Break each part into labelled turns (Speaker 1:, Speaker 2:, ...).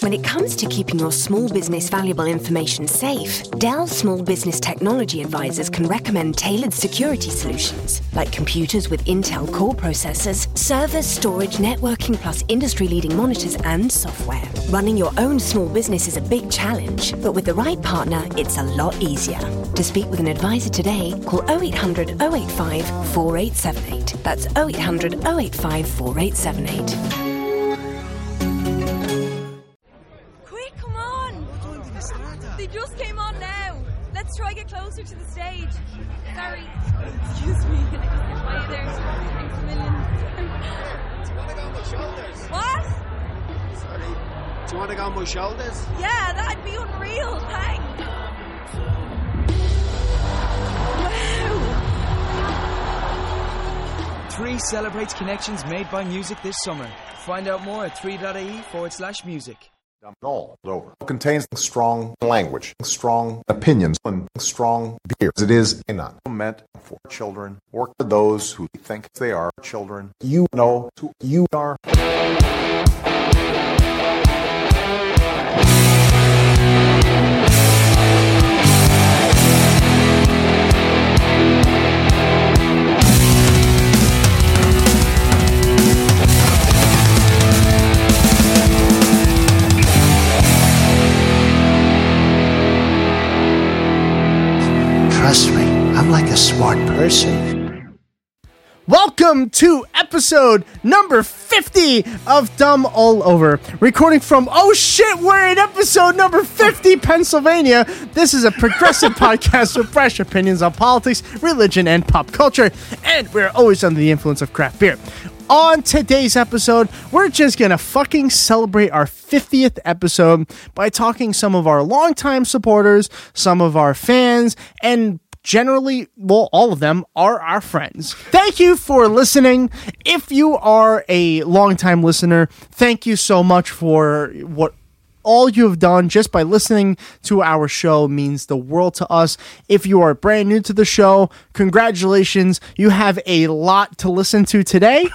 Speaker 1: When it comes to keeping your small business valuable information safe, Dell Small Business Technology Advisors can recommend tailored security solutions like computers with Intel core processors, servers, storage, networking, plus industry leading monitors and software. Running your own small business is a big challenge, but with the right partner, it's a lot easier. To speak with an advisor today, call 0800 085 4878. That's 0800 085 4878.
Speaker 2: Quick, come on! They just came on now. Let's try get closer to the stage. Sorry. Excuse me. Hi there. Thanks a million.
Speaker 3: Do you want to go on my shoulders?
Speaker 2: What?
Speaker 3: Sorry. Do you want to go on my shoulders?
Speaker 2: Yeah, that'd be unreal. Thanks. Wow.
Speaker 4: Three celebrates connections made by music this summer. Find out more at 3.ie E forward slash music.
Speaker 5: all over. Contains strong language, strong opinions, and strong beers. It is not meant for children or for those who think they are children. You know who you are.
Speaker 6: Trust me, I'm like a smart person.
Speaker 7: Welcome to episode number 50 of Dumb All Over. Recording from, oh shit, we're in episode number 50, Pennsylvania. This is a progressive podcast with fresh opinions on politics, religion, and pop culture. And we're always under the influence of craft beer. On today's episode, we're just gonna fucking celebrate our 50th episode by talking some of our longtime supporters, some of our fans, and generally, well, all of them are our friends. Thank you for listening. If you are a longtime listener, thank you so much for what all you have done just by listening to our show means the world to us. If you are brand new to the show, congratulations. You have a lot to listen to today.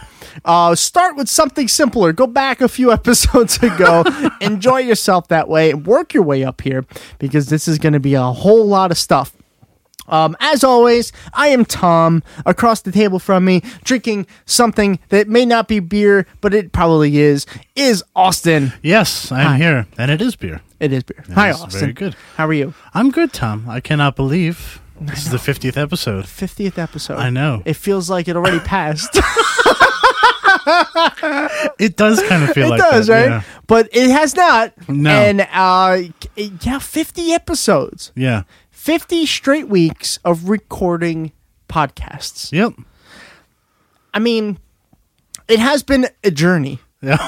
Speaker 7: Uh, start with something simpler. Go back a few episodes ago. Enjoy yourself that way. and Work your way up here because this is going to be a whole lot of stuff. Um, as always, I am Tom across the table from me, drinking something that may not be beer, but it probably is. Is Austin?
Speaker 8: Yes, I'm
Speaker 7: Hi.
Speaker 8: here, and it is beer.
Speaker 7: It is beer. Hi,
Speaker 8: Yes,
Speaker 7: Austin.
Speaker 8: very good.
Speaker 7: How are you?
Speaker 8: I'm good, Tom. I cannot believe this is the 50th episode.
Speaker 7: Fiftieth episode.
Speaker 8: I know.
Speaker 7: It feels like it already passed.
Speaker 8: It does kind of feel
Speaker 7: it
Speaker 8: like
Speaker 7: does,
Speaker 8: that,
Speaker 7: right? But it has not.
Speaker 8: No.
Speaker 7: And uh, c- yeah, fifty episodes,
Speaker 8: Yeah.
Speaker 7: fifty straight weeks of recording podcasts.
Speaker 8: yeah. Yep.
Speaker 7: I mean, it has been a journey.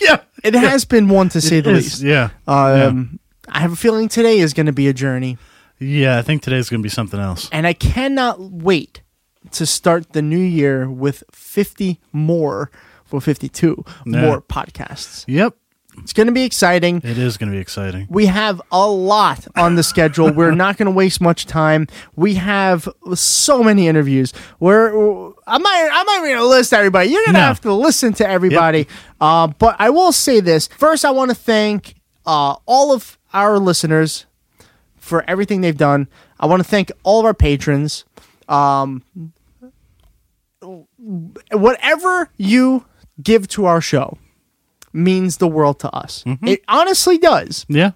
Speaker 8: Yeah.
Speaker 7: It has been one to say
Speaker 8: It
Speaker 7: the
Speaker 8: is,
Speaker 7: least.
Speaker 8: Yeah.
Speaker 7: Um, I have a feeling today is going to be a journey,
Speaker 8: yeah, I think today's going to be something else.
Speaker 7: and I cannot wait to start the new year with 50 more, well, 52
Speaker 8: Yeah.
Speaker 7: more podcasts.
Speaker 8: Yep.
Speaker 7: It's going to be exciting.
Speaker 8: It is going to be exciting.
Speaker 7: We have a lot on the schedule. We're not going to waste much time. We have so many interviews. We're I'm not I'm not even going to list everybody. You're going to
Speaker 8: No.
Speaker 7: have to listen to everybody. Uh, but I will say this first. I want to thank uh, all of our listeners for everything they've done. I want to thank all of our patrons. Um, whatever you give to our show means the world to us. It honestly does
Speaker 8: Mm-hmm. Yeah.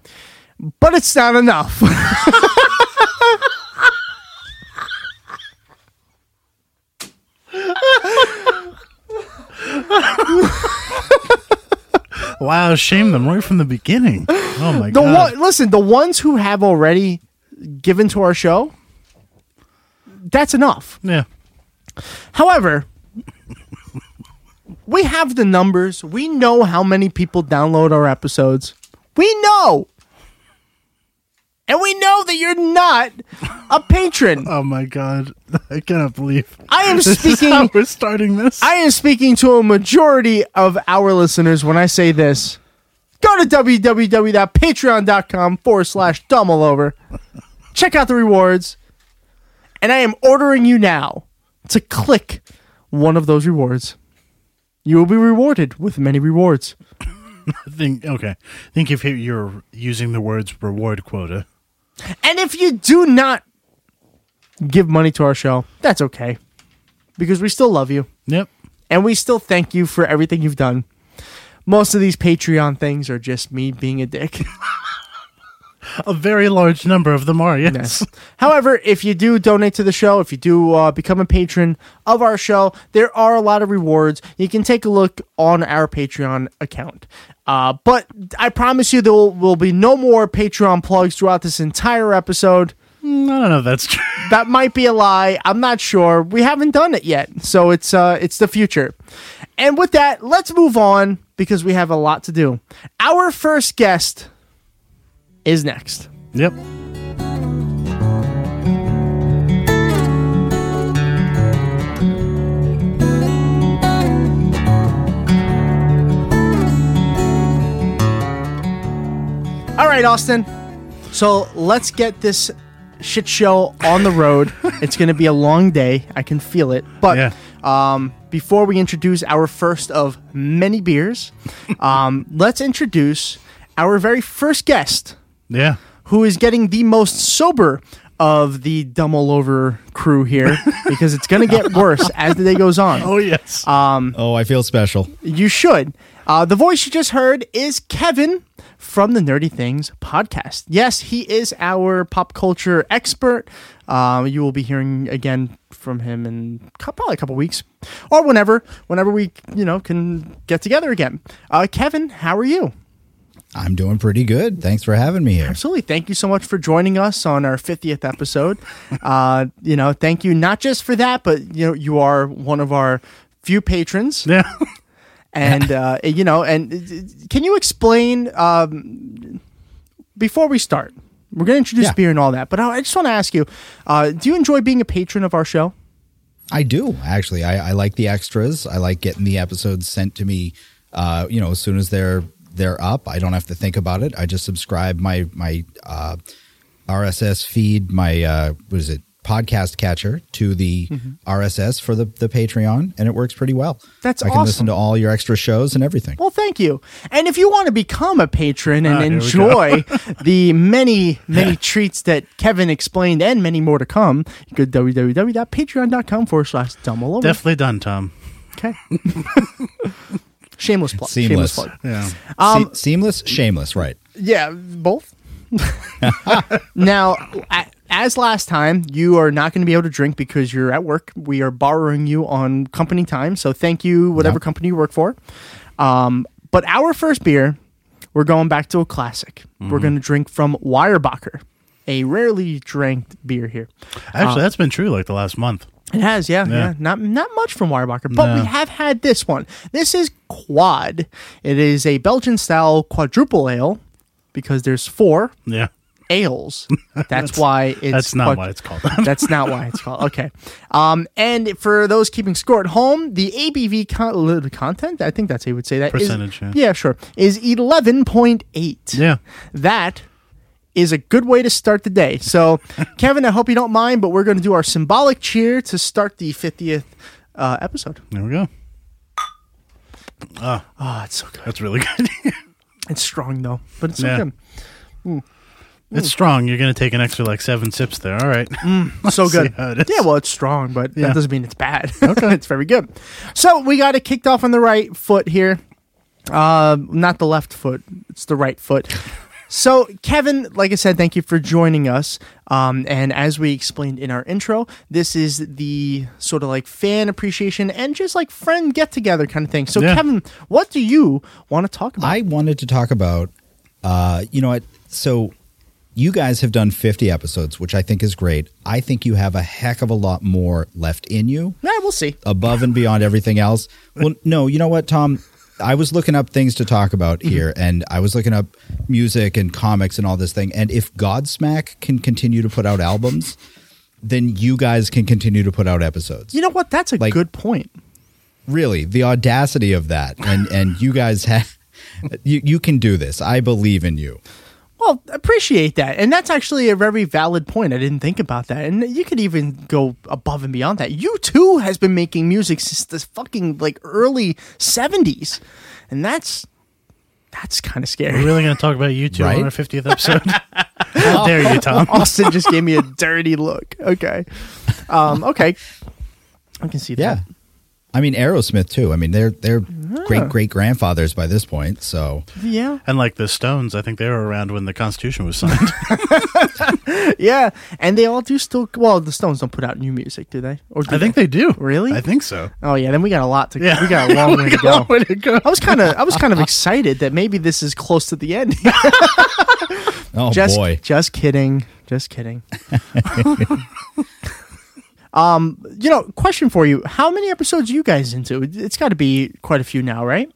Speaker 8: Oh
Speaker 7: but it's not enough.
Speaker 8: Wow, shame them right from the beginning. Oh my
Speaker 7: The
Speaker 8: god.
Speaker 7: one, listen, the ones who have already given to our show, that's enough.
Speaker 8: Yeah.
Speaker 7: However, we have the numbers. We know how many people download our episodes. We know. And we know that you're not a patron.
Speaker 8: Oh my god. I cannot believe.
Speaker 7: I am
Speaker 8: this
Speaker 7: speaking-
Speaker 8: Is how we're starting this.
Speaker 7: I am speaking to a majority of our listeners when I say this. Go to www.patreon.com forward slash dumb all over. Check out the rewards. And I am ordering you now to click one of those rewards. You will be rewarded with many rewards.
Speaker 8: I think okay. I think if you- you're using the words reward quota,
Speaker 7: And if you do not give money to our show, that's okay. Because we still love you
Speaker 8: yep.
Speaker 7: and we still thank you for everything you've done. Most of these Patreon things are just me being a dick.
Speaker 8: A very large number of them are yes.
Speaker 7: Yes. However, if you do donate to the show, if you do uh, become a patron of our show, there are a lot of rewards. You can take a look on our Patreon account. Uh, but I promise you, there will, will be no more Patreon plugs throughout this entire episode.
Speaker 8: Mm, I don't know. If that's true.
Speaker 7: That might be a lie. I'm not sure. We haven't done it yet, so it's uh, it's the future. And with that, let's move on because we have a lot to do. Our first guest is next.
Speaker 8: Yep.
Speaker 7: All right, Austin. So let's get this shit show on the road. it's going to be a long day. I can feel it. But
Speaker 8: Yeah.
Speaker 7: um, before we introduce our first of many beers, um, let's introduce our very first guest
Speaker 8: Yeah.
Speaker 7: who is getting the most sober of the dumb all over crew here because it's going to get worse as the day goes on. Um,
Speaker 8: Oh yes.
Speaker 9: Oh, I feel special.
Speaker 7: You should. Uh, the voice you just heard is Kevin from the Nerdy Things podcast. Yes, he is our pop culture expert. Uh, you will be hearing again from him in co- probably a couple weeks or whenever, whenever we you know can get together again. Uh, Kevin, how are you?
Speaker 9: I'm doing pretty good. Thanks for having me here.
Speaker 7: Absolutely. Thank you so much for joining us on our 50th episode. Uh, you know, thank you not just for that, but you know, you are one of our few patrons.
Speaker 8: yeah.
Speaker 7: and uh, you know, and uh, can you explain um, before we start? We're going to introduce
Speaker 9: Yeah.
Speaker 7: beer and all that, but I I just want to ask you: uh, Do you enjoy being a patron of our show?
Speaker 9: I do actually. I, I like the extras. I like getting the episodes sent to me. Uh, you know, as soon as they're they're up, I don't have to think about it. I just subscribe my my uh, RSS feed, my uh, what is it, podcast catcher to the
Speaker 7: Hmm.
Speaker 9: RSS for the the Patreon, and it works pretty well.
Speaker 7: That's
Speaker 9: I can
Speaker 7: awesome.
Speaker 9: listen to all your extra shows and everything.
Speaker 7: Well, thank you. And if you want to become a patron and
Speaker 8: Ah, here we
Speaker 7: enjoy the many, many treats that Kevin explained and many more to come, you go to www.patreon.com forward slash dumb all over.
Speaker 8: Definitely done, Tom.
Speaker 7: Okay. Shameless plug.
Speaker 9: Seamless.
Speaker 7: Shameless plug.
Speaker 8: Yeah.
Speaker 9: Um, seamless, shameless, right?
Speaker 7: Yeah, both. now, a- as last time, you are not going to be able to drink because you're at work. We are borrowing you on company time, so thank you, whatever company you work for. Um, but our first beer, we're going back to a classic. We're going to drink from Weyerbacher, a rarely drank beer here. Uh,
Speaker 8: Actually, that's been true like the last month.
Speaker 7: It has, yeah, yeah. Not not much from Weyerbacher, but we
Speaker 8: No.
Speaker 7: have had this one. This is Quad. It is a Belgian style quadruple ale because there's four
Speaker 8: Yeah.
Speaker 7: ales. That's, why it's
Speaker 8: that's not
Speaker 7: quad-
Speaker 8: why it's called that.
Speaker 7: that's not why it's called. Okay. Um, and for those keeping score at home, the ABV con- content, I think that's how you would say that. is-
Speaker 8: Percentage, yeah.
Speaker 7: sure. Is 11.8.
Speaker 8: Yeah.
Speaker 7: That is a good way to start the day. So, Kevin, I hope you don't mind, but we're going to do our symbolic cheer to start the 50th uh, episode.
Speaker 8: There we go.
Speaker 7: Oh, it's so good.
Speaker 8: Ah. That's really good.
Speaker 7: It's strong, though, but it's so
Speaker 8: Yeah.
Speaker 7: good. Hmm.
Speaker 8: it's strong. You're gonna take an extra like seven sips there. All right.
Speaker 7: Mm, so
Speaker 8: see
Speaker 7: good.
Speaker 8: how it is.
Speaker 7: Yeah, well, it's strong, but
Speaker 8: Yeah.
Speaker 7: that doesn't mean it's bad. it's very good. So we got it kicked off on the right foot here. Uh, not the left foot. It's the right foot. So, Kevin, like I said, thank you for joining us. Um, and as we explained in our intro, this is the sort of like fan appreciation and just like friend get together kind of thing. So,
Speaker 8: Yeah.
Speaker 7: Kevin, what do you want to talk about?
Speaker 9: I wanted to talk about, uh, you know what? So, you guys have done 50 episodes, which I think is great. I think you have a heck of a lot more left in you
Speaker 7: Nah, we'll see.
Speaker 9: above and beyond everything else. Well, no, you know what, Tom? I was looking up things to talk about
Speaker 7: Mm-hmm.
Speaker 9: here, and I was looking up music and comics and all this thing. And if Godsmack can continue to put out albums, then you guys can continue to put out episodes
Speaker 7: You know what? That's a
Speaker 9: Like-
Speaker 7: good point.
Speaker 9: really the audacity of that and and you guys have you, you can do this i believe in you
Speaker 7: Well, appreciate that. And that's actually a very valid point. I didn't think about that. And you could even go above and beyond that. You too has been making music since the fucking like early 70s. And that's That's kind of
Speaker 8: We're
Speaker 7: scary.
Speaker 8: really going to talk about YouTube
Speaker 9: Right?
Speaker 8: on our 50th episode. How dare you, Tom?
Speaker 7: Austin just gave me a dirty look. Okay. Um, okay. I can see that.
Speaker 9: Yeah. I mean Aerosmith too. I mean they're they're great great grandfathers by this point. So
Speaker 7: Yeah.
Speaker 8: And like the Stones, I think they were around when the Constitution was signed.
Speaker 7: Yeah. And they all do still. Well, the Stones don't put out new music, do they? Or do
Speaker 8: I think they do.
Speaker 7: Really?
Speaker 8: I think so.
Speaker 7: Oh yeah. Then we got a lot to.
Speaker 8: Yeah.
Speaker 7: We got a long way to
Speaker 8: got a long
Speaker 7: go. I was kind of. I was kind of excited that maybe this is close to the end.
Speaker 9: oh
Speaker 7: just,
Speaker 9: boy,
Speaker 7: just kidding. Just kidding. um, you know, question for you: How many episodes are you guys into? It- It's got to be quite a few now, right?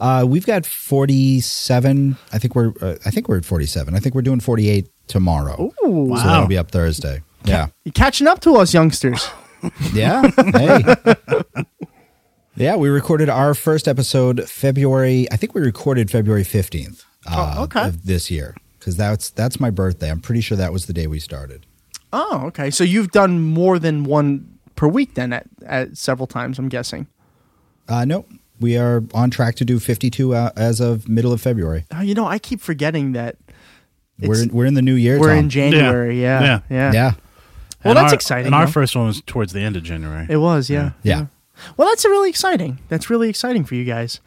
Speaker 9: uh, we've got forty seven. I think we're uh, I think we're at forty seven. I think we're doing forty eight tomorrow.
Speaker 7: Ooh.
Speaker 9: So that'll be up Thursday. Yeah.
Speaker 7: You catching up to us youngsters?
Speaker 9: Yeah. Hey. yeah, we recorded our first episode February. I think we recorded February fifteenth. Uh,
Speaker 7: Oh, okay.
Speaker 9: Of this year, because that's that's my birthday. I'm pretty sure that was the day we started.
Speaker 7: oh, okay. So you've done more than one per week then, at, at several times. I'm guessing.
Speaker 9: Uh, no, we are on track to do 52 uh, as of middle of February.
Speaker 7: Oh, you know, I keep forgetting that
Speaker 9: we're
Speaker 7: It's-
Speaker 9: in, we're in the new year.
Speaker 7: we're
Speaker 9: Tom.
Speaker 7: in January. Yeah. Yeah.
Speaker 8: Yeah.
Speaker 9: Yeah. yeah,
Speaker 7: Well,
Speaker 8: And
Speaker 7: that's
Speaker 8: our-
Speaker 7: exciting.
Speaker 8: And our
Speaker 7: though.
Speaker 8: first one was towards the end of January.
Speaker 7: It was, yeah. Well, that's really exciting. That's really exciting for you guys.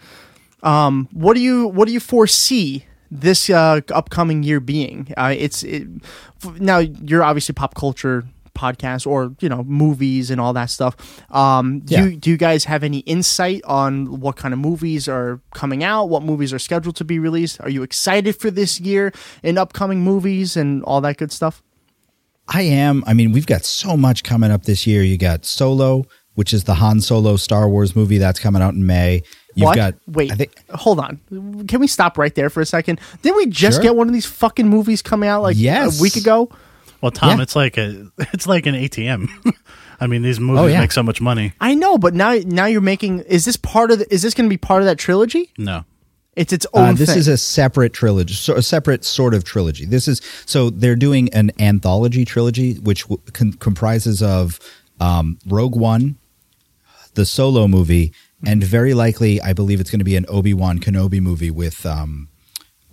Speaker 7: Um, what do you what do you foresee this uh, upcoming year being? Uh, it's it, f- now you're obviously pop culture podcasts or you know movies and all that stuff. Um, do
Speaker 9: Yeah.
Speaker 7: you, do you guys have any insight on what kind of movies are coming out? What movies are scheduled to be released? Are you excited for this year and upcoming movies and all that good stuff?
Speaker 9: I am. I mean, we've got so much coming up this year. You got Solo, which is the Han Solo Star Wars movie that's coming out in May. You've
Speaker 7: what?
Speaker 9: got
Speaker 7: Wait,
Speaker 9: I think
Speaker 7: hold on. Can we stop right there for a second? Didn't we just
Speaker 9: Sure.
Speaker 7: get one of these fucking movies coming out like
Speaker 9: Yes.
Speaker 7: a week ago?
Speaker 8: Well, Tom,
Speaker 9: Yeah.
Speaker 8: it's like a it's like an ATM. I mean, these movies
Speaker 9: Oh, yeah.
Speaker 8: make so much money.
Speaker 7: I know, but now now you're making is this part of the, is this going to be part of that trilogy?
Speaker 8: No.
Speaker 7: It's its own
Speaker 9: Uh, this
Speaker 7: thing.
Speaker 9: is a separate trilogy, so a separate sort of trilogy. This is so they're doing an anthology trilogy, which w- con- comprises of um, Rogue One, the Solo movie, and very likely, I believe it's going to be an Obi Wan Kenobi movie with um,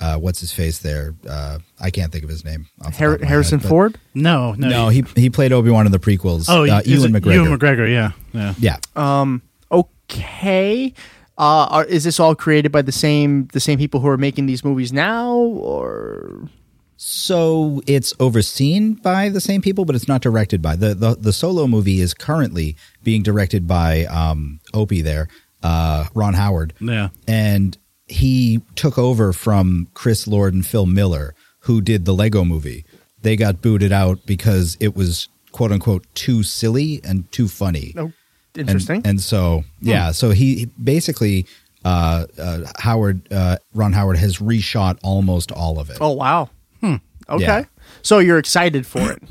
Speaker 9: uh, what's his face there? Uh, I can't think of his name. off the top
Speaker 7: Har-
Speaker 9: of my
Speaker 7: Harrison
Speaker 9: head, but-
Speaker 7: Ford?
Speaker 8: No, no.
Speaker 9: No, he he played Obi Wan in the prequels.
Speaker 8: Oh,
Speaker 9: uh,
Speaker 8: is
Speaker 9: Ewan
Speaker 8: it-
Speaker 9: McGregor.
Speaker 8: Ewan McGregor, yeah. Yeah.
Speaker 9: yeah,
Speaker 7: Um, Okay. Uh, are, is this all created by the same the same people who are making these movies now or
Speaker 9: So it's overseen by the same people, but it's not directed by the the, the solo movie is currently being directed by um, Opie there, uh, Ron Howard,
Speaker 8: Yeah.
Speaker 9: and he took over from Chris Lord and Phil Miller, who did the Lego Movie. They got booted out because it was quote unquote too silly and too funny.
Speaker 7: no?
Speaker 9: And-
Speaker 7: Oh, Interesting. Hmm.
Speaker 9: And, so, yeah, so he he basically uh, uh, Howard uh, Ron Howard has reshot almost all of it.
Speaker 7: oh wow.
Speaker 8: Hmm.
Speaker 7: Okay.
Speaker 9: Yeah.
Speaker 7: So you're excited for it.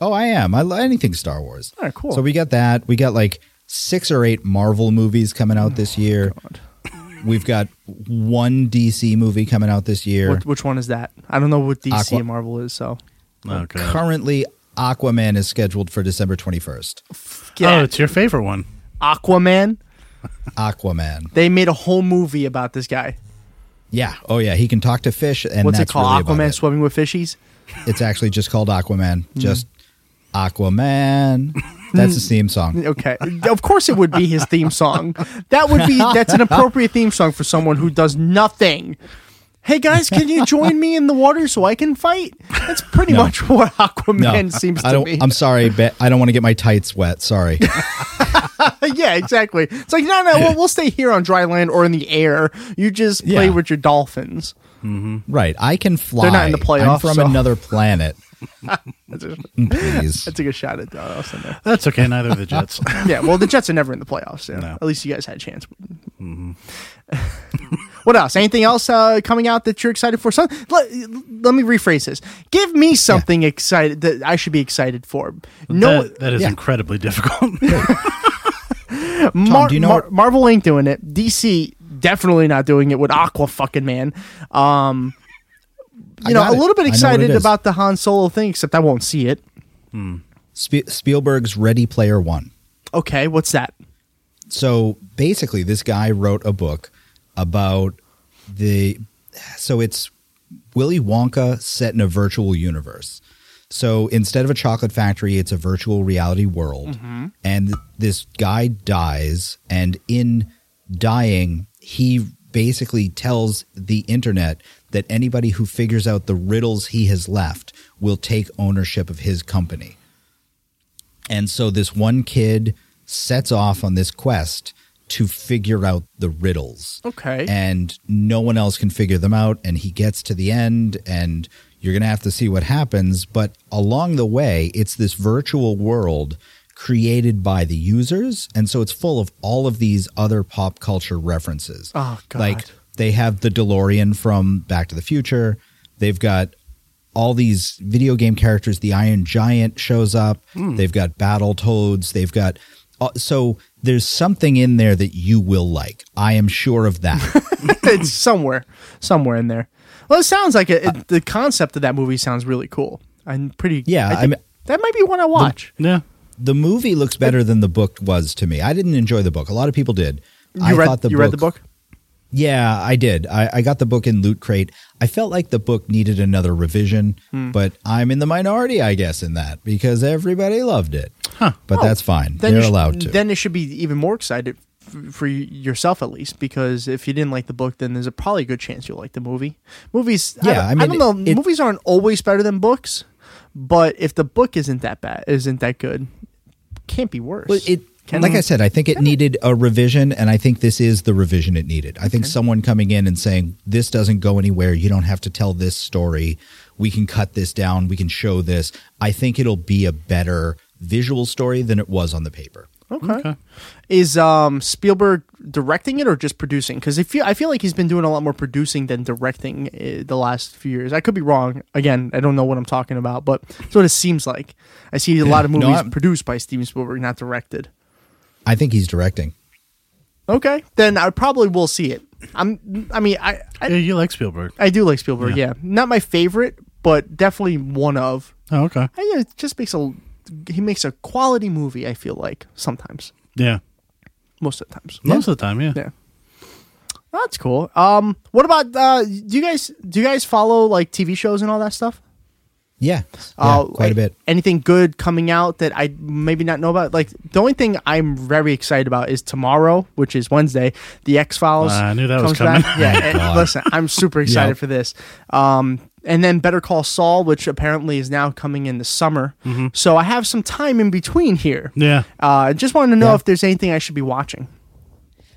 Speaker 9: Oh, I am. I love anything Star Wars.
Speaker 7: All right, cool.
Speaker 9: So we got that. We got like six or eight Marvel movies coming out this
Speaker 7: Oh,
Speaker 9: year. We've got one DC movie coming out this year.
Speaker 7: What, which one is that? I don't know what DC
Speaker 9: Aqua-
Speaker 7: and Marvel is, so
Speaker 8: Oh, God.
Speaker 9: Currently, Aquaman is scheduled for December 21st.
Speaker 8: oh, it's your favorite one.
Speaker 7: Aquaman.
Speaker 9: Aquaman.
Speaker 7: They made a whole movie about this guy.
Speaker 9: Yeah. Oh, yeah. He can talk to fish. And
Speaker 7: What's it
Speaker 9: that's
Speaker 7: called?
Speaker 9: really about
Speaker 7: Aquaman
Speaker 9: it.
Speaker 7: swimming with fishies. Hmm.
Speaker 9: It's actually just called Aquaman. Just Aquaman. That's his theme song.
Speaker 7: Okay, of course it would be his theme song. That would be that's an appropriate theme song for someone who does nothing. Hey guys, can you join me in the water so I can fight? That's pretty much what
Speaker 9: No,
Speaker 7: Aquaman seems
Speaker 9: I
Speaker 7: to
Speaker 9: don't.
Speaker 7: be.
Speaker 9: I'm sorry, but I don't want to get my tights wet. Sorry.
Speaker 7: yeah, exactly. It's like no, no, we'll, we'll stay here on dry land or in the air. You just play
Speaker 9: Yeah.
Speaker 7: with your dolphins.
Speaker 9: Right. I can fly.
Speaker 7: They're not in the
Speaker 9: I'm
Speaker 7: playoffs,
Speaker 9: from
Speaker 7: so-
Speaker 9: another planet.
Speaker 7: That's a,
Speaker 9: Mm, Please.
Speaker 7: that's a good shot at uh, Austin there.
Speaker 8: That's okay. Neither of the Jets.
Speaker 7: yeah, well, the Jets are never in the playoffs. Yeah.
Speaker 8: No.
Speaker 7: At least you guys had a chance.
Speaker 9: Mm-hmm.
Speaker 7: what else? Anything else uh, coming out that you're excited for? Some, let, let me rephrase this. Give me something excited that I should be excited for. No,
Speaker 8: That- that is
Speaker 9: yeah.
Speaker 8: incredibly difficult.
Speaker 7: Mar-
Speaker 9: do you know
Speaker 7: Mar-
Speaker 9: what-
Speaker 7: Marvel ain't doing it. DC definitely not doing it with Aqua fucking man. Um,
Speaker 9: I
Speaker 7: you know, a little
Speaker 9: got it. I know
Speaker 7: bit
Speaker 9: what it
Speaker 7: excited
Speaker 9: is.
Speaker 7: about the Han Solo thing, except I won't see it.
Speaker 9: Sp- Spielberg's Ready Player One.
Speaker 7: Okay, what's that?
Speaker 9: So basically, this guy wrote a book about the so it's Willy Wonka set in a virtual universe. So instead of a chocolate factory, it's a virtual reality world.
Speaker 7: Mm-hmm.
Speaker 10: Mm-hmm.
Speaker 9: And this guy dies, and in dying, he basically tells the internet that anybody who figures out the riddles he has left will take ownership of his company. And so this one kid sets off on this quest to figure out the riddles.
Speaker 7: Okay.
Speaker 9: And no one else can figure them out. And he gets to the end, and you're going to have to see what happens. But along the way, it's this virtual world created by the users. And so it's full of all of these other pop culture references.
Speaker 7: Oh, God.
Speaker 9: Like they have the DeLorean from Back to the Future. They've got all these video game characters. The Iron Giant shows up.
Speaker 7: Hmm.
Speaker 9: They've got Battle Toads. They've got uh, so there's something in there that you will like. I am sure of that.
Speaker 7: it's somewhere, somewhere in there. Well, it sounds like it, it, the concept of that movie sounds really cool. I'm pretty.
Speaker 9: Yeah,
Speaker 7: I
Speaker 9: I
Speaker 7: think
Speaker 9: mean-
Speaker 7: that might be one I watch.
Speaker 8: Yeah.
Speaker 9: the movie looks better than the book was to me. I didn't enjoy the book. A lot of people did. I
Speaker 7: you read
Speaker 9: thought
Speaker 7: you read the book?
Speaker 9: Yeah, I did. I, I got the book in Loot Crate. I felt like the book needed another revision,
Speaker 7: Hmm.
Speaker 9: but I'm in the minority, I guess, in that because everybody loved it. But that's fine.
Speaker 7: Then
Speaker 9: They're
Speaker 7: you sh-
Speaker 9: allowed to.
Speaker 7: Then it should be even more excited f- for y- yourself at least because if you didn't like the book then there's a probably a good chance you'll like the movie movies I
Speaker 9: Yeah,
Speaker 7: don't-
Speaker 9: I
Speaker 7: i, don't
Speaker 9: mean,
Speaker 7: know
Speaker 9: it-
Speaker 7: movies aren't always better than books but if the book isn't that bad isn't that good can't be worse
Speaker 9: Well, it
Speaker 7: Can
Speaker 9: like
Speaker 7: it?
Speaker 9: I said, I think it needed a revision, and I think this is the revision it needed. I think someone coming in and saying this doesn't go anywhere. You don't have to tell this story. We can cut this down. We can show this. I think it'll be a better visual story than it was on the paper.
Speaker 7: Okay. Is um, Spielberg directing it or just producing? Because I feel I feel like he's been doing a lot more producing than directing uh, the last few years. I could be wrong. Again, I don't know what I'm talking about, but that's what it seems like. I see a lot of
Speaker 9: No,
Speaker 7: movies
Speaker 9: I'm-
Speaker 7: produced by Steven Spielberg, not directed.
Speaker 9: I think he's directing.
Speaker 7: Okay, then I probably will see it. I'm. I mean, I I,
Speaker 8: Yeah, you like Spielberg.
Speaker 7: I do like Spielberg. Yeah. not my favorite, but definitely one of.
Speaker 8: Oh, okay.
Speaker 7: I, yeah, it just makes a he makes a quality movie. I feel like sometimes,
Speaker 8: Yeah.
Speaker 7: most of the times.
Speaker 8: Most of the time, yeah.
Speaker 7: Yeah. That's cool. Um, what about uh, do you guys do you guys follow like TV shows and all that stuff?
Speaker 9: Yeah,
Speaker 7: uh,
Speaker 9: Yeah, quite a bit.
Speaker 7: Anything good coming out that I maybe not know about? Like the only thing I'm very excited about is tomorrow, which is Wednesday. The X Files.
Speaker 8: Uh, I knew that was coming.
Speaker 7: Yeah,
Speaker 9: Oh,
Speaker 7: and
Speaker 9: God.
Speaker 7: listen, I'm super excited for this. Um, and then Better Call Saul, which apparently is now coming in the summer. So I have some time in between here.
Speaker 8: Mm-hmm. Yeah.
Speaker 7: Uh, just wanted to know
Speaker 9: Yeah.
Speaker 7: if there's anything I should be watching.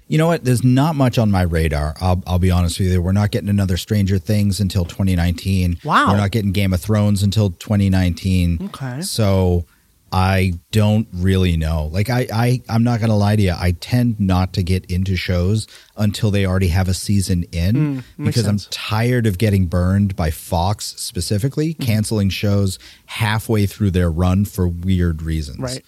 Speaker 9: You know what? There's not much on my radar. I'll, I'll be honest with you. We're not getting another Stranger Things until 2019.
Speaker 7: Wow.
Speaker 9: We're not getting Game of Thrones until 2019.
Speaker 7: Okay.
Speaker 9: Mm. So I don't really know. Like I, I I'm not gonna lie to you. I tend not to get into shows until they already have a season in
Speaker 7: Hmm,
Speaker 9: because I'm tired of getting burned by Fox specifically
Speaker 7: Hmm.
Speaker 9: canceling shows halfway through their run for weird reasons.
Speaker 7: Right.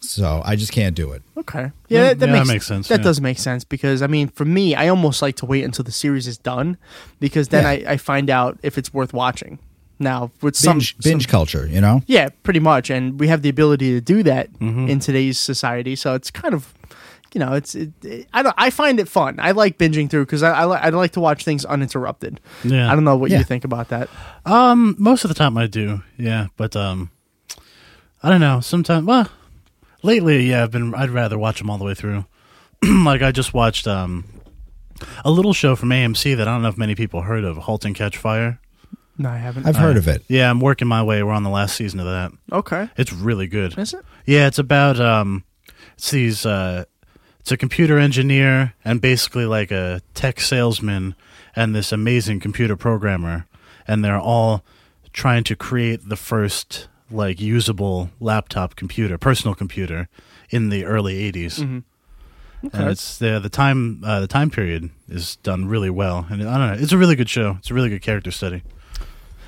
Speaker 9: So I just can't do it.
Speaker 7: Okay. Yeah, that, that,
Speaker 8: Hmm. yeah,
Speaker 7: makes,
Speaker 8: that makes sense,
Speaker 7: That
Speaker 8: yeah.
Speaker 7: does make sense because I mean, for me, I almost like to wait until the series is done because then
Speaker 9: Yeah.
Speaker 7: I, I find out if it's worth watching. Now with some
Speaker 9: Binge binge culture, you know?
Speaker 7: yeah, pretty much, and we have the ability to do that
Speaker 9: Mm-hmm.
Speaker 7: in today's society. So it's kind of, you know, it's it, it- I don't I find it fun. I like binging through because I I, li- I like to watch things uninterrupted.
Speaker 8: Yeah.
Speaker 7: I don't know what
Speaker 9: Yeah.
Speaker 7: you think about that.
Speaker 8: Um, most of the time I do. Yeah, but um, I don't know. Sometimes, well, lately, yeah, I've been. I'd rather watch them all the way through. like I just watched um, a little show from AMC that I don't know if many people heard of, *Halt and Catch Fire*.
Speaker 7: No, I haven't.
Speaker 9: I've heard of it.
Speaker 8: Yeah, I'm working my way. We're on the last season of that.
Speaker 7: okay.
Speaker 8: It's really good.
Speaker 7: Is it?
Speaker 8: Yeah, it's about um, it's these uh, it's a computer engineer and basically like a tech salesman and this amazing computer programmer, and they're all trying to create the first like usable laptop computer, personal computer, in the early '80s.
Speaker 7: Mm-hmm.
Speaker 8: And it's the the time uh, the time period is done really well, and I don't know. It's a really good show. It's a really good character study.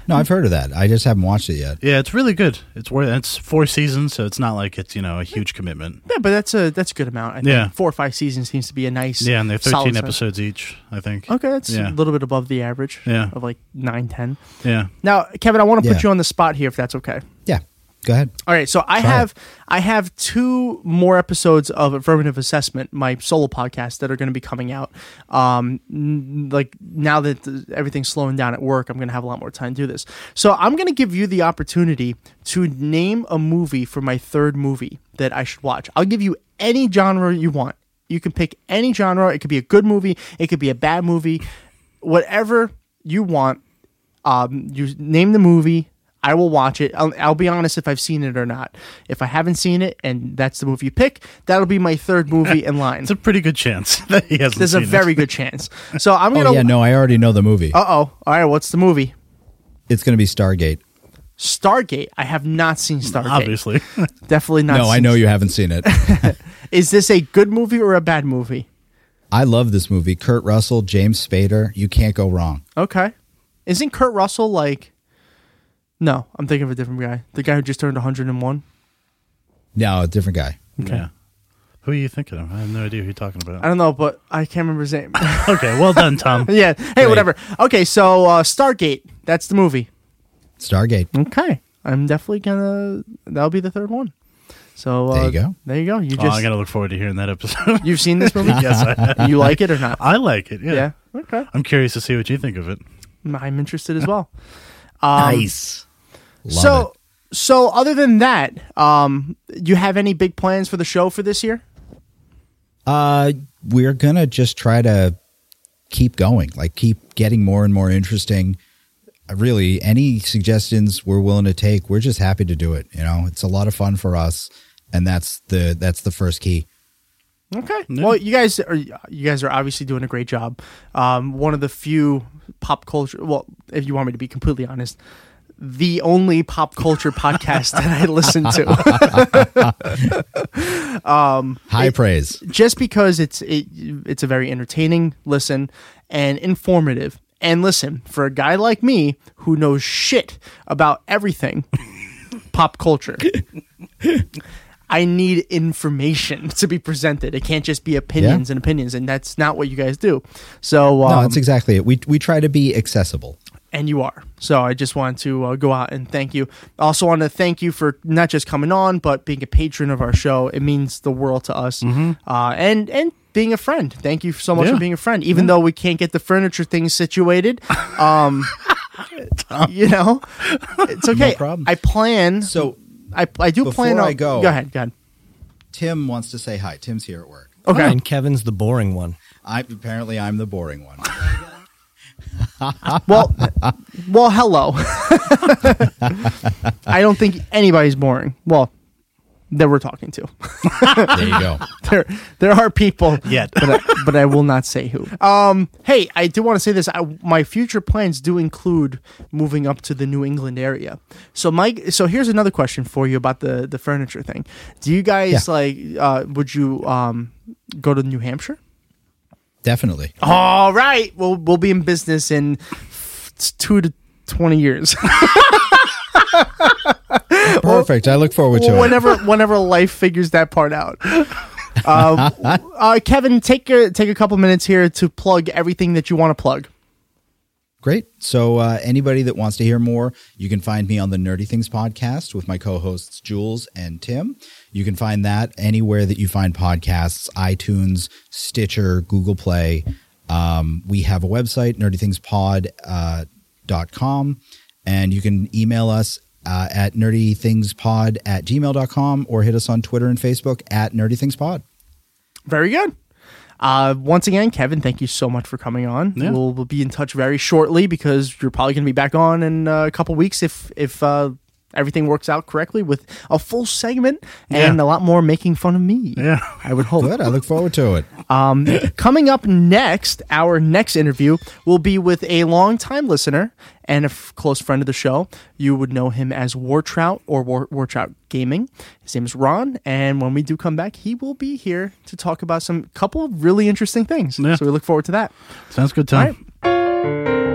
Speaker 9: No, I've heard of that. I just haven't watched it yet.
Speaker 8: Yeah, it's really good. It's worth. It's four seasons, so it's not like it's you know a huge commitment.
Speaker 7: Yeah, but that's a that's a good amount. I think
Speaker 8: Yeah.
Speaker 7: four or five seasons seems to be a nice
Speaker 8: Yeah, and they're
Speaker 7: solid
Speaker 8: 13
Speaker 7: size.
Speaker 8: episodes each, I think.
Speaker 7: Okay, that's
Speaker 8: yeah.
Speaker 7: a little bit above the average
Speaker 8: Yeah.
Speaker 7: of like nine, ten.
Speaker 8: Yeah.
Speaker 7: Now, Kevin, I want to
Speaker 9: Yeah.
Speaker 7: put you on the spot here if that's okay.
Speaker 9: Yeah. Go ahead.
Speaker 7: All right, so I
Speaker 9: Try it.
Speaker 7: have I have two more episodes of Affirmative Assessment, my solo podcast, that are going to be coming out. Um, n- like now that th- everything's slowing down at work, I'm going to have a lot more time to do this. So I'm going to give you the opportunity to name a movie for my third movie that I should watch. I'll give you any genre you want. You can pick any genre. It could be a good movie. It could be a bad movie. Whatever you want um, you name the movie i will watch it I'll, I'll be honest if i've seen it or not if i haven't seen it and that's the movie you pick that'll be my third movie in line
Speaker 8: It's a pretty good chance that he hasn't.
Speaker 7: there's a
Speaker 8: seen it.
Speaker 7: very good chance so i'm gonna
Speaker 9: Oh yeah, no, I already know the movie.
Speaker 7: uh-oh all right what's the movie
Speaker 9: It's going to be Stargate.
Speaker 7: stargate i have not seen stargate
Speaker 8: Mm, obviously.
Speaker 7: definitely not
Speaker 9: No, I
Speaker 7: seen-
Speaker 9: know you haven't seen it.
Speaker 7: is this a good movie or a bad movie
Speaker 9: I love this movie. Kurt Russell, James Spader. You can't go wrong.
Speaker 7: okay isn't kurt russell like no i'm thinking of a different guy the guy who just turned 101
Speaker 9: No, a different guy.
Speaker 8: Yeah. Who are you thinking of? I have no idea who you're talking
Speaker 7: i
Speaker 8: about.
Speaker 7: don't know but i can't remember his name
Speaker 8: Okay, well done, Tom.
Speaker 7: yeah hey whatever okay so uh, stargate that's the movie
Speaker 9: Stargate.
Speaker 7: Okay. I'm definitely gonna. That'll be the third one. So uh,
Speaker 9: There you go.
Speaker 7: There you go. You
Speaker 8: oh,
Speaker 7: just
Speaker 8: I gotta look forward to hearing that episode.
Speaker 7: you've seen this movie.
Speaker 8: yes, I,
Speaker 7: you like it or not?
Speaker 8: I like it. Yeah.
Speaker 7: yeah. Okay.
Speaker 8: I'm curious to see what you think of it.
Speaker 7: I'm interested as well. Um,
Speaker 8: Nice.
Speaker 9: Love
Speaker 7: so
Speaker 9: it.
Speaker 7: so other than that, um, you have any big plans for the show for this year?
Speaker 9: Uh, we're gonna just try to keep going, like keep getting more and more interesting. Uh, Really, any suggestions we're willing to take, we're just happy to do it. You know, it's a lot of fun for us, and that's the that's the first key.
Speaker 7: Okay. Well, you guys are you guys are obviously doing a great job. Um, one of the few pop culture. Well, if you want me to be completely honest, the only pop culture podcast that I listen to.
Speaker 9: High praise.
Speaker 7: Um, just because it's it, it's a very entertaining listen and informative and listen for a guy like me who knows shit about everything pop culture i need information to be presented it can't just be opinions and opinions and that's not what you guys do so
Speaker 9: No,
Speaker 7: um,
Speaker 9: that's exactly it. We we try to be accessible.
Speaker 7: and you are. So I just want to uh, go out and thank you. I also want to thank you for not just coming on, but being a patron of our show. It means the world to us.
Speaker 9: Mm-hmm.
Speaker 7: Uh, and and being a friend. Thank you so much
Speaker 8: Yeah.
Speaker 7: for being a friend, even though we can't get the furniture thing situated. Um, you know, it's okay.
Speaker 9: problem.
Speaker 7: I plan.
Speaker 9: So
Speaker 7: I, I do plan.
Speaker 9: before I
Speaker 7: on-
Speaker 9: go-
Speaker 7: go ahead. Go ahead.
Speaker 9: Tim wants to say hi. Tim's here at work.
Speaker 7: Okay.
Speaker 11: And Kevin's the boring one.
Speaker 9: I apparently I'm the boring one.
Speaker 7: Well, well, hello. I don't think anybody's boring. Well, that we're talking to.
Speaker 9: There you go.
Speaker 7: there there are people
Speaker 8: Yet.
Speaker 7: but I, but I will not say who. Um, hey, I do want to say this. I, my future plans do include moving up to the New England area. So Mike, so here's another question for you about the the furniture thing. Do you guys
Speaker 9: Yeah.
Speaker 7: like? Uh, would you um go to New Hampshire?
Speaker 9: Definitely.
Speaker 7: All right, we'll we'll be in business in f- two to twenty years.
Speaker 9: Perfect. I look forward to it.
Speaker 7: Oh, whenever whenever life figures that part out. Uh, uh, Kevin, take a, take a couple minutes here to plug everything that you want to plug.
Speaker 9: Great. So, uh, anybody that wants to hear more, you can find me on the Nerdy Things podcast with my co hosts, Jules and Tim. You can find that anywhere that you find podcasts iTunes, Stitcher, Google Play. Um, we have a website, nerdythingspod.com, uh, dot com, and you can email us uh, at nerdythingspod at gmail.com or hit us on Twitter and Facebook at nerdythingspod.
Speaker 7: Very good. Uh, once again, Kevin, thank you so much for coming on.
Speaker 8: Yeah.
Speaker 7: We'll, we'll be in touch very shortly because you're probably going to be back on in uh, a couple weeks if if uh, everything works out correctly with a full segment and
Speaker 8: Yeah.
Speaker 7: a lot more making fun of me.
Speaker 8: Yeah.
Speaker 7: I would hope. Um,
Speaker 9: Good. I look forward to it.
Speaker 7: Coming up next, our next interview will be with a longtime listener and a f- close friend of the show. You would know him as Wartrout or War- Wartrout Gaming. His name is Ron, and when we do come back, he will be here to talk about some couple of really interesting things.
Speaker 8: Yeah.
Speaker 7: So we look forward to that.
Speaker 8: Sounds good,
Speaker 7: All
Speaker 8: Tom.
Speaker 7: right.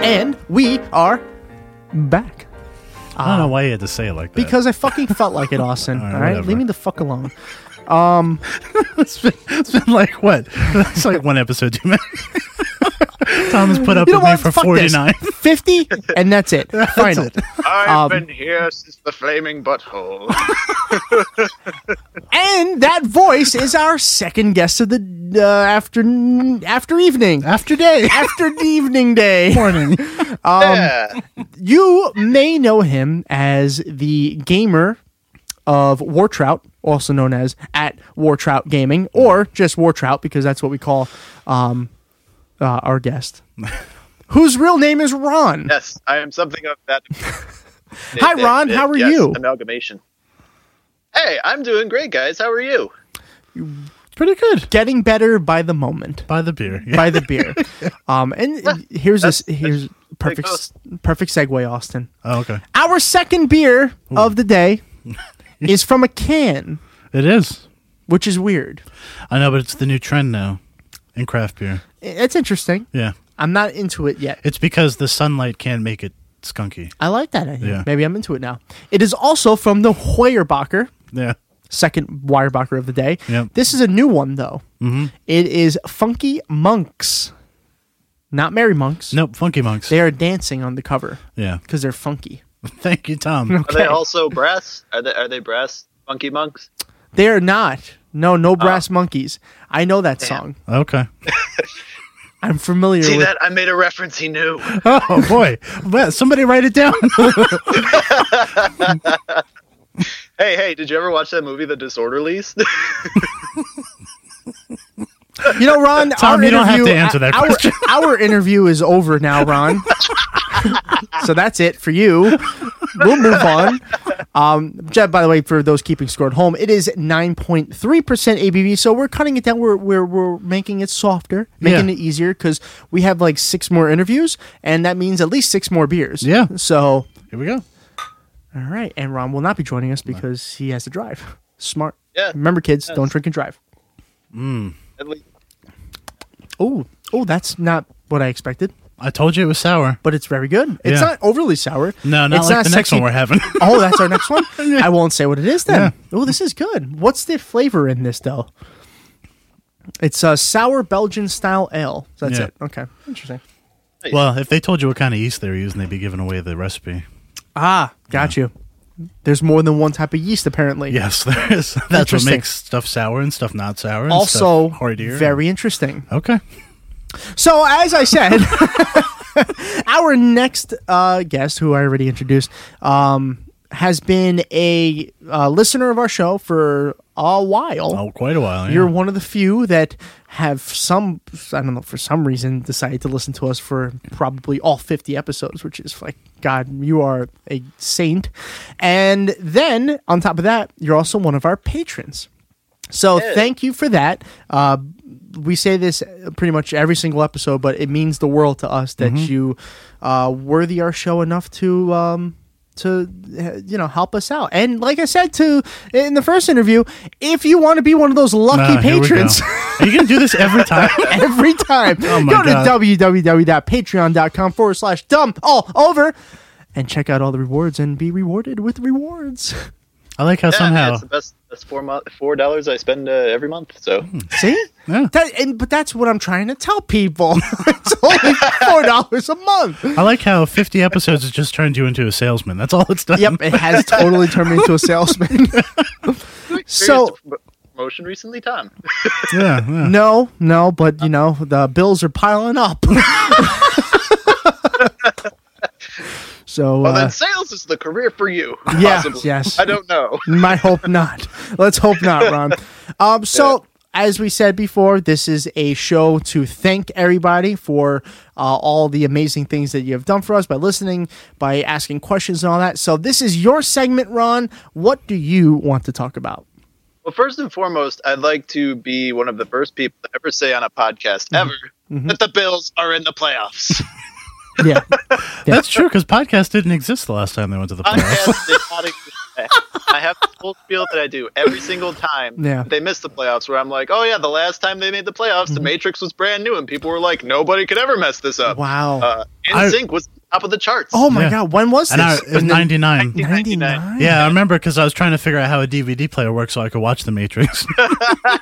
Speaker 7: And we are back. Ah.
Speaker 8: I don't know why you had to say it like that.
Speaker 7: Because I fucking felt like it, Austin. all
Speaker 8: right,
Speaker 7: right?
Speaker 8: whatever.
Speaker 7: Leave me the fuck alone. Um,
Speaker 8: It's been, it's been like what? It's like one episode too many. Tom has put up
Speaker 7: You know
Speaker 8: with me
Speaker 7: what?
Speaker 8: for
Speaker 7: Fuck
Speaker 8: forty
Speaker 7: this.
Speaker 8: nine.
Speaker 7: 50, and that's it. Final.
Speaker 11: I've
Speaker 7: Um, Oh,
Speaker 11: been here since the flaming butthole.
Speaker 7: And that voice is our second guest of the uh, after after evening.
Speaker 8: After day,
Speaker 7: After the evening day. Um,
Speaker 8: morning.
Speaker 11: yeah.
Speaker 7: You may know him as the gamer of Wartrout, also known as at Wartrout Gaming, or just Wartrout because that's what we call um, uh, our guest, whose real name is Ron.
Speaker 11: Yes, I am something of that.
Speaker 7: Hi, Ron, how are
Speaker 11: yes,
Speaker 7: you?
Speaker 11: Amalgamation. Hey, I'm doing great, guys. How are you?
Speaker 8: Pretty good.
Speaker 7: Getting better by the moment.
Speaker 8: By the beer. Yeah.
Speaker 7: by the beer. Um, and here's this here's perfect
Speaker 11: close.
Speaker 7: perfect segue, Austin.
Speaker 8: Oh, okay.
Speaker 7: Our second beer of the day is from a can,
Speaker 8: It is.
Speaker 7: which is weird.
Speaker 8: I know, but it's the new trend now in craft beer.
Speaker 7: It's interesting.
Speaker 8: Yeah.
Speaker 7: I'm not into it yet.
Speaker 8: It's because the sunlight can make it skunky.
Speaker 7: I like that idea.
Speaker 8: Yeah.
Speaker 7: Maybe I'm into it now. It is also from the Hoyerbacher,
Speaker 8: Yeah.
Speaker 7: second Weyerbacher of the day.
Speaker 8: Yep. Mm-hmm.
Speaker 7: This is a new one though. It is Funky Monks, not Merry Monks.
Speaker 8: Nope. Funky monks.
Speaker 7: they are dancing on the cover
Speaker 8: yeah.
Speaker 7: because they're funky.
Speaker 8: Thank you, Tom.
Speaker 11: Are they also brass? Are they are they brass monkey monks?
Speaker 7: They are not. No,
Speaker 11: Oh.
Speaker 7: no brass monkeys. I know that song.
Speaker 8: Okay.
Speaker 7: I'm familiar
Speaker 11: See
Speaker 7: with.
Speaker 11: that? I made a reference he knew.
Speaker 8: Oh boy. Well, somebody write it down.
Speaker 11: hey, hey, did you ever watch that movie The Disorderlies?
Speaker 7: You know, Ron.
Speaker 8: Tom,
Speaker 7: our
Speaker 8: you don't have to
Speaker 7: interview-
Speaker 8: answer that
Speaker 7: our,
Speaker 8: question.
Speaker 7: Our interview is over now, Ron. so that's it for you. We'll move on. Um, Jeb, by the way, for those keeping score at home, it is 9.3% ABV. So we're cutting it down. We're we're, we're making it softer, making
Speaker 8: Yeah.
Speaker 7: it easier because we have like six more interviews, and that means at least six more beers.
Speaker 8: Yeah.
Speaker 7: So
Speaker 8: Here we go.
Speaker 7: All right, and Ron will not be joining us because he has to drive. Smart.
Speaker 11: Yeah.
Speaker 7: Remember, kids, don't drink and drive.
Speaker 8: Mm.
Speaker 11: At least-
Speaker 7: Oh, oh, that's not what I expected,
Speaker 8: I told you it was sour.
Speaker 7: but it's very good. It's
Speaker 8: Yeah.
Speaker 7: not overly sour.
Speaker 8: No, not
Speaker 7: it's
Speaker 8: like the next
Speaker 7: sexy-
Speaker 8: one we're having.
Speaker 7: oh, that's our next one. I won't say what it is then. Oh, this is good. What's the flavor in this though? It's a sour Belgian style ale. So that's
Speaker 8: Yeah.
Speaker 7: it. Okay, interesting.
Speaker 8: well, if they told you what kind of yeast they were using, they'd be giving away the recipe.
Speaker 7: Ah, got you. There's more than one type of yeast apparently.
Speaker 8: Yes, there is. That's what
Speaker 7: Interesting.
Speaker 8: makes stuff sour and stuff not sour. And
Speaker 7: Also,
Speaker 8: stuff heartier.
Speaker 7: very interesting.
Speaker 8: okay.
Speaker 7: So, as I said, our next uh, guest, who I already introduced, um, has been a uh, listener of our show for a while.
Speaker 8: Oh, quite a while. Yeah.
Speaker 7: You're one of the few that have some, I don't know, for some reason decided to listen to us for probably all 50 episodes, which is like, God, you are a saint. And then on top of that, you're also one of our patrons. So thank you for that. Uh, we say this pretty much every single episode, but it means the world to us that
Speaker 8: Mm-hmm.
Speaker 7: you uh, worthy our show enough to um, to uh, you know help us out. And like I said to in the first interview, if you want to be one of those lucky
Speaker 8: Ah, here we go.
Speaker 7: patrons.
Speaker 8: Are you going to do this every time?
Speaker 7: Every time,
Speaker 8: Oh my
Speaker 7: go to
Speaker 8: God.
Speaker 7: www.patreon.com forward slash dump all over and check out all the rewards and be rewarded with rewards.
Speaker 8: I like how
Speaker 11: Yeah,
Speaker 8: somehow.
Speaker 11: it's the best. That's four mo- four dollars I spend uh, every month. So
Speaker 7: Hmm. See?
Speaker 8: Yeah.
Speaker 7: That, and, but that's what I'm trying to tell people. it's only four dollars a month.
Speaker 8: I like how 50 episodes has just turned you into a salesman. That's all it's done.
Speaker 7: Yep, it has totally turned me into a salesman. so
Speaker 11: Serious promotion recently, Tom.
Speaker 8: Yeah. yeah.
Speaker 7: no, no, but you know the bills are piling up. so
Speaker 11: Well,
Speaker 7: uh,
Speaker 11: then sales is the career for you.
Speaker 7: Yeah,
Speaker 11: possibly.
Speaker 7: yes.
Speaker 11: I don't know.
Speaker 7: I hope not. Let's hope not, Ron. Um, so. As we said before, this is a show to thank everybody for uh, all the amazing things that you have done for us by listening, by asking questions, and all that. So, this is your segment, Ron. What do you want to talk about?
Speaker 11: Well, first and foremost, I'd like to be one of the first people to ever say on a podcast
Speaker 7: Mm-hmm.
Speaker 11: ever that the Bills are in the playoffs.
Speaker 7: Yeah.
Speaker 8: That's true because podcast didn't exist the last time they went to the playoffs.
Speaker 11: podcast did not exist. I have the full spiel that I do every single time
Speaker 7: Yeah. Mm-hmm.
Speaker 11: that they miss the playoffs, where I'm like, oh yeah, the last time they made the playoffs, the Matrix was brand new, and people were like, nobody could ever mess this up.
Speaker 7: Wow.
Speaker 11: Uh,
Speaker 8: I-
Speaker 11: NSYNC was top of the charts.
Speaker 7: Oh my god, when was
Speaker 8: And I,
Speaker 7: this?
Speaker 8: it was ninety nine.
Speaker 11: 1999.
Speaker 8: Yeah, I remember because I was trying to figure out how a DVD player works so I could watch The Matrix.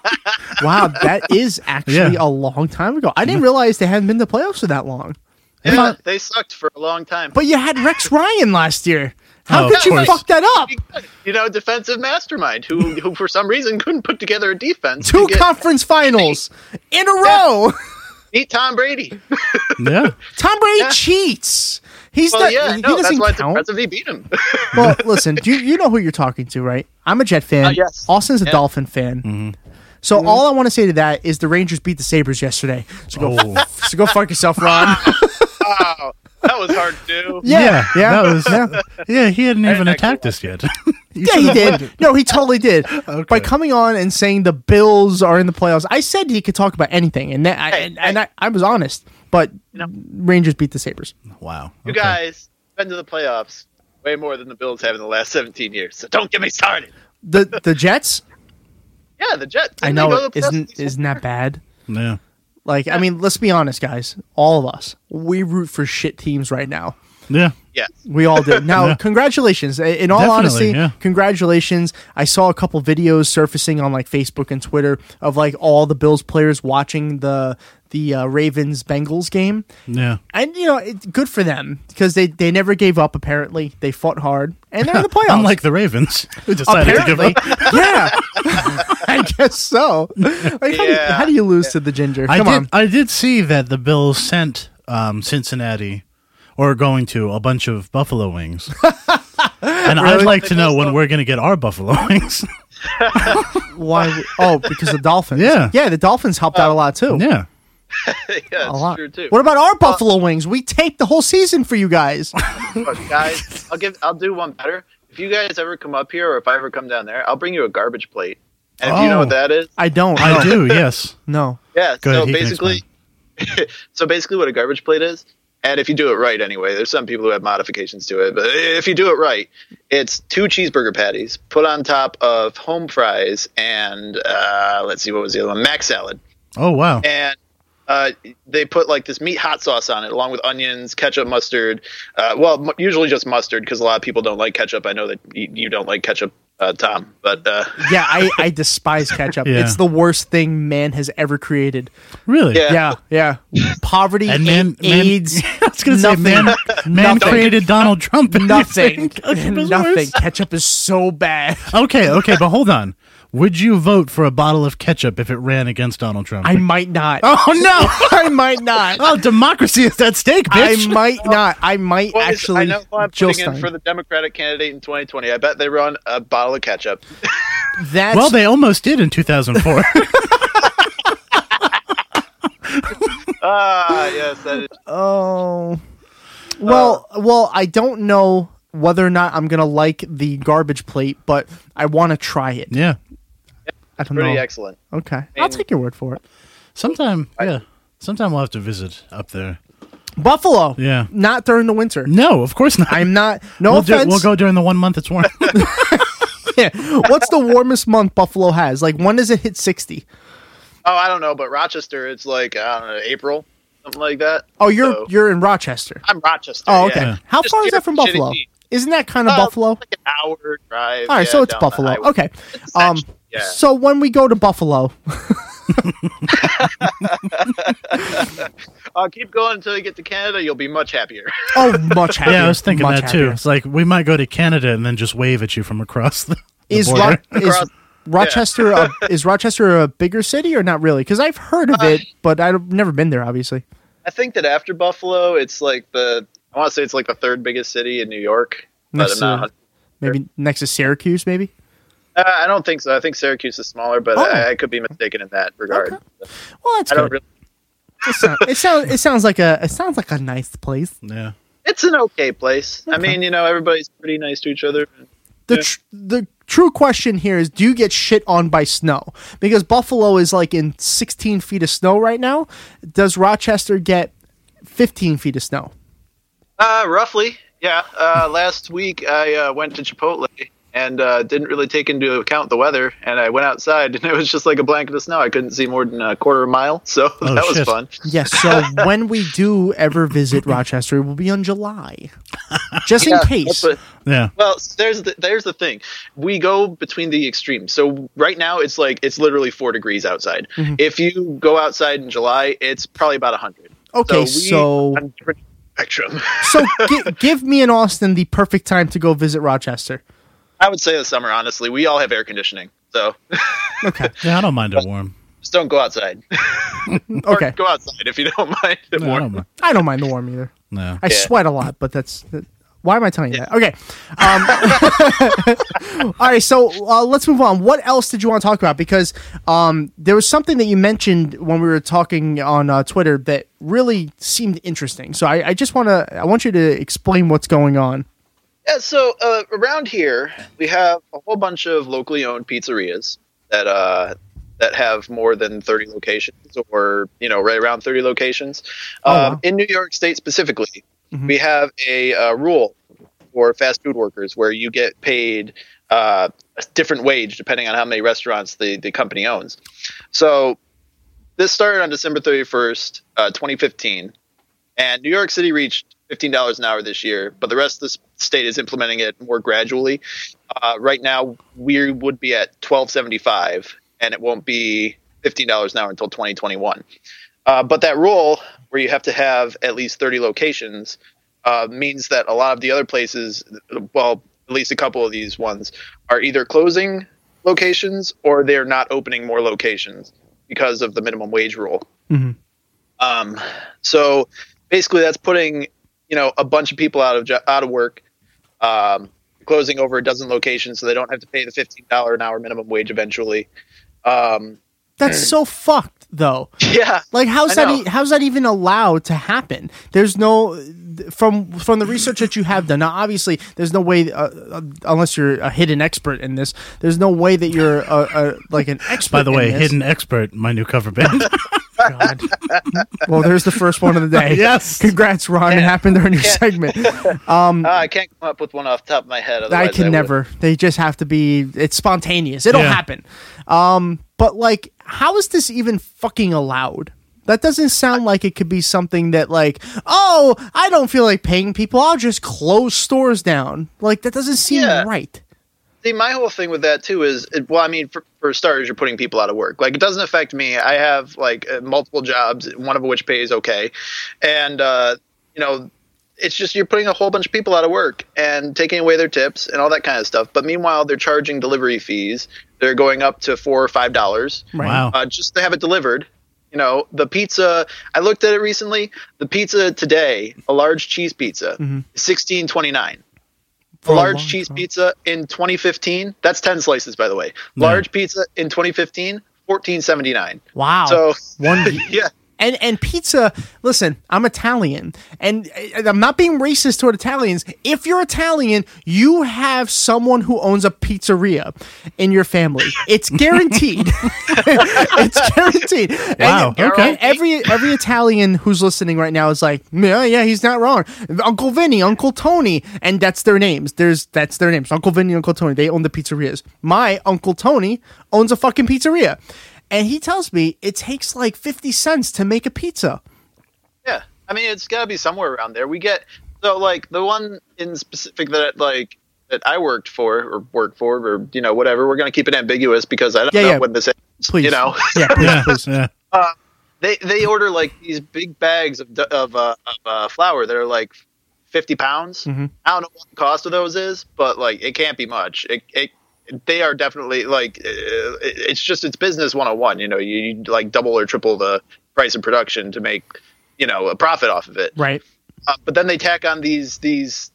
Speaker 7: Wow, that is actually
Speaker 8: Yeah.
Speaker 7: a long time ago. I didn't realize they hadn't been to playoffs for that long.
Speaker 11: Yeah,
Speaker 7: If I-
Speaker 11: they sucked for a long time.
Speaker 7: but you had Rex Ryan last year. How
Speaker 8: Oh,
Speaker 7: could
Speaker 8: of
Speaker 7: you
Speaker 8: course.
Speaker 7: fuck that up?
Speaker 11: you know, defensive mastermind who, who for some reason couldn't put together a defense.
Speaker 7: Two
Speaker 11: to get,
Speaker 7: conference finals in a row.
Speaker 11: beat Tom Brady.
Speaker 8: yeah,
Speaker 7: Tom Brady
Speaker 11: Yeah.
Speaker 7: cheats. He's
Speaker 11: Well,
Speaker 7: not,
Speaker 11: yeah,
Speaker 7: he
Speaker 11: no, that's
Speaker 7: doesn't
Speaker 11: why it's
Speaker 7: count.
Speaker 11: impressive he beat him.
Speaker 7: Well, listen, you you know who you're talking to, right? I'm a Jet fan.
Speaker 11: Uh, yes.
Speaker 7: Austin's a
Speaker 11: Yeah. Mm-hmm.
Speaker 7: Dolphin fan.
Speaker 8: Mm-hmm.
Speaker 7: So all I want to say to that is the Rangers beat the Sabers yesterday. So go,
Speaker 8: Oh.
Speaker 7: so go fuck yourself, Ron.
Speaker 11: wow, that was hard to do.
Speaker 7: yeah, yeah,
Speaker 8: that was-
Speaker 7: yeah.
Speaker 8: yeah. He hadn't even
Speaker 11: actually
Speaker 8: attacked us yet.
Speaker 7: Yeah, he did. No, he totally did. By coming on and saying the Bills are in the playoffs, I said he could talk about anything, and that, I,
Speaker 11: Hey,
Speaker 7: and,
Speaker 11: hey.
Speaker 7: and I, I was honest. But
Speaker 11: know.
Speaker 7: Rangers beat the Sabers.
Speaker 8: wow,
Speaker 11: You
Speaker 8: okay.
Speaker 11: guys been to the playoffs way more than the Bills have in the last 17 years. So don't get me started.
Speaker 7: The the Jets.
Speaker 11: Yeah, the Jets.
Speaker 7: I
Speaker 11: didn't
Speaker 7: know
Speaker 11: they go
Speaker 7: it
Speaker 11: to the playoffs
Speaker 7: isn't
Speaker 11: this year?
Speaker 7: isn't that bad.
Speaker 8: Yeah,
Speaker 7: Like I mean, let's be honest, guys. All of us, we root for shit teams right now.
Speaker 8: yeah.
Speaker 11: Yeah.
Speaker 7: We all do. Now, congratulations. I- In all
Speaker 8: Definitely,
Speaker 7: honesty,
Speaker 8: yeah.
Speaker 7: congratulations. I saw a couple videos surfacing on like Facebook and Twitter of like all the Bills players watching the the uh, Ravens Bengals game.
Speaker 8: Yeah.
Speaker 7: And you know, it's good for them because they they never gave up. Apparently, they fought hard and they're in the playoffs.
Speaker 8: Unlike the Ravens, who decided
Speaker 7: apparently,
Speaker 8: to give up.
Speaker 7: yeah, I guess so. Like, how, do you,
Speaker 11: Yeah.
Speaker 7: how do you lose to the Ginger?
Speaker 8: I
Speaker 7: Come
Speaker 8: did.
Speaker 7: on,
Speaker 8: I did see that the Bills sent um, Cincinnati or going to a bunch of buffalo wings. and I'd like to know when we're going to get our buffalo wings.
Speaker 7: why? would- Oh, because the Dolphins.
Speaker 8: Yeah.
Speaker 7: yeah, the Dolphins helped out a lot too.
Speaker 8: yeah.
Speaker 11: yeah,
Speaker 7: a
Speaker 11: it's
Speaker 7: lot.
Speaker 11: true too.
Speaker 7: What about our Buffalo Wings? We tanked the whole season for you guys.
Speaker 11: Look, guys, I'll give I'll do one better. If you guys ever come up here or if I ever come down there, I'll bring you a garbage plate. And if you know
Speaker 8: Oh.
Speaker 11: what that is,
Speaker 7: I don't.
Speaker 8: I
Speaker 7: no.
Speaker 8: do. Yes.
Speaker 7: No.
Speaker 11: yeah.
Speaker 8: Go
Speaker 11: so
Speaker 8: ahead, he can
Speaker 11: basically so basically what a garbage plate is, and if you do it right anyway, there's some people who have modifications to it, but if you do it right, it's two cheeseburger patties put on top of home fries and uh, let's see what was the other one, mac salad.
Speaker 8: Oh wow.
Speaker 7: Eh.
Speaker 11: and uh, they put like this meat hot sauce on it, along with onions, ketchup, mustard. Uh, well, m- usually just mustard because a lot of people don't like ketchup. I know that y- you don't like ketchup, uh, Tom, but uh,
Speaker 7: Yeah, I, I despise ketchup.
Speaker 8: Yeah.
Speaker 7: It's the worst thing man has ever created.
Speaker 8: Really?
Speaker 11: Yeah.
Speaker 7: Yeah, yeah. Poverty,
Speaker 8: And man,
Speaker 7: A- AIDS,
Speaker 8: Man, I was going to say man, man
Speaker 7: Nothing.
Speaker 8: created Donald Trump. and you
Speaker 7: nothing.
Speaker 8: think ketchup is
Speaker 7: nothing.
Speaker 8: worse?
Speaker 7: Ketchup is so bad.
Speaker 8: Okay. Okay. But hold on. Would you vote for a bottle of ketchup if it ran against Donald Trump?
Speaker 7: I might not.
Speaker 8: oh no.
Speaker 7: I might not.
Speaker 8: oh, democracy is at stake, bitch. Oh.
Speaker 7: I might not. I might
Speaker 11: Boys, I
Speaker 7: actually.
Speaker 11: know who I'm
Speaker 7: Jill
Speaker 11: putting in
Speaker 7: Stein.
Speaker 11: for the Democratic candidate in 2020. I bet they run a bottle of ketchup.
Speaker 7: That's
Speaker 8: well, they almost did in 2004.
Speaker 11: Ah, yes, that is.
Speaker 7: Oh. Well,
Speaker 11: Uh,
Speaker 7: well, I don't know whether or not I'm gonna like the garbage plate, but I want to try it.
Speaker 8: yeah.
Speaker 7: I don't
Speaker 11: Pretty
Speaker 7: know.
Speaker 11: excellent.
Speaker 7: Okay, I'll take your word for it.
Speaker 8: Sometime, yeah. Sometime we'll have to visit up there.
Speaker 7: Buffalo.
Speaker 8: Yeah.
Speaker 7: Not during the winter.
Speaker 8: No, of course not.
Speaker 7: I'm not. No
Speaker 8: we'll, do-
Speaker 7: offense.
Speaker 8: we'll go during the one month it's warm.
Speaker 7: What's the warmest month Buffalo has? Like, when does it hit sixty?
Speaker 11: Oh, I don't know, but Rochester, it's like I don't know, April, something like that.
Speaker 7: Oh, you're
Speaker 11: So,
Speaker 7: you're in Rochester.
Speaker 11: I'm Rochester.
Speaker 7: Oh, okay.
Speaker 11: yeah.
Speaker 7: How
Speaker 11: Just
Speaker 7: far is
Speaker 11: here
Speaker 7: that from
Speaker 11: in shitty
Speaker 7: Buffalo?
Speaker 11: heat.
Speaker 7: Isn't that kind of
Speaker 11: Uh,
Speaker 7: Buffalo?
Speaker 11: Like an hour drive.
Speaker 7: All right,
Speaker 11: yeah,
Speaker 7: so it's
Speaker 11: down the
Speaker 7: Buffalo.
Speaker 11: highway.
Speaker 7: Okay.
Speaker 11: It's
Speaker 7: Um,
Speaker 11: actually- yeah.
Speaker 7: So when we go to Buffalo,
Speaker 11: Uh, keep going until you get to Canada. You'll be much happier.
Speaker 7: oh, much happier.
Speaker 8: yeah, I was thinking
Speaker 7: much
Speaker 8: that too.
Speaker 7: happier.
Speaker 8: It's like we might go to Canada and then just wave at you from across the, the
Speaker 7: is, Ro-
Speaker 8: border.
Speaker 7: is
Speaker 11: Across-
Speaker 7: Rochester a, is Rochester a bigger city or not really? Because I've heard
Speaker 11: Uh,
Speaker 7: of it, but I've never been there. Obviously,
Speaker 11: I think that after Buffalo, it's like the I want to say it's like the third biggest city in New York. But
Speaker 7: Next
Speaker 11: I'm not,
Speaker 7: to- maybe next to Syracuse, maybe.
Speaker 11: uh, I don't think so. I think Syracuse is smaller, but
Speaker 7: Oh.
Speaker 11: I, I could be mistaken in that regard.
Speaker 7: Well, that's
Speaker 11: I don't
Speaker 7: good.
Speaker 11: really.
Speaker 7: It, sound, it sounds it sounds like a it sounds like a nice place.
Speaker 8: yeah.
Speaker 11: It's an okay place. I mean, you know, everybody's pretty nice to each other.
Speaker 7: The tr- the true question here is, do you get shit on by snow? Because Buffalo is like in 16 feet of snow right now. Does Rochester get 15 feet of snow?
Speaker 11: Uh, roughly, yeah. Uh, last week I uh, went to Chipotle and uh, didn't really take into account the weather. And I went outside, and it was just like a blanket of snow. I couldn't see more than a quarter of a mile, so
Speaker 8: Oh,
Speaker 11: that was
Speaker 8: shit.
Speaker 11: fun.
Speaker 7: Yes. So when we do ever visit Rochester, it will be on July, just
Speaker 11: Yeah,
Speaker 7: in case.
Speaker 11: that's what-
Speaker 8: Yeah.
Speaker 11: Well, s- there's the, there's the thing. We go between the extremes. So right now it's like it's literally four degrees outside.
Speaker 8: Mm-hmm.
Speaker 11: If you go outside in July, it's probably about hundred.
Speaker 7: Okay, so-
Speaker 11: on a different spectrum.
Speaker 7: so gi- give me and Austin the perfect time to go visit Rochester.
Speaker 11: I would say the summer. Honestly, we all have air conditioning, so
Speaker 7: Okay.
Speaker 8: Yeah, I don't mind it warm.
Speaker 11: just don't go outside.
Speaker 7: Okay.
Speaker 11: Go outside if you don't mind. the
Speaker 8: No, I
Speaker 11: warm.
Speaker 8: don't mind.
Speaker 7: I don't mind the warm either.
Speaker 8: No.
Speaker 7: I sweat a lot, but that's. that- Why am I telling you that? Okay. Um, all right, so uh, let's move on. What else did you want to talk about? Because um, there was something that you mentioned when we were talking on uh, Twitter that really seemed interesting. So I, I just want to. I want you to explain what's going on.
Speaker 11: Yeah, so uh, around here we have a whole bunch of locally owned pizzerias that uh, that have more than thirty locations, or you know, right around thirty locations. um, In New York State specifically, we have a uh, rule for fast food workers where you get paid uh, a different wage depending on how many restaurants the, the company owns. So this started on December thirty first, uh, twenty fifteen. And New York City reached $15 an hour this year, but the rest of the s- state is implementing it more gradually. Uh, right now, we would be at $12.75, and it won't be $15 an hour until 2021. Uh, but that rule, where you have to have at least 30 locations, uh, means that a lot of the other places, well, at least a couple of these ones, are either closing locations or they're not opening more locations because of the minimum wage rule. Um, so basically, that's putting you know a bunch of people out of jo- out of work, um, closing over a dozen locations, so they don't have to pay the fifteen dollar an hour minimum wage eventually. Um,
Speaker 7: That's so fucked, though.
Speaker 11: yeah,
Speaker 7: Like how's
Speaker 11: I
Speaker 7: that?
Speaker 11: know.
Speaker 7: E- how's that even allowed to happen? There's no from from the research that you have done. Now, obviously, there's no way uh, uh, unless you're a hidden expert in this. There's no way that you're a, a, like an expert.
Speaker 8: By the
Speaker 7: in
Speaker 8: way,
Speaker 7: this.
Speaker 8: hidden e- expert, my new cover band.
Speaker 7: God. well, there's the first one of the day.
Speaker 8: Yes.
Speaker 7: Congrats, Ron. It happened during your segment. Um,
Speaker 11: Uh, I can't come up with one off the top of my head.
Speaker 7: I
Speaker 11: otherwise
Speaker 7: can
Speaker 11: would.
Speaker 7: never. They just have to be. It's spontaneous. It'll
Speaker 8: Yeah.
Speaker 7: happen. Um, but like, how is this even fucking allowed? That doesn't sound like it could be something that like, oh, I don't feel like paying people. I'll just close stores down. Like that doesn't seem
Speaker 11: Yeah.
Speaker 7: right.
Speaker 11: See, my whole thing with that too is, it- well, I mean, for, for starters, you're putting people out of work. Like, it doesn't affect me. I have like uh, multiple jobs, one of which pays okay, and uh, you know, it's just you're putting a whole bunch of people out of work and taking away their tips and all that kind of stuff. But meanwhile, they're charging delivery fees. They're going up to four or five dollars
Speaker 8: Wow.
Speaker 11: uh, just to have it delivered. You know, the pizza. I looked at it recently. The pizza today, a large cheese pizza, sixteen twenty nine.
Speaker 7: a
Speaker 11: large
Speaker 7: long
Speaker 11: cheese
Speaker 7: time.
Speaker 11: pizza in 2015. That's 10 slices, by the way. Large pizza in 2015, 1479.
Speaker 7: Wow.
Speaker 11: So
Speaker 7: One
Speaker 11: yeah,
Speaker 7: and and pizza. Listen, I'm Italian, and, and I'm not being racist toward Italians. If you're Italian, you have someone who owns a pizzeria in your family. It's guaranteed. it's guaranteed. And-
Speaker 8: Wow,
Speaker 7: And,
Speaker 8: okay.
Speaker 7: every every Italian who's listening right now is like, yeah, yeah, he's not wrong. Uncle Vinny, Uncle Tony, and that's their names. There's that's their names. Uncle Vinny, Uncle Tony. They own the pizzerias. My Uncle Tony owns a fucking pizzeria. And he tells me it takes like 50 cents to make a pizza.
Speaker 11: yeah. I mean, it's got to be somewhere around there. We get so like the one in specific that like that I worked for or worked for or you know whatever. We're gonna keep it ambiguous because I don't
Speaker 7: Yeah,
Speaker 11: know
Speaker 7: yeah.
Speaker 11: when this ends.
Speaker 7: Please.
Speaker 11: You know, Uh,
Speaker 7: Yeah, please.
Speaker 8: yeah, yeah.
Speaker 11: they they order like these big bags of d- of uh, of uh, flour that are like. 50 pounds.
Speaker 7: Mm-hmm.
Speaker 11: I don't know what the cost of those is, but like it can't be much. It, it they are definitely like uh, it- it's just it's business 101, you know, you, you like double or triple the price of production to make, you know, a profit off of it
Speaker 7: Right.
Speaker 11: uh, but then they tack on these these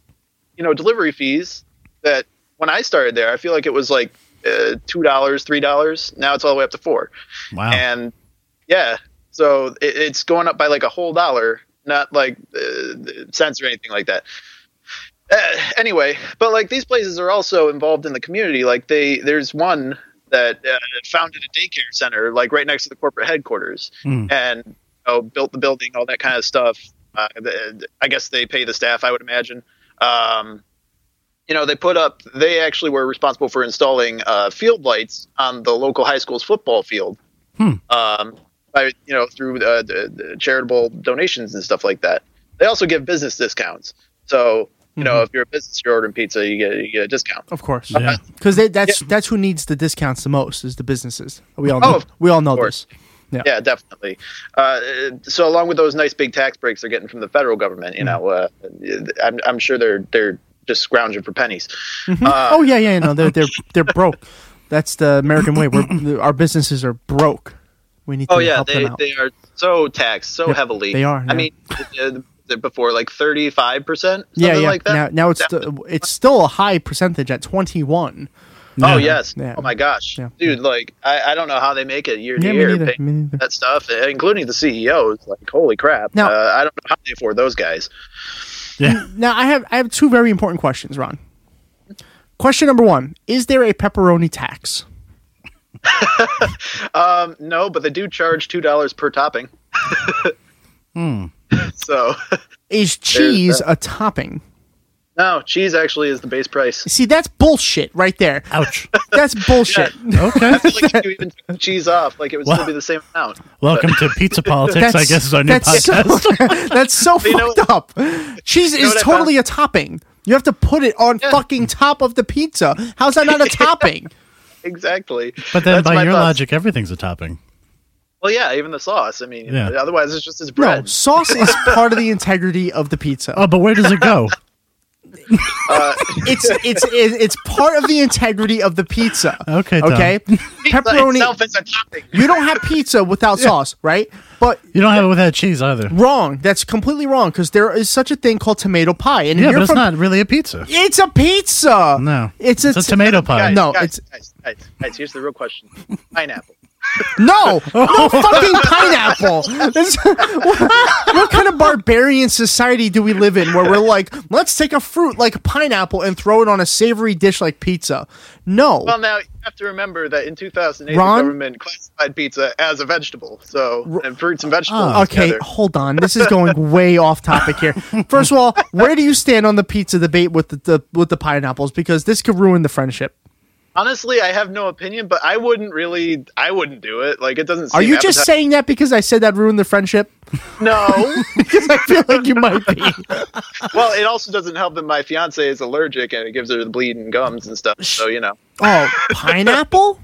Speaker 11: you know delivery fees that when I started there, I feel like it was like uh, two dollars, three dollars. Now it's all the way up to four,
Speaker 8: Wow.
Speaker 11: and yeah, so it, it's going up by like a whole dollar, not like uh, cents or anything like that. Uh, anyway, but like these places are also involved in the community. Like they, there's one that uh, founded a daycare center like right next to the corporate headquarters, and you know, built the building, all that kind of stuff. Uh, the- I guess they pay the staff, I would imagine. Um, you know, they put up, they actually were responsible for installing uh, field lights on the local high school's football field.
Speaker 8: Hmm.
Speaker 11: Um, by, you know, through uh, d- d- charitable donations and stuff like that. They also give business discounts. So, you know, if you're a business, you're ordering pizza, you get, you get a discount.
Speaker 7: Of course,
Speaker 11: Yeah.
Speaker 7: because that's that's who needs the discounts the most is the businesses. We all know,
Speaker 11: Oh, of
Speaker 7: we all know
Speaker 11: course.
Speaker 7: this.
Speaker 11: Yeah, definitely. Uh, so along with those nice big tax breaks they're getting from the federal government, you know, uh, I'm, I'm sure they're they're just scrounging for pennies.
Speaker 7: Mhm.
Speaker 11: Uh,
Speaker 7: oh yeah, yeah, yeah, no, they're they're they're broke. That's the American way. We're, our businesses are broke. We need
Speaker 11: Oh
Speaker 7: to
Speaker 11: yeah,
Speaker 7: help
Speaker 11: they,
Speaker 7: them out.
Speaker 11: they are so taxed so
Speaker 7: Yep,
Speaker 11: heavily.
Speaker 7: they are, yeah.
Speaker 11: I mean, uh, they're before like thirty five percent.
Speaker 7: yeah, yeah.
Speaker 11: Like that.
Speaker 7: now, now it's st- it's still a high percentage at twenty one.
Speaker 11: Oh yes.
Speaker 7: Yeah.
Speaker 11: Oh my gosh, dude! Like I, I don't know how they make it year to
Speaker 7: Yeah, me
Speaker 11: year
Speaker 7: neither,
Speaker 11: paying
Speaker 7: me neither.
Speaker 11: that stuff, uh, including the CEOs. Like holy crap!
Speaker 7: Now-
Speaker 11: uh, I don't know how they afford those guys.
Speaker 7: Now I have I have two very important questions, Ron. Question number one: Is there a pepperoni tax?
Speaker 11: Um, no, but they do charge two dollars per topping.
Speaker 7: Hmm.
Speaker 11: So
Speaker 7: Is cheese a topping?
Speaker 11: no, cheese actually is the base price.
Speaker 7: See, that's bullshit right there.
Speaker 8: Ouch.
Speaker 7: That's bullshit.
Speaker 8: Okay.
Speaker 11: I feel like if you even took the cheese off, like it would still be the same amount.
Speaker 8: Welcome to Pizza Politics. I
Speaker 7: That's-
Speaker 8: guess is our new
Speaker 7: that's
Speaker 8: podcast.
Speaker 7: So, that's so fucked up. Cheese
Speaker 11: You know
Speaker 7: is
Speaker 11: what I
Speaker 7: totally a topping. You have to put it on fucking top of the pizza. How's that not a topping?
Speaker 11: Exactly.
Speaker 8: but then,
Speaker 11: That's
Speaker 8: by
Speaker 11: my
Speaker 8: your
Speaker 11: thoughts.
Speaker 8: logic, everything's a topping.
Speaker 11: well, yeah, even the sauce. I mean, you know,
Speaker 8: Yeah.
Speaker 11: otherwise it's just as
Speaker 7: No,
Speaker 11: bread.
Speaker 7: sauce is part of the integrity of the pizza.
Speaker 8: Oh, but where does it go?
Speaker 11: Uh,
Speaker 7: It's it's it's part of the integrity of the pizza.
Speaker 8: Okay, Tom.
Speaker 7: Okay.
Speaker 11: pizza
Speaker 7: Pepperoni.
Speaker 11: itself is a topping.
Speaker 7: You don't have pizza without sauce, right? But
Speaker 8: You don't have it without cheese either.
Speaker 7: wrong. That's completely wrong because there is such a thing called tomato pie, and if
Speaker 8: Yeah,
Speaker 7: you're
Speaker 8: but it's
Speaker 7: from-
Speaker 8: not really a pizza.
Speaker 7: It's a pizza.
Speaker 8: No.
Speaker 7: It's a
Speaker 8: It's a
Speaker 7: t-
Speaker 8: tomato pie.
Speaker 11: Guys,
Speaker 7: No,
Speaker 11: guys,
Speaker 7: it's
Speaker 11: guys, guys, guys, here's the real question: pineapple.
Speaker 7: No, no fucking pineapple. This- what, what kind of barbarian society do we live in where we're like, let's take a fruit like a pineapple and throw it on a savory dish like pizza? No.
Speaker 11: Well, now you have to remember that in 2008,
Speaker 7: Ron?
Speaker 11: the government classified pizza as a vegetable. So, and fruits and vegetables.
Speaker 7: Ah, okay,
Speaker 11: together.
Speaker 7: hold on. This is going way off topic here. First of all, where do you stand on the pizza debate with the, the with the pineapples? Because this could ruin the friendship.
Speaker 11: Honestly, I have no opinion, but I wouldn't really. I wouldn't do it. Like it doesn't.
Speaker 7: Are
Speaker 11: seem
Speaker 7: you just
Speaker 11: appetizing.
Speaker 7: saying that because I said that ruined the friendship?
Speaker 11: no?
Speaker 7: Because I feel like you might be.
Speaker 11: well, it also doesn't help that my fiance is allergic and it gives her the bleeding gums and stuff. So you know.
Speaker 7: Oh, pineapple?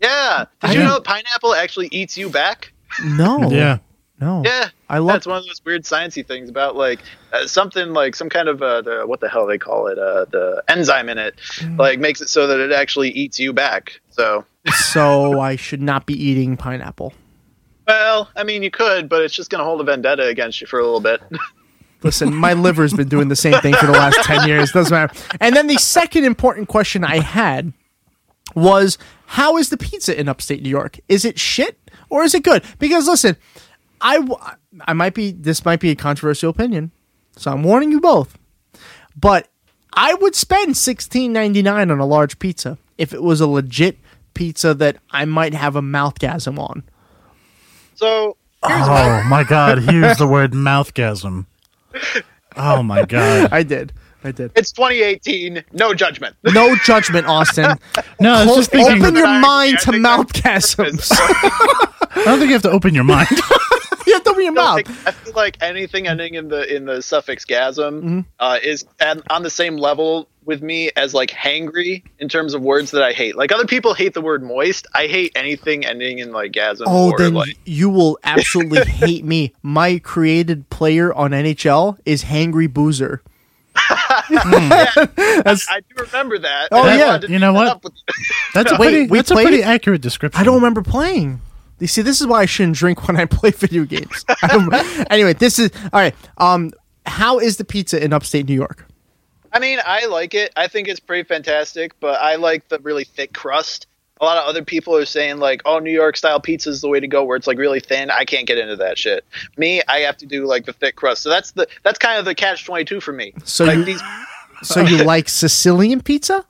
Speaker 11: Yeah. Did
Speaker 7: I
Speaker 11: you
Speaker 7: don't-
Speaker 11: know that pineapple actually eats you back?
Speaker 7: No.
Speaker 8: Yeah.
Speaker 7: No.
Speaker 11: Yeah.
Speaker 7: I love-
Speaker 11: That's one of those weird sciencey things about like uh, something like some kind of uh, the what the hell they call it uh, the enzyme in it
Speaker 7: Mm.
Speaker 11: like makes it so that it actually eats you back. So
Speaker 7: so I should not be eating pineapple.
Speaker 11: well, I mean you could, but it's just going to hold a vendetta against you for a little bit.
Speaker 7: Listen, my liver's been doing the same thing for the last 10 years. Doesn't matter. And then the second important question I had was how is the pizza in upstate New York? Is it shit or is it good? Because listen, I, w- I might be, this might be a controversial opinion. So I'm warning you both. But I would spend $16.99 on a large pizza if it was a legit pizza that I might have a mouthgasm on.
Speaker 11: so
Speaker 8: Oh my God! Here's the word mouthgasm. Oh my God!
Speaker 7: I did. I did.
Speaker 11: it's 2018, no judgment.
Speaker 7: No judgment, Austin.
Speaker 8: No, I was just
Speaker 7: Col-
Speaker 8: thinking.
Speaker 7: open
Speaker 8: I
Speaker 7: your
Speaker 11: I-
Speaker 7: mind
Speaker 11: I
Speaker 7: to
Speaker 11: think that's
Speaker 7: mouthgasms.
Speaker 8: don't think you have to open your mind.
Speaker 7: you have to open your
Speaker 11: I
Speaker 7: mouth.
Speaker 11: think- I feel like anything ending in the in the suffix gasm
Speaker 7: Mm-hmm.
Speaker 11: uh, is and on the same level with me as like hangry in terms of words that I hate. Like other people hate the word moist. I hate anything ending in like gasm
Speaker 7: Oh,
Speaker 11: or
Speaker 7: then
Speaker 11: like
Speaker 7: you will absolutely hate me. My created player on NHL is Hangry Boozer. That's-
Speaker 11: I do remember Hmm. that.
Speaker 7: Oh,
Speaker 11: and I
Speaker 7: yeah.
Speaker 11: wanted to
Speaker 8: You know
Speaker 11: bring that
Speaker 8: what?
Speaker 11: up with-
Speaker 8: That's a
Speaker 7: Wait,
Speaker 8: pretty.
Speaker 7: we
Speaker 8: that's a
Speaker 7: played
Speaker 8: pretty
Speaker 7: it?
Speaker 8: accurate description.
Speaker 7: I don't remember playing. You see, this is why I shouldn't drink when I play video games. I don't- anyway, this is all right. Um, how is the pizza in upstate New York?
Speaker 11: I mean, I like it. I think it's pretty fantastic, but I like the really thick crust. A lot of other people are saying like, "Oh, New York style pizza is the way to go," where it's like really thin. I can't get into that shit. Me, I have to do like the thick crust. So that's the that's kind of the catch twenty two for me.
Speaker 7: So
Speaker 11: like
Speaker 7: you-
Speaker 11: these
Speaker 7: So you like Sicilian pizza?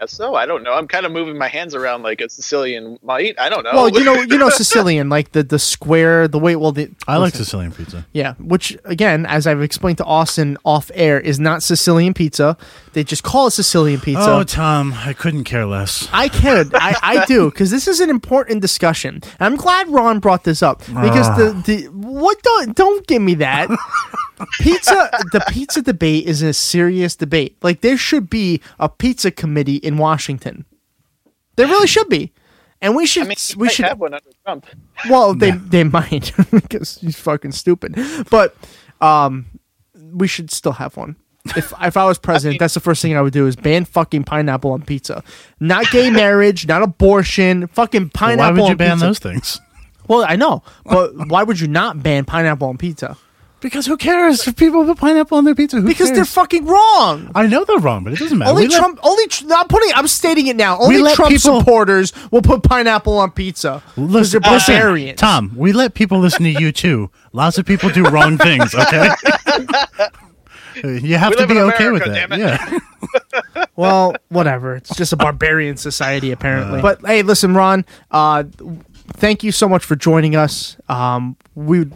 Speaker 11: guess Uh, so. I don't know. I'm kind of moving my hands around like a Sicilian might. I don't know.
Speaker 7: Well, you know, you know Sicilian, like the the square, the way. Well, the
Speaker 8: I like
Speaker 7: listen.
Speaker 8: Sicilian pizza.
Speaker 7: Yeah, which again, as I've explained to Austin off air, is not Sicilian pizza. They just call it Sicilian pizza.
Speaker 8: oh, Tom, I couldn't care less.
Speaker 7: I can. I, I do because this is an important discussion. And I'm glad Ron brought this up because the, the what don't don't give me that pizza. The pizza debate is a serious debate. Like there should be a pizza committee in Washington. There really should be, and we should
Speaker 11: I mean, you
Speaker 7: we
Speaker 11: might
Speaker 7: should
Speaker 11: have one under Trump.
Speaker 7: well, they they might because he's fucking stupid. But um, we should still have one. If if I was president, that's the first thing I would do is ban fucking pineapple on pizza. Not gay marriage, not abortion, fucking
Speaker 8: Why
Speaker 7: pineapple.
Speaker 8: would you
Speaker 7: on
Speaker 8: ban
Speaker 7: pizza.
Speaker 8: those things?
Speaker 7: Well, I know, but why would you not ban pineapple on pizza?
Speaker 8: Because who cares if people put pineapple on their pizza? Who
Speaker 7: Because they're
Speaker 8: cares?
Speaker 7: fucking wrong.
Speaker 8: I know they're wrong, but it doesn't matter.
Speaker 7: Only
Speaker 8: We let-
Speaker 7: Trump, only Tr- I'm putting, I'm stating it now. Only
Speaker 8: let
Speaker 7: Trump
Speaker 8: people-
Speaker 7: supporters will put pineapple on pizza. Because they're
Speaker 8: Listen, listen,
Speaker 7: barbarians.
Speaker 8: Tom, we let people listen to you too. Lots of people do wrong things, okay? you have
Speaker 11: We
Speaker 8: to
Speaker 11: live
Speaker 8: be
Speaker 11: in
Speaker 8: okay
Speaker 11: America,
Speaker 8: with that.
Speaker 11: damn it.
Speaker 8: Yeah.
Speaker 7: well, whatever. It's just a barbarian society,
Speaker 8: Uh.
Speaker 7: apparently. but hey, listen, Ron. Uh, thank you so much for joining us. Um, we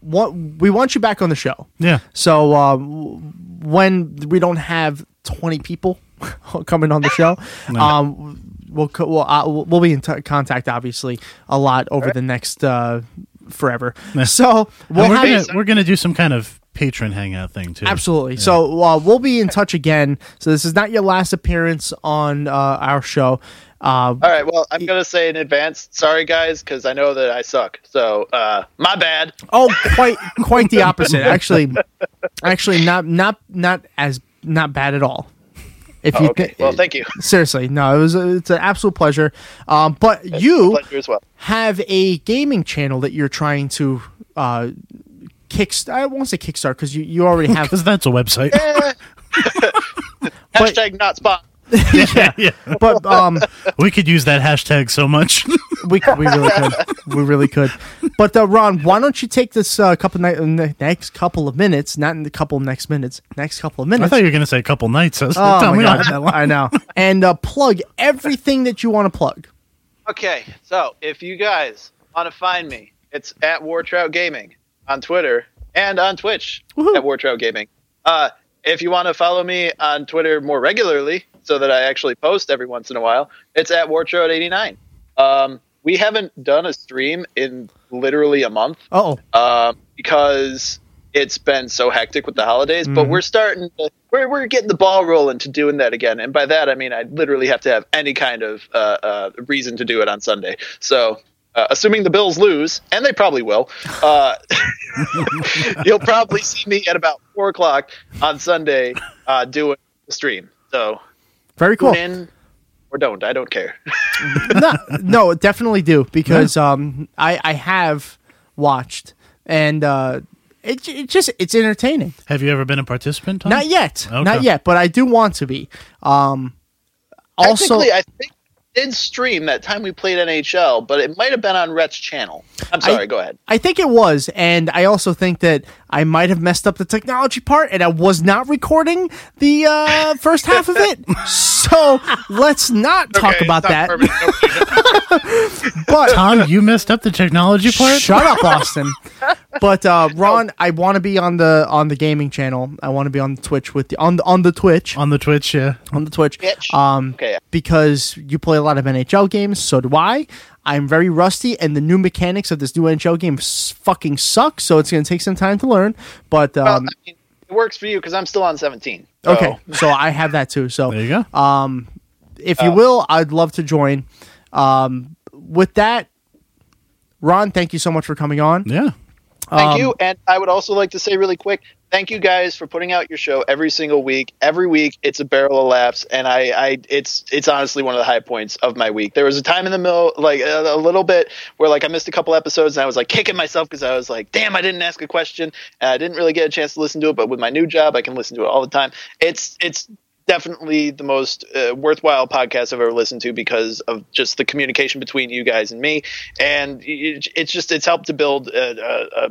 Speaker 7: want we want you back on the show.
Speaker 8: Yeah.
Speaker 7: So uh, w- when we don't have twenty people coming on the show, um, we'll co- we'll, uh, we'll be in t- contact obviously a lot over the next uh, forever. So
Speaker 8: And
Speaker 7: we'll
Speaker 8: we're
Speaker 7: have
Speaker 8: gonna we're gonna do some kind of patron hangout thing too.
Speaker 7: Absolutely. So uh, we'll be in touch again. So this is not your last appearance on uh, our show. Uh,
Speaker 11: All right. Well, I'm gonna say in advance, sorry guys, because I know that I suck. So, uh, my bad.
Speaker 7: oh, quite quite the opposite. Actually, actually not not not as not bad at all. If you
Speaker 11: Oh, Okay.
Speaker 7: thi-
Speaker 11: Well, thank you.
Speaker 7: seriously, no, it was a, it's an absolute pleasure. Um, but you
Speaker 11: Pleasure as well.
Speaker 7: have a gaming channel that you're trying to uh, kick. I won't say Kickstart because you you already have
Speaker 8: Because that's a website.
Speaker 7: But-
Speaker 11: Hashtag not spot.
Speaker 7: but um
Speaker 8: we could use that hashtag so much.
Speaker 7: We, we really could. We really could. But uh, Ron, why don't you take this uh, couple ni- ne- next couple of minutes? Not in the couple of next minutes. Next couple of
Speaker 8: I
Speaker 7: minutes.
Speaker 8: thought you were gonna say a couple nights. I was like,
Speaker 7: Oh
Speaker 8: Tom,
Speaker 7: my
Speaker 8: we don't
Speaker 7: God,
Speaker 8: have that long.
Speaker 7: I know. And uh, plug everything that you want to plug.
Speaker 11: Okay, so if you guys want to find me, it's at Wartrout Gaming on Twitter and on Twitch at Wartrout Gaming. Uh, if you want to follow me on Twitter more regularly, so that I actually post every once in a while, it's at Wartrout89. Um, we haven't done a stream in literally a month
Speaker 7: Oh,
Speaker 11: um, because it's been so hectic with the holidays. But
Speaker 7: Mm-hmm.
Speaker 11: we're starting to we're we're getting the ball rolling to doing that again. And by that I mean I literally have to have any kind of uh, uh, reason to do it on Sunday. So. Uh, assuming the Bills lose, and they probably will, uh, you'll probably see me at about four o'clock on Sunday uh, doing the stream. So
Speaker 7: very
Speaker 11: tune
Speaker 7: cool.
Speaker 11: in or don't. I don't care.
Speaker 7: no, no, definitely do because um, I I have watched and uh, it it just it's entertaining.
Speaker 8: Have you ever been a participant, Tom?
Speaker 7: Not yet, not
Speaker 8: Okay.
Speaker 7: yet, but I do want to be. Um, also,
Speaker 11: Technically, I think I did stream that time we played NHL, but it might have been on Rhett's channel. I'm sorry. go ahead.
Speaker 7: I think it was, and I also think that I might have messed up the technology part, and I was not recording the uh, first half of it. So let's not talk about that. But
Speaker 8: Tom, you messed up the technology part?
Speaker 7: shut up, Austin. But uh, Ron, I want to be on the on the gaming channel. I want to be on Twitch with the, on the, on the Twitch
Speaker 8: On the Twitch, yeah.
Speaker 7: on the Twitch.
Speaker 11: Bitch.
Speaker 7: Um,
Speaker 11: Okay.
Speaker 7: because you play a lot of NHL games, so do I. I'm very rusty, and the new mechanics of this new NHL game s- fucking suck. So it's going to take some time to learn. But
Speaker 11: Well,
Speaker 7: um,
Speaker 11: I mean, it works for you because I'm still on 17. so-
Speaker 7: okay, so I have that too. So um,
Speaker 8: There you go.
Speaker 7: if
Speaker 11: Uh,
Speaker 7: you will, I'd love to join. Um, with that, Ron, thank you so much for coming on. Um,
Speaker 8: yeah.
Speaker 11: Thank you. And I would also like to say really quick, thank you guys for putting out your show every single week. Every week, it's a barrel of laughs, and I, I it's it's honestly one of the high points of my week. There was a time in the middle, like a, a little bit, where like I missed a couple episodes, and I was like kicking myself because I was like, damn, I didn't ask a question, and I didn't really get a chance to listen to it. But with my new job, I can listen to it all the time. It's it's definitely the most uh, worthwhile podcast I've ever listened to because of just the communication between you guys and me, and it, it's just it's helped to build a, a, a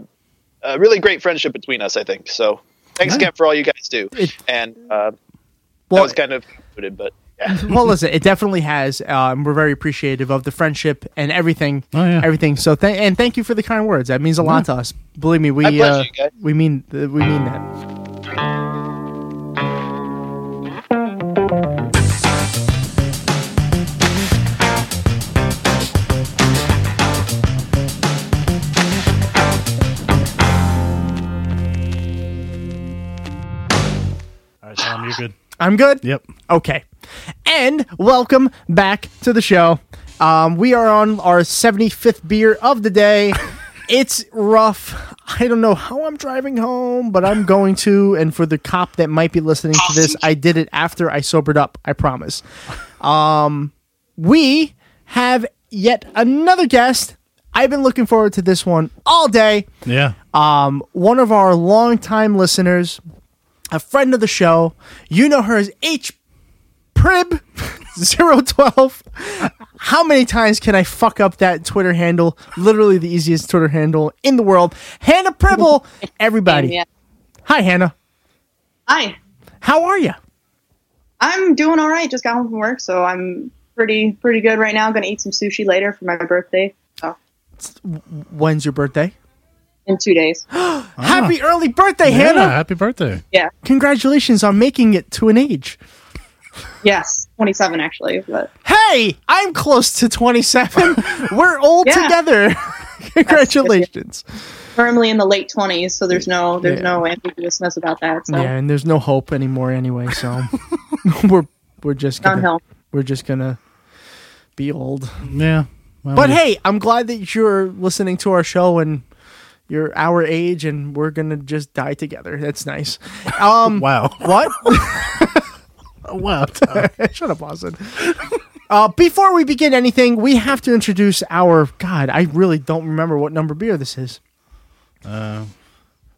Speaker 11: a really great friendship between us, I think. So thanks again for all you guys do. and uh, that
Speaker 7: Well,
Speaker 11: was kind of included, but
Speaker 7: well, listen, it definitely has. Um, we're very appreciative of the friendship and everything.
Speaker 8: Oh, yeah.
Speaker 7: Everything. So, th- and thank you for the kind words. That means a lot to us. Believe me, we
Speaker 11: My pleasure,
Speaker 7: uh,
Speaker 11: you guys.
Speaker 7: we mean uh, we mean that.
Speaker 8: All right, Tom, you're good.
Speaker 7: I'm good.
Speaker 8: Yep.
Speaker 7: Okay. And welcome back to the show. Um, we are on our 75th beer of the day. it's rough. I don't know how I'm driving home, but I'm going to. And for the cop that might be listening to this, I did it after I sobered up. I promise. Um, we have yet another guest. I've been looking forward to this one all day
Speaker 8: Yeah.
Speaker 7: Um, one of our longtime listeners, a friend of the show. You know her as H Prib 012. How many times can I fuck up that Twitter handle? Literally the easiest Twitter handle in the world. Hannah Pribble, everybody.
Speaker 12: Yeah.
Speaker 7: Hi, Hannah.
Speaker 12: Hi.
Speaker 7: How are you?
Speaker 12: I'm doing all right. Just got home from work, so I'm pretty pretty good right now. Going to eat some sushi later for my birthday. So
Speaker 7: When's your birthday?
Speaker 12: in two days.
Speaker 7: Happy early birthday,
Speaker 8: Yeah,
Speaker 7: Hannah.
Speaker 8: happy birthday.
Speaker 12: Yeah.
Speaker 7: Congratulations on making it to an age.
Speaker 12: Yes. 27 actually. But
Speaker 7: Hey, I'm close to 27. We're old
Speaker 12: Yeah.
Speaker 7: together. Congratulations.
Speaker 12: firmly in the late 20s, so there's no there's
Speaker 7: Yeah.
Speaker 12: no ambiguousness about that. So
Speaker 7: Yeah, and there's no hope anymore anyway, so we're we're just gonna
Speaker 12: Downhill.
Speaker 7: we're just gonna be old.
Speaker 8: Yeah. Well,
Speaker 7: But
Speaker 8: we-
Speaker 7: hey, I'm glad that you're listening to our show and you're our age and we're gonna just die together. That's nice. Um
Speaker 8: Wow.
Speaker 7: what?
Speaker 8: Wow. Tom.
Speaker 7: Shut up, Austin. Uh, before we begin anything, we have to introduce our God, I really don't remember what number beer this is.
Speaker 8: uh,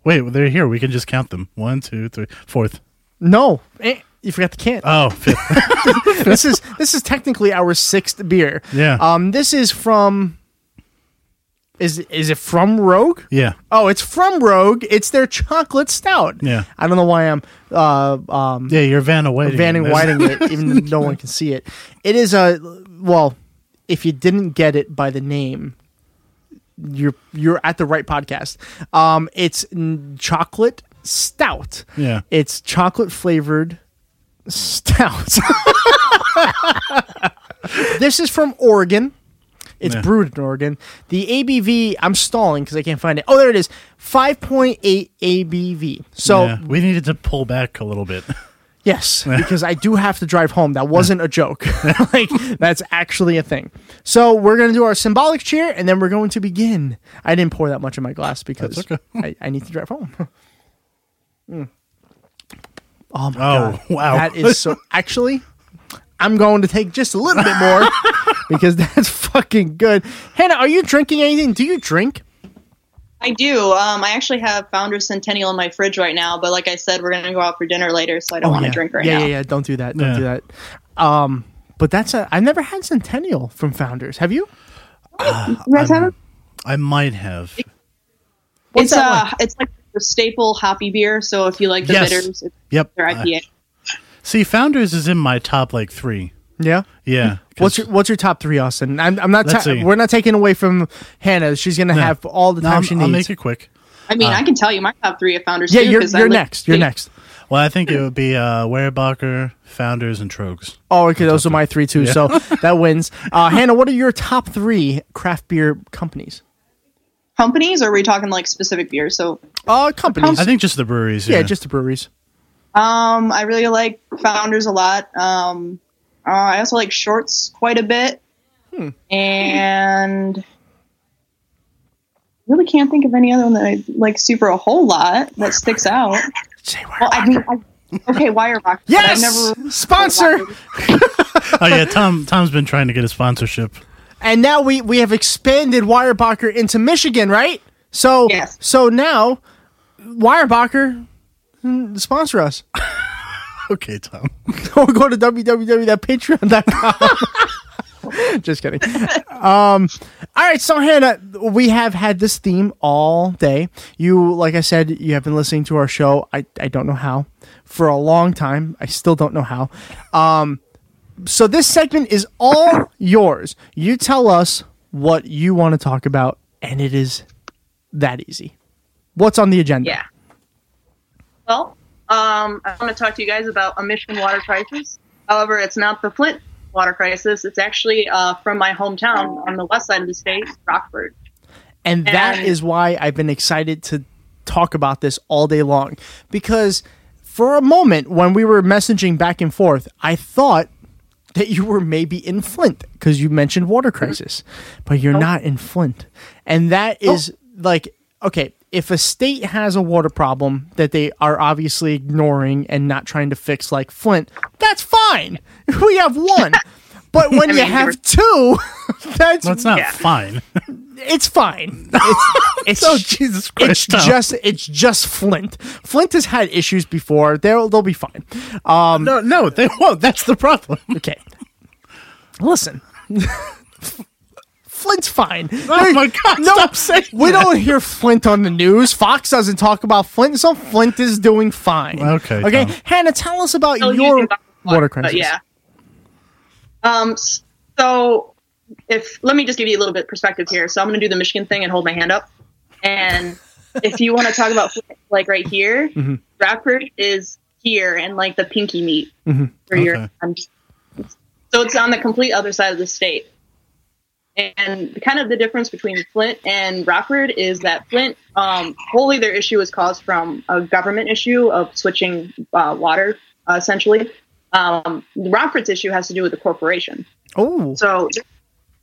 Speaker 8: Wait, they're here. We can just count them. One, two, three, fourth.
Speaker 7: No. Eh, you forgot the can.
Speaker 8: Oh, fifth.
Speaker 7: this is this is technically our sixth beer.
Speaker 8: Yeah.
Speaker 7: Um. This is from. Is is it from Rogue?
Speaker 8: yeah.
Speaker 7: Oh, it's from Rogue. It's their chocolate stout.
Speaker 8: Yeah.
Speaker 7: I don't know why I'm uh um
Speaker 8: Yeah, you're Vanna Whiting.
Speaker 7: vanning whiting it, even though no one can see it. It is a well, if you didn't get it by the name, you're you're at the right podcast. Um, it's n- chocolate stout.
Speaker 8: Yeah.
Speaker 7: it's chocolate flavored stout. this is from Oregon. It's
Speaker 8: Yeah.
Speaker 7: brewed in Oregon. The ABV, I'm stalling because I can't find it. Oh, there it is. 5.8 ABV. So
Speaker 8: Yeah, we needed to pull back a little bit.
Speaker 7: Yes, because I do have to drive home. That wasn't a joke. like that's actually a thing. So we're gonna do our symbolic cheer, and then we're going to begin. I didn't pour that much in my glass because
Speaker 8: That's okay.
Speaker 7: I, I need to drive home. Mm. Oh my
Speaker 8: Oh,
Speaker 7: god!
Speaker 8: wow.
Speaker 7: that is so. Actually, I'm going to take just a little bit more because that's fucking good. Hannah, are you drinking anything? Do you drink?
Speaker 12: I do. Um, I actually have Founders Centennial in my fridge right now, but like I said, we're going to go out for dinner later, so I don't want
Speaker 7: Oh,
Speaker 12: to
Speaker 7: yeah.
Speaker 12: drink right
Speaker 7: yeah,
Speaker 12: now.
Speaker 7: Yeah, yeah, Don't do that. Don't
Speaker 8: Yeah.
Speaker 7: do that. Um, but that's a. I've never had Centennial from Founders. Have you?
Speaker 12: You guys have it?
Speaker 8: I might have.
Speaker 12: It's
Speaker 7: that
Speaker 12: uh, it's like the staple hoppy beer. So if you like the
Speaker 8: Yes.
Speaker 12: bitters, it's
Speaker 8: Yep.
Speaker 7: Uh,
Speaker 12: their
Speaker 8: I-
Speaker 12: IPA.
Speaker 8: see, Founders is in my top like three.
Speaker 7: Yeah.
Speaker 8: Yeah. 'cause-
Speaker 7: What's your What's your top three, Austin? I'm, I'm not.
Speaker 8: Let's
Speaker 7: ta-
Speaker 8: see.
Speaker 7: we're not taking away from Hannah. She's gonna have all the
Speaker 8: No,
Speaker 7: time
Speaker 8: I'm-
Speaker 7: she
Speaker 8: I'll
Speaker 7: needs.
Speaker 8: make it quick.
Speaker 12: I mean, I can tell you my top three of founders.
Speaker 7: uh, yeah,
Speaker 12: too,
Speaker 7: you're
Speaker 12: 'cause I
Speaker 7: you're
Speaker 12: like-
Speaker 7: next. You're next.
Speaker 8: Well, I think it would be uh, Weyerbacher, Founders, and Trogs.
Speaker 7: Oh, okay. Those are my three too. So that wins. Uh, Hannah, what are your top three craft beer companies?
Speaker 12: Companies, or are we talking like specific beers? So
Speaker 7: Uh, companies.
Speaker 8: I think just the breweries. Yeah,
Speaker 7: yeah, just the breweries.
Speaker 12: Um, I really like Founders a lot. Um, uh, I also like Shorts quite a bit,
Speaker 7: Hmm.
Speaker 12: and really can't think of any other one that I like super a whole lot that sticks out.
Speaker 7: Say
Speaker 12: Well, I mean, I, okay, Wire Rock. but
Speaker 7: Yes,
Speaker 12: I've never
Speaker 7: sponsor.
Speaker 8: oh yeah. Tom Tom's been trying to get a sponsorship.
Speaker 7: And now we we have expanded Weyerbacher into Michigan, right? So
Speaker 12: Yes.
Speaker 7: so now Weyerbacher mm, sponsor us.
Speaker 8: Okay, Tom.
Speaker 7: or go to www.patreon.com. Just kidding. Um, all right, so Hannah, we have had this theme all day. You, like I said, you have been listening to our show. I, I don't know how for a long time. I still don't know how. Um, So this segment is all yours. You tell us what you want to talk about, and it is that easy. What's on the agenda?
Speaker 12: Yeah. Well, um, I want to talk to you guys about a Michigan water crisis. However, it's not the Flint water crisis. It's actually uh, from my hometown on the west side of the state, Rockford.
Speaker 7: And that
Speaker 12: And-
Speaker 7: is why I've been excited to talk about this all day long. Because for a moment, when we were messaging back and forth, I thought that you were maybe in Flint because you mentioned water crisis, but
Speaker 8: Oh.
Speaker 7: you're not in Flint. And that is like, okay, if a state has a water problem that they are obviously ignoring and not trying to fix like Flint, that's fine. We have one. But when
Speaker 8: I
Speaker 7: you
Speaker 8: mean, you
Speaker 7: have
Speaker 8: were-
Speaker 7: two, that's
Speaker 8: Well, it's not fine.
Speaker 7: it's fine. It's, it's
Speaker 8: Jesus
Speaker 7: It's
Speaker 8: Christ, no.
Speaker 7: just it's just Flint. Flint has had issues before. They'll they'll be fine. Um,
Speaker 8: no, no, they won't. That's the problem.
Speaker 7: Okay, listen. Flint's fine.
Speaker 8: Oh my God, stop saying
Speaker 7: We
Speaker 8: that.
Speaker 7: don't hear Flint on the news. Fox doesn't talk about Flint, so Flint is doing fine.
Speaker 8: Okay,
Speaker 7: Okay.
Speaker 8: Tom.
Speaker 7: Hannah, tell us about
Speaker 12: Tell you
Speaker 7: your
Speaker 12: about
Speaker 7: water
Speaker 12: But
Speaker 7: crisis.
Speaker 12: yeah. Um. So, if let me just give you a little bit of perspective here. So I'm going to do the Michigan thing and hold my hand up. And if you want to talk about Flint, like right here,
Speaker 7: Mhm.
Speaker 12: Rockford is here and like the pinky meat
Speaker 7: mm-hmm.
Speaker 12: for your. I'm just- So it's on the complete other side of the state. And kind of the difference between Flint and Rockford is that Flint, um, wholly their issue is caused from a government issue of switching uh, water, uh, essentially. Um, Rockford's issue has to do with the corporation.
Speaker 7: Oh.
Speaker 12: So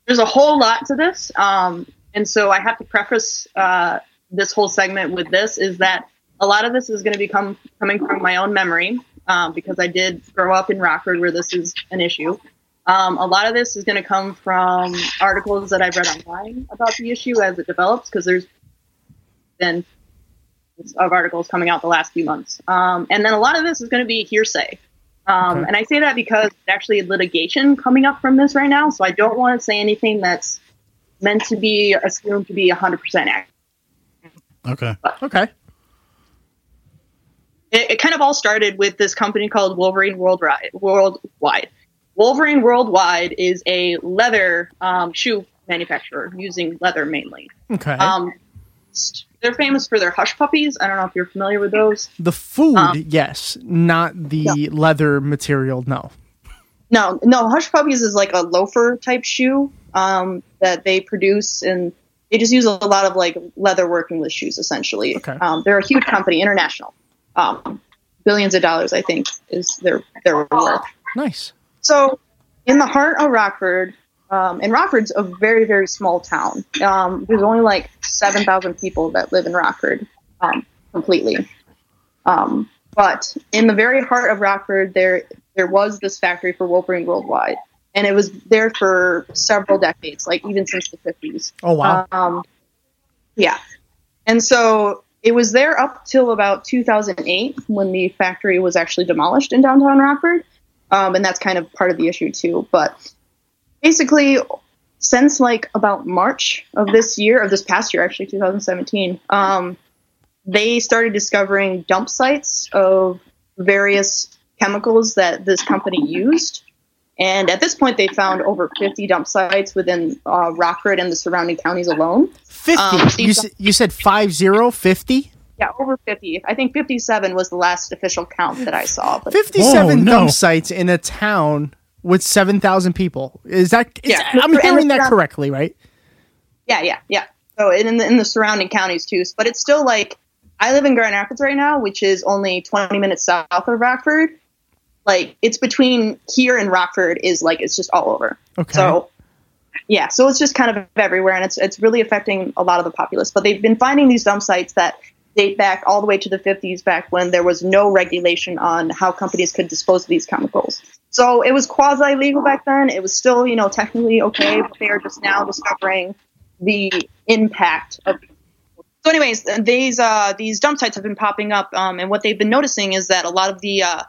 Speaker 12: there's a whole lot to this. Um, and so I have to preface uh, this whole segment with this is that a lot of this is going to be come, coming from my own memory um, because I did grow up in Rockford where this is an issue. Um, a lot of this is going to come from articles that I've read online about the issue as it develops because there's been of articles coming out the last few months. Um, and then a lot of this is going to be hearsay. Um,
Speaker 13: Okay.
Speaker 12: And I say that because there's actually litigation coming up from this right now, so I don't want to say anything that's meant to be assumed to be 100% accurate.
Speaker 8: Okay.
Speaker 7: Okay.
Speaker 12: it, it kind of all started with this company called Wolverine Worldwide. Worldwide. Wolverine Worldwide is a leather um, shoe manufacturer using leather mainly.
Speaker 7: Okay.
Speaker 12: Um, st- they're famous for their hush puppies. I don't know if you're familiar with those.
Speaker 7: the food,
Speaker 12: Um,
Speaker 7: yes, not the leather material. No.
Speaker 12: No, no, Hush Puppies is like a loafer type shoe um, that they produce, and they just use a lot of like leather working list shoes essentially. Um, they're a huge company, international, um, billions of dollars I think is their their worth.
Speaker 7: Nice.
Speaker 12: So, in the heart of Rockford, um, and Rockford's a very very small town. Um, there's only like seven thousand people that live in Rockford um, completely. Um, but in the very heart of Rockford, there there was this factory for Wolverine Worldwide, and it was there for several decades, like even since the fifties.
Speaker 7: Oh, wow.
Speaker 12: Um, yeah, and so it was there up till about 2008 when the factory was actually demolished in downtown Rockford, um, and that's kind of part of the issue too. But basically, since like about March of this year, of this past year, actually 2017, um, they started discovering dump sites of various chemicals that this company used. And at this point, they found over 50 dump sites within uh, Rockford and the surrounding counties alone.
Speaker 7: 50.
Speaker 12: Um,
Speaker 7: you,
Speaker 12: these-
Speaker 7: s- you said 50, 50?
Speaker 12: yeah, over 50. I think 57 was the last official count that I saw. But
Speaker 7: 57 dump sites in a town with 7,000 people. Is that, is,
Speaker 12: Yeah.
Speaker 7: I'm
Speaker 12: And
Speaker 7: hearing
Speaker 12: it's
Speaker 7: that
Speaker 12: not-
Speaker 7: correctly, right?
Speaker 12: Yeah, yeah, yeah. So and in the, in the surrounding counties too. But it's still like I live in Grand Rapids right now, which is only 20 minutes south of Rockford. Like it's between here and Rockford is like it's just all over.
Speaker 7: Okay.
Speaker 12: So yeah, so it's just kind of everywhere, and it's it's really affecting a lot of the populace. But they've been finding these dump sites that date back all the way to the 50s, back when there was no regulation on how companies could dispose of these chemicals. So it was quasi legal back then. It was still, you know, technically okay, but they are just now discovering the impact of so, anyways, these uh, these dump sites have been popping up, um, and what they've been noticing is that a lot of the uh,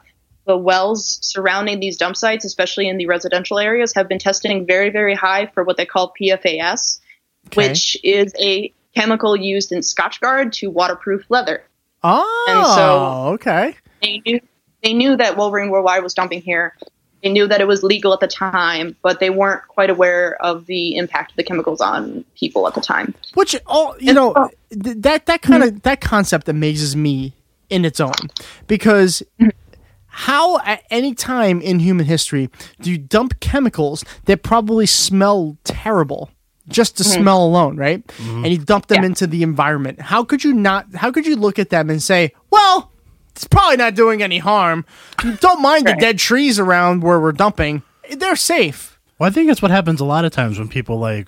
Speaker 12: the wells surrounding these dump sites, especially in the residential areas, have been testing very, very high for what they call PFAS,
Speaker 7: Okay.
Speaker 12: which is a chemical used in Scotchgard to waterproof leather.
Speaker 7: Oh,
Speaker 12: And so-
Speaker 7: okay.
Speaker 12: They knew they knew that Wolverine Worldwide was dumping here, They knew that it was legal at the time, but they weren't quite aware of the impact of the chemicals on people at the time.
Speaker 7: Which all you know th- that that kind of that concept amazes me in its own because how at any time in human history do you dump chemicals that probably smell terrible just to
Speaker 13: Mhm.
Speaker 7: smell alone, right?
Speaker 13: Mhm.
Speaker 7: And you dump them into the environment. How could you not how could you look at them and say, "Well, it's probably not doing any harm. Don't mind the dead trees around where we're dumping. They're safe."
Speaker 8: Well, I think that's what happens a lot of times when people like,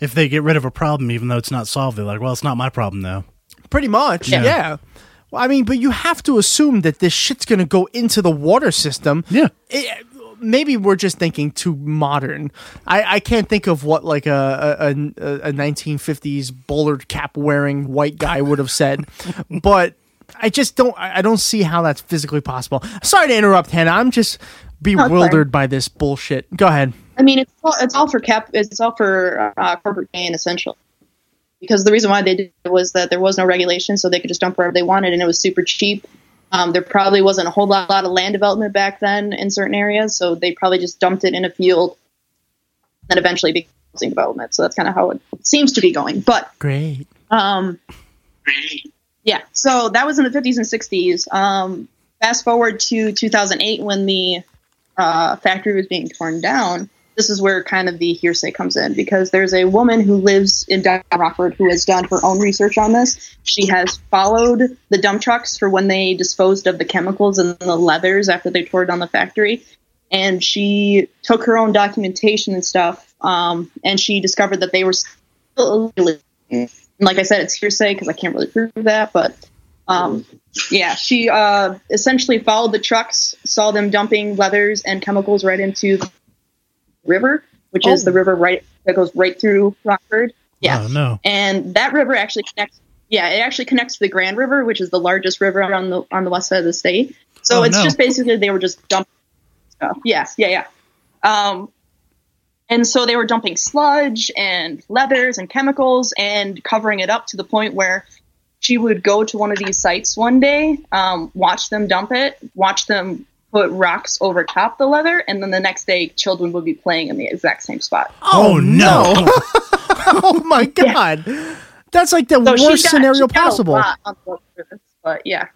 Speaker 8: if they get rid of a problem, even though it's not solved, they're like, well, it's not my problem though.
Speaker 7: Pretty much,
Speaker 8: Yeah.
Speaker 7: yeah. Well, I mean, but you have to assume that this shit's gonna go into the water system. Yeah. maybe we're just thinking too modern. I, I can't think of what like a a, a, a 1950s bowler cap wearing white guy would have said, but I just don't. I I don't see how that's physically possible. Sorry to interrupt, Hannah. I'm just
Speaker 12: fine.
Speaker 7: bewildered by this bullshit. Go ahead.
Speaker 12: I mean, it's all, it's all for cap. It's all for uh, corporate gain, essentially. Because the reason why they did it was that there was no regulation, so they could just dump wherever they wanted, and it was super cheap. Um, there probably wasn't a whole lot, lot of land development back then in certain areas, so they probably just dumped it in a field, and eventually became housing development. So that's kind of how it seems to be going. But
Speaker 7: Great.
Speaker 12: um, yeah, so that was in the 50s and 60s. Um, fast forward to 2008 when the uh, factory was being torn down. This is where kind of the hearsay comes in because there's a woman who lives in Down Rockford who has done her own research on this. She has followed the dump trucks for when they disposed of the chemicals and the leathers after they tore down the factory and she took her own documentation and stuff, um, and she discovered that they were still illegally. And like I said, it's hearsay because I can't really prove that, but um, yeah, she uh, essentially followed the trucks, saw them dumping leathers and chemicals right into the river, which is
Speaker 13: Oh.
Speaker 12: the river right that goes right through Rockford. Yeah,
Speaker 8: Uh,
Speaker 13: Oh, no.
Speaker 12: and that river actually connects. Yeah, it actually connects to the Grand River, which is the largest river on the on the west side of the state. So
Speaker 13: Oh,
Speaker 12: it's
Speaker 13: no.
Speaker 12: just basically they were just dumping stuff. Yeah, yeah, yeah. Um, and so they were dumping sludge and leathers and chemicals and covering it up to the point where she would go to one of these sites one day, um, watch them dump it, watch them put rocks over top the leather, and then the next day children would be playing in the exact same spot.
Speaker 7: Oh, no! oh my god, that's like the
Speaker 12: So Oh, she
Speaker 7: worst
Speaker 12: got-
Speaker 7: scenario
Speaker 12: she got a
Speaker 7: possible.
Speaker 12: lot on the World Service, but yeah.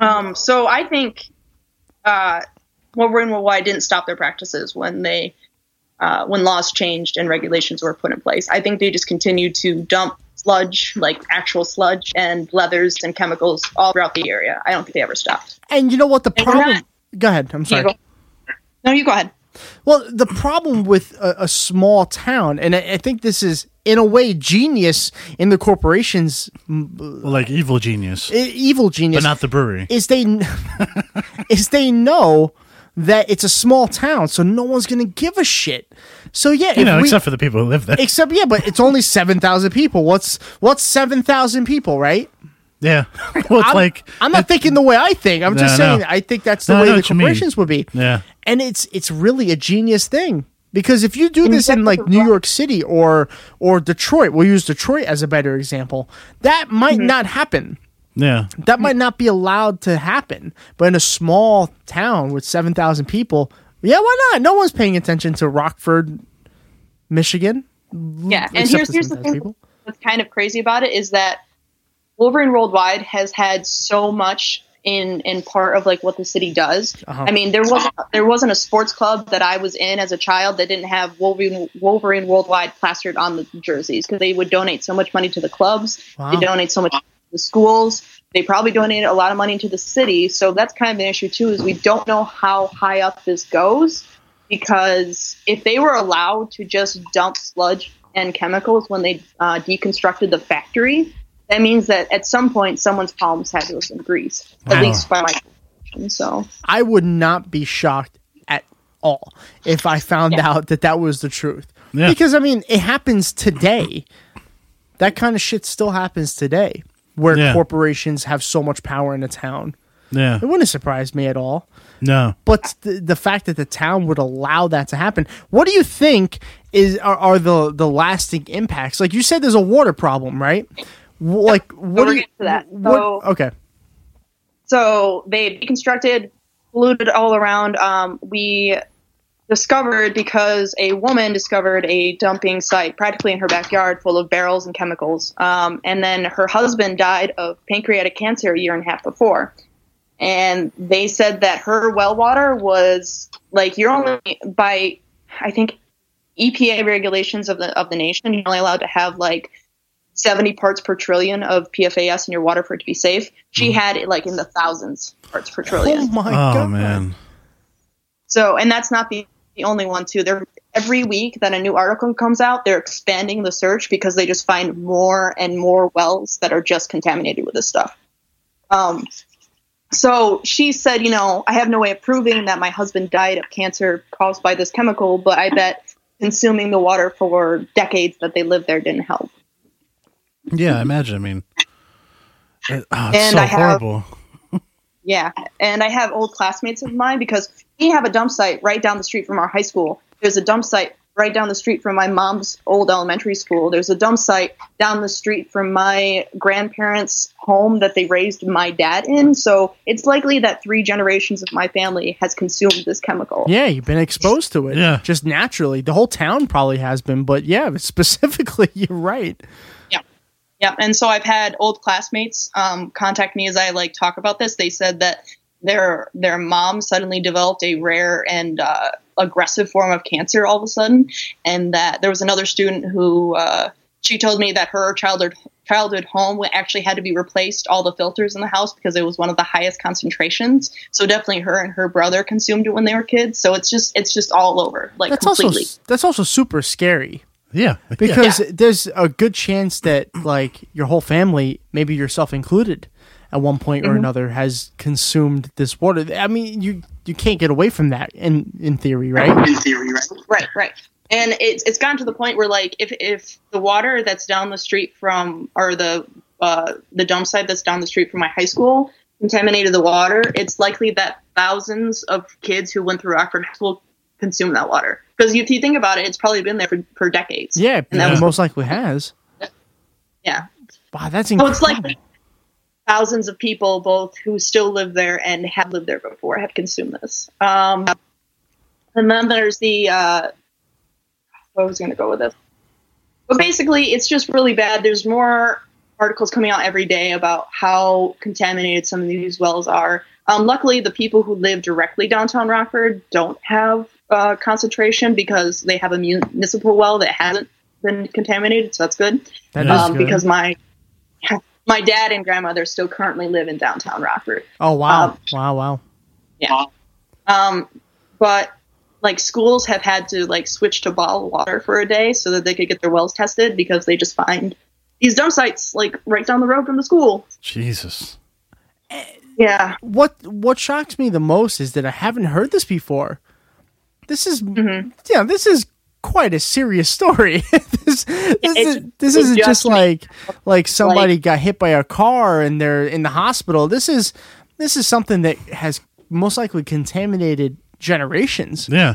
Speaker 12: Um, so I think uh, Wilbur and Why didn't stop their practices when they uh, when laws changed and regulations were put in place. I think they just continued to dump sludge, like actual sludge and leathers and chemicals all throughout the area. I don't think they ever stopped.
Speaker 7: And you know what the
Speaker 12: And we're
Speaker 7: problem?
Speaker 12: not-
Speaker 7: Go ahead. I'm sorry.
Speaker 12: You go- No, you go ahead.
Speaker 7: Well, the problem with a, a small town, and I, I think this is in a way genius in the corporations, mm,
Speaker 8: Like evil genius,
Speaker 7: e- evil genius,
Speaker 8: but not the brewery.
Speaker 7: is they kn- is they know that it's a small town, so no one's gonna give a shit. So yeah,
Speaker 8: you
Speaker 7: if
Speaker 8: know,
Speaker 7: we-
Speaker 8: except for the people who live there.
Speaker 7: except yeah, but it's only seven thousand people. What's what's seven thousand people, right?
Speaker 8: yeah. well, it's
Speaker 7: I'm,
Speaker 8: like
Speaker 7: I'm not thinking the way I think. I'm
Speaker 8: No,
Speaker 7: just
Speaker 8: no.
Speaker 7: saying I think that's the
Speaker 8: No, I
Speaker 7: way
Speaker 8: know
Speaker 7: the
Speaker 8: what you mean.
Speaker 7: corporations would be.
Speaker 8: Yeah.
Speaker 7: And it's it's really a genius thing because if you do this in like New York City or or Detroit, we'll use Detroit as a better example. That might
Speaker 8: Mm-hmm.
Speaker 7: not happen.
Speaker 8: Yeah.
Speaker 7: That might not be allowed to happen. But in a small town with 7,000 people, yeah, why not? No one's paying attention to Rockford, Michigan.
Speaker 12: Yeah, and
Speaker 7: Except
Speaker 12: here's
Speaker 7: for
Speaker 12: here's the
Speaker 7: sometimes
Speaker 12: thing
Speaker 7: people.
Speaker 12: that's kind of crazy about it is that Wolverine Worldwide has had so much in in part of like what the city does.
Speaker 13: Uh-huh.
Speaker 12: I mean, there was there wasn't a sports club that I was in as a child that didn't have Wolverine Wolverine Worldwide plastered on the jerseys because they would donate so much money to the clubs.
Speaker 13: Wow.
Speaker 12: They donate so much to the schools. They probably donated a lot of money to the city. So that's kind of an issue too is we don't know how high up this goes because if they were allowed to just dump sludge and chemicals when they uh, deconstructed the factory, that means that at some point someone's palms had to have been greased,
Speaker 7: Wow.
Speaker 12: at least by my calculation. So
Speaker 7: I would not be shocked at all if I found out that that was the truth.
Speaker 8: Yeah.
Speaker 7: Because I mean, it happens today. That kind of shit still happens today, where
Speaker 8: Yeah.
Speaker 7: corporations have so much power in a town.
Speaker 8: Yeah.
Speaker 7: It wouldn't surprise me at all.
Speaker 8: No.
Speaker 7: But the, the fact that the town would allow that to happen, what do you think is are, are the the lasting impacts? Like you said, there's a water problem, right? Wh- Like what?
Speaker 12: we're
Speaker 7: do you-
Speaker 12: getting to that.
Speaker 7: what-
Speaker 12: So-
Speaker 7: okay.
Speaker 12: So they had deconstructed polluted all around. Um, we discovered because a woman discovered a dumping site practically in her backyard full of barrels and chemicals. Um, and then her husband died of pancreatic cancer a year and a half before. And they said that her well water was like you're only by, I think, EPA regulations of the of the nation. You're only allowed to have like 70 parts per trillion of PFAS in your water for it to be safe. She had it like in the thousands parts per trillion.
Speaker 7: Mm-hmm. Oh my
Speaker 8: oh
Speaker 7: god!
Speaker 8: man,
Speaker 12: So, and that's not the, the only one too. They're every week that a new article comes out, they're expanding the search because they just find more and more wells that are just contaminated with this stuff. Um, so she said, you know, I have no way of proving that my husband died of cancer caused by this chemical, but I bet consuming the water for decades that they lived there didn't help.
Speaker 8: yeah. I Imagine. I mean, it- oh, it's
Speaker 12: And
Speaker 8: so
Speaker 12: I have-
Speaker 8: horrible.
Speaker 12: Yeah, and I have old classmates of mine because we have a dump site right down the street from our high school. There's a dump site right down the street from my mom's old elementary school. There's a dump site down the street from my grandparents' home that they raised my dad in. So it's likely that three generations of my family has consumed this chemical.
Speaker 7: Yeah, you've been exposed to it. Yeah, just naturally. The whole town probably has been, but yeah, specifically, you're right.
Speaker 12: Yeah. Yeah. And so I've had old classmates um, contact me as I like talk about this. They said that their their mom suddenly developed a rare and uh, aggressive form of cancer all of a sudden, and that there was another student who uh, she told me that her childhood childhood home actually had to be replaced all the filters in the house because it was one of the highest concentrations. So definitely her and her brother consumed it when they were kids. So it's just it's just all over like
Speaker 7: that's
Speaker 12: completely.
Speaker 7: also that's also super scary.
Speaker 8: Yeah,
Speaker 7: because there's a good chance that like your whole family, maybe yourself included, at one point or
Speaker 12: Mhm.
Speaker 7: another, has consumed this water. I mean, you you can't get away from that in in theory, right? In theory, right?
Speaker 12: Right, right. And it's it's gotten to the point where like if if the water that's down the street from or the uh, the dump site that's down the street from my high school contaminated the water, it's likely that thousands of kids who went through Rockford High School consume that water. Because if you think about it, it's probably been there for, for decades.
Speaker 7: Yeah, it
Speaker 12: and that was
Speaker 7: most likely has.
Speaker 12: yeah.
Speaker 7: Wow, that's
Speaker 12: So
Speaker 7: incredible.
Speaker 12: it's like thousands of people, both who still live there and have lived there before, have consumed this. Um, and then there's the. Uh, I was going to go with this, but basically, it's just really bad. There's more articles coming out every day about how contaminated some of these wells are. Um, luckily, the people who live directly downtown Rockford don't have uh, concentration because they have a municipal well that hasn't been contaminated, so that's good.
Speaker 7: That is
Speaker 12: um,
Speaker 7: good.
Speaker 12: Because my my dad and grandmother still currently live in downtown Rockford.
Speaker 7: Oh wow, wow, wow.
Speaker 12: Yeah. Um, but like schools have had to like switch to bottled water for a day so that they could get their wells tested because they just find these dump sites like right down the road from the school.
Speaker 8: Jesus.
Speaker 12: Yeah.
Speaker 7: What what shocks me the most is that I haven't heard this before. This is yeah, this is quite a serious story. this this, is, this
Speaker 12: it
Speaker 7: isn't
Speaker 12: just
Speaker 7: just like like somebody got hit by a car and they're in the hospital. This is this is something that has most likely contaminated generations.
Speaker 8: Yeah.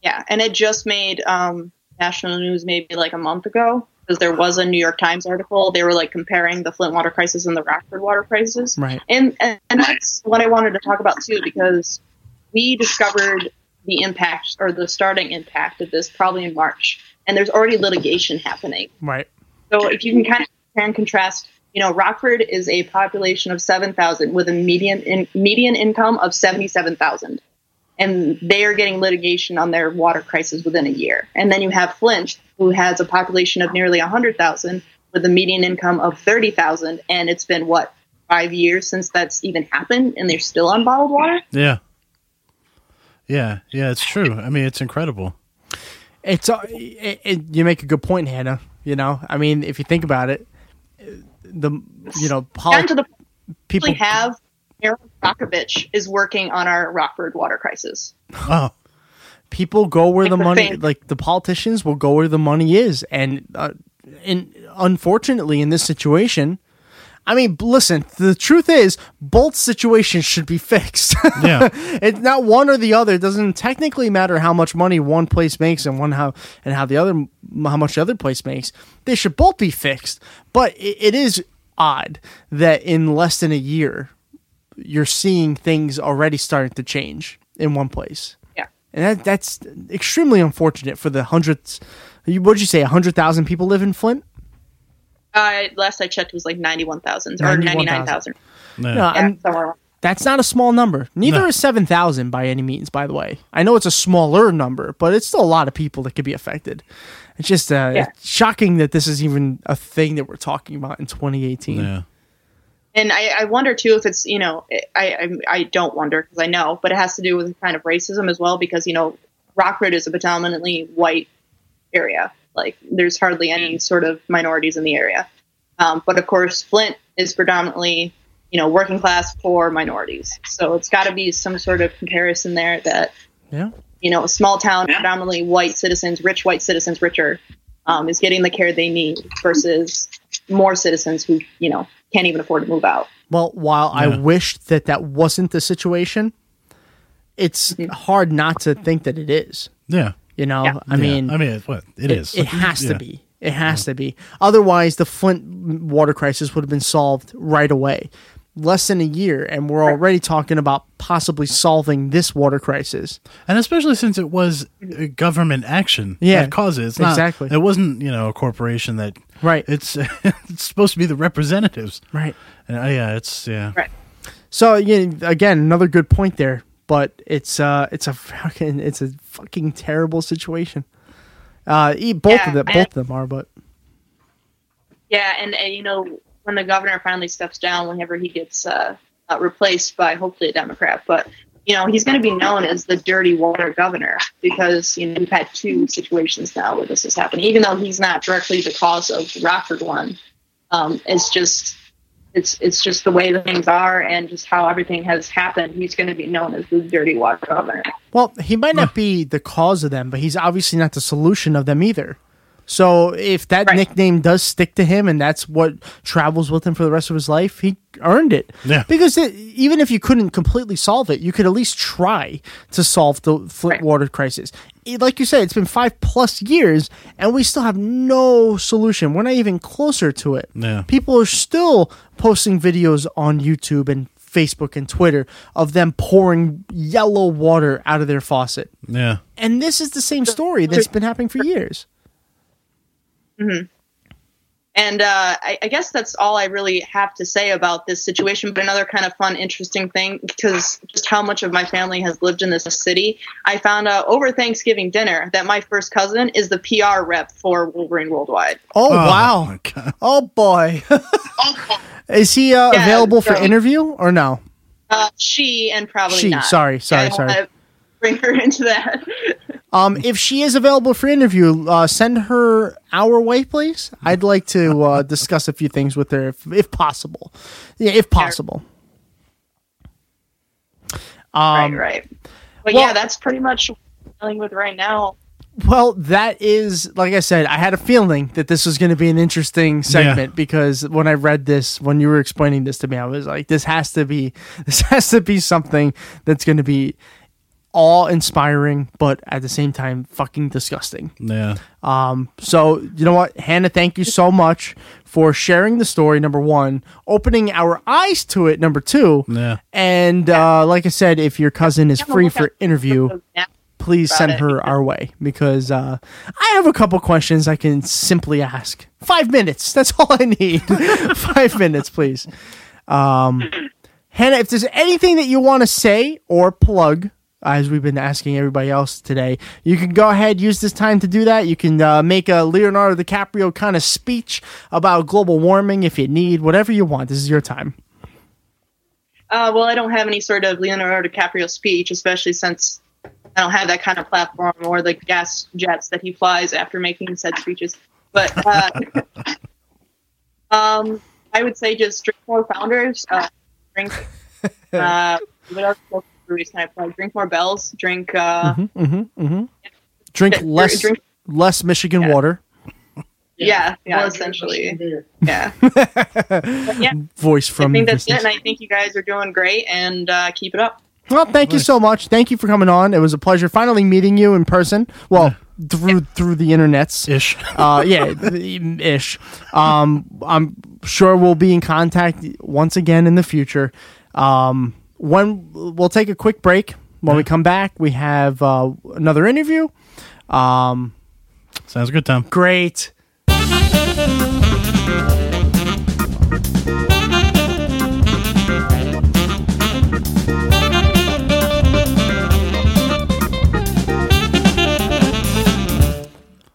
Speaker 12: Yeah, and it just made um, national news maybe like a month ago because there was a New York Times article. They were like comparing the Flint water crisis and the Rockford water crisis.
Speaker 7: Right.
Speaker 12: And and, and that's what I wanted to talk about too because we discovered the impact or the starting impact of this probably in March, and there's already litigation happening.
Speaker 7: Right.
Speaker 12: So if you can kind of compare and contrast, you know, Rockford is a population of 7,000 with a median in, median income of 77,000. And they are getting litigation on their water crisis within a year. And then you have Flint, who has a population of nearly 100,000 with a median income of 30,000. And it's been, what, five years since that's even happened? And they're still on bottled water?
Speaker 8: Yeah. Yeah. Yeah. It's true. I mean, it's incredible.
Speaker 7: It's uh, it, it, you make a good point, Hannah. You know, I mean, if you think about it, the you know,
Speaker 12: Down
Speaker 7: poli-
Speaker 12: to the
Speaker 7: people
Speaker 12: we have Aaron Brockovich is working on our Rockford water crisis.
Speaker 7: Oh. People go where the
Speaker 12: the
Speaker 7: money,
Speaker 12: thing.
Speaker 7: like the politicians will go where the money is. And uh, in, unfortunately, in this situation, I mean, b- listen, the truth is both situations should be fixed.
Speaker 8: Yeah.
Speaker 7: it's not one or the other. It doesn't technically matter how much money one place makes and one how, and how the other, m- how much the other place makes. They should both be fixed. But it, it is odd that in less than a year, you're seeing things already starting to change in one place.
Speaker 12: Yeah.
Speaker 7: And that, that's extremely unfortunate for the hundreds. you- What did you say? hundred thousand people live in Flint.
Speaker 12: Uh, last I checked, it was like ninety-one thousand or
Speaker 7: 91,000.
Speaker 12: ninety-nine thousand.
Speaker 7: No, and that's not a small number. Neither is seven thousand by any means. By the way, I know it's a smaller number, but it's still a lot of people that could be affected. It's just uh,
Speaker 12: Yeah.
Speaker 7: it's shocking that this is even a thing that we're talking about in 2018.
Speaker 8: Yeah.
Speaker 12: And I, I wonder too if it's you know I I, I don't wonder because I know, but it has to do with kind of racism as well because you know Rockford is a predominantly white area. Like there's hardly any sort of minorities in the area, um, but of course Flint is predominantly you know working class poor minorities. So it's got to be some sort of comparison there that
Speaker 7: Yeah.
Speaker 12: you know a small town predominantly white citizens, rich white citizens, richer um, is getting the care they need versus more citizens who you know can't even afford to move out.
Speaker 7: Well, while I
Speaker 12: Yeah.
Speaker 7: wished that that wasn't the situation, it's hard not to think that it is.
Speaker 8: Yeah.
Speaker 7: You know, I
Speaker 8: Yeah.
Speaker 7: mean,
Speaker 8: I mean, it's what it is.
Speaker 7: It has
Speaker 8: Yeah.
Speaker 7: to be. It has to be. Otherwise, the Flint water crisis would have been solved right away, less than a year, and we're already talking about possibly solving this water crisis.
Speaker 8: And especially since it was uh, government action
Speaker 7: Yeah,
Speaker 8: that caused it. It's not,
Speaker 7: exactly.
Speaker 8: It wasn't you know a corporation that
Speaker 7: right.
Speaker 8: It's it's supposed to be the representatives.
Speaker 7: Right.
Speaker 8: And uh, yeah, it's yeah.
Speaker 12: Right.
Speaker 7: So yeah, again, another good point there. But it's uh, it's a fucking, it's a fucking terrible situation. Uh, e- both of
Speaker 12: Yeah,
Speaker 7: them, both of
Speaker 12: and-
Speaker 7: them are, but
Speaker 12: Yeah, and, and you know when the governor finally steps down, whenever he gets uh, uh, replaced by hopefully a Democrat, but you know he's going to be known as the dirty water governor because you know we've had two situations now where this has happened. Even though he's not directly the cause of the Rockford one, um, it's just it's it's just the way the things are and just how everything has happened. He's going to be known as the dirty water governor.
Speaker 7: Well, he might not be the cause of them, but he's obviously not the solution of them either. So if that nickname does stick to him and that's what travels with him for the rest of his life, he earned it.
Speaker 8: Yeah.
Speaker 7: Because it, even if you couldn't completely solve it, you could at least try to solve the Flint water crisis. It- Like you said, it's been five plus years and we still have no solution. We're not even closer to it.
Speaker 8: Yeah.
Speaker 7: People are still posting videos on YouTube and Facebook and Twitter of them pouring yellow water out of their faucet.
Speaker 8: Yeah.
Speaker 7: And this is the same story that's been happening for years.
Speaker 12: hmm And uh, I, I guess that's all I really have to say about this situation. But another kind of fun, interesting thing, because just how much of my family has lived in this city, I found out over Thanksgiving dinner that my first cousin is the PR rep for Wolverine Worldwide.
Speaker 7: Oh, wow. Oh boy. is he uh,
Speaker 12: Yeah,
Speaker 7: available for
Speaker 12: so-
Speaker 7: interview or no?
Speaker 12: Uh, she and probably
Speaker 7: She,
Speaker 12: not.
Speaker 7: sorry, sorry,
Speaker 12: I don't wanna
Speaker 7: sorry.
Speaker 12: Bring her into that.
Speaker 7: Um, if she is available for interview, uh, send her our way, please. I'd like to uh, discuss a few things with her, if, if possible. Yeah, if possible. Um,
Speaker 12: right, right. But yeah, that's pretty much what I'm dealing with right now.
Speaker 7: Well, that is like I said. I had a feeling that this was going to be an interesting segment because when I read this, when you were explaining this to me, I was like, "This has to be, this has to be something that's going to be awe-inspiring, but at the same time, fucking disgusting."
Speaker 8: Yeah.
Speaker 7: Um, so you know what, Hannah, thank you so much for sharing the story. Number one, opening our eyes to it. Number two,
Speaker 8: Yeah.
Speaker 7: and uh, like I said, if your cousin is
Speaker 8: Yeah, but
Speaker 7: free
Speaker 8: look
Speaker 7: for
Speaker 8: at-
Speaker 7: interview, please
Speaker 8: about
Speaker 7: send
Speaker 8: it.
Speaker 7: her our way because uh, I have a couple questions I can simply ask. Five minutes. That's all I need. Five minutes, please. Um, Hannah, if there's anything that you want to say or plug, as we've been asking everybody else today, you can go ahead, use this time to do that. You can uh, make a Leonardo DiCaprio kind of speech about global warming if you need, whatever you want. This is your time.
Speaker 12: Uh, well, I don't have any sort of Leonardo DiCaprio speech, especially since I don't have that kind of platform or the gas jets that he flies after making said speeches. But uh, um, I would say just drink more founders. Uh, drink. Uh, what else? What breweries can I plug? Drink more bells. Drink. Uh,
Speaker 7: hmm hmm hmm Drink
Speaker 12: Yeah,
Speaker 7: less
Speaker 12: drink-
Speaker 7: less Michigan water.
Speaker 12: Yeah. Yeah. essentially. Yeah. But yeah.
Speaker 7: Voice from
Speaker 12: I think that's
Speaker 7: distance.
Speaker 12: it, and I think you guys are doing great, and uh, keep it up.
Speaker 7: Well, thank you so much. Thank you for coming on. It was a pleasure finally meeting you in person. Well, through through the internets
Speaker 8: ish.
Speaker 7: Uh, yeah, th- ish. Um, I'm sure we'll be in contact once again in the future. Um, when we'll take a quick break. When we come back, we have uh, another interview. Um,
Speaker 8: Sounds good, Tom.
Speaker 7: Great.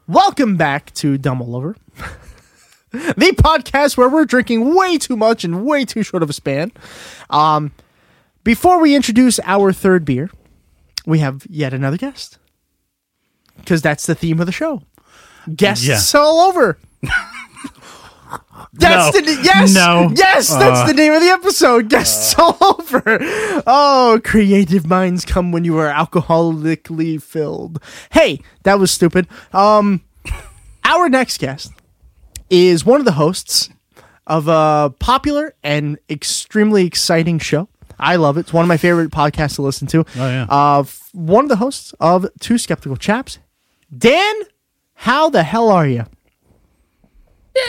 Speaker 7: Welcome back to Dumb All Over, the podcast where we're drinking way too much in way too short of a span. Um, before we introduce our third beer, we have yet another guest because that's the theme of the show. Guests
Speaker 8: Yeah.
Speaker 7: all over. That's
Speaker 8: No.
Speaker 7: the yes,
Speaker 8: No.
Speaker 7: yes. That's
Speaker 8: Uh.
Speaker 7: the name of the episode. Guests all over. Oh, creative minds come when you are alcoholically filled. Hey, that was stupid. Um, our next guest is one of the hosts of a popular and extremely exciting show. I love it. It's one of my favorite podcasts to listen to.
Speaker 8: Oh, yeah.
Speaker 7: Uh, f- one of the hosts of Two Skeptical Chaps, Dan. How the hell are you?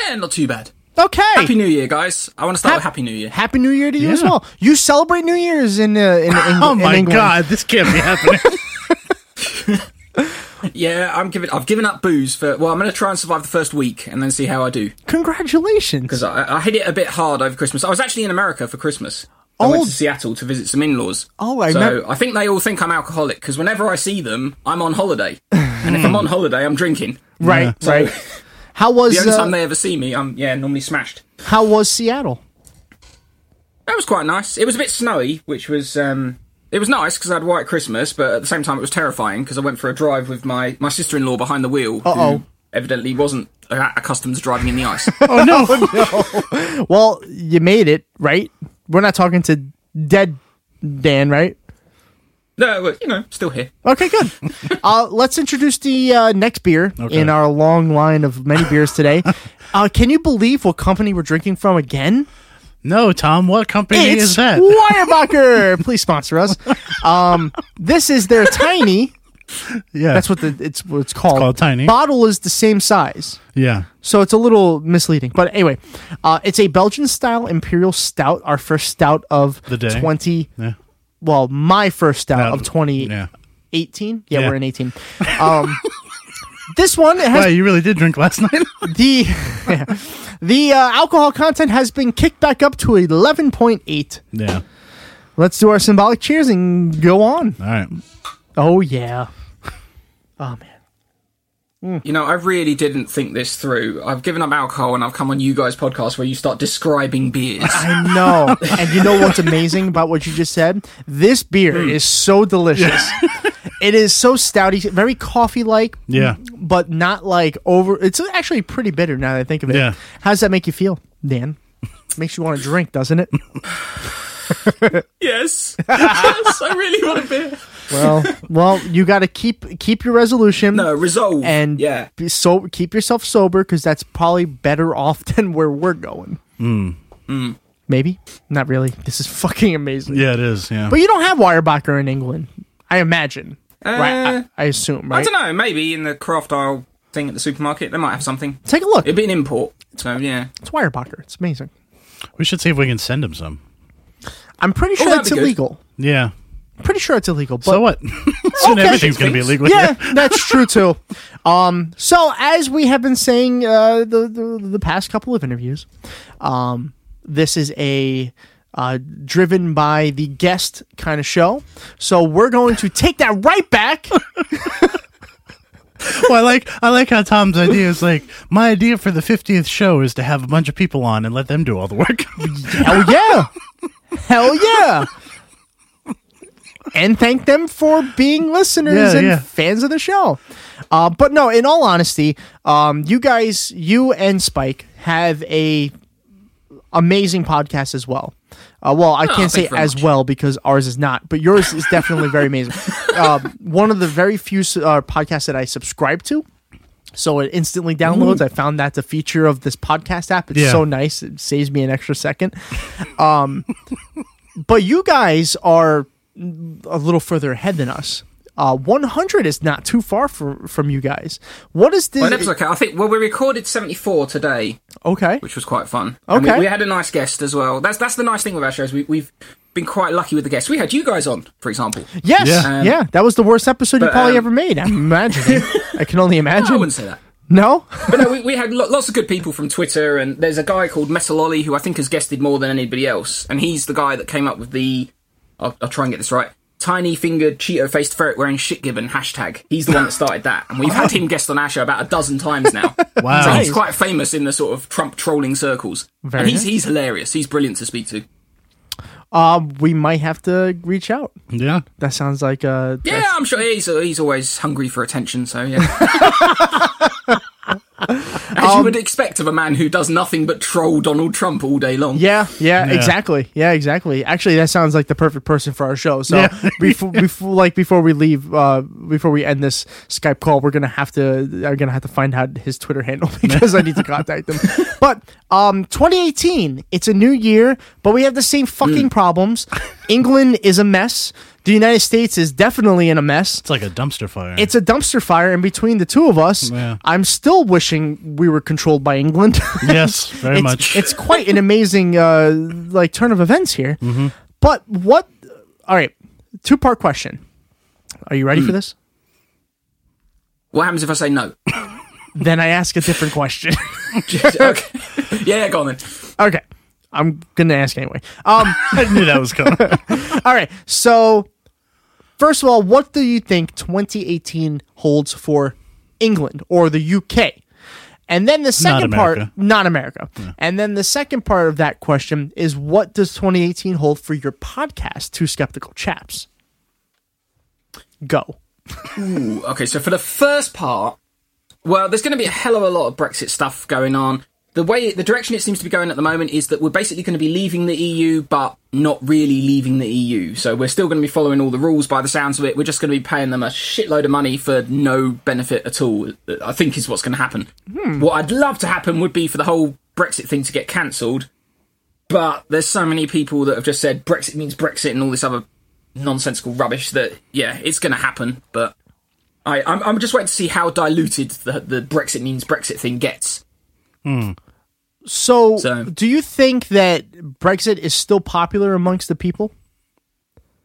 Speaker 13: Yeah, not too bad.
Speaker 7: Okay.
Speaker 13: Happy New Year, guys. I want to start with Happy New Year.
Speaker 7: Happy New Year to you as
Speaker 13: Yeah.
Speaker 7: well. You celebrate New Year's in uh, in, in
Speaker 13: Oh
Speaker 7: in
Speaker 13: my
Speaker 7: England.
Speaker 13: God,
Speaker 8: this can't be happening.
Speaker 13: yeah, I'm giving. I've given up booze for. Well, I'm going to try and survive the first week and then see how I do.
Speaker 7: Congratulations.
Speaker 13: Because I, I hit it a bit hard over Christmas. I was actually in America for Christmas. I went
Speaker 7: Oh.
Speaker 13: to Seattle to visit some in-laws.
Speaker 7: Oh, I
Speaker 13: so
Speaker 7: remem-
Speaker 13: I think they all think I'm alcoholic because whenever I see them, I'm on holiday, and if I'm on holiday, I'm drinking.
Speaker 7: Right,
Speaker 13: So
Speaker 7: right. How was
Speaker 13: the only
Speaker 7: uh,
Speaker 13: time they ever see me, I'm yeah normally smashed.
Speaker 7: how was Seattle?
Speaker 13: That was quite nice. It was a bit snowy, which was um, it was nice because I had white Christmas, but at the same time it was terrifying because I went for a drive with my my sister in law behind the wheel,
Speaker 7: Uh-oh.
Speaker 13: who evidently wasn't uh, accustomed to driving in the ice.
Speaker 7: Oh no, no. Well, you made it, right? We're not talking to dead Dan, right?
Speaker 13: no, but, you know, still here.
Speaker 7: Okay, good. uh, let's introduce the uh, next beer
Speaker 13: Okay.
Speaker 7: in our long line of many beers today. uh, can you believe what company we're drinking from again?
Speaker 8: No, Tom. What company
Speaker 7: it's
Speaker 8: is that?
Speaker 7: Weyerbacher. Please sponsor us. Um, this is their tiny.
Speaker 8: Yeah.
Speaker 7: that's what the it's what it's called.
Speaker 8: called Tiny.
Speaker 7: Bottle is the same size.
Speaker 8: Yeah.
Speaker 7: So it's a little misleading. But anyway, uh, it's a Belgian style imperial stout, our first stout of
Speaker 8: The day.
Speaker 7: 20.
Speaker 8: Yeah.
Speaker 7: Well, my first stout
Speaker 8: No,
Speaker 7: of 2018. Yeah,
Speaker 8: yeah. Yeah.
Speaker 7: we're in 18. Um, this one it has
Speaker 8: Wow, you really did drink last night.
Speaker 7: the the uh, alcohol content has been kicked back up to 11.8.
Speaker 8: yeah.
Speaker 7: Let's do our symbolic cheers and go on.
Speaker 8: All right.
Speaker 7: Oh yeah. Oh man.
Speaker 13: You know, I really didn't think this through. I've given up alcohol and I've come on you guys' podcast where you start describing beers.
Speaker 7: I know. and you know what's amazing about what you just said? This beer
Speaker 8: Hmm.
Speaker 7: is so delicious. it is so stouty, very coffee like.
Speaker 8: Yeah.
Speaker 7: But not like over. It's actually pretty bitter now that I think of it.
Speaker 8: Yeah.
Speaker 7: How does that make you feel, Dan? Makes you want to drink, doesn't it?
Speaker 13: yes, yes, I really want a beer.
Speaker 7: Well, well, you got to keep keep your resolution. No,
Speaker 13: resolve.
Speaker 7: And yeah, be so keep yourself sober because that's probably better off than where we're going.
Speaker 8: Mm.
Speaker 7: Maybe not really. This is fucking amazing.
Speaker 8: Yeah, it is. Yeah.
Speaker 7: But you don't have Weyerbacher in England, I imagine.
Speaker 13: Uh,
Speaker 7: right? I, I assume. Right?
Speaker 13: I don't know. Maybe in the craft aisle thing at the supermarket, they might have something.
Speaker 7: Take a look.
Speaker 13: It'd be an import. So yeah,
Speaker 7: It's Weyerbacher. It's amazing.
Speaker 8: we should see if we can send him some.
Speaker 7: I'm pretty
Speaker 13: Oh,
Speaker 7: sure
Speaker 13: that'd
Speaker 7: it's
Speaker 13: be good.
Speaker 7: illegal.
Speaker 8: Yeah.
Speaker 7: Pretty sure it's illegal. But
Speaker 8: So what? Soon everything's gonna be illegal
Speaker 7: Yeah, that's true too. Um, so as we have been saying uh, the, the the past couple of interviews, um, this is a uh, driven by the guest kind of show. So we're going to take that right back.
Speaker 8: well, I like I like how Tom's idea is like my idea for the fiftieth show is to have a bunch of people on and let them do all the work.
Speaker 7: Hell yeah! Hell yeah! and thank them for being listeners
Speaker 8: Yeah,
Speaker 7: and
Speaker 8: yeah.
Speaker 7: fans of the show. Uh, but no, in all honesty, um, you guys, you and Spike have a amazing podcast as well. Uh, well, I
Speaker 10: Oh,
Speaker 7: can't
Speaker 10: thank you
Speaker 7: say
Speaker 10: very
Speaker 7: as well because ours is not, but yours is definitely very amazing. Um, one of the very few uh, podcasts that I subscribe to. So it instantly downloads. I found that the feature of this podcast app. It's
Speaker 8: Yeah.
Speaker 7: so nice. It saves me an extra second. Um, but you guys are a little further ahead than us. Uh, 100 is not too far for, from you guys. What is this?
Speaker 13: Well, an episode count. I think well, we recorded seventy four today,
Speaker 7: okay.
Speaker 13: which was quite fun. And we-
Speaker 7: Oh. Okay.
Speaker 13: we, had a nice guest as well. That's that's the nice thing with our shows. We, we've been quite lucky with the guests. We had you guys on, for example.
Speaker 7: Yes, yeah.
Speaker 13: Um,
Speaker 7: That was the worst episode you
Speaker 13: but,
Speaker 7: probably
Speaker 13: um,
Speaker 7: ever made. I'm imagining. I can only
Speaker 13: no, I
Speaker 7: imagine.
Speaker 13: wouldn't say that.
Speaker 7: No?
Speaker 13: But no, we, we had lo- lots of good people from Twitter, and there's a guy called Metal Ollie who I think has guested more than anybody else, and he's the guy that came up with the. I'll, I'll try and get this right. Tiny fingered Cheeto faced ferret wearing shit gibbon hashtag. He's the one that started that, and we've had him guest on our show about a dozen times now.
Speaker 8: Wow.
Speaker 13: so he's
Speaker 8: Nice.
Speaker 13: quite famous in the sort of Trump trolling circles.
Speaker 7: Very
Speaker 13: and he's
Speaker 7: nice.
Speaker 13: he's hilarious. He's brilliant to speak to.
Speaker 7: Uh, we might have to reach out.
Speaker 8: Yeah.
Speaker 7: That sounds like uh,
Speaker 13: Yeah, I'm sure he's he's always hungry for attention. So yeah, as you would expect of a man who does nothing but troll Donald Trump all day long.
Speaker 7: Yeah, yeah,
Speaker 13: Yeah.
Speaker 7: exactly. Yeah, exactly. Actually, that sounds like the perfect person for our show. So
Speaker 13: Yeah.
Speaker 7: before, before, like before we leave, uh, before we end this Skype call, we're gonna have to, I'm gonna have to find out his Twitter handle because I need to contact him. But um, 2018, it's a new year, but we have the same fucking
Speaker 8: Hmm.
Speaker 7: problems. England is a mess. The United States is definitely in a mess. It's
Speaker 8: like a dumpster fire.
Speaker 7: It's a dumpster fire, and between the two of us,
Speaker 8: Yeah.
Speaker 7: I'm still wishing we were controlled by England.
Speaker 8: Yes, very
Speaker 7: It's-
Speaker 8: much.
Speaker 7: It's quite an amazing uh, like turn of events here.
Speaker 8: Mm-hmm.
Speaker 7: But what? All right, two part question. Are you ready for
Speaker 13: Hmm.
Speaker 7: this?
Speaker 13: What happens if I say no?
Speaker 7: Then I ask a different question.
Speaker 13: okay. Yeah, go on then.
Speaker 7: okay, I'm gonna ask anyway. Um,
Speaker 8: I knew that was coming.
Speaker 7: all right, so first of all, what do you think 2018 holds for England or the UK? And then the second part,
Speaker 8: America.
Speaker 7: not America. And then the second part of that question is what does 2018 hold for your podcast, Two Skeptical Chaps? Go.
Speaker 13: Ooh, okay, so for the first part, well, there's going to be a hell of a lot of Brexit stuff going on. The way, the direction it seems to be going at the moment is that we're basically going to be leaving the EU, but not really leaving the EU. So we're still going to be following all the rules by the sounds of it. We're just going to be paying them a shitload of money for no benefit at all, I think is what's going to happen.
Speaker 14: Hmm.
Speaker 7: Hmm.
Speaker 13: What I'd love to happen would be for the whole Brexit thing to get cancelled, but there's so many people that have just said Brexit means Brexit and all this other nonsensical rubbish that, yeah, it's going to happen, but I, I'm, I'm just waiting to see how diluted the, the Brexit means Brexit thing gets.
Speaker 7: So,
Speaker 13: So-
Speaker 7: do you think that Brexit is still popular amongst the people?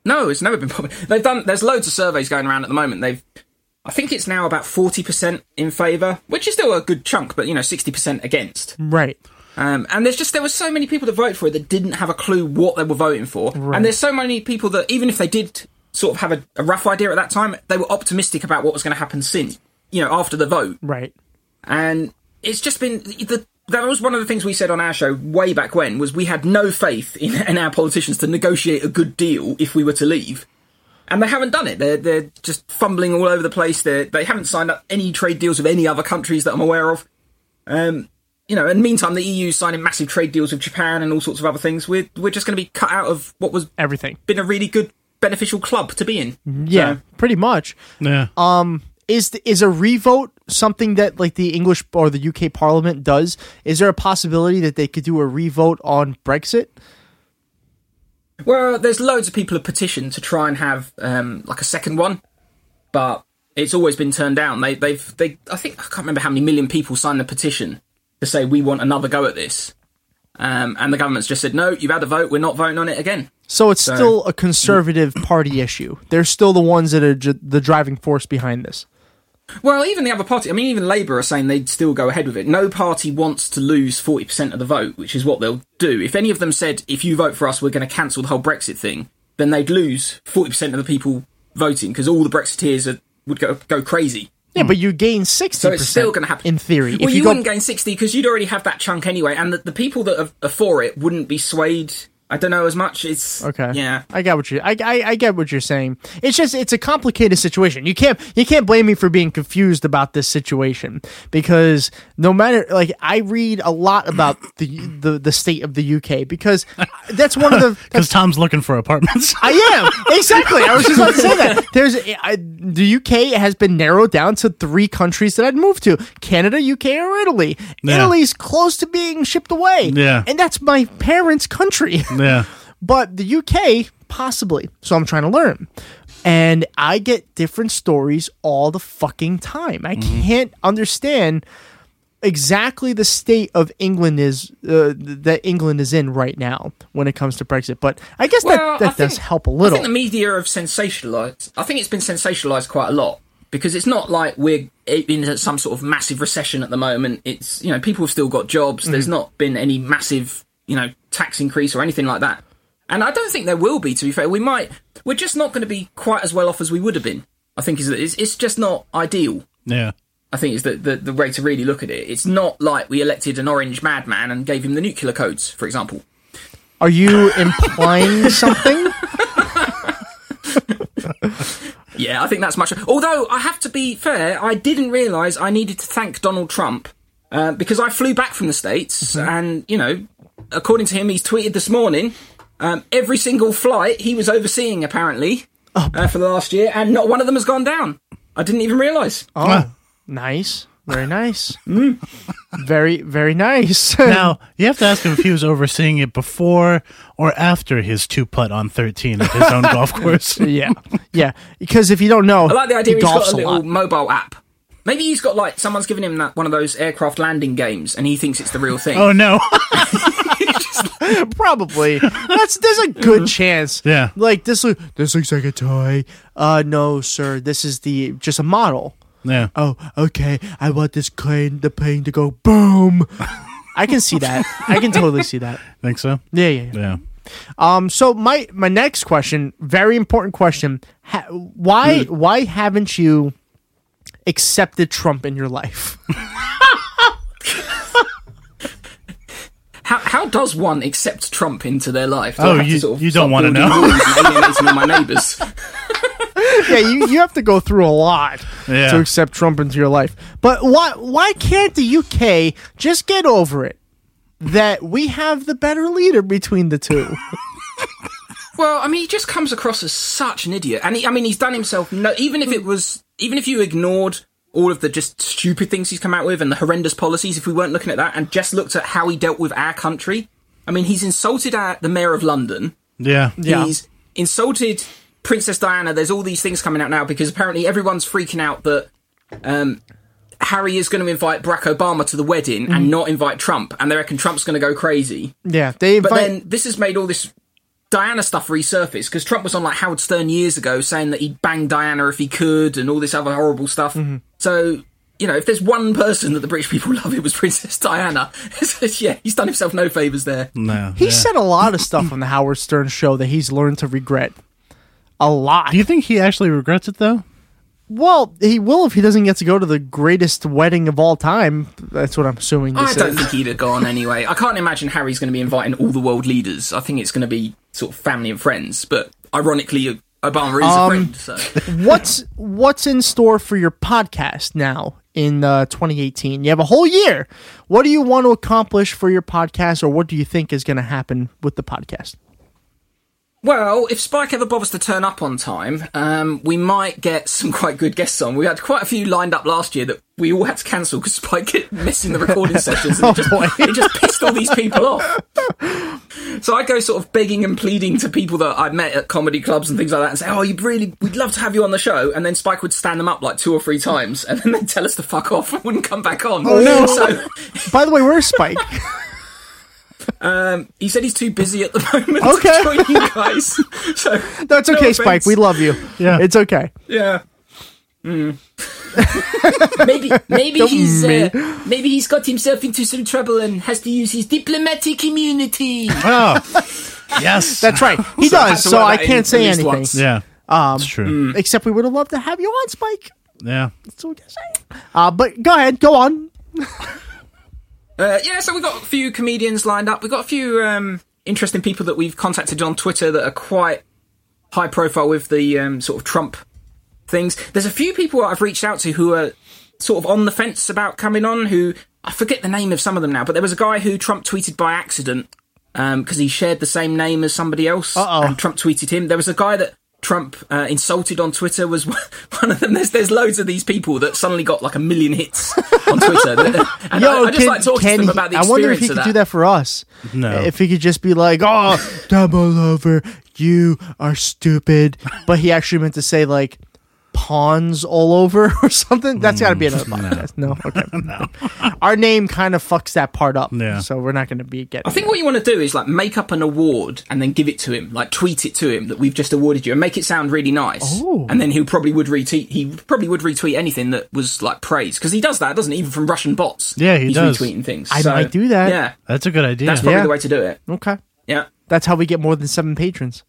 Speaker 13: No, it's never been popular. They've done. There's loads of surveys going around at the moment. They've, I think it's now about forty percent in favour, which is still a good chunk, but you know, sixty percent against.
Speaker 7: Right.
Speaker 13: Um, and there's just there were so many people that voted for it that didn't have a clue what they were voting for, and there's so many people that even if they did sort of have a, a rough idea at that time, they were optimistic about what was going to happen since you know after the vote.
Speaker 7: Right.
Speaker 13: and it's just been the that was one of the things we said on our show way back when was we had no faith in, in our politicians to negotiate a good deal if we were to leave and they haven't done it they're, they're just fumbling all over the place they're, they haven't signed up any trade deals with any other countries that i'm aware of um, you know in the meantime the eu's signing massive trade deals with japan and all sorts of other things we're, we're just going to be cut out of what was
Speaker 7: everything
Speaker 13: been a really good beneficial club to be in
Speaker 7: Mm-hmm. Yeah,
Speaker 13: So-
Speaker 7: pretty much.
Speaker 8: Yeah.
Speaker 7: Um, is th- is a revote something that like the English or the UK Parliament does? Is there a possibility that they could do a revote on Brexit?
Speaker 13: Well, there's loads of people who petition to try and have um, like a second one, but it's always been turned down. They, they've, they, I think I can't remember how many million people signed the petition to say we want another go at this, um, and the government's just said no. You've had a vote. We're not voting on it again.
Speaker 7: So it's
Speaker 13: So-
Speaker 7: still a conservative party issue. They're still the ones that are ju- the driving force behind this.
Speaker 13: Well, even the other party, I mean, even Labour are saying they'd still go ahead with it. No party wants to lose 40% of the vote, which is what they'll do. If any of them said, if you vote for us, we're going to cancel the whole Brexit thing, then they'd lose 40% of the people voting because all the Brexiteers are, would go, go crazy.
Speaker 7: Yeah, but you gain sixty.
Speaker 13: So it's still going to happen.
Speaker 7: in theory.
Speaker 13: Well,
Speaker 7: if
Speaker 13: you,
Speaker 7: you, go,
Speaker 13: wouldn't gain 60 because you'd already have that chunk anyway, and the, the people that are, are for it wouldn't be swayed, I don't know, as much. It's.
Speaker 7: okay,
Speaker 13: Yeah.
Speaker 7: I got what you. I, I I get what you're saying. It's just it's a complicated situation. You can't you can't blame me for being confused about this situation because no matter like I read a lot about the the, the state of the UK because that's one of the
Speaker 8: Because Tom's looking for apartments.
Speaker 7: I am exactly. I was just about to say that. There's I, the UK has been narrowed down to three countries that I'd move to: Canada, UK, or Italy.
Speaker 8: Yeah.
Speaker 7: Italy's close to being shipped away.
Speaker 8: Yeah.
Speaker 7: and that's my parents' country.
Speaker 8: yeah.
Speaker 7: but the UK possibly. So I'm trying to learn. and I get different stories all the fucking time. I
Speaker 8: Mm-hmm.
Speaker 7: can't understand exactly the state of England is uh, th- that England is in right now when it comes to Brexit. But I guess that, that does help a
Speaker 13: I
Speaker 7: little.
Speaker 13: think the media have sensationalized. I think it's been sensationalized quite a lot because it's not like we're in some sort of massive recession at the moment. It's you know people have still got jobs. There's
Speaker 10: Mhm.
Speaker 13: not been any massive you know tax increase or anything like that. And I don't think there will be. To be fair, we might. We're just not going to be quite as well off as we would have been. I think is it's, it's just not ideal.
Speaker 8: Yeah.
Speaker 13: I think is the, the the way to really look at it. It's not like we elected an orange madman and gave him the nuclear codes, for example.
Speaker 7: Are you implying something?
Speaker 13: Yeah, I think that's much. Although I have to be fair, I didn't realise I needed to thank Donald Trump uh, because I flew back from the states,
Speaker 7: Mm-hmm.
Speaker 13: and you know, according to him, he's tweeted this morning. Um, every single flight he was overseeing, apparently,
Speaker 7: Oh.
Speaker 13: uh, for the last year, and not one of them has gone down. I didn't even realise.
Speaker 7: Oh, nice. Very nice. Very, very nice.
Speaker 8: Hmm? now you have to ask him if he was overseeing it before or after his two putt on thirteen at his own golf course.
Speaker 7: yeah, yeah. Because if you don't know,
Speaker 13: I like the idea
Speaker 7: he
Speaker 13: he's
Speaker 7: golfs
Speaker 13: got a little
Speaker 7: lot.
Speaker 13: mobile app. Maybe he's got like someone's given him that one of those aircraft landing games, and he thinks it's the real thing.
Speaker 8: Oh no!
Speaker 7: Probably. That's there's a good chance.
Speaker 8: Yeah.
Speaker 7: Like this look this looks like a toy. Uh no, sir. This is the just a model.
Speaker 8: Yeah.
Speaker 7: Oh, okay. I want this plane the plane to go boom. I can see that. I can totally see that.
Speaker 8: Think so?
Speaker 7: Yeah, yeah,
Speaker 8: yeah.
Speaker 7: Um so my my next question, very important question. Ha- why
Speaker 8: Hmm.
Speaker 7: why haven't you accepted Trump in your life?
Speaker 13: How, how does one accept Trump into their life? Do
Speaker 7: Oh,
Speaker 13: I have to
Speaker 7: you-
Speaker 13: sort of
Speaker 8: you don't
Speaker 13: stop
Speaker 8: wanna
Speaker 13: building
Speaker 8: know.
Speaker 13: walls and alienating all my neighbours.
Speaker 7: yeah, you, you have to go through a lot
Speaker 8: Yeah.
Speaker 7: to accept Trump into your life. But why why can't the UK just get over it that we have the better leader between the two?
Speaker 13: Well, I mean, he just comes across as such an idiot, and he, I mean, he's done himself no. Even if it was, even if you ignored all of the just stupid things he's come out with and the horrendous policies, if we weren't looking at that and just looked at how he dealt with our country, I mean, he's insulted our, the mayor of London.
Speaker 8: Yeah.
Speaker 13: He's insulted Princess Diana. There's all these things coming out now because apparently everyone's freaking out that um, Harry is going to invite Barack Obama to the wedding
Speaker 7: Mm.
Speaker 13: and not invite Trump, and they reckon Trump's going to go crazy.
Speaker 7: yeah, they invite
Speaker 13: But then this has made all this Diana stuff resurface because Trump was on like Howard Stern years ago saying that he'd bang Diana if he could and all this other horrible stuff.
Speaker 7: Mm-hmm.
Speaker 13: So, you know, if there's one person that the British people love, it was Princess Diana. So, yeah, he's done himself no favours there.
Speaker 8: No.
Speaker 7: he said a lot of stuff on the Howard Stern show that he's learned to regret. A lot.
Speaker 8: Do you think he actually regrets it though?
Speaker 7: Well, he will if he doesn't get to go to the greatest wedding of all time. That's what I'm assuming.
Speaker 13: I
Speaker 7: This
Speaker 13: don't
Speaker 7: is.
Speaker 13: think he'd have gone anyway. I can't imagine Harry's going to be inviting all the world leaders. I think it's going to be sort of family and friends, but ironically, Obama
Speaker 7: Um,
Speaker 13: is a friend, so.
Speaker 7: what's what's in store for your podcast now in uh, 2018 you have a whole year what do you want to accomplish for your podcast or what do you think is going to happen with the podcast
Speaker 13: Well, if Spike ever bothers to turn up on time, um, we might get some quite good guests on. We had quite a few lined up last year that we all had to cancel because Spike kept missing the recording sessions. And
Speaker 7: Oh,
Speaker 13: it, just,
Speaker 7: boy.
Speaker 13: it just pissed all these people off. So I go sort of begging and pleading to people that I met at comedy clubs and things like that and say, oh, you really, we'd love to have you on the show. And then Spike would stand them up like two or three times and then they'd tell us to fuck off and wouldn't come back on.
Speaker 7: Oh,
Speaker 13: So
Speaker 7: by the way where's spike
Speaker 13: um, he said he's too busy at the moment
Speaker 7: Okay.
Speaker 13: to join you guys. So
Speaker 7: that's
Speaker 13: no
Speaker 7: okay
Speaker 13: offense.
Speaker 7: spike we love you yeah it's okay
Speaker 13: Yeah. Mm. maybe maybe
Speaker 7: Don't
Speaker 13: he's
Speaker 7: me.
Speaker 13: uh, maybe he's got himself into some trouble and has to use his diplomatic immunity.
Speaker 8: Oh, yes,
Speaker 7: that's right. He
Speaker 13: Ah, So I had
Speaker 7: does,
Speaker 13: to
Speaker 7: so
Speaker 13: wear
Speaker 7: I
Speaker 13: that
Speaker 7: can't
Speaker 13: in
Speaker 7: say
Speaker 13: at least
Speaker 7: anything.
Speaker 13: once. Mm.
Speaker 8: Yeah.
Speaker 7: Um,
Speaker 8: true.
Speaker 7: Except we would have loved to have you on, Spike.
Speaker 8: Yeah.
Speaker 7: That's what I'm saying. Uh, but go ahead, go on.
Speaker 13: Uh, yeah, so we've got a few comedians lined up. We've got a few um, interesting people that we've contacted on Twitter that are quite high profile with the um, sort of Trump things. There's a few people I've reached out to who are sort of on the fence about coming on, who I forget the name of some of them now, but there was a guy who Trump tweeted by um, accident because he shared the same name as somebody else. Uh-oh. And Trump tweeted him. There was a guy that Trump uh, insulted on Twitter was one of them. There's there's loads of these people that suddenly got like a million hits on Twitter. and I, I just
Speaker 7: can-
Speaker 13: like talking to
Speaker 7: can
Speaker 13: them
Speaker 7: he-
Speaker 13: about the
Speaker 7: I
Speaker 13: experience
Speaker 7: wonder if he
Speaker 13: of
Speaker 7: could
Speaker 13: that.
Speaker 7: do that for us.
Speaker 8: No.
Speaker 7: If he could just be like, "Oh, double over, you are stupid," but he actually meant to say like pawns all over or something. That's got to be another podcast. Mm, No, okay, no. Our name kind of fucks that part up. Yeah. So we're not going to be getting.
Speaker 13: I think what you want to do is like make up an award and then give it to him, like tweet it to him that we've just awarded you, and make it sound really nice.
Speaker 7: Oh.
Speaker 13: And then he probably would retweet. He probably would retweet anything that was like praise because he does that, doesn't he? Even from Russian bots.
Speaker 8: Yeah, he
Speaker 13: He's
Speaker 8: does.
Speaker 13: retweeting things.
Speaker 7: I
Speaker 13: So,
Speaker 7: might do that.
Speaker 13: Yeah,
Speaker 8: That's a good idea.
Speaker 13: that's probably the way to do it.
Speaker 7: Okay.
Speaker 13: Yeah.
Speaker 7: That's how we get more than seven patrons.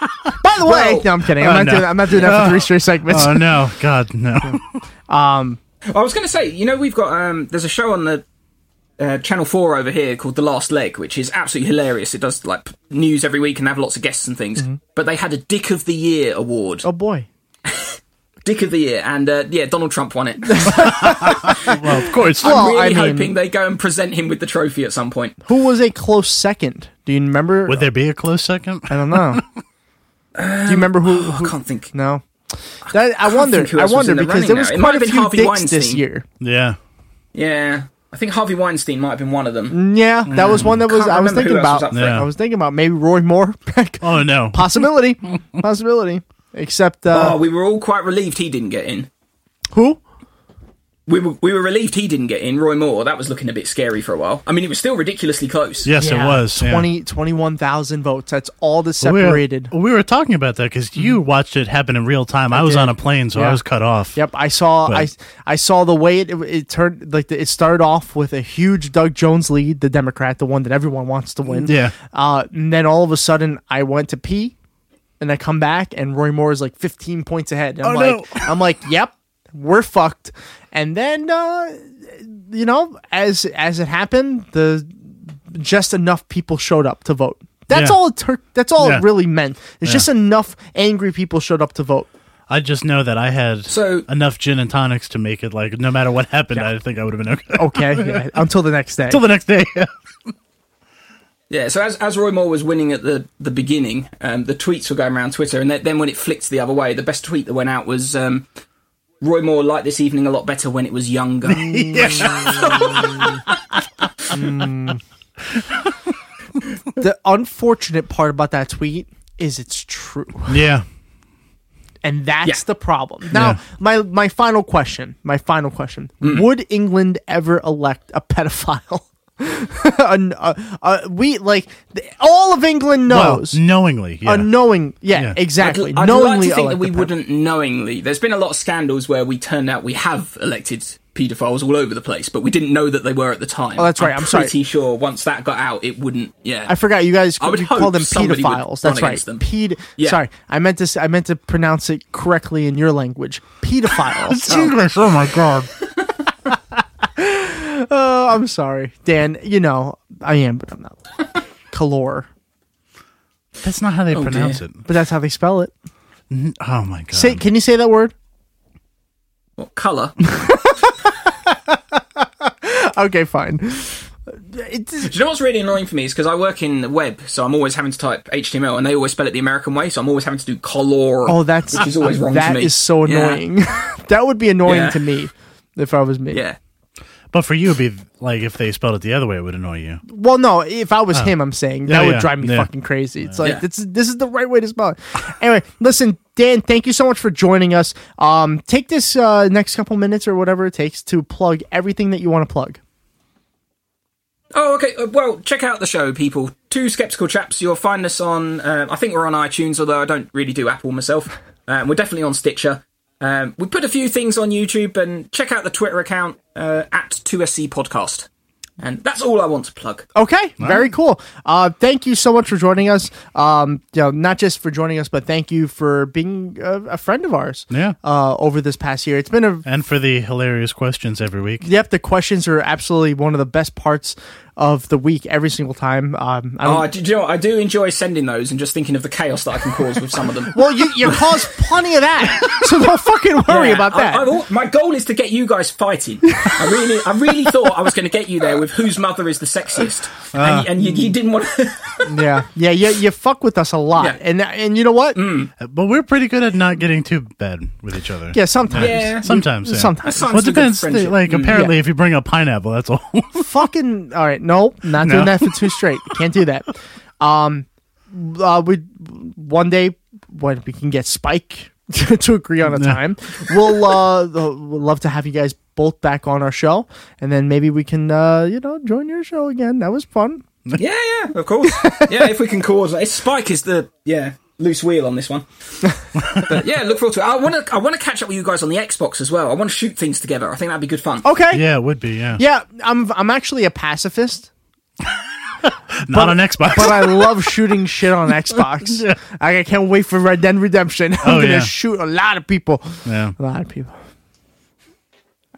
Speaker 7: By the way, no, I'm kidding. I'm
Speaker 8: Oh,
Speaker 7: not
Speaker 8: no.
Speaker 7: doing. That. I'm not doing that for
Speaker 8: Oh.
Speaker 7: three straight segments.
Speaker 8: Oh no, God no.
Speaker 7: um,
Speaker 13: I was going to say, you know, we've got um, there's a show on the uh, Channel Four over here called The Last Leg, which is absolutely hilarious. It does like p- news every week and have lots of guests and things. But they had a Dick of the Year award.
Speaker 7: Mm-hmm. Oh boy,
Speaker 13: Dick of the Year, and uh, yeah, Donald Trump won it.
Speaker 8: well, of course.
Speaker 13: I'm
Speaker 7: Well,
Speaker 13: really
Speaker 7: I mean-
Speaker 13: hoping they go and present him with the trophy at some point.
Speaker 7: Who was a close second? Do you remember?
Speaker 8: Would there be a close second?
Speaker 7: I don't know. Do you remember who? who
Speaker 13: I can't think.
Speaker 7: No, that, I, wonder.
Speaker 13: think who
Speaker 7: I
Speaker 13: else was
Speaker 7: wonder
Speaker 13: in the
Speaker 7: because
Speaker 13: running
Speaker 7: there was
Speaker 13: now. It might
Speaker 7: quite
Speaker 13: have
Speaker 7: a
Speaker 13: been
Speaker 7: few
Speaker 13: Harvey
Speaker 7: dicks this
Speaker 13: Weinstein.
Speaker 7: year.
Speaker 8: Yeah.
Speaker 13: Yeah, I think Harvey Weinstein might have been one of them.
Speaker 7: Yeah, that was one that was
Speaker 13: Mm. Can't
Speaker 7: I was
Speaker 13: remember
Speaker 7: thinking
Speaker 13: who else was
Speaker 7: about.
Speaker 13: up for it.
Speaker 7: I was thinking about maybe Roy Moore.
Speaker 8: Oh no.
Speaker 7: possibility, possibility. Except uh,
Speaker 13: oh, we were all quite relieved he didn't get in.
Speaker 7: who?
Speaker 13: We were, we were relieved he didn't get in. Roy Moore, that was looking a bit scary for a while. I mean, it was still ridiculously close.
Speaker 8: Yes, it was. yeah.
Speaker 7: 20 21,000 votes. That's all that's
Speaker 8: We were-
Speaker 7: separated. Mm-hmm.
Speaker 8: We were, talking about that because you watched it happen in real time. I, was
Speaker 7: did.
Speaker 8: on a plane, so
Speaker 7: Yeah.
Speaker 8: I was cut off.
Speaker 7: Yep, I saw. I
Speaker 8: But-
Speaker 7: I saw the way it, it turned. Like the, it started off with a huge Doug Jones lead, the Democrat, the one that everyone wants to win.
Speaker 8: Yeah.
Speaker 7: Uh, and then all of a sudden, I went to pee, and I come back, and Roy Moore is like 15 points ahead. And I'm
Speaker 8: Oh,
Speaker 7: like,
Speaker 8: no.
Speaker 7: I'm like, yep, we're fucked. And then, uh, you know, as as it happened, the just enough people showed up to vote. That's
Speaker 8: Yeah.
Speaker 7: all. It tur- that's all
Speaker 8: Yeah.
Speaker 7: it really meant. It's
Speaker 8: Yeah.
Speaker 7: just enough angry people showed up to vote.
Speaker 8: I just know that I had
Speaker 13: So-
Speaker 8: enough gin and tonics to make it like no matter what happened, I think I would have been okay
Speaker 7: Okay, yeah, until the next day.
Speaker 8: until the next day.
Speaker 13: Yeah, so as, as Roy Moore was winning at the, the beginning, um, the tweets were going around Twitter, and th- then when it flicked the other way, the best tweet that went out was um, Roy Moore liked this evening a lot better when it was younger.
Speaker 7: the unfortunate part about that tweet is it's true.
Speaker 8: yeah.
Speaker 7: And that's
Speaker 13: Yeah.
Speaker 7: the problem. Now,
Speaker 8: Yeah.
Speaker 7: my my final question, my final question. Would England ever elect a pedophile? An- uh, uh, we like th- all of England
Speaker 8: Well,
Speaker 7: knows.
Speaker 8: knowingly. Yeah.
Speaker 7: Unknowing, yeah,
Speaker 8: Yeah.
Speaker 7: exactly.
Speaker 13: I'd, I'd like
Speaker 7: knowingly
Speaker 13: to think that
Speaker 7: elect
Speaker 13: we
Speaker 7: a pedophile.
Speaker 13: wouldn't knowingly. There's been a lot of scandals where we turned out we have elected paedophiles all over the place, but we didn't know that they were at the time.
Speaker 7: Oh, that's right, I'm sorry.
Speaker 13: pretty sure once that got out, it wouldn't. Yeah,
Speaker 7: I forgot you guys
Speaker 13: I would
Speaker 7: you
Speaker 13: hope
Speaker 7: call them
Speaker 13: somebody would
Speaker 7: pedophiles.
Speaker 13: run
Speaker 7: That's right.
Speaker 13: against them.
Speaker 7: Ped-
Speaker 13: Yeah.
Speaker 7: Sorry, I meant to. s- I meant to pronounce it correctly in your language. Pedophiles.
Speaker 8: English. Oh my god.
Speaker 7: Oh, I'm sorry, Dan. You know I am, but I'm not. Calor,
Speaker 8: That's not how they pronounce
Speaker 13: Oh, dear.
Speaker 8: it.
Speaker 7: but that's how they spell it.
Speaker 8: Oh my god.
Speaker 7: Say, can you say that word?
Speaker 13: What color?
Speaker 7: Okay, fine. It's,
Speaker 13: Do you know what's really annoying for me is because I work in the web, so I'm always having to type HTML, and they always spell it the American way, so I'm always having to do color.
Speaker 7: oh, that's
Speaker 13: which is always wrong
Speaker 7: that
Speaker 13: to me.
Speaker 7: is so
Speaker 13: Yeah.
Speaker 7: annoying. that would be annoying
Speaker 13: Yeah.
Speaker 7: to me if I was me.
Speaker 13: Yeah.
Speaker 8: But for you, it'd be like if they spelled it the other way, it would annoy you.
Speaker 7: Well, no, if I was him, I'm saying that
Speaker 8: Oh. Yeah,
Speaker 7: would
Speaker 8: yeah,
Speaker 7: drive me
Speaker 8: yeah.
Speaker 7: fucking crazy. It's like
Speaker 13: Yeah.
Speaker 7: this, this is the right way to spell it. Anyway, listen, Dan, thank you so much for joining us. Um, take this uh, next couple minutes or whatever it takes to plug everything that you want to plug.
Speaker 13: Oh, okay. uh, Well, check out the show, people. Two Skeptical Chaps. You'll find us on, uh, I think we're on iTunes, although I don't really do Apple myself. Um, we're definitely on Stitcher. Um, we put a few things on YouTube, and check out the Twitter account uh, at 2SC Podcast. And that's all I want to plug.
Speaker 7: Okay, very cool. Uh, thank you so much for joining us. Um, you know, not just for joining us, but thank you for being a, a friend of ours.
Speaker 8: Yeah.
Speaker 7: Uh, over this past year, it's been a
Speaker 8: And for the hilarious questions every week.
Speaker 7: Yep, the questions are absolutely one of the best parts of the week every single time. Um, I don't-
Speaker 13: Oh, I do, do you know what? I do enjoy sending those and just thinking of the chaos that I can cause with some of them.
Speaker 7: well, you, you caused plenty of that, so don't fucking worry
Speaker 13: Yeah,
Speaker 7: about
Speaker 13: I-
Speaker 7: that.
Speaker 13: I've al- my goal is to get you guys fighting. I really, I really thought I was going to get you there with whose mother is the sexiest,
Speaker 7: Ah.
Speaker 13: and, and you, you didn't want. to...
Speaker 7: yeah, yeah, you, you fuck with us a lot, and and you know what?
Speaker 8: But we're pretty good at not getting too bad with each other.
Speaker 7: Yeah, sometimes. Yeah.
Speaker 8: Sometimes. Yeah.
Speaker 7: Sometimes.
Speaker 8: Well, it depends.
Speaker 7: Friendship.
Speaker 8: Like,
Speaker 7: Mm.
Speaker 8: apparently,
Speaker 7: Yeah.
Speaker 8: if you bring up pineapple, that's all.
Speaker 7: fucking all right. No, not
Speaker 8: No.
Speaker 7: doing that for two straight. Can't do that. Um, uh, we one day when we can get Spike to agree on a time, we'll uh, we'll love to have you guys both back on our show, and then maybe we can uh, you know join your show again. That was fun.
Speaker 13: yeah, yeah, of course. Yeah, if we can cause it. Spike is the yeah loose wheel on this one. But yeah, look forward to it. I want to. I want to catch up with you guys on the Xbox as well. I want to shoot things together. I think that'd be good fun.
Speaker 7: Okay.
Speaker 8: Yeah, it would be. Yeah.
Speaker 7: Yeah, I'm I'm actually a pacifist.
Speaker 8: Not on Xbox.
Speaker 7: but I love shooting shit on Xbox.
Speaker 8: Yeah.
Speaker 7: I can't wait for Red Dead Redemption. I'm
Speaker 8: Oh,
Speaker 7: gonna
Speaker 8: yeah.
Speaker 7: shoot a lot of people.
Speaker 8: Yeah.
Speaker 7: A lot of people.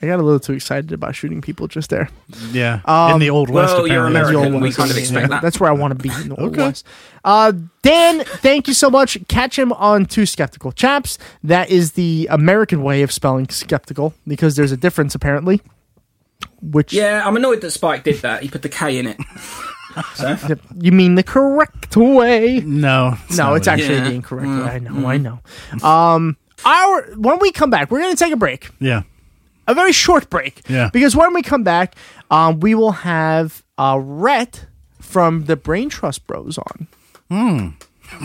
Speaker 7: I got a little too excited about shooting people just there.
Speaker 8: Yeah.
Speaker 7: Um,
Speaker 8: in the old west. apparently.
Speaker 7: In the Old West. Yeah, That's where I want to be in the Old West. Uh, Dan, thank you so much. Catch him on Two Skeptical Chaps. That is the American way of spelling skeptical because there's a difference apparently. Which
Speaker 13: Yeah, I'm annoyed that Spike did that. He put the K in it. So
Speaker 7: you mean Uh, the correct way?
Speaker 8: No,
Speaker 7: no, it's actually the incorrect way. I know,
Speaker 8: Mm.
Speaker 7: I know. Um, our when we come back, we're gonna take a break.
Speaker 8: Yeah.
Speaker 7: a very short break.
Speaker 8: Yeah.
Speaker 7: Because when we come back, um, we will have uh, Rhett from the Brain Trust Bros on.
Speaker 8: Hmm.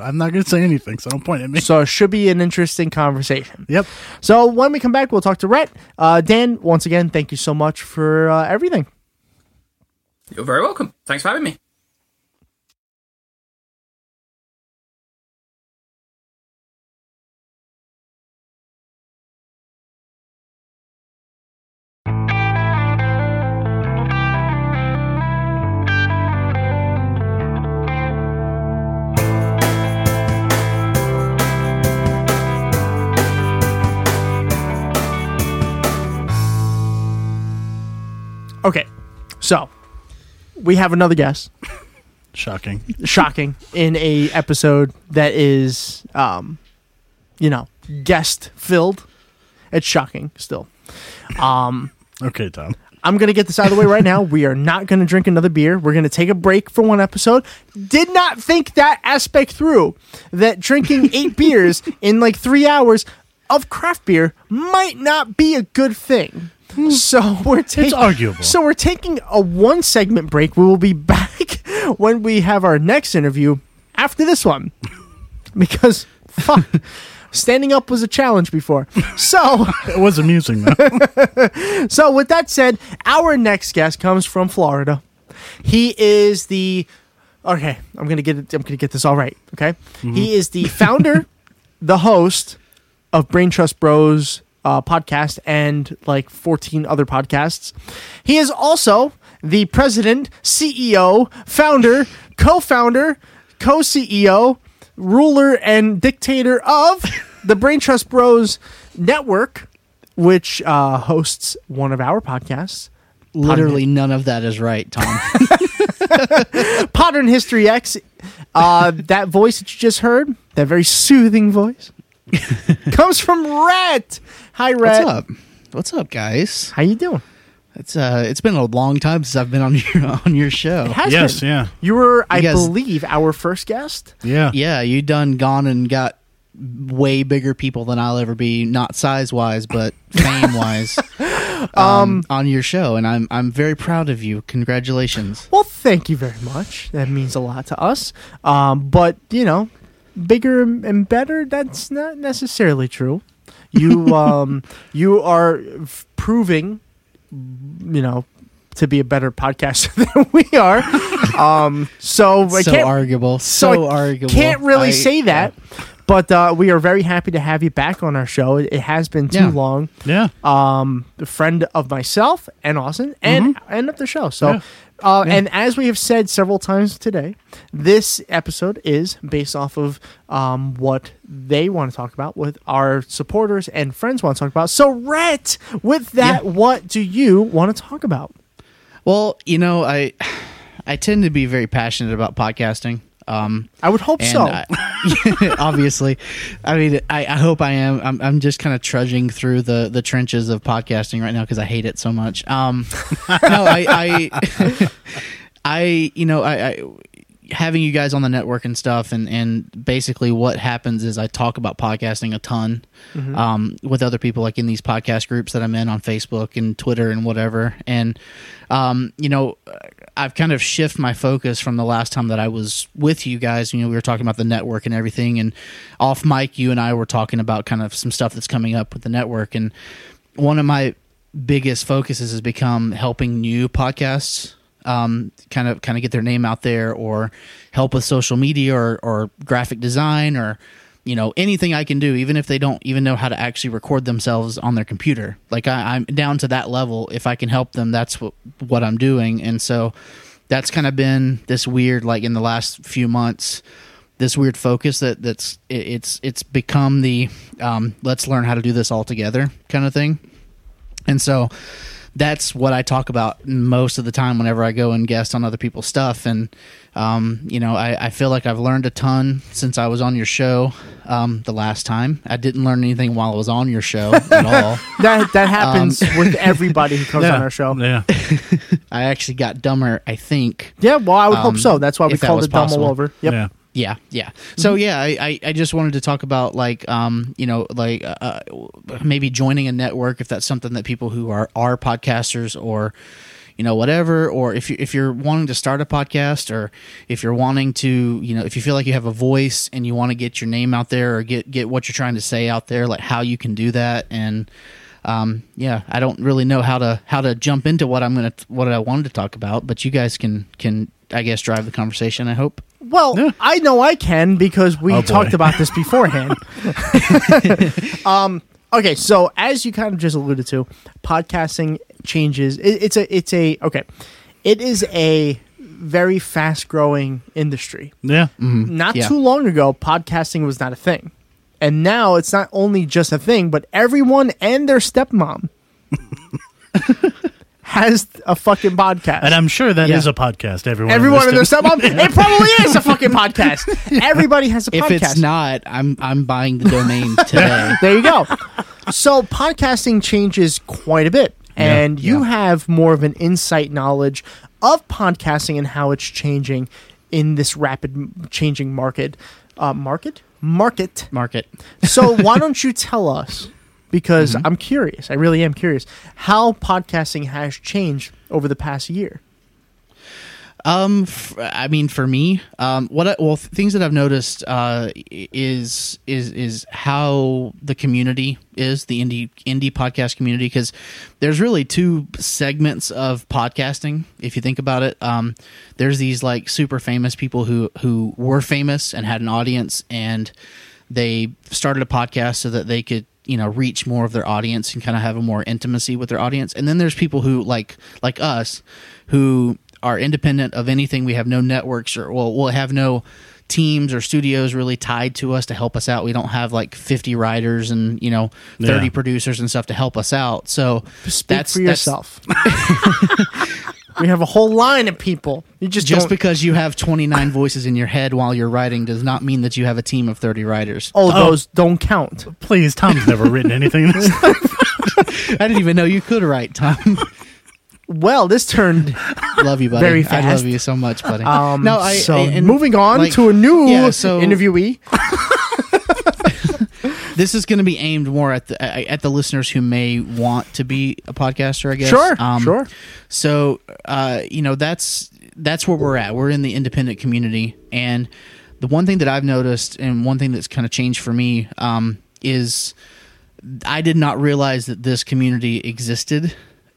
Speaker 8: I'm not going to say anything, so don't point at me.
Speaker 7: So it should be an interesting conversation.
Speaker 8: Yep.
Speaker 7: So when we come back, we'll talk to Rhett. Uh, Dan, once again, thank you so much for uh, everything.
Speaker 13: you're very welcome. Thanks for having me.
Speaker 7: Okay. So we have another guest.
Speaker 8: Shocking.
Speaker 7: Shocking in a episode that is, um, you know, guest filled. It's shocking still. Um,
Speaker 8: Okay, Tom.
Speaker 7: I'm going to get this out of the way right now. We are not going to drink another beer. We're going to take a break for one episode. Did not think that aspect through that drinking eight beers in like three hours of craft beer might not be a good thing. So we're taking
Speaker 8: arguable.
Speaker 7: So we're taking a one segment break. We will be back when we have our next interview after this one. Because fuck standing up was a challenge before. So
Speaker 8: it was amusing though.
Speaker 7: so with that said, our next guest comes from Florida. He is the okay. I'm gonna get it, I'm gonna get this all right. Okay,
Speaker 8: Mm-hmm.
Speaker 7: he is the founder, the host of Brain Trust Bros uh, podcast and like 14 other podcasts. He is also the president, CEO, founder, co-founder, co-CEO, ruler, and dictator of the Brain Trust Bros network, which uh, hosts one of our podcasts.
Speaker 10: Literally none of that is right, Tom.
Speaker 7: Modern History X. Uh, that voice that you just heard, that very soothing voice, comes from Rhett. Hi, Rhett.
Speaker 10: What's up? What's up, guys?
Speaker 7: How you doing?
Speaker 10: It's uh, it's been a long time since I've been on your on your show.
Speaker 7: It has Yes, been. yeah. You were, I
Speaker 10: guys-
Speaker 7: believe, our first guest.
Speaker 8: Yeah,
Speaker 10: yeah. You done gone and got way bigger people than I'll ever be, not size wise, but fame wise. um, on your show, and I'm I'm very proud of you. Congratulations.
Speaker 7: Well, thank you very much. That means a lot to us. Um, but you know, bigger and better. That's not necessarily true. You um, you are f- proving, you know, to be a better podcaster than we are. Um, so I
Speaker 10: So
Speaker 7: can't,
Speaker 10: arguable. So
Speaker 7: I
Speaker 10: arguable.
Speaker 7: Can't really
Speaker 10: I-
Speaker 7: say that. But uh, we are very happy to have you back on our show. It it has been too
Speaker 10: Yeah.
Speaker 7: long.
Speaker 8: Yeah.
Speaker 7: Um, a friend of myself and Austin and end up the show. So,
Speaker 10: Mm-hmm. Yeah.
Speaker 7: uh, and as we have said several times today, this episode is based off of um, what they want to talk about, what our supporters and friends want to talk about. So, Rhett, with that, what do you want to talk about?
Speaker 10: Well, you know, I I tend to be very passionate about podcasting. Um,
Speaker 7: I would hope so.
Speaker 10: obviously, I mean, I, I hope I am. I'm, I'm just kind of trudging through the, the trenches of podcasting right now because I hate it so much. Um, no, I, I, I, you know, I, I, having you guys on the network and stuff, and and basically what happens is I talk about podcasting a ton
Speaker 14: Mhm.
Speaker 10: um, with other people, like in these podcast groups that I'm in on Facebook and Twitter and whatever. And um, you know, I've kind of shift my focus from the last time that I was with you guys. You know, we were talking about the network and everything, and off mic, you and I were talking about kind of some stuff that's coming up with the network. And one of my biggest focuses has become helping new podcasts um, kind of kind of get their name out there or help with social media or, or graphic design or you know anything I can do, even if they don't even know how to actually record themselves on their computer. Like I, I'm down to that level. If I can help them, that's what what I'm doing. And so that's kind of been this weird, like in the last few months, this weird focus that that's it, it's it's become the um, let's learn how to do this all together kind of thing. And so that's what I talk about most of the time whenever I go and guest on other people's stuff. And, um, you know, I, I feel like I've learned a ton since I was on your show um, the last time. I didn't learn anything while I was on your show at all.
Speaker 7: that that happens
Speaker 10: Um,
Speaker 7: with everybody who comes
Speaker 10: yeah.
Speaker 7: on our show.
Speaker 8: Yeah.
Speaker 10: I actually got dumber, I think. Um,
Speaker 7: Yeah, well, I would hope so. That's why we
Speaker 10: if that
Speaker 7: called
Speaker 10: was
Speaker 7: it Dumb All
Speaker 10: possible.
Speaker 7: Over. Yep. Mhm. Yeah.
Speaker 10: Yeah, yeah. So yeah, I, I, I just wanted to talk about like um you know like uh, uh, maybe joining a network if that's something that people who are are podcasters or you know whatever or if you if you're wanting to start a podcast or if you're wanting to you know if you feel like you have a voice and you want to get your name out there or get get what you're trying to say out there like how you can do that and um yeah I don't really know how to how to jump into what I'm gonna what I wanted to talk about but you guys can can I guess drive the conversation I hope.
Speaker 7: Well, I know I can because we
Speaker 10: Oh, boy.
Speaker 7: talked about this beforehand. um, okay, so as you kind of just alluded to, podcasting changes. It, it's a it's a okay. It is a very fast growing industry.
Speaker 8: Yeah.
Speaker 7: Not too long ago, podcasting was not a thing. And now it's not only just a thing, but everyone and their stepmom has a fucking podcast.
Speaker 8: And I'm sure that is
Speaker 7: Yeah.
Speaker 8: a podcast. Everyone,
Speaker 7: Everyone and their
Speaker 8: step
Speaker 7: stepmom. It probably is a fucking podcast. Everybody has a
Speaker 10: If
Speaker 7: podcast.
Speaker 10: it's not, I'm I'm buying the domain today.
Speaker 7: there you go. So podcasting changes quite a bit, and you have more of an insight knowledge of podcasting and how it's changing in this rapid m- changing market. Uh, market, market,
Speaker 10: market. Mm-hmm.
Speaker 7: so why don't you tell us? Because I'm curious. I really am curious how podcasting has changed over the past year.
Speaker 10: Um, f- I mean, for me, um, what I, well th- things that I've noticed uh, i- is is is how the community is the indie indie podcast community because there's really two segments of podcasting if you think about it. Um, there's these like super famous people who who were famous and had an audience and they started a podcast so that they could you know reach more of their audience and kind of have a more intimacy with their audience and then there's people who like like us who are independent of anything we have no networks or well we'll have no teams or studios really tied to us to help us out we don't have like 50 writers and you know 30
Speaker 7: Yeah.
Speaker 10: producers and stuff to help us out so
Speaker 7: Speak for yourself. we have a whole line of people. You just
Speaker 10: just
Speaker 7: don't-
Speaker 10: because you have 29 voices in your head while you're writing does not mean that you have a team of 30 writers
Speaker 7: Oh, those don't count.
Speaker 8: Please, Tom's never written anything.
Speaker 10: I didn't even know you could write, Tom.
Speaker 7: well, this turned
Speaker 10: love you, buddy.
Speaker 7: very
Speaker 10: I
Speaker 7: fast.
Speaker 10: love you so much, buddy.
Speaker 7: Um,
Speaker 10: no, I,
Speaker 7: so
Speaker 10: I- and,
Speaker 7: moving on
Speaker 10: like,
Speaker 7: to a new
Speaker 10: yeah, so-
Speaker 7: interviewee.
Speaker 10: This is going to be aimed more at the at the listeners who may want to be a podcaster. I guess.
Speaker 7: Sure, sure.
Speaker 10: Um, So, uh, you know, that's that's where we're at. We're in the independent community, and the one thing that I've noticed, and one thing that's kind of changed for me, um, is I did not realize that this community existed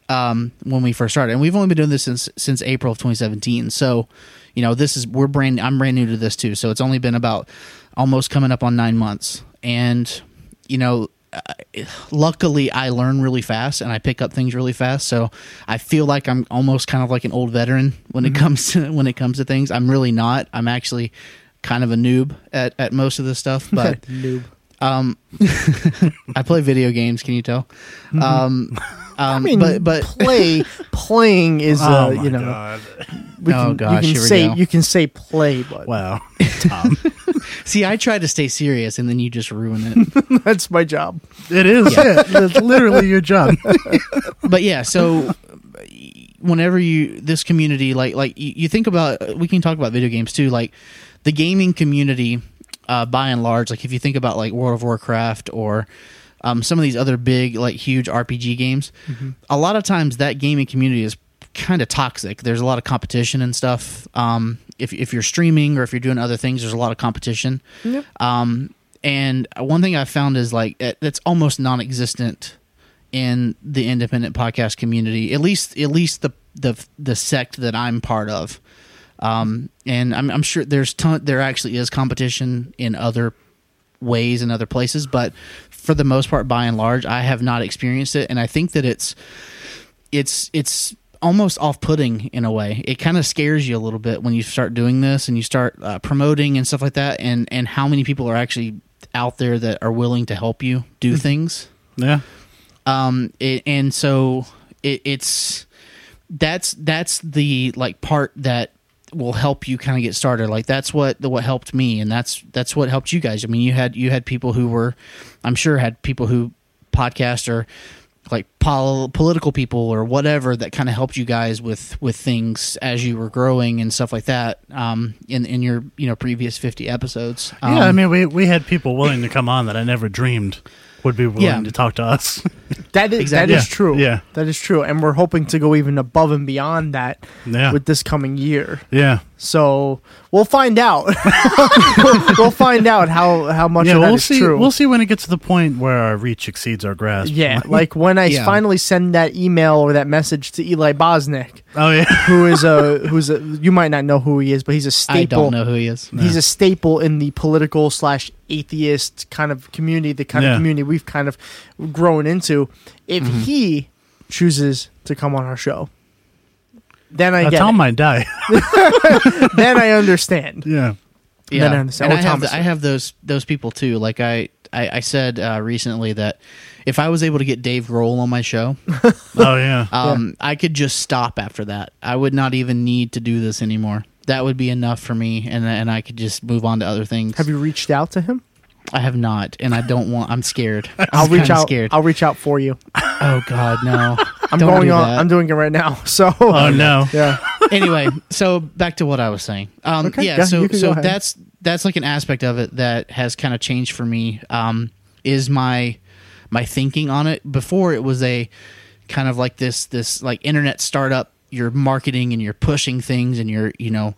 Speaker 10: um, when we first started, and we've only been doing this since since April of 2017. So, you know, this is we're brand. I'm brand new to this too, so it's only been about almost coming up on nine months, and you know. I- Luckily, I learn really fast and I pick up things really fast. So I feel like I'm almost kind of like an old veteran when
Speaker 7: Mm-hmm.
Speaker 10: it comes to when it comes to things. I'm really not. I'm actually kind of a noob at, at most of this stuff. But
Speaker 7: Noob.
Speaker 10: Um, I play video games. Can you tell? Um, um, but but
Speaker 7: Mm-hmm. play playing is uh, you know we
Speaker 10: Oh,
Speaker 7: can,
Speaker 10: gosh,
Speaker 7: you
Speaker 10: here
Speaker 7: can
Speaker 10: we
Speaker 7: say
Speaker 10: go.
Speaker 7: you can say play but
Speaker 8: wow
Speaker 10: See, I try to stay serious, and then you just ruin it.
Speaker 7: that's my job.
Speaker 8: It is it. That's literally your job.
Speaker 10: but yeah, so whenever you this community, like like you, you think about, we can talk about video games too. Like the gaming community, uh, by and large, like if you think about like World of Warcraft or um, some of these other big like huge RPG games, a lot of times that gaming community is kind of toxic. There's a lot of competition and stuff. Um, if if you're streaming or if you're doing other things, there's a lot of competition.
Speaker 7: Yep.
Speaker 10: Um, and one thing I found is like it- it's almost non-existent in the independent podcast community. At least at least the the the sect that I'm part of. Um, and I'm, I'm sure there's ton, there actually is competition in other ways and other places, but for the most part, by and large, I have not experienced it, and I think that it's it's it's almost off-putting in a way it kind of scares you a little bit when you start doing this and you start uh, promoting and stuff like that and and how many people are actually out there that are willing to help you do things
Speaker 8: yeah
Speaker 10: um it, and so it, it's that's that's the like part that will help you kind of get started like that's what the what helped me and that's that's what helped you guys i mean you had you had people who were i'm sure had people who podcast or like pol- political people or whatever that kind of helped you guys with with things as you were growing and stuff like that um in in your you know previous 50 episodes um,
Speaker 8: yeah, I mean, we we had people willing to come on that I never dreamed would be willing
Speaker 10: Yeah.
Speaker 8: to talk to us.
Speaker 7: That is
Speaker 8: Exactly.
Speaker 7: that is
Speaker 8: Yeah.
Speaker 7: true.
Speaker 8: Yeah.
Speaker 7: that is true, and we're hoping to go even above and beyond that
Speaker 8: Yeah.
Speaker 7: with this coming year.
Speaker 8: Yeah.
Speaker 7: So we'll find out. we'll, we'll find out how how much
Speaker 8: yeah,
Speaker 7: of that
Speaker 8: we'll
Speaker 7: is
Speaker 8: see.
Speaker 7: true.
Speaker 8: We'll see when it gets to the point where our reach exceeds our grasp.
Speaker 7: yeah, like when I
Speaker 8: Yeah.
Speaker 7: finally send that email or that message to Eli Bosnick.
Speaker 8: Oh yeah,
Speaker 7: who is a who's a you might not know who he is, but he's a staple.
Speaker 10: I don't know who he is.
Speaker 7: He's a staple in the political slash atheist kind of community, the kind
Speaker 10: Yeah.
Speaker 7: of community we've kind of grown into. If
Speaker 10: Mhm.
Speaker 7: he chooses to come on our show, then I
Speaker 8: Uh,
Speaker 7: get
Speaker 8: Tom
Speaker 7: it.
Speaker 8: might die.
Speaker 7: then I understand.
Speaker 8: Yeah.
Speaker 10: Yeah,
Speaker 7: Then I understand.
Speaker 10: And
Speaker 7: Or
Speaker 10: I, have
Speaker 7: Thomas.
Speaker 10: th- I have those those people too. Like I, I, I said uh, recently that if I was able to get Dave Grohl on my show,
Speaker 8: oh yeah,
Speaker 10: um, I could just stop after that. I would not even need to do this anymore. That would be enough for me, and and I could just move on to other things. Have
Speaker 7: you reached out to him?
Speaker 10: I have not, and I don't want. I'm scared.
Speaker 7: I'll
Speaker 10: I'm
Speaker 7: reach
Speaker 10: kinda
Speaker 7: out.
Speaker 10: Scared.
Speaker 7: I'll reach out for you.
Speaker 10: Oh God, no!
Speaker 7: I'm
Speaker 10: Don't
Speaker 7: going
Speaker 10: do
Speaker 7: on.
Speaker 10: that.
Speaker 7: I'm doing it right now. So.
Speaker 10: Oh, no.
Speaker 7: Yeah.
Speaker 10: anyway, so back to what I was saying. Um,
Speaker 7: Okay,
Speaker 10: yeah,
Speaker 7: yeah,
Speaker 10: so
Speaker 7: you can go
Speaker 10: so
Speaker 7: ahead.
Speaker 10: that's that's like an aspect of it that has kind of changed for me. Um, is my my thinking on it before it was a kind of like this this like internet startup. You're marketing and you're pushing things and you're you know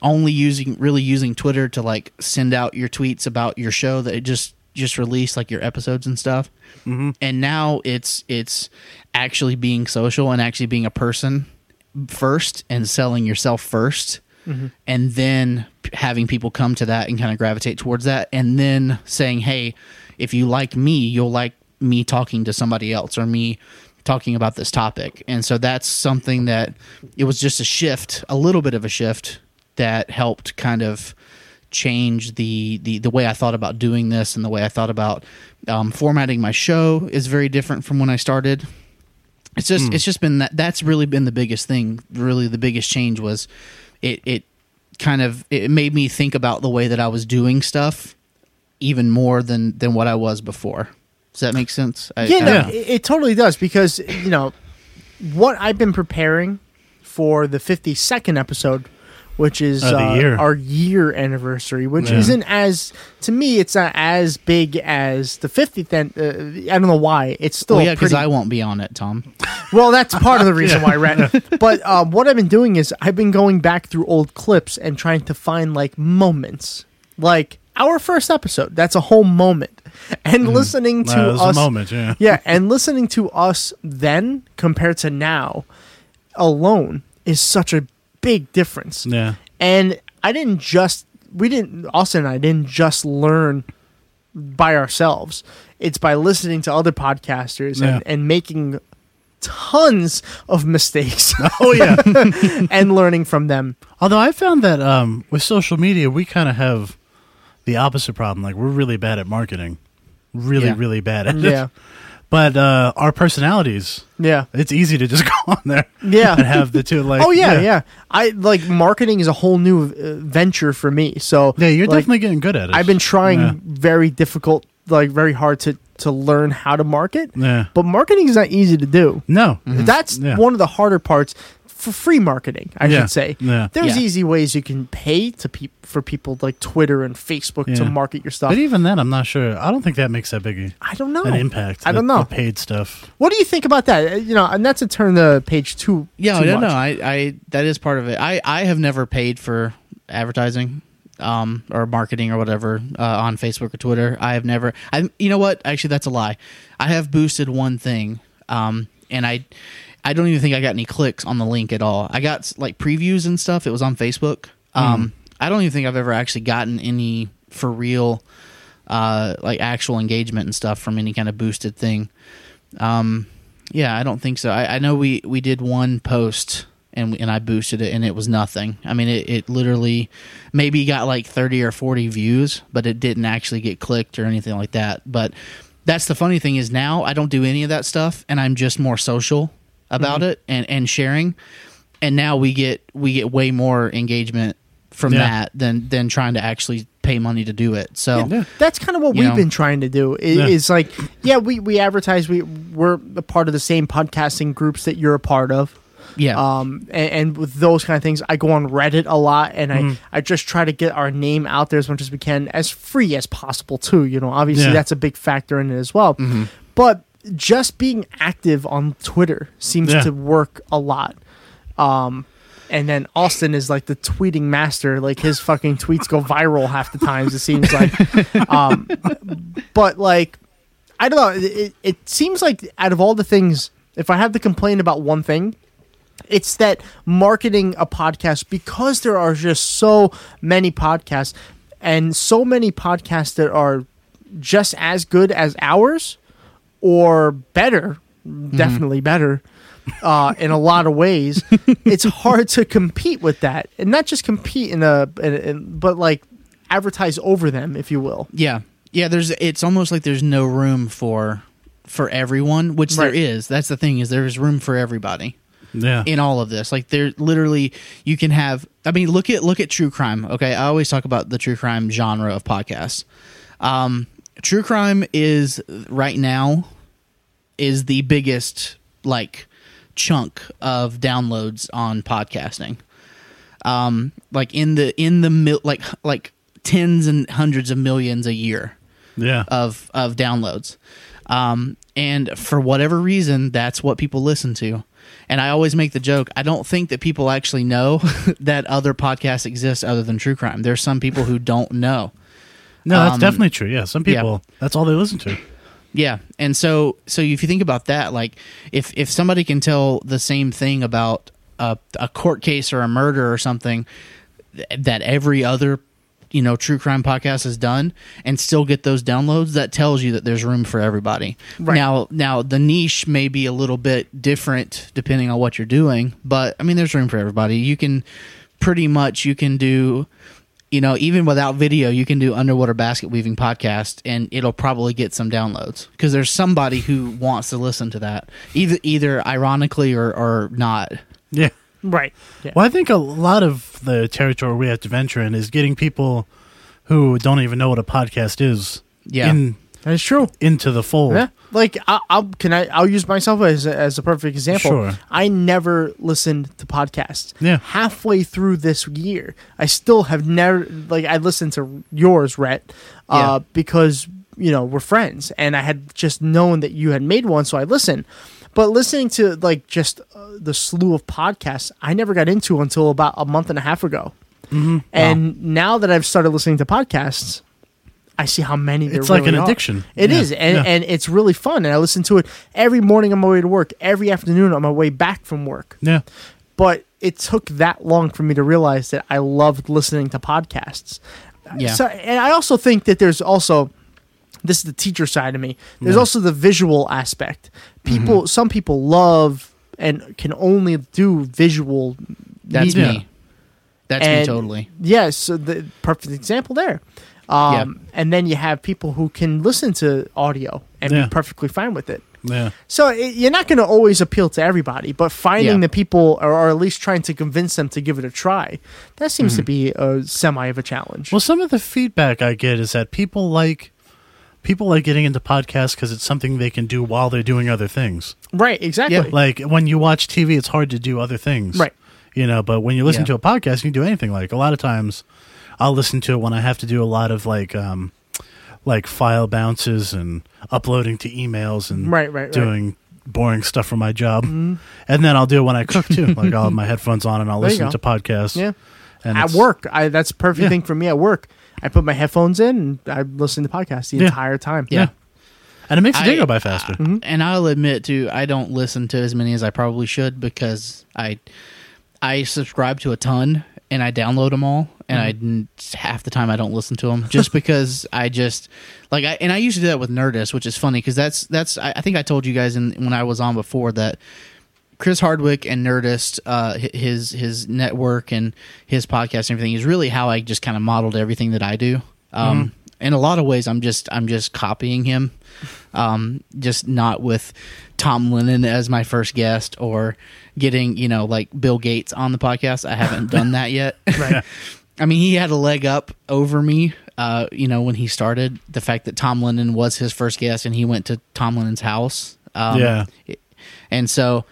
Speaker 10: only using really using Twitter to like send out your tweets about your show that it just just released like your episodes and stuff. And now it's it's actually being social and actually being a person first and selling yourself 1st
Speaker 14: Mhm.
Speaker 10: Mm-hmm. and then p- having people come to that and kind of gravitate towards that and then saying hey if you like me you'll like me talking to somebody else or me talking about this topic and so that's something that it was just a shift a little bit of a shift that helped kind of change the the the way I thought about doing this and the way I thought about um, formatting my show is very different from when I started. It's just
Speaker 13: Hmm.
Speaker 10: it's just been that that's really been the biggest thing. Really, the biggest change was it it kind of it made me think about the way that I was doing stuff even more than than what I was before. Does that make sense? I-
Speaker 7: yeah,
Speaker 10: I
Speaker 7: no,
Speaker 10: don't know.
Speaker 7: It, it totally does because you know what I've been preparing for the fifty-second episode, which is
Speaker 8: Of the
Speaker 7: uh,
Speaker 8: year.
Speaker 7: our year anniversary, which
Speaker 8: Yeah.
Speaker 7: isn't as to me, it's not as big as the fiftieth. Uh, I don't know why it's still
Speaker 10: Well, yeah, because
Speaker 7: pretty-
Speaker 10: I won't be on it, Tom.
Speaker 7: well, that's part of the reason
Speaker 10: Yeah.
Speaker 7: why, Rhett. But um, what I've been doing is I've been going back through old clips and trying to find like moments, like our first episode. That's a whole moment, and
Speaker 8: Mhm.
Speaker 7: listening to
Speaker 8: That was a
Speaker 7: us
Speaker 8: moment, yeah.
Speaker 7: and listening to us then compared to now alone is such a big difference.
Speaker 8: yeah.
Speaker 7: And I didn't just we didn't Austin and I didn't just learn by ourselves. It's by listening to other podcasters
Speaker 8: Yeah.
Speaker 7: and, and making tons of mistakes.
Speaker 8: Oh yeah,
Speaker 7: and learning from them.
Speaker 8: Although I found that um, with social media, we kind of have the opposite problem. Like we're really bad at marketing. really,
Speaker 7: Yeah. Mm,
Speaker 8: really bad at it.
Speaker 7: Yeah.
Speaker 8: But uh, our personalities,
Speaker 7: yeah,
Speaker 8: it's easy to just go on there,
Speaker 7: Yeah.
Speaker 8: and have the two like,
Speaker 7: oh yeah, yeah, I like marketing is a whole new uh, venture for me. So yeah,
Speaker 8: you're definitely getting good at it.
Speaker 7: I've been trying
Speaker 8: Yeah.
Speaker 7: very difficult, like very hard to to learn how to market.
Speaker 8: Yeah.
Speaker 7: But marketing is not easy to do.
Speaker 8: No, Mm-hmm.
Speaker 7: that's
Speaker 8: Yeah.
Speaker 7: one of the harder parts for free marketing. I
Speaker 8: Yeah.
Speaker 7: should say.
Speaker 8: Yeah.
Speaker 7: There's
Speaker 8: Yeah.
Speaker 7: easy ways you can pay to peop for people like Twitter and Facebook to
Speaker 8: Yeah.
Speaker 7: market your stuff.
Speaker 8: But even then, I'm not sure. I don't think that makes that big.
Speaker 7: I don't know.
Speaker 8: an impact.
Speaker 7: I
Speaker 8: the-
Speaker 7: don't know.
Speaker 8: the paid stuff.
Speaker 7: what do you think about that? Uh, You know, and not to turn the page too.
Speaker 10: Yeah,
Speaker 7: too
Speaker 10: no, no,
Speaker 7: much.
Speaker 10: I, I that is part of it. I, I have never paid for advertising, um, or marketing or whatever uh, on Facebook or Twitter. I have never. I you know what? Actually, that's a lie. I have boosted one thing, um, and I I don't even think I got any clicks on the link at all. I got like previews and stuff. It was on Facebook.
Speaker 7: Hmm.
Speaker 10: Um, I don't even think I've ever actually gotten any for real, uh, like actual engagement and stuff from any kind of boosted thing. Um, yeah, I don't think so. I, I know we, we did one post and we, and I boosted it and it was nothing. I mean, it, it literally maybe got like 30 or 40 views, but it didn't actually get clicked or anything like that. But that's the funny thing is now I don't do any of that stuff and I'm just more social about
Speaker 13: Mhm.
Speaker 10: it and, and sharing. And now we get we get way more engagement from
Speaker 7: Yeah.
Speaker 10: that than than trying to actually pay money to do it. So
Speaker 7: that's kind of what
Speaker 10: you
Speaker 7: we've
Speaker 10: know.
Speaker 7: been trying to do. Is,
Speaker 10: Yeah.
Speaker 7: is like, yeah, we we advertise. We we're a part of the same podcasting groups that you're a part of.
Speaker 10: Yeah.
Speaker 7: Um. And, and with those kind of things, I go on Reddit a lot, and
Speaker 10: Mhm.
Speaker 7: I I just try to get our name out there as much as we can, as free as possible too. You know, obviously
Speaker 10: Yeah.
Speaker 7: that's a big factor in it as well.
Speaker 10: mm-hmm.
Speaker 7: But just being active on Twitter seems
Speaker 10: Yeah.
Speaker 7: to work a lot. Um. And then Austin is like the tweeting master. Like his fucking tweets go viral half the times. It seems like, um, but like I don't know. It, it, it seems like out of all the things, if I had to complain about one thing, it's that marketing a podcast because there are just so many podcasts and so many podcasts that are just as good as ours or better, definitely better. Uh, in a lot of ways, it's hard to compete with that, and not just compete in a, in, in, but like advertise over them, if you will.
Speaker 10: Yeah. Yeah, there's it's almost like there's no room for for everyone, which there
Speaker 7: Right.
Speaker 10: is. That's the thing is there is room for everybody.
Speaker 8: Yeah.
Speaker 10: In all of this. Like there literally you can have I mean, look at look at true crime, okay? I always talk about the true crime genre of podcasts. Um true crime is right now is the biggest like chunk of downloads on podcasting um like in the in the mil- like like tens and hundreds of millions a year
Speaker 8: Yeah.
Speaker 10: of of downloads um and for whatever reason that's what people listen to and i always make the joke i don't think that people actually know that other podcasts exist other than true crime there's some people who don't know
Speaker 8: No, that's
Speaker 10: Um,
Speaker 8: definitely true. Yeah, some
Speaker 10: yeah.
Speaker 8: people that's all they listen to.
Speaker 10: yeah, and so so if you think about that, like if if somebody can tell the same thing about a, a court case or a murder or something th- that every other you know true crime podcast has done and still get those downloads, that tells you that there's room for everybody.
Speaker 13: Right.
Speaker 10: Now now the niche may be a little bit different depending on what you're doing, but I mean there's room for everybody. You can pretty much you can do you know, even without video, you can do underwater basket weaving podcast, and it'll probably get some downloads because there's somebody who wants to listen to that, either either ironically or or not.
Speaker 8: Yeah.
Speaker 7: Right.
Speaker 8: Well, I think a lot of the territory we have to venture in is getting people who don't even know what a podcast is.
Speaker 7: Yeah. that's true.
Speaker 8: Into the fold.
Speaker 7: Yeah, like I, I'll can I I'll use myself as a, as a perfect example.
Speaker 8: Sure.
Speaker 7: I never listened to podcasts.
Speaker 8: Yeah.
Speaker 7: halfway through this year, I still have never like I listened to yours, Rhett, uh, because you know we're friends, and I had just known that you had made one, so I listened. But listening to like just uh, the slew of podcasts, I never got into until about a month and a half ago.
Speaker 8: Mm-hmm.
Speaker 7: And now that I've started listening to podcasts, I see how many there
Speaker 8: It's like
Speaker 7: really
Speaker 8: an
Speaker 7: are.
Speaker 8: addiction.
Speaker 7: It
Speaker 8: Yeah,
Speaker 7: is, and,
Speaker 8: yeah.
Speaker 7: and it's really fun. And I listen to it every morning on my way to work, every afternoon on my way back from work.
Speaker 8: Yeah.
Speaker 7: But it took that long for me to realize that I loved listening to podcasts.
Speaker 10: Yeah.
Speaker 7: So, and I also think that there's also this is the teacher side of me. There's
Speaker 10: Yeah. Mm-hmm.
Speaker 7: also the visual aspect. People, some people love and can only do visual.
Speaker 10: That's
Speaker 7: media.
Speaker 10: me. That's me totally.
Speaker 7: Yes, so the perfect example there. Um, And then you have people who can listen to audio and
Speaker 8: Yeah.
Speaker 7: be perfectly fine with it.
Speaker 8: Yeah.
Speaker 7: So i you're not going to always appeal to everybody, but finding
Speaker 8: Yeah.
Speaker 7: the people, or, or at least trying to convince them to give it a try, that seems to be a semi of a challenge.
Speaker 8: Mm-hmm. Well, some of the feedback I get is that people like people like getting into podcasts because it's something they can do while they're doing other things.
Speaker 7: Right, exactly.
Speaker 8: Like when you watch TV, it's hard to do other things.
Speaker 7: Right.
Speaker 8: You know, but when you listen
Speaker 7: Yeah.
Speaker 8: to a podcast, you can do anything. Like a lot of times, I'll listen to it when I have to do a lot of like, um, like file bounces and uploading to emails and
Speaker 7: Right, right, right.
Speaker 8: doing boring stuff for my job. And then I'll do it when I cook too. like I'll have my headphones on and I'll
Speaker 7: There you
Speaker 8: listen
Speaker 7: go.
Speaker 8: to podcasts.
Speaker 7: Yeah.
Speaker 8: And
Speaker 7: at
Speaker 8: it's-
Speaker 7: work, I, that's a perfect
Speaker 8: Yeah.
Speaker 7: thing for me at work. I put my headphones in and I listen to podcasts the
Speaker 10: Yeah.
Speaker 7: entire time.
Speaker 10: Yeah. uh,
Speaker 8: And it makes
Speaker 10: the day go
Speaker 8: by faster.
Speaker 10: And I'll admit too, I don't listen to as many as I probably should because I I subscribe to a ton and I download them all and I
Speaker 8: Mm-hmm.
Speaker 10: n I half the time I don't listen to them just because I just like I and I used to do that with Nerdist, which is funny because that's that's I, I think I told you guys in, when I was on before that Chris Hardwick and Nerdist, uh, hi- his his network and his podcast and everything is really how I just kind of modeled everything that I do.
Speaker 8: Mm-hmm.
Speaker 10: Um, In a lot of ways, I'm just I'm just copying him, um, just not with Tom Lennon as my first guest or getting you know like Bill Gates on the podcast. I haven't done that yet.
Speaker 8: Right.
Speaker 10: I mean, he had a leg up over me. Uh, you know, when he started, the fact that Tom Lennon was his first guest and he went to Tom Lennon's house. Um,
Speaker 8: Yeah.
Speaker 10: it- and so,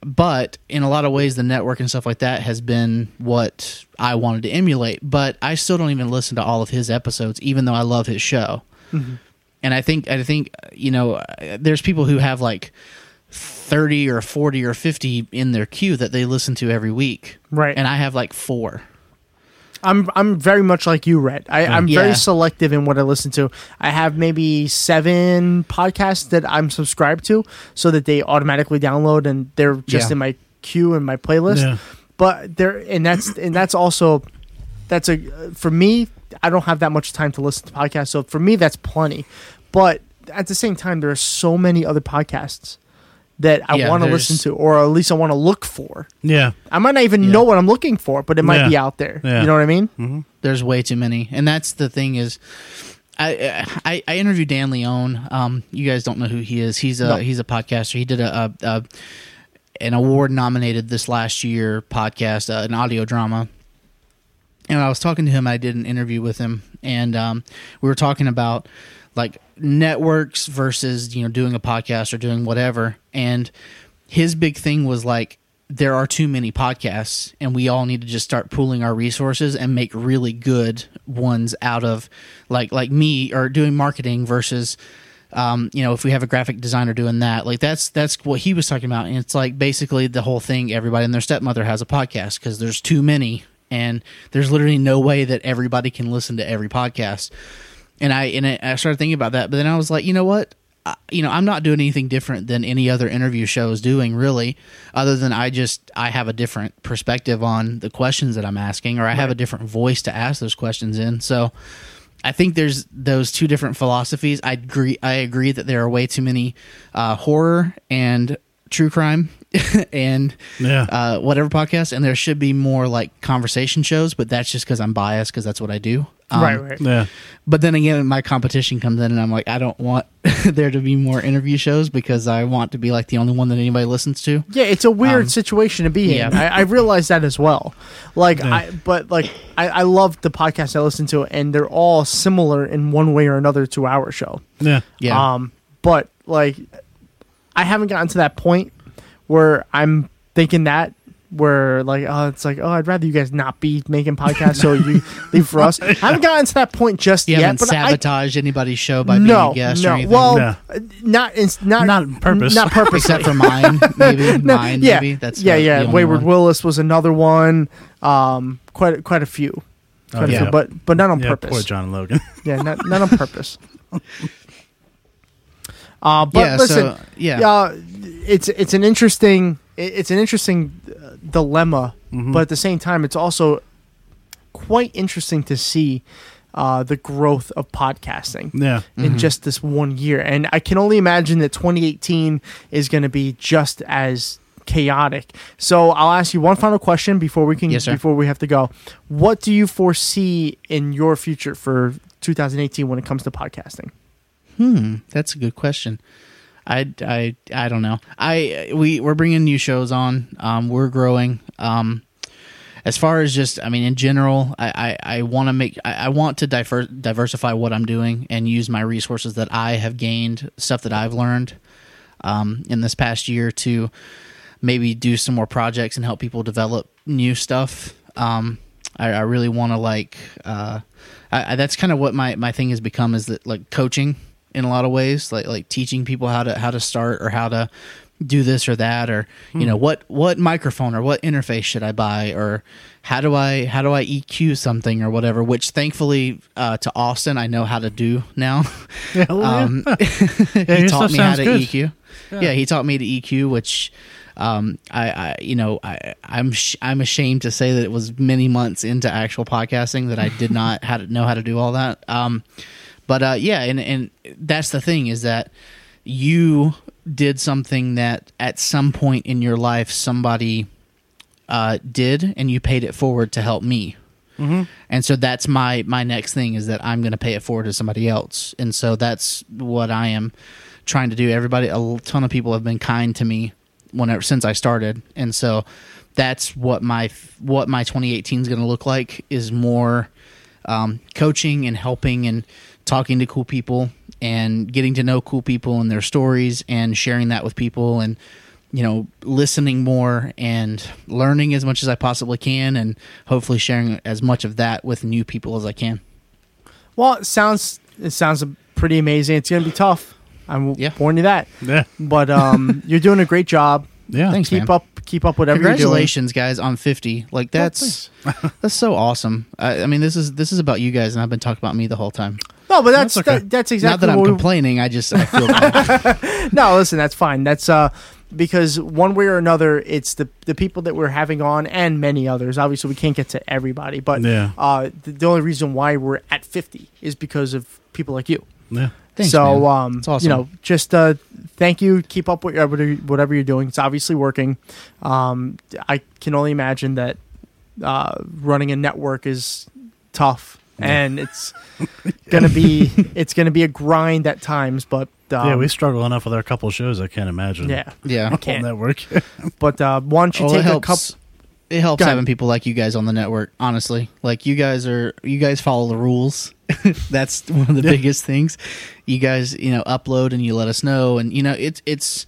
Speaker 10: but in a lot of ways, the network and stuff like that has been what I wanted to emulate. But I still don't even listen to all of his episodes, even though I love his show.
Speaker 15: Mm-hmm.
Speaker 14: Mhm.
Speaker 10: And I think I think you know, uh, there's people who have like thirty or forty or fifty in their queue that they listen to every week,
Speaker 7: right?
Speaker 10: And I have like four.
Speaker 7: I'm I'm very much like you, Red. I, I'm very
Speaker 10: Yeah.
Speaker 7: selective in what I listen to. I have maybe seven podcasts that I'm subscribed to, so that they automatically download and they're just
Speaker 10: Yeah.
Speaker 7: in my queue and my playlist.
Speaker 10: Yeah.
Speaker 7: But they're and that's and that's also that's a for me. I don't have that much time to listen to podcasts, so for me that's plenty. But at the same time, there are so many other podcasts that I
Speaker 8: Yeah,
Speaker 7: want to
Speaker 8: there's-
Speaker 7: listen to, or at least I want to look for.
Speaker 8: Yeah.
Speaker 7: I might not even know what I'm looking for, but it might be out there. You know what I mean?
Speaker 10: There's way too many, and that's the thing is, I I, I interviewed Dan Leone. Um, you guys don't know who he is. He's a
Speaker 13: No.
Speaker 10: he's a podcaster. He did a, a, a an award nominated this last year podcast, uh, an audio drama. And I was talking to him. I did an interview with him, and um, we were talking about like networks versus you know doing a podcast or doing whatever. And his big thing was like there are too many podcasts, and we all need to just start pooling our resources and make really good ones out of like like me or doing marketing versus um, you know, if we have a graphic designer doing that, like that's that's what he was talking about, and it's like basically the whole thing. Everybody and their stepmother has a podcast because there's too many, and there's literally no way that everybody can listen to every podcast. And I and I I started thinking about that, but then I was like, you know what? I, you know, I'm not doing anything different than any other interview show is doing, really, other than I just I have a different perspective on the questions that I'm asking, or I have a different voice to ask those questions in. So, I think there's those two different philosophies. I agree. I agree that there are way too many uh, horror and true crime and
Speaker 8: Yeah.
Speaker 10: uh, whatever podcasts, and there should be more like conversation shows. But that's just because I'm biased because that's what I do. Um,
Speaker 8: Right, right. Yeah.
Speaker 10: But then again, my competition comes in, and I'm like, I don't want there to be more interview shows because I want to be like the only one that anybody listens to.
Speaker 7: Yeah, it's a weird situation to be in.
Speaker 10: Um, yeah.
Speaker 7: I, I realize that as well. Like
Speaker 10: Yeah.
Speaker 7: I, but like I, I love the podcast I listen to, and they're all similar in one way or another to our show.
Speaker 8: Yeah.
Speaker 10: Yeah.
Speaker 7: Um, but like, I haven't gotten to that point where I'm thinking that where like oh it's like oh I'd rather you guys not be making podcasts so you leave for us. I haven't gotten to that point just
Speaker 10: You
Speaker 7: yet.
Speaker 10: haven't
Speaker 7: but I
Speaker 10: sabotaged anybody's show by being a guest
Speaker 7: no.
Speaker 10: or anything.
Speaker 7: Well, uh, not it's not not
Speaker 10: purpose.
Speaker 7: not purpose,
Speaker 10: Except for mine, maybe. Mine,
Speaker 7: yeah,
Speaker 10: maybe. That's
Speaker 7: yeah,
Speaker 10: the- the
Speaker 7: yeah.
Speaker 10: only
Speaker 7: Wayward
Speaker 10: one.
Speaker 7: Willis was another one. Um, quite quite a few,
Speaker 8: Oh,
Speaker 7: quite a
Speaker 8: yeah.
Speaker 7: few, but but not on
Speaker 8: Yeah,
Speaker 7: purpose.
Speaker 8: Poor John Logan.
Speaker 7: Yeah, not not on purpose. Uh, but
Speaker 8: Yeah,
Speaker 7: listen,
Speaker 8: so- yeah.
Speaker 7: uh, it's it's an interesting it- it's an interesting uh, dilemma,
Speaker 8: Mm-hmm.
Speaker 7: but at the same time, it's also quite interesting to see uh, the growth of podcasting.
Speaker 8: Yeah.
Speaker 7: in
Speaker 8: Mhm.
Speaker 7: just this one year, and I can only imagine that 2018 is going to be just as chaotic. So I'll ask you one final question before we can
Speaker 10: Yes, sir.
Speaker 7: before we have to go. What do you foresee in your future for 2018 when it comes to podcasting?
Speaker 10: Hmm, that's a good question. I, I, I don't know. I we we're bringing new shows on. Um, we're growing. Um, as far as just, I mean, in general, I I, I want to make I, I want to diver- diversify what I'm doing and use my resources that I have gained, stuff that I've learned um, in this past year to maybe do some more projects and help people develop new stuff. Um, I, I really want to like. Uh, I, I, that's kind of what my, my thing has become is that like coaching in a lot of ways, like like teaching people how to how to start or how to do this or that or you know what what microphone or what interface should I buy or how do I how do I EQ something or whatever. Which thankfully uh, to Austin, I know how to do now.
Speaker 8: Yeah, well, yeah.
Speaker 10: um,
Speaker 8: Yeah,
Speaker 10: he
Speaker 8: your
Speaker 10: taught
Speaker 8: stuff
Speaker 10: me how
Speaker 8: sounds
Speaker 10: to
Speaker 8: good.
Speaker 10: EQ.
Speaker 8: Yeah.
Speaker 10: Yeah. he taught me to EQ, which um, I, I, you know, I, I'm, sh- I'm ashamed to say that it was many months into actual podcasting that I did not how to know how to do all that. Um, but uh, yeah, and and that's the thing is that you did something that at some point in your life somebody uh, did, and you paid it forward to help me.
Speaker 9: Mm-hmm.
Speaker 14: Mhm.
Speaker 10: Mm-hmm. And so that's my my next thing is that I'm going to pay it forward to somebody else. And so that's what I am trying to do. Everybody, a l- ton of people have been kind to me whenever since I started, and so that's what my f- what my 2018 is going to look like is more um, coaching and helping and talking to cool people and getting to know cool people and their stories and sharing that with people and you know listening more and learning as much as I possibly can and hopefully sharing as much of that with new people as I can.
Speaker 7: Well, it sounds it sounds pretty amazing. It's gonna be tough. I'm warn you that.
Speaker 8: Yeah.
Speaker 7: But um, you're doing a great job.
Speaker 10: Yeah. Thanks,
Speaker 7: Keep
Speaker 10: man.
Speaker 7: up. Keep up. Whatever you're doing.
Speaker 10: Congratulations, guys, on 50.
Speaker 7: Oh,
Speaker 10: Like that's that's so awesome. I, I mean, this is this is about you guys, and I've been talking about me the whole time.
Speaker 7: No, but that's that's, that, that's
Speaker 10: Not
Speaker 7: exactly
Speaker 10: that I'm
Speaker 7: what we-
Speaker 10: complaining. I just I feel
Speaker 7: no, listen, that's fine. That's uh because one way or another, it's the the people that we're having on and many others. Obviously, we can't get to everybody, but
Speaker 8: Yeah.
Speaker 7: uh, the, the only reason why we're at fifty is because of people like you.
Speaker 8: Yeah.
Speaker 7: so um,
Speaker 8: awesome.
Speaker 7: you know, just uh, thank you. Keep up with your- whatever whatever you're doing. It's obviously working. Um, I can only imagine that uh, running a network is tough, and it's gonna be it's gonna be a grind at times. But um,
Speaker 8: yeah, we struggle enough with our couple shows. I can't imagine.
Speaker 7: Yeah.
Speaker 10: Yeah.
Speaker 8: Whole
Speaker 10: Can't.
Speaker 8: network.
Speaker 7: but uh, why don't you
Speaker 10: Oh,
Speaker 7: take a
Speaker 10: helps.
Speaker 7: couple?
Speaker 10: It helps
Speaker 7: Go ahead.
Speaker 10: having people like you guys on the network. Honestly, like you guys are, you guys follow the rules. That's one of the biggest things. You guys, you know, upload and you let us know, and you know, it's it's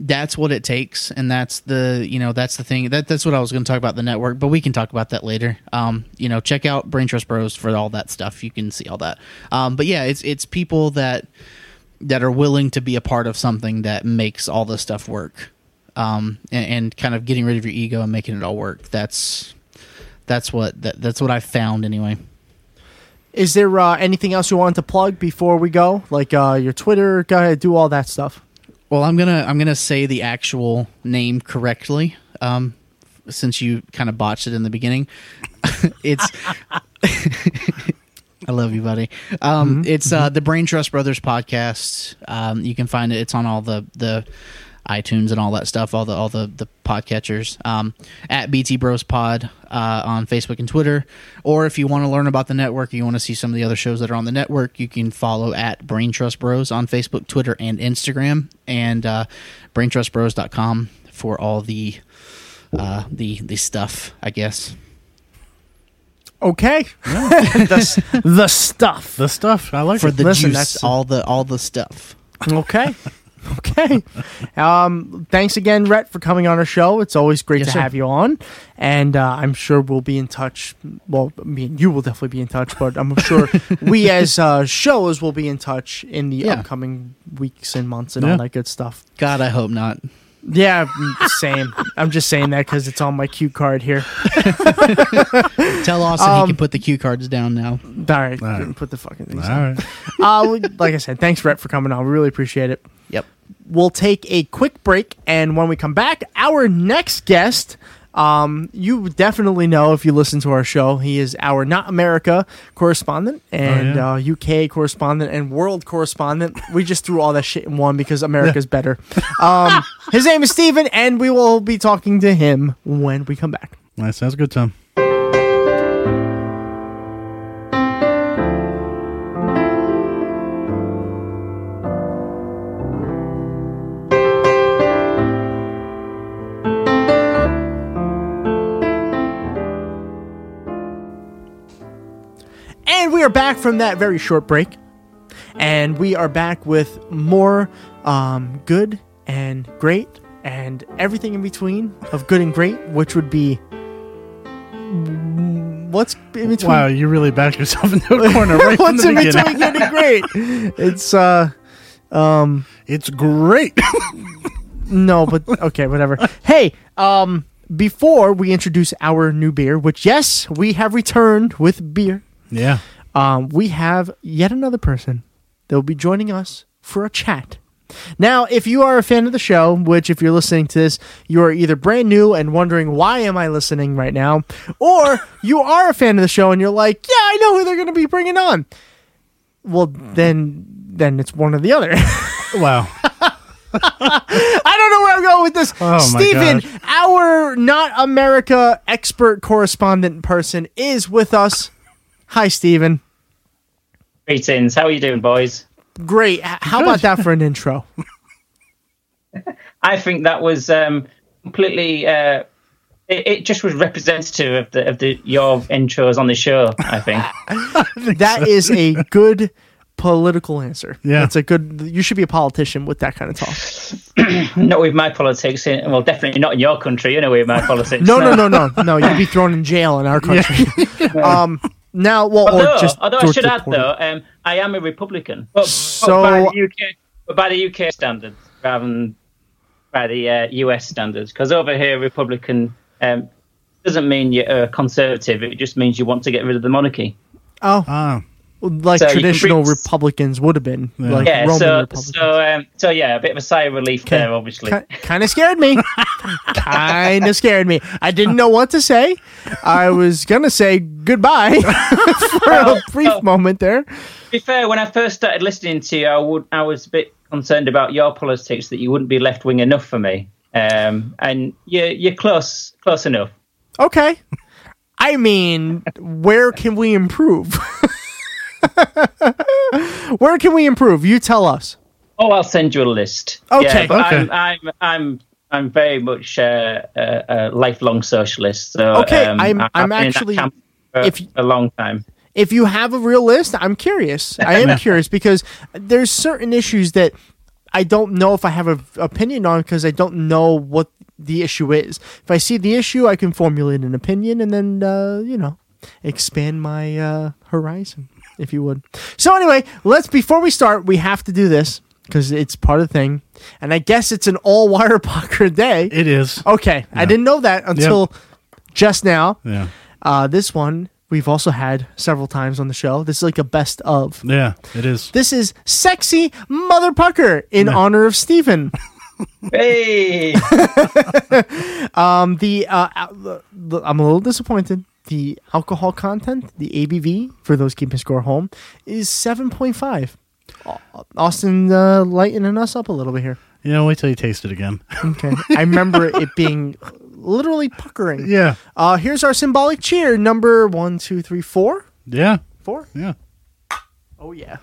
Speaker 10: that's what it takes, and that's the you know that's the thing that that's what I was going to talk about the network, but we can talk about that later. Um, you know, check out Brain Trust Bros for all that stuff. You can see all that. Um, but yeah, it's it's people that that are willing to be a part of something that makes all this stuff work um, and, and kind of getting rid of your ego and making it all work that's that's what that, that's what i found anyway
Speaker 7: Is there uh, anything else you want to plug before we go? Like uh, your Twitter, go ahead, do all that stuff.
Speaker 10: well i'm gonna i'm gonna say the actual name correctly um, since you kind of botched it in the beginning it's I love you, buddy. Um, It's uh, the Brain Trust Brothers podcast. Um, you can find it. It's on all the the iTunes and all that stuff. All the all the the podcatchers um, at BT Bros Pod uh, on Facebook and Twitter. Or if you want to learn about the network, you want to see some of the other shows that are on the network, you can follow at Brain Trust Bros on Facebook, Twitter, and Instagram, and uh, BrainTrustBros.com for all the uh, the the stuff. I guess.
Speaker 7: Okay. the, s- the stuff.
Speaker 8: The stuff. I like
Speaker 10: for
Speaker 7: it.
Speaker 10: the
Speaker 7: Listen,
Speaker 10: juice,
Speaker 7: that's-
Speaker 10: all the all the stuff.
Speaker 7: Okay. okay. Um, thanks again, Rhett, for coming on our show. It's always great
Speaker 10: Yes,
Speaker 7: to
Speaker 10: sir.
Speaker 7: have you on. And uh, I'm sure we'll be in touch. Well, I mean, you will definitely be in touch, but I'm sure we as uh, shows will be in touch in the
Speaker 10: Yeah.
Speaker 7: upcoming weeks and months and
Speaker 10: Yeah.
Speaker 7: all that good stuff.
Speaker 10: God, I hope not.
Speaker 7: Yeah, mm, same. I'm just saying that because it's on my cue card here.
Speaker 10: Tell Austin
Speaker 7: Um,
Speaker 10: he can put the cue cards down now.
Speaker 7: All right, put the fucking things.
Speaker 10: All right.
Speaker 7: uh, we- like I said, thanks, Rhett, for coming on. We really appreciate it.
Speaker 10: Yep.
Speaker 7: We'll take a quick break, and when we come back, our next guest. Um, you definitely know if you listen to our show, he is our not America correspondent and
Speaker 8: yeah.
Speaker 7: uh, UK correspondent and world correspondent. We just threw all that shit in one because America's better. Um, his name is Steven, and we will be talking to him when we come back.
Speaker 8: That sounds good, Tom.
Speaker 7: we are back from that very short break, and we are back with more um, good and great and everything in between of good and great, which would be what's in between.
Speaker 8: Wow, you really backed yourself into a corner right from
Speaker 7: What's
Speaker 8: the
Speaker 7: in between
Speaker 8: beginning.
Speaker 7: good and great? It's uh, um,
Speaker 8: it's great.
Speaker 7: no, but okay, whatever. Hey, um, before we introduce our new beer, which yes, we have returned with beer.
Speaker 8: Yeah.
Speaker 7: Um, we have yet another person that will be joining us for a chat. Now, if you are a fan of the show, which if you're listening to this, you are either brand new and wondering why am I listening right now, or you are a fan of the show and you're like, yeah, I know who they're going to be bringing on. Well, then, then it's one or the other.
Speaker 8: wow.
Speaker 7: I don't know where I'm going with this.
Speaker 8: Oh, my
Speaker 7: Steven, our not America expert correspondent person is with us. Hi, Steven.
Speaker 14: Greetings. How are you doing, boys?
Speaker 7: Great. H- How
Speaker 14: Good.
Speaker 7: about that for an intro?
Speaker 14: I think that was um, completely. Uh, it, it just was representative of the of the your intros on the show. I think.
Speaker 7: That is a good political answer.
Speaker 14: Yeah.
Speaker 7: It's a good you should be a politician with that kind of talk.
Speaker 14: not with my politics. eh, Well, definitely not in your country. Anyway, with my politics.
Speaker 7: No, no, no, no. No, you'd be thrown in jail in our country. um now well
Speaker 14: Although,
Speaker 7: or just
Speaker 14: although I
Speaker 7: or
Speaker 14: should add
Speaker 7: deported.
Speaker 14: though, um, I am a Republican, but, but
Speaker 7: So-
Speaker 14: by the UK, but by the UK standards rather than by the uh, US standards, because over here Republican um, doesn't mean you're a conservative. It just means you want to get rid of the monarchy.
Speaker 7: Oh. like
Speaker 14: So you can
Speaker 7: traditional
Speaker 14: bring-
Speaker 7: Republicans would have been. Like
Speaker 14: Ah. yeah,
Speaker 7: Roman
Speaker 14: so
Speaker 7: Republicans.
Speaker 14: so um, so yeah, a bit of a sigh of relief there, obviously.
Speaker 7: kind of scared me. kind of scared me. I didn't know what to say. I was gonna say goodbye for a brief moment there.
Speaker 14: to be fair, when I first started listening to you, I would I was a bit concerned about your politics that you wouldn't be left wing enough for me. Um, and you're you're close close enough.
Speaker 7: Okay. I mean, where can we improve? where can we improve? You tell us.
Speaker 14: Oh, I'll send you a list.
Speaker 7: Okay,
Speaker 14: Yeah, but
Speaker 7: okay.
Speaker 14: I'm, I'm, I'm, I'm very much uh, a, a lifelong socialist. So
Speaker 7: Okay,
Speaker 14: um,
Speaker 7: I'm-
Speaker 14: I- I've
Speaker 7: I'm
Speaker 14: been in that
Speaker 7: actually-
Speaker 14: camp for
Speaker 7: if-
Speaker 14: a long time.
Speaker 7: If you have a real list, I'm curious. I am curious because there's certain issues that I don't know if I have an opinion on because I don't know what the issue is. If I see the issue, I can formulate an opinion and then, uh, you know, expand my uh, horizon, if you would. So, anyway, let's, before we start, we have to do this because it's part of the thing. And I guess it's an all wire pocker day.
Speaker 8: It is.
Speaker 7: Okay. I didn't know that until just now.
Speaker 8: Yeah.
Speaker 7: Uh, this one we've also had several times on the show. This is like a best of.
Speaker 8: Yeah, it is.
Speaker 7: This is Sexy Mother Pucker in honor of Stephen.
Speaker 14: Hey!
Speaker 7: um, the, uh, al- the- the- I'm a little disappointed. The alcohol content, the ABV, for those keeping score home, is 7.5. Au- Austin uh, lightening us up a little bit here.
Speaker 8: You know, wait till you taste it again.
Speaker 7: Okay. I remember it being literally puckering.
Speaker 8: Yeah.
Speaker 7: Uh, here's our symbolic cheer number one, two, three, four.
Speaker 8: Yeah.
Speaker 7: Four?
Speaker 8: Yeah.
Speaker 7: Oh, yeah.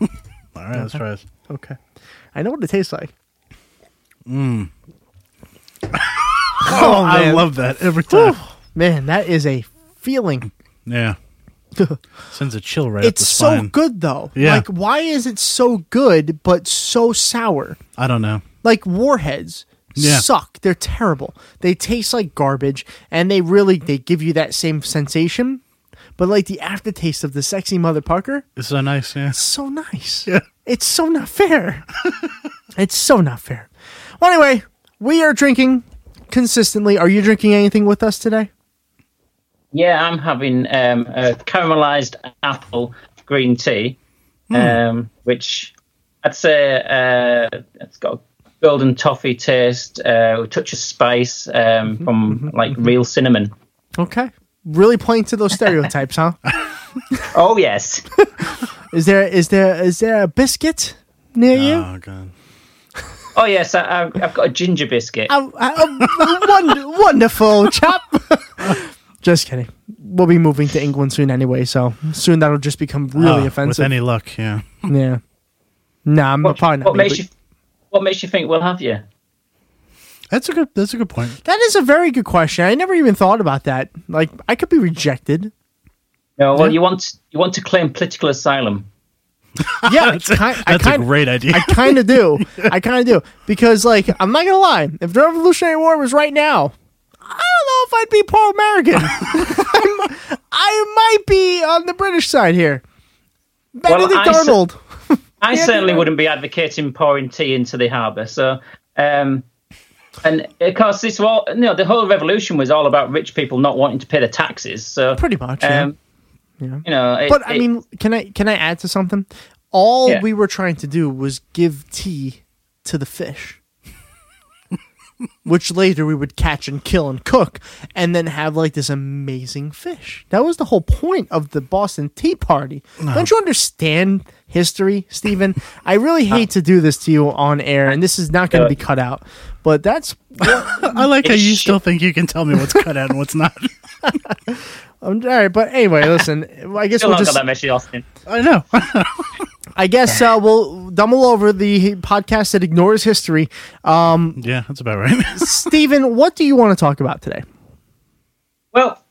Speaker 8: All right, let's try this.
Speaker 7: Okay. I know what it tastes like.
Speaker 8: Mm.
Speaker 7: Oh,
Speaker 8: I
Speaker 7: man.
Speaker 8: love that every time.
Speaker 7: Whew. man, that is a feeling.
Speaker 8: Yeah. Sends a chill right up
Speaker 7: it's
Speaker 8: the
Speaker 7: so
Speaker 8: spine.
Speaker 7: good though.
Speaker 8: Yeah.
Speaker 7: Like why is it so good but so sour?
Speaker 8: I don't know.
Speaker 7: Like warheads
Speaker 8: Yeah.
Speaker 7: suck. They're terrible. They taste like garbage and they really they give you that same sensation. But like the aftertaste of the sexy mother Parker,
Speaker 8: It's so nice, yeah.
Speaker 7: so nice. Yeah. It's so not fair. it's so not fair. Well anyway, we are drinking consistently. Are you drinking anything with us today?
Speaker 14: Yeah, I'm having um, a caramelized apple green tea,
Speaker 7: Hmm.
Speaker 14: um, which I'd say uh, it's got a golden toffee taste, uh, a touch of spice um,
Speaker 7: Mm-hmm.
Speaker 14: from like real cinnamon.
Speaker 7: Okay. Really playing to those stereotypes, huh?
Speaker 14: Oh yes.
Speaker 7: Is there is there is there a biscuit near you?
Speaker 8: Oh god.
Speaker 14: Oh yes, I, I've, I've got a ginger biscuit.
Speaker 7: Oh, oh, won- wonderful chap. just kidding. We'll be moving to England soon anyway, so soon that'll just become really
Speaker 8: Oh,
Speaker 7: offensive.
Speaker 8: With any luck, yeah.
Speaker 7: yeah. Nah, I'm probably not.
Speaker 14: What
Speaker 7: me,
Speaker 14: makes
Speaker 7: but-
Speaker 14: you What makes you think we'll have you?
Speaker 8: That's a good that's a good point.
Speaker 7: That is a very good question. I never even thought about that. Like I could be rejected.
Speaker 14: No, well, you want you want to claim political asylum.
Speaker 7: Yeah, it's kind, I
Speaker 14: that's a
Speaker 7: kind-
Speaker 8: great idea.
Speaker 7: I kind of do. I kind of do because, like, I'm not gonna lie. If the Revolutionary War was right now, I don't know if I'd be pro-American. I'm- I might be on the British side here.
Speaker 14: Well,
Speaker 7: Benedict
Speaker 14: I cer-
Speaker 7: Arnold.
Speaker 14: I certainly wouldn't be advocating pouring tea into the harbour. So, um, and of course, this war, you know, the whole revolution was all about rich people not wanting to pay their taxes. So, um,
Speaker 7: pretty much, yeah. yeah.
Speaker 14: you know, it-
Speaker 7: but um, I
Speaker 14: it-
Speaker 7: mean, can I can I add to something? All
Speaker 14: Yeah.
Speaker 7: we were trying to do was give tea to the fish, which later we would catch and kill and cook, and then have like this amazing fish. That was the whole point of the Boston Tea Party. Don't you understand history, Stephen? I really hate to do this to you on air, and this is not
Speaker 14: Uh,
Speaker 7: going to be cut out. But that's
Speaker 8: I like how you still think you can tell me what's cut out and what's not.
Speaker 7: Um, all right, but anyway, listen. I guess
Speaker 14: still
Speaker 7: we'll
Speaker 14: not
Speaker 7: just
Speaker 14: got that message, Austin.
Speaker 7: I know. I guess uh, we'll dumble over the podcast that ignores history. Um,
Speaker 8: yeah, that's about right.
Speaker 7: Stephen, what do you want to talk about today?
Speaker 14: Well,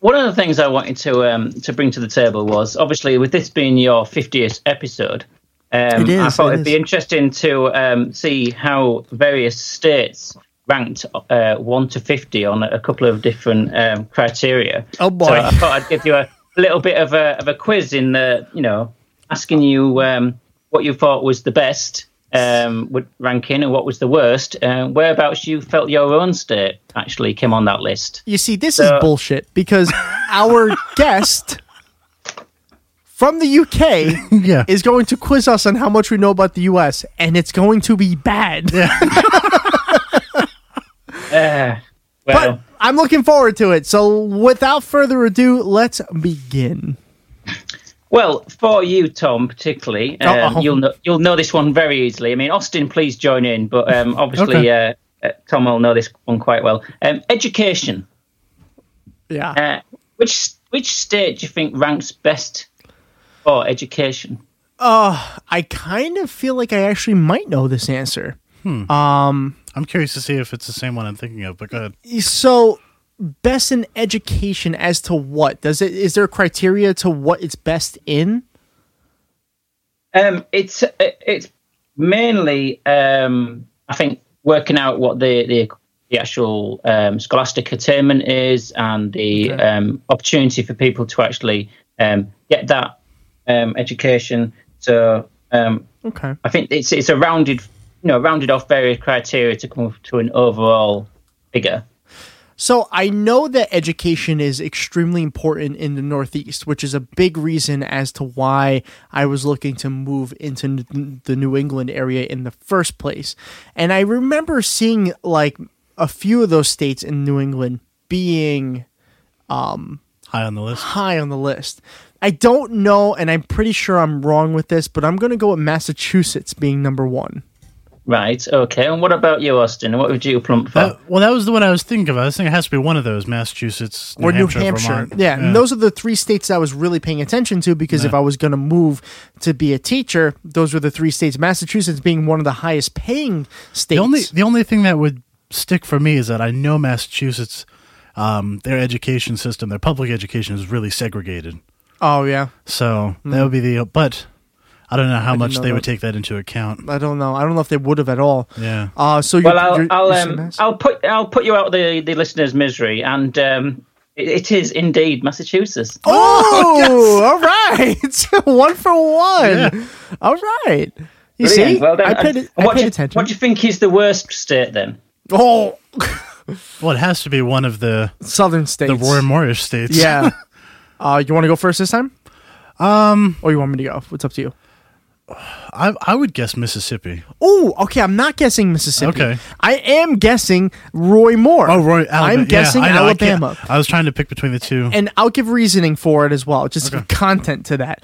Speaker 14: one of the things I wanted to um, to bring to the table was obviously with this being your 50th episode, um,
Speaker 7: It is,
Speaker 14: I thought
Speaker 7: it
Speaker 14: it'd be
Speaker 7: is.
Speaker 14: interesting to um, see how various states ranked uh, 1 to 50 on a couple of different um, criteria.
Speaker 7: Oh, boy.
Speaker 14: So I thought I'd give you a little bit of a, of a quiz in the, you know, asking you um, what you thought was the best um, would- ranking and what was the worst, and whereabouts you felt your own state actually came on that list.
Speaker 7: You see, this
Speaker 14: So-
Speaker 7: is bullshit because our guest from the UK is going to quiz us on how much we know about the US, and it's going to be bad.
Speaker 14: Uh, well,
Speaker 7: but I'm looking forward to it. So, without further ado, let's begin.
Speaker 14: well, for you, Tom, particularly, um,
Speaker 7: Uh-oh.
Speaker 14: you'll know you'll know this one very easily. I mean, Austin, please join in, but um, obviously,
Speaker 7: Okay.
Speaker 14: uh, uh, Tom will know this one quite well. Um, education.
Speaker 7: Yeah.
Speaker 14: Uh, which which state do you think ranks best for education?
Speaker 7: Uh, I kind of feel like I actually might know this answer. Um,
Speaker 8: Hmm. I'm curious to see if it's the same one I'm thinking of, but go ahead.
Speaker 7: so best in education as to what does it? Is there criteria to what it's best in?
Speaker 14: Um, it's it's mainly um, I think working out what the the, the actual um, scholastic attainment is and the
Speaker 13: Okay.
Speaker 14: um, opportunity for people to actually um, get that um, education. So um,
Speaker 7: Okay.
Speaker 14: I think it's it's a rounded you know rounded off various criteria to come to an overall figure.
Speaker 7: So I know that education is extremely important in the Northeast, which is a big reason as to why I was looking to move into n- the New England area in the first place. And I remember seeing like a few of those states in New England being um,
Speaker 8: high on the list.
Speaker 7: High on the list. I don't know, and I'm pretty sure I'm wrong with this, but I'm going to go with Massachusetts being number one.
Speaker 14: Right. Okay. And what about you, Austin? What would you plump for?
Speaker 8: Uh, well, that was the one I was thinking of. I was thinking it has to be one of those Massachusetts
Speaker 7: or New Hampshire.
Speaker 8: Vermont.
Speaker 7: Yeah, and those are the three states that I was really paying attention to because if I was going to move to be a teacher, those were the three states. Massachusetts being one of the highest paying states.
Speaker 8: The only the only thing that would stick for me is that I know Massachusetts, um, their education system, their public education is really segregated.
Speaker 7: oh yeah,
Speaker 8: So that
Speaker 7: Mm.
Speaker 8: would be the. But I don't know how
Speaker 7: didn't
Speaker 8: much
Speaker 7: know
Speaker 8: they would
Speaker 7: that.
Speaker 8: take that into account.
Speaker 7: I don't know. I don't know if they would have at all.
Speaker 8: Yeah.
Speaker 7: Uh so you're,
Speaker 14: well, I'll
Speaker 7: you're-
Speaker 14: I'll,
Speaker 7: you're saying
Speaker 14: um, I'll put I'll put you out of the the listeners' misery, and um, it, it is indeed Massachusetts.
Speaker 7: Oh, all right. one for one. All right. You
Speaker 14: Brilliant.
Speaker 7: see,
Speaker 14: well done.
Speaker 7: I
Speaker 14: And-
Speaker 7: paid,
Speaker 14: and
Speaker 7: I
Speaker 14: what
Speaker 7: paid
Speaker 14: do you,
Speaker 7: attention.
Speaker 14: What do you think is the worst state then?
Speaker 7: Oh,
Speaker 8: Well, it has to be one of the
Speaker 7: southern states,
Speaker 8: the Roy Moorish states.
Speaker 7: yeah. Uh, you want to go first this time? Um, or you want me to go? What's up to you?
Speaker 8: I I would guess Mississippi.
Speaker 7: Oh, okay. I'm not guessing Mississippi.
Speaker 8: Okay.
Speaker 7: I am guessing Roy Moore. Oh,
Speaker 8: Roy. Alabama.
Speaker 7: I'm guessing
Speaker 8: yeah, I know, I can't-
Speaker 7: Alabama,
Speaker 8: I, was trying to pick between the two.
Speaker 7: and I'll give reasoning for it as well, just content to that.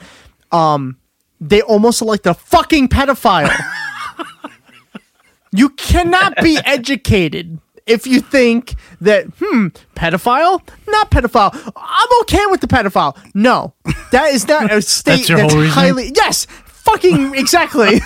Speaker 7: Um, they almost elect a fucking pedophile. you cannot be educated if you think that hmm, pedophile, not pedophile. I'm okay with the pedophile. No, that is not a state
Speaker 8: your whole reasoning?
Speaker 7: highly yes. Fucking exactly.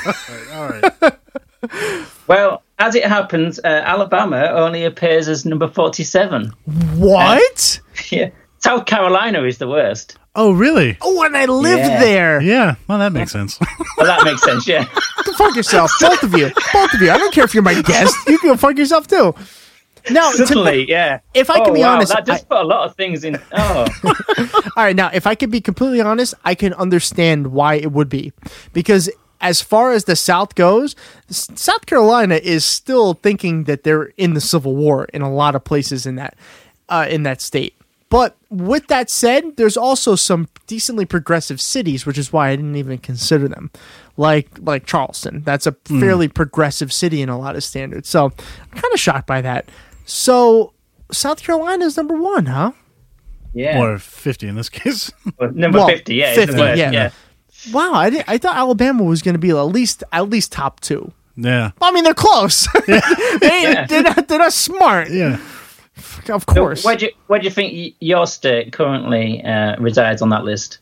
Speaker 14: Well, as it happens, uh, Alabama only appears as number forty-seven.
Speaker 7: What?
Speaker 14: yeah, South Carolina is the worst.
Speaker 8: Oh, really?
Speaker 7: Oh, and I lived
Speaker 8: Yeah.
Speaker 7: there.
Speaker 8: Yeah. Well, that makes sense.
Speaker 14: Well, that makes sense. Yeah.
Speaker 7: Go fuck yourself, both of you. Both of you. I don't care if you're my guest. You can go fuck yourself too. Now, to-
Speaker 14: Subtly, yeah.
Speaker 7: if I
Speaker 14: Oh,
Speaker 7: can be
Speaker 14: wow,
Speaker 7: honest,
Speaker 14: that does
Speaker 7: I-
Speaker 14: put a lot of things in. Oh,
Speaker 7: All right, now if I could be completely honest, I can understand why it would be because as far as the South goes, S- South Carolina is still thinking that they're in the Civil War in a lot of places in that uh, in that state. But with that said, there's also some decently progressive cities, which is why I didn't even consider them, like like Charleston. That's a
Speaker 10: Mm.
Speaker 7: fairly progressive city in a lot of standards. So I'm kind of shocked by that. So South Carolina is number one, huh?
Speaker 14: yeah.
Speaker 8: Or 50 in this case.
Speaker 14: number
Speaker 7: Well,
Speaker 14: 50, yeah. it's the worst, yeah.
Speaker 7: Wow, I, didn't, I thought Alabama was going to be at least at least top two.
Speaker 8: Yeah.
Speaker 7: I mean, they're close. they, They're, not, they're not smart.
Speaker 8: Yeah,
Speaker 7: of
Speaker 14: So
Speaker 7: course.
Speaker 14: where, do you, where do you think y- your state currently uh, resides on that list?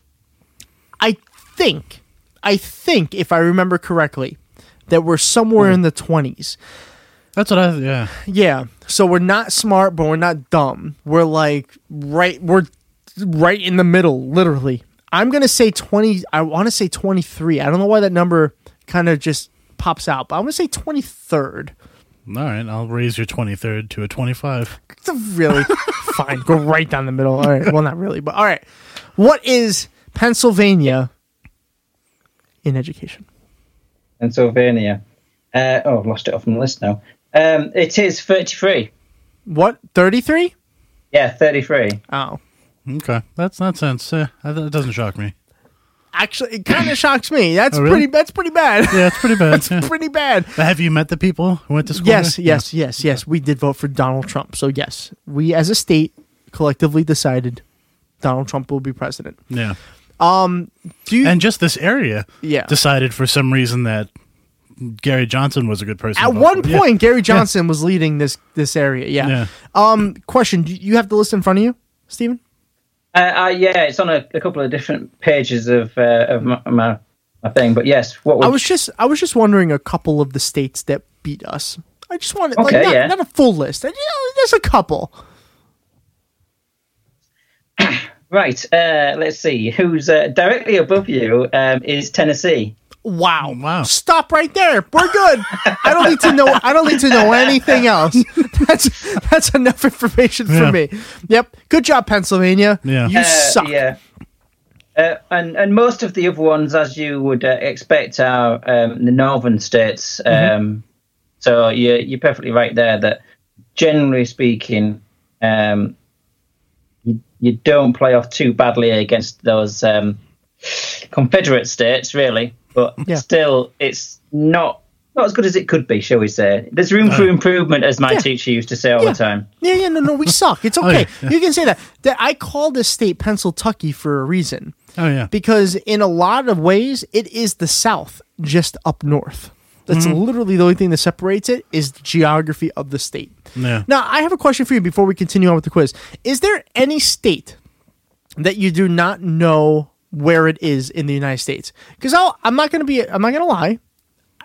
Speaker 7: I think, I think, if I remember correctly, that we're somewhere in the twenties.
Speaker 8: That's what I. Yeah.
Speaker 7: Yeah. So we're not smart, but we're not dumb. We're like right. We're right in the middle, literally. I'm gonna say twenty. I want to say twenty three. I don't know why that number kind of just pops out, but I'm gonna say twenty third.
Speaker 8: All right. I'll raise your 23rd to a 25.
Speaker 7: It's a really fine. Go right down the middle. All right. Well, not really, but all right. What is Pennsylvania in education?
Speaker 14: Pennsylvania. Uh, oh, I've lost it off my list now. Um, it is 33.
Speaker 7: What? 33?
Speaker 14: Yeah, 33.
Speaker 7: Oh.
Speaker 8: Okay. That's nonsense. Uh, that doesn't shock me.
Speaker 7: Actually, it kind of shocks me. That's
Speaker 8: Oh, really?
Speaker 7: pretty. That's pretty bad.
Speaker 8: Yeah, it's pretty bad. yeah.
Speaker 7: pretty bad.
Speaker 8: But have you met the people who went to school?
Speaker 7: Yes,
Speaker 8: there?
Speaker 7: yes, yes, yes. We did vote for Donald Trump. So yes, we as a state collectively decided Donald Trump will be president.
Speaker 8: Yeah.
Speaker 7: Um, do you,
Speaker 8: and just this area
Speaker 7: Yeah.
Speaker 8: decided for some reason that Gary Johnson was a good person.
Speaker 7: At
Speaker 8: to vote
Speaker 7: one
Speaker 8: for. Yeah.
Speaker 7: point, Gary
Speaker 8: Yeah.
Speaker 7: Johnson was leading this this area. Yeah.
Speaker 8: Yeah.
Speaker 7: Um, question: do You have the list in front of you, Stephen.
Speaker 14: Uh, uh, yeah, it's on a, a couple of different pages of uh, of my, my, my thing. But yes, what would,
Speaker 7: I was just I was just wondering a couple of the states that beat us. I just wanted
Speaker 14: Okay,
Speaker 7: like not,
Speaker 14: yeah.
Speaker 7: not a full list. I- you know, there's a couple.
Speaker 14: right? Uh, let's see. Who's uh, directly above you um, is Tennessee.
Speaker 7: Wow.
Speaker 8: Wow.
Speaker 7: Stop right there. We're good. I don't need to know I don't need to know anything else. That's that's enough information
Speaker 14: Yeah.
Speaker 7: for me. Yep. Good job, Pennsylvania. You
Speaker 14: Uh,
Speaker 7: suck.
Speaker 14: Yeah. Uh, and and most of the other ones, as you would uh, expect, are um, the northern states. Um,
Speaker 7: Mm-hmm.
Speaker 14: So you're you're perfectly right there. That generally speaking, um, you you don't play off too badly against those um, Confederate states, really. But still, it's not not as good as it could be, shall we say? There's room for improvement, as my
Speaker 7: Yeah.
Speaker 14: teacher used to say all
Speaker 7: Yeah.
Speaker 14: the time.
Speaker 7: Yeah, yeah, no, no, we suck. It's
Speaker 14: Oh,
Speaker 7: okay.
Speaker 14: yeah, yeah.
Speaker 7: You can say that. That I call this state Pennsylvania for a reason.
Speaker 8: Oh yeah.
Speaker 7: Because in a lot of ways, it is the South just up north. That's
Speaker 14: Mm-hmm.
Speaker 8: Mhm.
Speaker 7: literally the only thing that separates it is the geography of the state.
Speaker 8: Yeah.
Speaker 7: Now, I have a question for you before we continue on with the quiz. Is there any state that you do not know where it is in the United States? Because I'm not going to be, I'm not going to lie.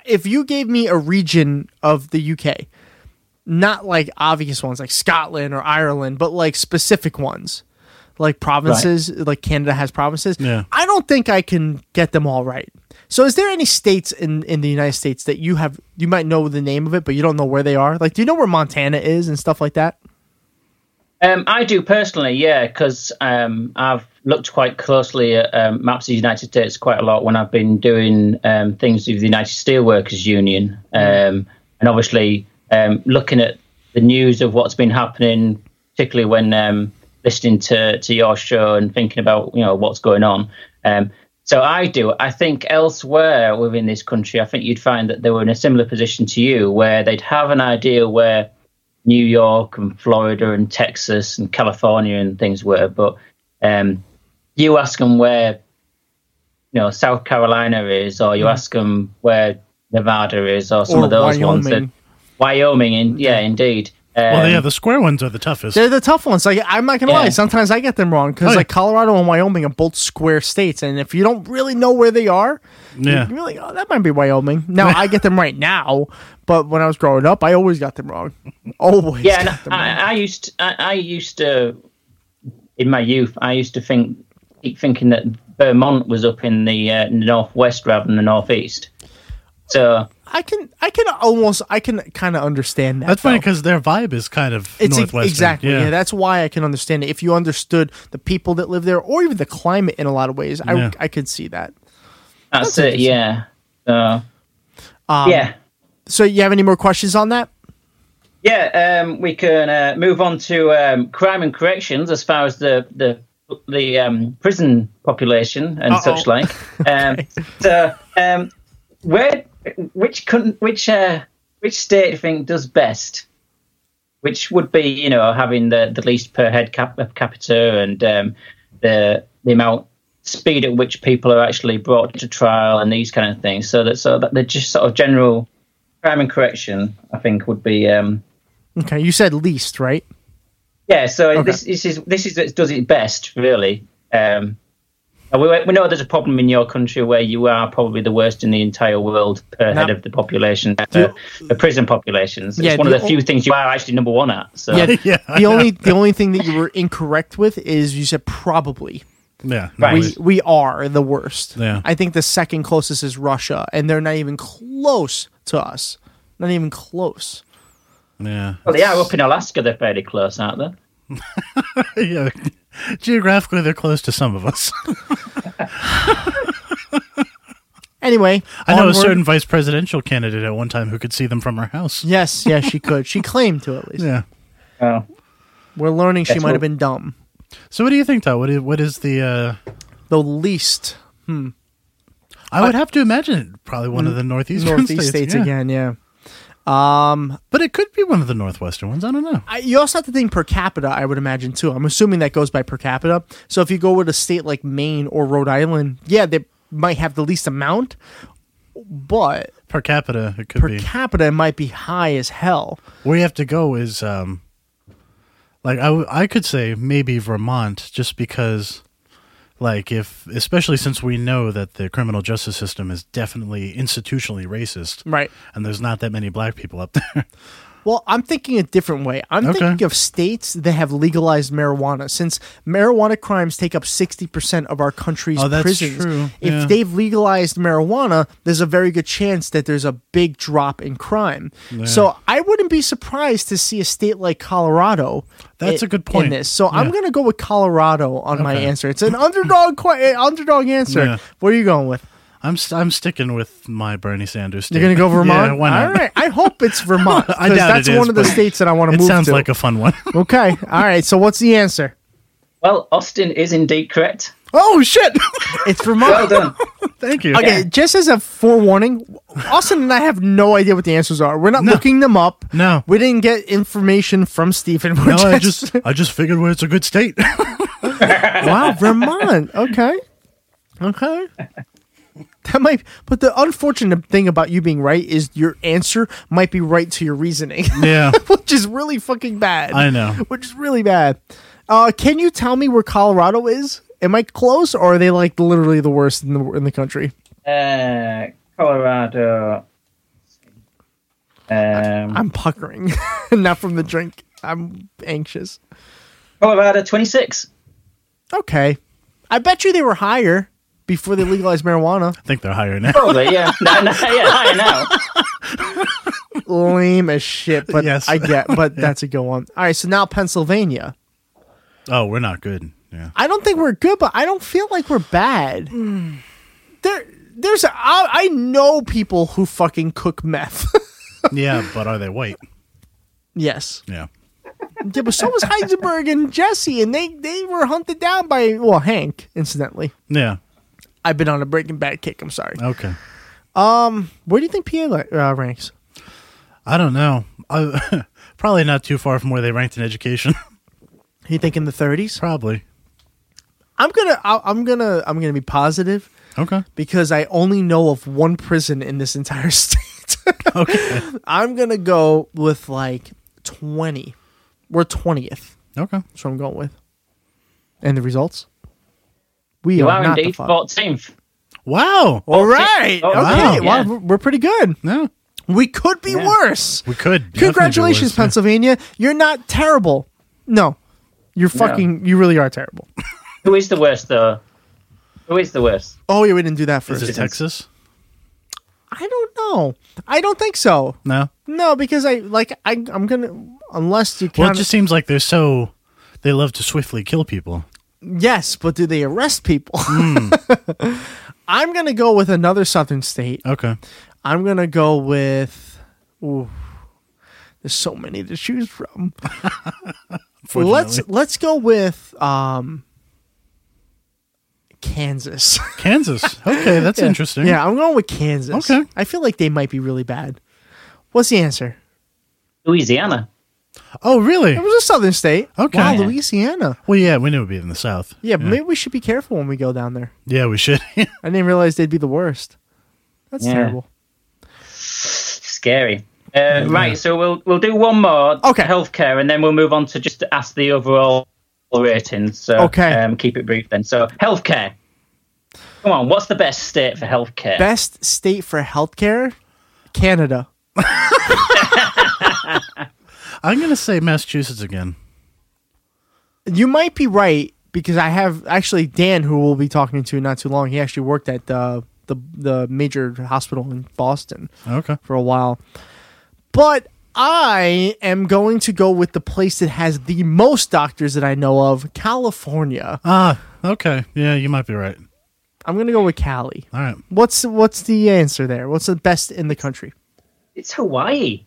Speaker 7: If you gave me a region of the UK, not like obvious ones like Scotland or Ireland, but like specific ones, like provinces, like Canada has provinces.
Speaker 8: Yeah.
Speaker 7: I don't think I can get them all right. So, is there any states in, in the United States that you have you might know the name of it, but you don't know where they are? Like, do you know where Montana is and stuff like that?
Speaker 14: Um, I do personally, yeah, because um, I've looked quite closely at um, maps of the United States quite a lot when I've been doing um, things with the United Steelworkers Union, um, and obviously um, looking at the news of what's been happening, particularly when um, listening to to your show and thinking about you know what's going on. Um, so I do. I think elsewhere within this country, I think you'd find that they were in a similar position to you, where they'd have an idea where New York and Florida and Texas and California and things were, but um, you ask them where you know South Carolina is, or you
Speaker 13: Mm.
Speaker 14: ask them where Nevada is, or some
Speaker 8: Or
Speaker 14: of those ones.
Speaker 8: Wyoming.
Speaker 14: That, Wyoming, and yeah, indeed. Um,
Speaker 8: well, yeah, the square ones are the toughest.
Speaker 7: They're the tough ones. Like, I'm not gonna
Speaker 8: Yeah.
Speaker 7: lie. Sometimes I get them wrong because
Speaker 8: Oh, yeah.
Speaker 7: like Colorado and Wyoming are both square states, and if you don't really know where they are,
Speaker 8: Yeah.
Speaker 7: you're really, oh, that might be Wyoming. Now I get them right now, but when I was growing up, I always got them wrong. Always.
Speaker 14: yeah,
Speaker 7: got
Speaker 14: and
Speaker 7: them wrong.
Speaker 14: I, I used I, I used to in my youth I used to think keep thinking that Vermont was up in the uh, northwest rather than the northeast. So
Speaker 7: I can I can almost I can kind of understand that.
Speaker 8: That's funny
Speaker 7: though.
Speaker 8: because their vibe is kind of
Speaker 7: It's e-
Speaker 8: northwestern.
Speaker 7: exactly yeah. That's why I can understand it. If you understood the people that live there, or even the climate in a lot of ways,
Speaker 14: Yeah.
Speaker 7: I I could see that.
Speaker 14: that's,
Speaker 7: That's
Speaker 14: it.
Speaker 7: interesting.
Speaker 14: Yeah. So
Speaker 7: Um,
Speaker 14: Yeah.
Speaker 7: So you have any more questions on that?
Speaker 14: yeah, um, we can uh, move on to um, crime and corrections as far as the the the um, prison population and
Speaker 13: Uh-oh.
Speaker 14: such like. Um, So um, where which coun- which uh, which state do you think does best? Which would be you know having the, the least per head cap- per capita and um, the the amount speed at which people are actually brought to trial and these kind of things. So that so that the just sort of general crime and correction, I think, would be um,
Speaker 7: Okay, you said least, right?
Speaker 14: yeah. So this this is this is it does it best really. Um, and we, we know there's a problem in your country where you are probably the worst in the entire world per
Speaker 7: No.
Speaker 14: head of the population, the, the prison populations. It's
Speaker 7: Yeah,
Speaker 14: one of
Speaker 7: the
Speaker 14: the few
Speaker 7: o-
Speaker 14: things you are actually number one at. So
Speaker 7: yeah. the only the only thing that you were incorrect with is you said probably.
Speaker 8: Yeah.
Speaker 7: We we are the worst.
Speaker 8: Uh, Yeah.
Speaker 7: I think the second closest is Russia, and they're not even close to us. Not even close.
Speaker 8: Yeah.
Speaker 14: Well, they are up in Alaska. They're fairly close, aren't they?
Speaker 8: yeah. Geographically, they're close to some of us.
Speaker 7: Anyway,
Speaker 8: I know a
Speaker 7: onward.
Speaker 8: certain vice presidential candidate at one time who could see them from her house.
Speaker 7: Yes, yes, she could. She claimed to at least.
Speaker 8: Yeah.
Speaker 14: Oh.
Speaker 7: We're learning she
Speaker 8: That's
Speaker 7: might
Speaker 8: what-
Speaker 7: have been dumb.
Speaker 8: So what do you think, though? What is what is the uh,
Speaker 7: the least? Hmm.
Speaker 8: I would have to imagine probably one of the northeastern
Speaker 7: northeast
Speaker 8: states,
Speaker 7: states
Speaker 8: yeah.
Speaker 7: again. Yeah. Um,
Speaker 8: but it could be one of the northwestern ones. I don't know.
Speaker 7: I, you also have to think per capita. I would imagine too. I'm assuming that goes by per capita. So if you go with a state like Maine or Rhode Island, yeah, they might have the least amount, but
Speaker 8: per capita it could
Speaker 7: per
Speaker 8: be.
Speaker 7: capita it might be high as hell.
Speaker 8: Where you have to go is um, like I w- I could say maybe Vermont just because like if especially since we know that the criminal justice system is definitely institutionally racist,
Speaker 7: right?
Speaker 8: And there's not that many black people up there.
Speaker 7: Well, I'm thinking a different way. I'm
Speaker 8: Okay.
Speaker 7: thinking of states that have legalized marijuana. Since marijuana crimes take up 60% of our country's
Speaker 8: Oh, that's
Speaker 7: prisons,
Speaker 8: true.
Speaker 7: if
Speaker 8: Yeah.
Speaker 7: they've legalized marijuana, there's a very good chance that there's a big drop in crime.
Speaker 8: Yeah.
Speaker 7: So I wouldn't be surprised to see a state like Colorado.
Speaker 8: That's
Speaker 7: i-
Speaker 8: a good
Speaker 7: In
Speaker 8: point.
Speaker 7: this. So I'm
Speaker 8: Yeah.
Speaker 7: going to go with Colorado on my
Speaker 8: Okay.
Speaker 7: answer. It's an underdog qu- uh, underdog answer.
Speaker 8: Yeah.
Speaker 7: What are you going with?
Speaker 8: I'm st- I'm sticking with my Bernie Sanders.
Speaker 7: You're going to
Speaker 8: statement.
Speaker 7: go Vermont?
Speaker 8: yeah, why not?
Speaker 7: All right. I hope it's Vermont.
Speaker 8: I
Speaker 7: 'cause
Speaker 8: doubt
Speaker 7: that's
Speaker 8: it is,
Speaker 7: one of the
Speaker 8: but
Speaker 7: states that I want to
Speaker 8: it
Speaker 7: move
Speaker 8: sounds
Speaker 7: to.
Speaker 8: like a fun one.
Speaker 7: okay. All right. So what's the answer?
Speaker 14: Well, Austin is indeed correct.
Speaker 7: Oh shit! It's Vermont.
Speaker 14: Well done.
Speaker 8: Thank
Speaker 14: you.
Speaker 7: Okay,
Speaker 14: Yeah.
Speaker 7: just as a forewarning, Austin and I have no idea what the answers are. We're not looking them up.
Speaker 8: No.
Speaker 7: we didn't get information from Stephen. We're
Speaker 8: No, I
Speaker 7: just-
Speaker 8: just I just figured where it's a good state.
Speaker 7: wow, Vermont. Okay, okay. That might. But the unfortunate thing about you being right is your answer might be right to your reasoning.
Speaker 8: Yeah.
Speaker 7: which is really fucking bad.
Speaker 8: I know.
Speaker 7: Which is really bad. Uh, can you tell me where Colorado is? Am I close, or are they like literally the worst in the in the country?
Speaker 14: Uh, Colorado. Um,
Speaker 7: I'm puckering, not from the drink. I'm anxious.
Speaker 14: Colorado 26.
Speaker 7: Okay, I bet you they were higher before they legalized marijuana.
Speaker 8: I think they're higher now.
Speaker 14: Probably, yeah. No, no, yeah, higher now.
Speaker 7: Lame as shit, but
Speaker 8: Yes.
Speaker 7: I get. But that's a good one. All right, so now Pennsylvania.
Speaker 8: Oh, we're not good. Yeah.
Speaker 7: I don't think we're good, but I don't feel like we're bad. There, there's. a- I I know people who fucking cook meth.
Speaker 8: Yeah, but are they white?
Speaker 7: yes.
Speaker 8: Yeah.
Speaker 7: Yeah, but so was Heisenberg and Jesse, and they they were hunted down by well Hank, incidentally.
Speaker 8: Yeah.
Speaker 7: I've been on a Breaking Bad kick. I'm sorry.
Speaker 8: Okay.
Speaker 7: Um, where do you think PA li- uh, ranks?
Speaker 8: I don't know. I, probably not too far from where they ranked in education.
Speaker 7: You think in the 30s?
Speaker 8: Probably.
Speaker 7: I'm gonna I- I'm gonna I'm gonna be positive.
Speaker 8: Okay.
Speaker 7: Because I only know of one prison in this entire state. okay. I'm gonna go with like 20. We're 20th.
Speaker 8: Okay.
Speaker 7: That's what I'm going with. And the results? We
Speaker 14: You
Speaker 7: are,
Speaker 14: are
Speaker 7: not the
Speaker 14: indeed
Speaker 7: fuck.
Speaker 14: 14th.
Speaker 8: Wow.
Speaker 7: All right.
Speaker 14: Oh,
Speaker 7: okay.
Speaker 14: wow.
Speaker 7: Wow. We're we're pretty good.
Speaker 8: No.
Speaker 7: We could be worse.
Speaker 8: We could.
Speaker 7: Congratulations, Pennsylvania. You're not terrible. No. You're
Speaker 14: No.
Speaker 7: fucking. You really are terrible.
Speaker 14: Who is the worst, though? Who is the worst?
Speaker 7: Oh, yeah, we didn't do that first.
Speaker 14: Is it Texas?
Speaker 7: I don't know. I don't think so.
Speaker 8: No.
Speaker 7: No, because I like I I'm gonna unless you
Speaker 8: Well,
Speaker 7: count.
Speaker 8: it just seems like they're so they love to swiftly kill people.
Speaker 7: yes, but do they arrest people?
Speaker 8: Hmm.
Speaker 7: I'm gonna go with another Southern state.
Speaker 8: Okay.
Speaker 7: I'm gonna go with. Ooh, there's so many to choose from. let's
Speaker 8: Unfortunately.
Speaker 7: let's go with um, Kansas.
Speaker 8: Kansas. Okay, that's
Speaker 7: Yeah.
Speaker 8: interesting.
Speaker 7: Yeah, I'm going with Kansas. Okay. I feel like they might be really bad. What's the answer?
Speaker 14: Louisiana.
Speaker 8: Oh, really?
Speaker 7: It was a southern state.
Speaker 8: Okay.
Speaker 7: Wow, Louisiana.
Speaker 8: Well, yeah, we knew it would be in the South.
Speaker 7: Yeah, but maybe we should be careful when we go down there.
Speaker 8: Yeah, we should.
Speaker 7: I didn't realize they'd be the worst. That's
Speaker 14: Yeah.
Speaker 7: terrible.
Speaker 14: Scary. Uh, Right, so we'll we'll do one more. Okay. Healthcare, and then we'll move on to just to ask the overall ratings. So,
Speaker 7: Okay.
Speaker 14: Um, keep it brief then. So healthcare. Come on, what's the best state for healthcare?
Speaker 7: Best state for healthcare? Canada.
Speaker 8: I'm gonna say Massachusetts again.
Speaker 7: You might be right because I have actually Dan, who we'll be talking to not too long. He actually worked at the the, the major hospital in Boston.
Speaker 8: Okay.
Speaker 7: for a while. But I am going to go with the place that has the most doctors that I know of, California.
Speaker 8: Ah, okay. Yeah, you might be right.
Speaker 7: I'm going to go with Cali.
Speaker 8: All right.
Speaker 7: What's what's the answer there? What's the best in the country?
Speaker 14: It's Hawaii.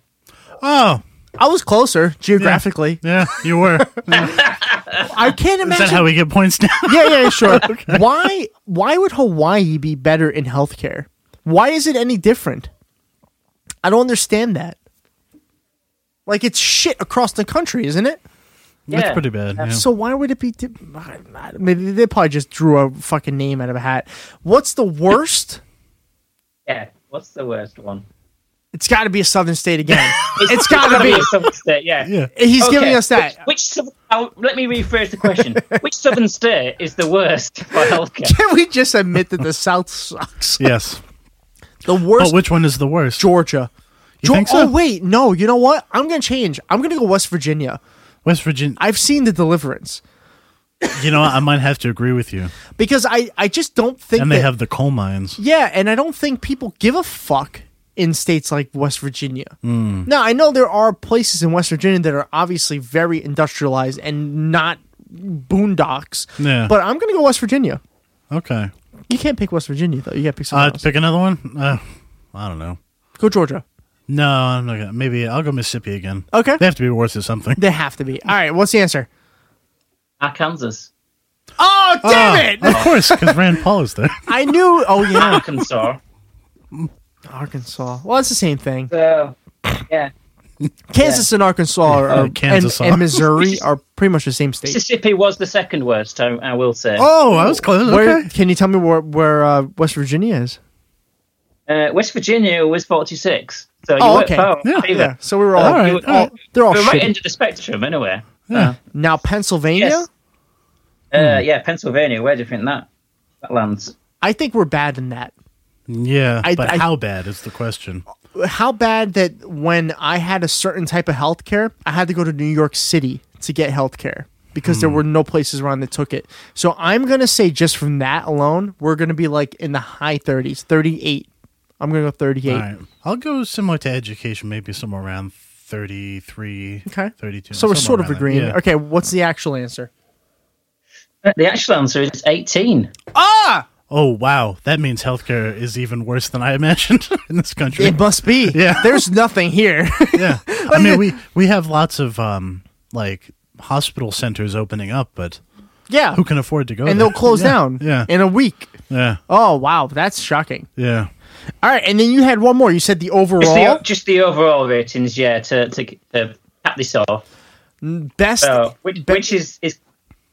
Speaker 8: Oh,
Speaker 7: I was closer geographically.
Speaker 8: Yeah, you were.
Speaker 7: I can't imagine
Speaker 8: Is that how we get points now?
Speaker 7: Yeah, yeah, sure. Why why would Hawaii be better in healthcare? Why is it any different? I don't understand that. Like it's shit across the country, isn't it?
Speaker 8: That's Yeah. pretty bad, yeah.
Speaker 7: So why would it be? Di- I- I- Maybe they probably just drew a fucking name out of a hat. What's the worst?
Speaker 14: Yeah. What's the worst one?
Speaker 7: It's got to be a southern state again. it's got to
Speaker 14: gotta
Speaker 7: be.
Speaker 14: a southern state. Yeah.
Speaker 7: He's giving us that.
Speaker 14: Which, which southern- I'll- let me rephrase the question. which southern state is the worst for healthcare?
Speaker 7: Can we just admit that the South sucks?
Speaker 8: yes.
Speaker 7: The worst.
Speaker 8: Oh, which one is the worst?
Speaker 7: Georgia.
Speaker 8: You
Speaker 7: Geor-
Speaker 8: think so?
Speaker 7: Oh wait, no. You know what? I'm gonna change. I'm gonna go West Virginia.
Speaker 8: West Virginia.
Speaker 7: I've seen the Deliverance
Speaker 8: You know, I might have to agree with you.
Speaker 7: because I I just don't think
Speaker 8: and they
Speaker 7: that-
Speaker 8: have the coal mines.
Speaker 7: yeah, and I don't think people give a fuck in states like West Virginia.
Speaker 8: Mm.
Speaker 7: Now I know there are places in West Virginia that are obviously very industrialized and not boondocks.
Speaker 8: Yeah.
Speaker 7: But I'm gonna go West Virginia.
Speaker 8: Okay.
Speaker 7: You can't pick West Virginia though. You got to pick something
Speaker 8: Uh,
Speaker 7: else.
Speaker 8: pick another one. Uh, I don't know.
Speaker 7: Go Georgia.
Speaker 8: No, I'm not gonna. Maybe I'll go Mississippi again.
Speaker 7: Okay.
Speaker 8: They have to be worth it something.
Speaker 7: They have to be. All right. What's the answer?
Speaker 14: Arkansas.
Speaker 7: Oh damn
Speaker 8: Ah, Of
Speaker 7: it!
Speaker 8: course, because Rand Paul is there.
Speaker 7: I knew. Oh yeah,
Speaker 14: Arkansas.
Speaker 7: Arkansas. Well, it's the same thing.
Speaker 14: So, yeah.
Speaker 7: Kansas and Arkansas are,
Speaker 8: Uh,
Speaker 7: are-
Speaker 8: Kansas.
Speaker 7: and, and Missouri are pretty much the same state.
Speaker 14: Mississippi was the second worst. I, I will say.
Speaker 7: Oh,
Speaker 8: Oh,
Speaker 7: Where, Can you tell me where where uh, West Virginia is?
Speaker 14: Uh, West Virginia was 46. So you
Speaker 7: Oh,
Speaker 14: weren't
Speaker 7: okay.
Speaker 14: far off
Speaker 7: Yeah,
Speaker 14: either.
Speaker 7: yeah. So we were all-
Speaker 14: you
Speaker 7: Alright,
Speaker 14: were-
Speaker 7: alright. They're all
Speaker 14: we were right
Speaker 7: shitty.
Speaker 14: end of the spectrum anyway.
Speaker 7: Now Pennsylvania.
Speaker 14: Yes.
Speaker 7: Hmm.
Speaker 14: Uh, yeah, Pennsylvania. Where do you think that that lands?
Speaker 7: I think we're bad in that.
Speaker 8: Yeah,
Speaker 7: I-
Speaker 8: but
Speaker 7: I-
Speaker 8: how bad is the question?
Speaker 7: How bad that when I had a certain type of health care, I had to go to New York City to get health care because there were no places around that took it. So I'm going to say just from that alone, we're going to be like in the high 30s, 38. I'm going to go 38.
Speaker 8: All right. I'll go similar to education, maybe somewhere around 33, okay. 32.
Speaker 7: So we're
Speaker 8: somewhere
Speaker 7: sort of
Speaker 8: around there.
Speaker 7: agreeing.
Speaker 8: Yeah.
Speaker 7: Okay, what's the actual answer?
Speaker 14: The actual answer is 18.
Speaker 7: Ah!
Speaker 8: Oh, wow. That means healthcare is even worse than I imagined in this country.
Speaker 7: It must be. Yeah. There's nothing here.
Speaker 8: yeah. I mean, we, we have lots of um, like hospital centers opening up, but
Speaker 7: Yeah.
Speaker 8: who can afford to go?
Speaker 7: and
Speaker 8: there?
Speaker 7: they'll close
Speaker 8: Yeah.
Speaker 7: down
Speaker 8: Yeah.
Speaker 7: in a week.
Speaker 8: Yeah.
Speaker 7: Oh, wow. That's shocking.
Speaker 8: Yeah.
Speaker 7: All right, and then you had one more. You said the
Speaker 14: Just
Speaker 7: overall
Speaker 14: the, just the overall ratings, yeah, to, to, to cap this off.
Speaker 7: best.
Speaker 14: So, which, which is, is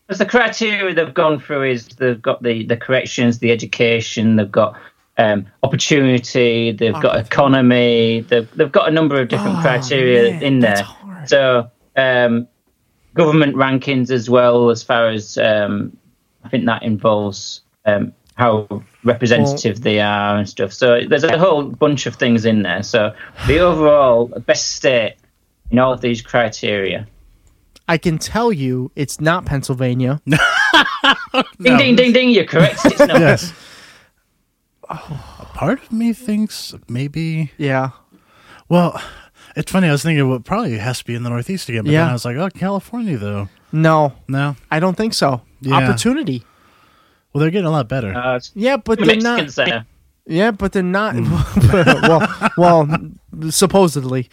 Speaker 14: because the criteria they've gone through is they've got the, the corrections, the education, they've got um, opportunity, they've got economy, they've, they've got a number of
Speaker 7: Oh,
Speaker 14: different criteria in there. So um, government rankings as well, as far as um, I think that involves um, how representative they are and stuff. So there's a whole bunch of things in there. So the overall best state in all of these criteria.
Speaker 7: I can tell you it's not Pennsylvania.
Speaker 14: Ding, ding, ding, ding. You're correct. It's not.
Speaker 8: yes. A part of me thinks maybe.
Speaker 7: Yeah.
Speaker 8: Well, it's funny. I was thinking well, it probably has to be in the Northeast again, but
Speaker 7: Yeah.
Speaker 8: then I was like, oh, California though.
Speaker 7: No.
Speaker 8: No.
Speaker 7: I don't think so.
Speaker 8: Yeah.
Speaker 7: Opportunity.
Speaker 8: Well, they're getting a lot better.
Speaker 14: Uh,
Speaker 7: yeah, but
Speaker 8: the
Speaker 7: they're
Speaker 8: Mexicans
Speaker 7: not.
Speaker 8: there.
Speaker 7: Yeah, but they're not.
Speaker 8: Mm.
Speaker 7: well, well, supposedly,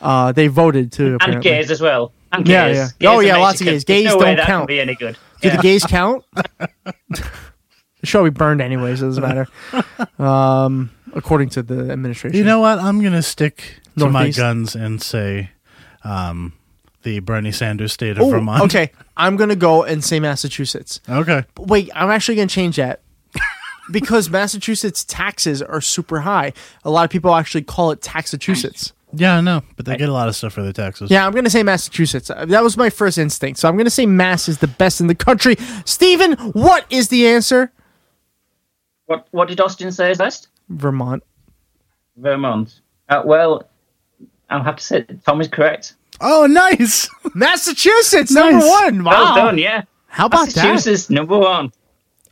Speaker 7: uh, they voted too.
Speaker 14: And
Speaker 7: Apparently.
Speaker 14: gays as well. And gays.
Speaker 7: Yeah, yeah.
Speaker 14: Gays
Speaker 7: Oh,
Speaker 14: are
Speaker 7: yeah, lots of
Speaker 14: Mexicans.
Speaker 7: gays.
Speaker 14: There's
Speaker 7: Gays
Speaker 14: no way
Speaker 7: don't
Speaker 14: that can
Speaker 7: count.
Speaker 14: be any good.
Speaker 7: Do
Speaker 14: Yeah.
Speaker 7: the gays count? the show we burned anyways. It doesn't matter. Um, according to the administration.
Speaker 8: You know what? I'm gonna stick to
Speaker 7: Northeast.
Speaker 8: my guns and say, um, the Bernie Sanders state of
Speaker 7: Ooh,
Speaker 8: Vermont.
Speaker 7: Okay, I'm gonna go and say Massachusetts.
Speaker 8: Okay.
Speaker 7: Wait, I'm actually gonna change that because Massachusetts taxes are super high. A lot of people actually call it Taxachusetts.
Speaker 8: Yeah, I know, but they get a lot of stuff for their taxes.
Speaker 7: Yeah, I'm gonna say Massachusetts. Uh, That was my first instinct, so I'm gonna say Mass is the best in the country. Steven, what is the answer?
Speaker 14: What, what did Austin say is last?
Speaker 7: Vermont.
Speaker 14: Vermont. Uh, well, I'll have to say that Tom is correct.
Speaker 8: Oh, nice!
Speaker 7: Massachusetts number one. Wow.
Speaker 14: Well done, yeah.
Speaker 7: How about that?
Speaker 14: Massachusetts number one.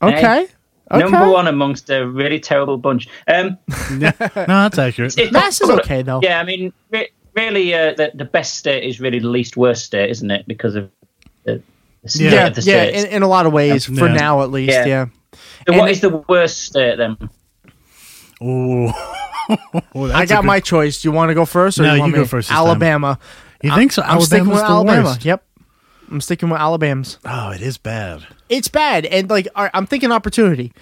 Speaker 7: Okay.
Speaker 14: Eh? Number
Speaker 7: Okay.
Speaker 14: one amongst a really terrible bunch. Um,
Speaker 8: no, that's accurate.
Speaker 7: Mass is okay, though.
Speaker 14: Yeah, I mean, re- really, uh, the, the best state is really the least worst state, isn't it? Because of the, the state
Speaker 7: Yeah,
Speaker 14: of the
Speaker 7: yeah,
Speaker 14: state.
Speaker 7: in, in a lot of ways, for
Speaker 14: Yeah.
Speaker 7: now at least, yeah.
Speaker 14: Yeah. So
Speaker 7: And-
Speaker 14: what is the worst state then?
Speaker 8: Ooh. Oh,
Speaker 7: I got my choice. Do you want to go first, or
Speaker 8: No,
Speaker 7: you, want
Speaker 8: you go
Speaker 7: me?
Speaker 8: first this time.
Speaker 7: Alabama.
Speaker 8: You think so?
Speaker 7: I'm sticking with
Speaker 8: Alabama's the
Speaker 7: Alabama.
Speaker 8: worst.
Speaker 7: Yep, I'm sticking with Alabama's.
Speaker 8: Oh, it is bad.
Speaker 7: It's bad, and like all right, I'm thinking opportunity.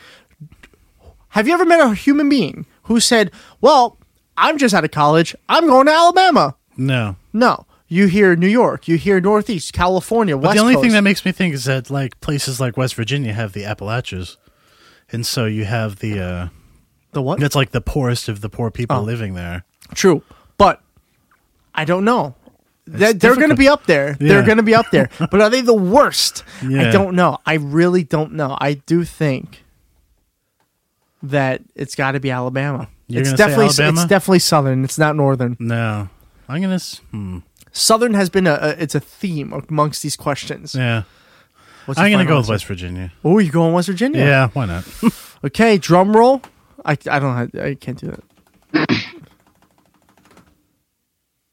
Speaker 7: Have you ever met a human being who said, "Well, I'm just out of college. I'm going to Alabama."
Speaker 8: No.
Speaker 7: No, you hear New York, you hear Northeast, California,
Speaker 8: But
Speaker 7: West
Speaker 8: the only thing
Speaker 7: Coast.
Speaker 8: that makes me think is that like places like West Virginia have the Appalachians, and so you have the uh,
Speaker 7: the what? Oh.
Speaker 8: That's like the poorest of the poor people living there.
Speaker 7: True, but I don't know. They're, they're going to be up there. They're
Speaker 8: Yeah.
Speaker 7: going to be up there. But are they the worst? I
Speaker 8: Yeah.
Speaker 7: don't know. I really don't know. I do think that it's got to be Alabama.
Speaker 8: You're
Speaker 7: it's
Speaker 8: gonna say
Speaker 7: definitely
Speaker 8: Alabama?
Speaker 7: it's definitely southern. It's not northern.
Speaker 8: No, I'm gonna. s- Hmm.
Speaker 7: Southern has been a, a it's a theme amongst these questions.
Speaker 8: Yeah,
Speaker 7: What's
Speaker 8: I'm
Speaker 7: your
Speaker 8: gonna
Speaker 7: final
Speaker 8: go with
Speaker 7: answer?
Speaker 8: West Virginia.
Speaker 7: Oh, you're going West Virginia?
Speaker 8: Yeah, why not?
Speaker 7: Okay, drum roll. I, I don't have, I can't do that.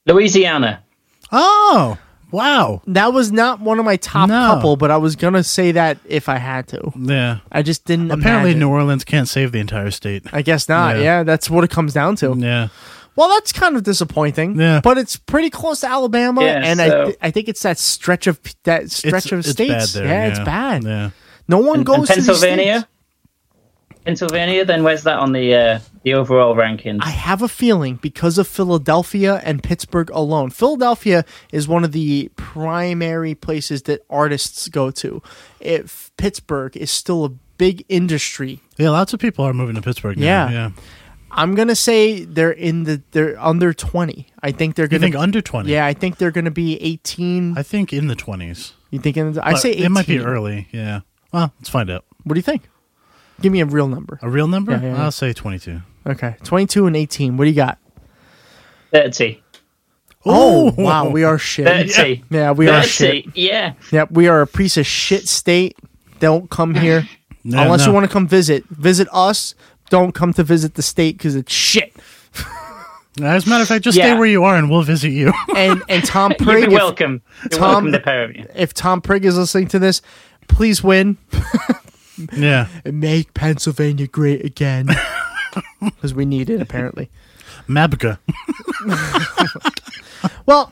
Speaker 14: Louisiana.
Speaker 8: Oh, wow.
Speaker 7: That was not one of my top couple, but I was going to say that if I had to.
Speaker 8: Yeah,
Speaker 7: I just didn't
Speaker 8: apparently
Speaker 7: imagine.
Speaker 8: New Orleans can't save the entire state.
Speaker 7: I guess not. Yeah.
Speaker 8: Yeah.
Speaker 7: that's what it comes down to.
Speaker 8: Yeah.
Speaker 7: Well, that's kind of disappointing.
Speaker 8: Yeah.
Speaker 7: But it's pretty close to Alabama,
Speaker 8: Yeah,
Speaker 7: and I,
Speaker 8: so-
Speaker 7: th- I think it's that stretch of that stretch of
Speaker 8: it's
Speaker 7: states.
Speaker 8: bad there,
Speaker 7: yeah, it's
Speaker 8: yeah.
Speaker 7: bad.
Speaker 8: Yeah.
Speaker 7: No one
Speaker 14: And-
Speaker 7: goes
Speaker 14: and
Speaker 7: to these
Speaker 14: Pennsylvania?
Speaker 7: states.
Speaker 14: Pennsylvania. Then where's that on the uh, the overall rankings?
Speaker 7: I have a feeling because of Philadelphia and Pittsburgh alone. Philadelphia is one of the primary places that artists go to. If Pittsburgh is still a big industry
Speaker 8: Yeah, lots of people are moving to Pittsburgh. Now.
Speaker 7: Yeah.
Speaker 8: Yeah,
Speaker 7: I'm gonna say they're in the they're under twenty. I think they're
Speaker 8: You
Speaker 7: gonna
Speaker 8: think under 20?
Speaker 7: Yeah, I think they're gonna be eighteen.
Speaker 8: I think in the twenties.
Speaker 7: You think in the, I
Speaker 8: But
Speaker 7: say 18.
Speaker 8: it might be early. Yeah. Well, let's find out.
Speaker 7: What do you think? Give me a real number.
Speaker 8: A real number?
Speaker 7: Yeah, yeah, yeah.
Speaker 8: I'll say twenty-two.
Speaker 7: Okay, twenty-two and eighteen. What do you got?
Speaker 14: Thirty.
Speaker 7: Oh wow, we are shit.
Speaker 14: Thirty.
Speaker 7: Yeah, we are shit.
Speaker 14: Thirty, Yeah.
Speaker 7: Yep, we are a piece of shit state. Don't come here
Speaker 8: No,
Speaker 7: unless you
Speaker 8: no.
Speaker 7: want to come visit. Visit us. Don't come to visit the state because it's shit.
Speaker 8: As a matter of fact, just
Speaker 7: Yeah.
Speaker 8: stay where you are, and we'll visit you.
Speaker 7: And and Tom
Speaker 14: You're
Speaker 7: Prigg. if-
Speaker 14: welcome. You're welcome, the pair of you.
Speaker 7: If Tom Prigg is listening to this, please win.
Speaker 8: yeah.
Speaker 7: Make Pennsylvania great again. Because we need it, apparently.
Speaker 8: Mabka.
Speaker 7: Well,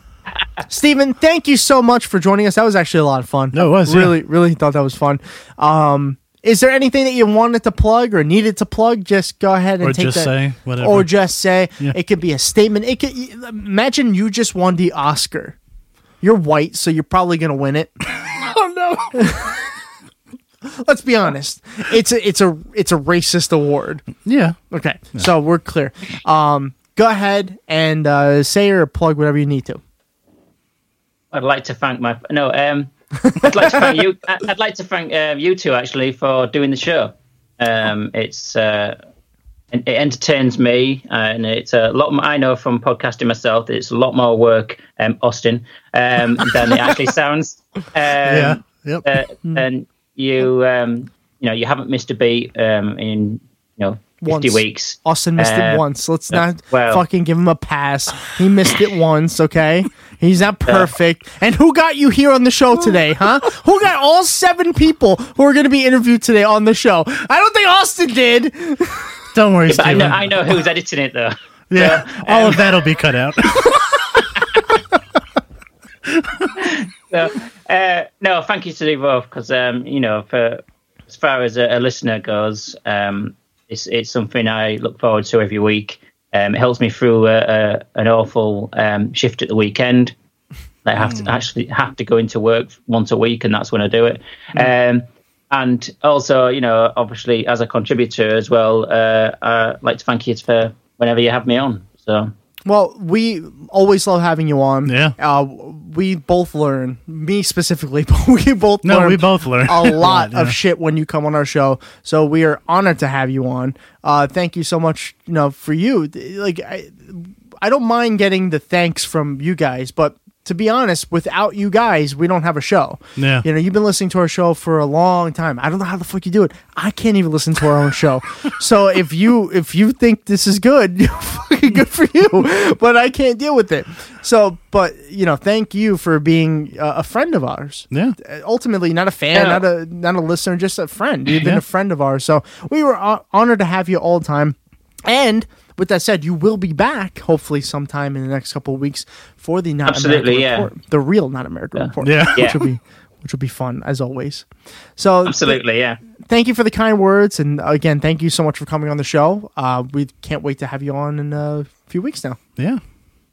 Speaker 7: Stephen, thank you so much for joining us. That was actually a lot of fun. No, it
Speaker 8: was, yeah.
Speaker 7: Really, really thought that was fun. Um, is there anything that you wanted to plug or needed to plug? Just go ahead and
Speaker 8: Or
Speaker 7: take
Speaker 8: just
Speaker 7: that-
Speaker 8: say whatever.
Speaker 7: Or just say
Speaker 8: Yeah.
Speaker 7: it could be a statement. It could imagine you just won the Oscar. You're white, so you're probably gonna win it.
Speaker 8: oh no.
Speaker 7: Let's be honest. It's a it's a it's a racist award.
Speaker 8: Yeah.
Speaker 7: Okay. So we're clear. Um, go ahead and uh, say or plug whatever you need to.
Speaker 14: I'd like to thank my no. Um, I'd like to thank you. I- I'd like to thank um, you two actually for doing the show. Um, it's uh, it it entertains me, uh, and it's a lot. More, I know from podcasting myself, that it's a lot more work, um, Austin, um, than it actually sounds. Um,
Speaker 8: Yeah. Yep.
Speaker 14: Uh,
Speaker 7: Hmm.
Speaker 14: and you, um, you know, you haven't missed a beat um, in you know fifty
Speaker 7: Once.
Speaker 14: weeks.
Speaker 7: Austin missed
Speaker 14: Uh,
Speaker 7: it once. Let's
Speaker 14: uh,
Speaker 7: not
Speaker 14: well,
Speaker 7: fucking give him a pass. He missed it once, okay? He's not perfect. and who got you here on the show today, huh? who got all seven people who are going to be interviewed today on the show? I don't think Austin did.
Speaker 8: Don't worry,
Speaker 14: Yeah, but I know,
Speaker 8: Steven.
Speaker 14: I know who's editing it though.
Speaker 8: Yeah, all of that'll be cut out.
Speaker 14: So, uh, no, thank you to you both because um, you know, for as far as a, a listener goes, um, it's it's something I look forward to every week. Um, it helps me through a, a, an awful um, shift at the weekend. I have to actually have to go into work once a week, and that's when I do it. Um, and also, you know, obviously as a contributor as well, uh, I like to thank you for whenever you have me on. So
Speaker 7: Well, we always love having you on. Yeah. Uh, we both learn, me specifically, but we both
Speaker 8: No,
Speaker 7: learn
Speaker 8: we both learn.
Speaker 7: a lot
Speaker 8: Yeah.
Speaker 7: of shit when you come on our show. So we are honored to have you on. Uh, thank you so much, you know, for you. Like, I, I don't mind getting the thanks from you guys, but to be honest, without you guys, we don't have a show.
Speaker 8: Yeah.
Speaker 7: You know, you've been listening to our show for a long time. I don't know how the fuck you do it. I can't even listen to our own show. so if you if you think this is good, fucking good for you. But I can't deal with it. So, but you know, thank you for being uh, a friend of ours.
Speaker 8: Yeah.
Speaker 7: Ultimately, not a fan,
Speaker 8: Yeah.
Speaker 7: not a not a listener, just a friend. You've been
Speaker 8: Yeah.
Speaker 7: a friend of ours, so we were ho- honored to have you all the time. And with that said, you will be back hopefully sometime in the next couple of weeks for the Not
Speaker 14: Absolutely,
Speaker 7: American
Speaker 14: yeah.
Speaker 7: Report, the real Not American Report,
Speaker 14: Yeah.
Speaker 7: which
Speaker 14: Yeah.
Speaker 7: will be which will be fun as always. So
Speaker 14: absolutely, yeah.
Speaker 7: thank you for the kind words, and again, thank you so much for coming on the show. Uh, we can't wait to have you on in a few weeks now.
Speaker 8: Yeah.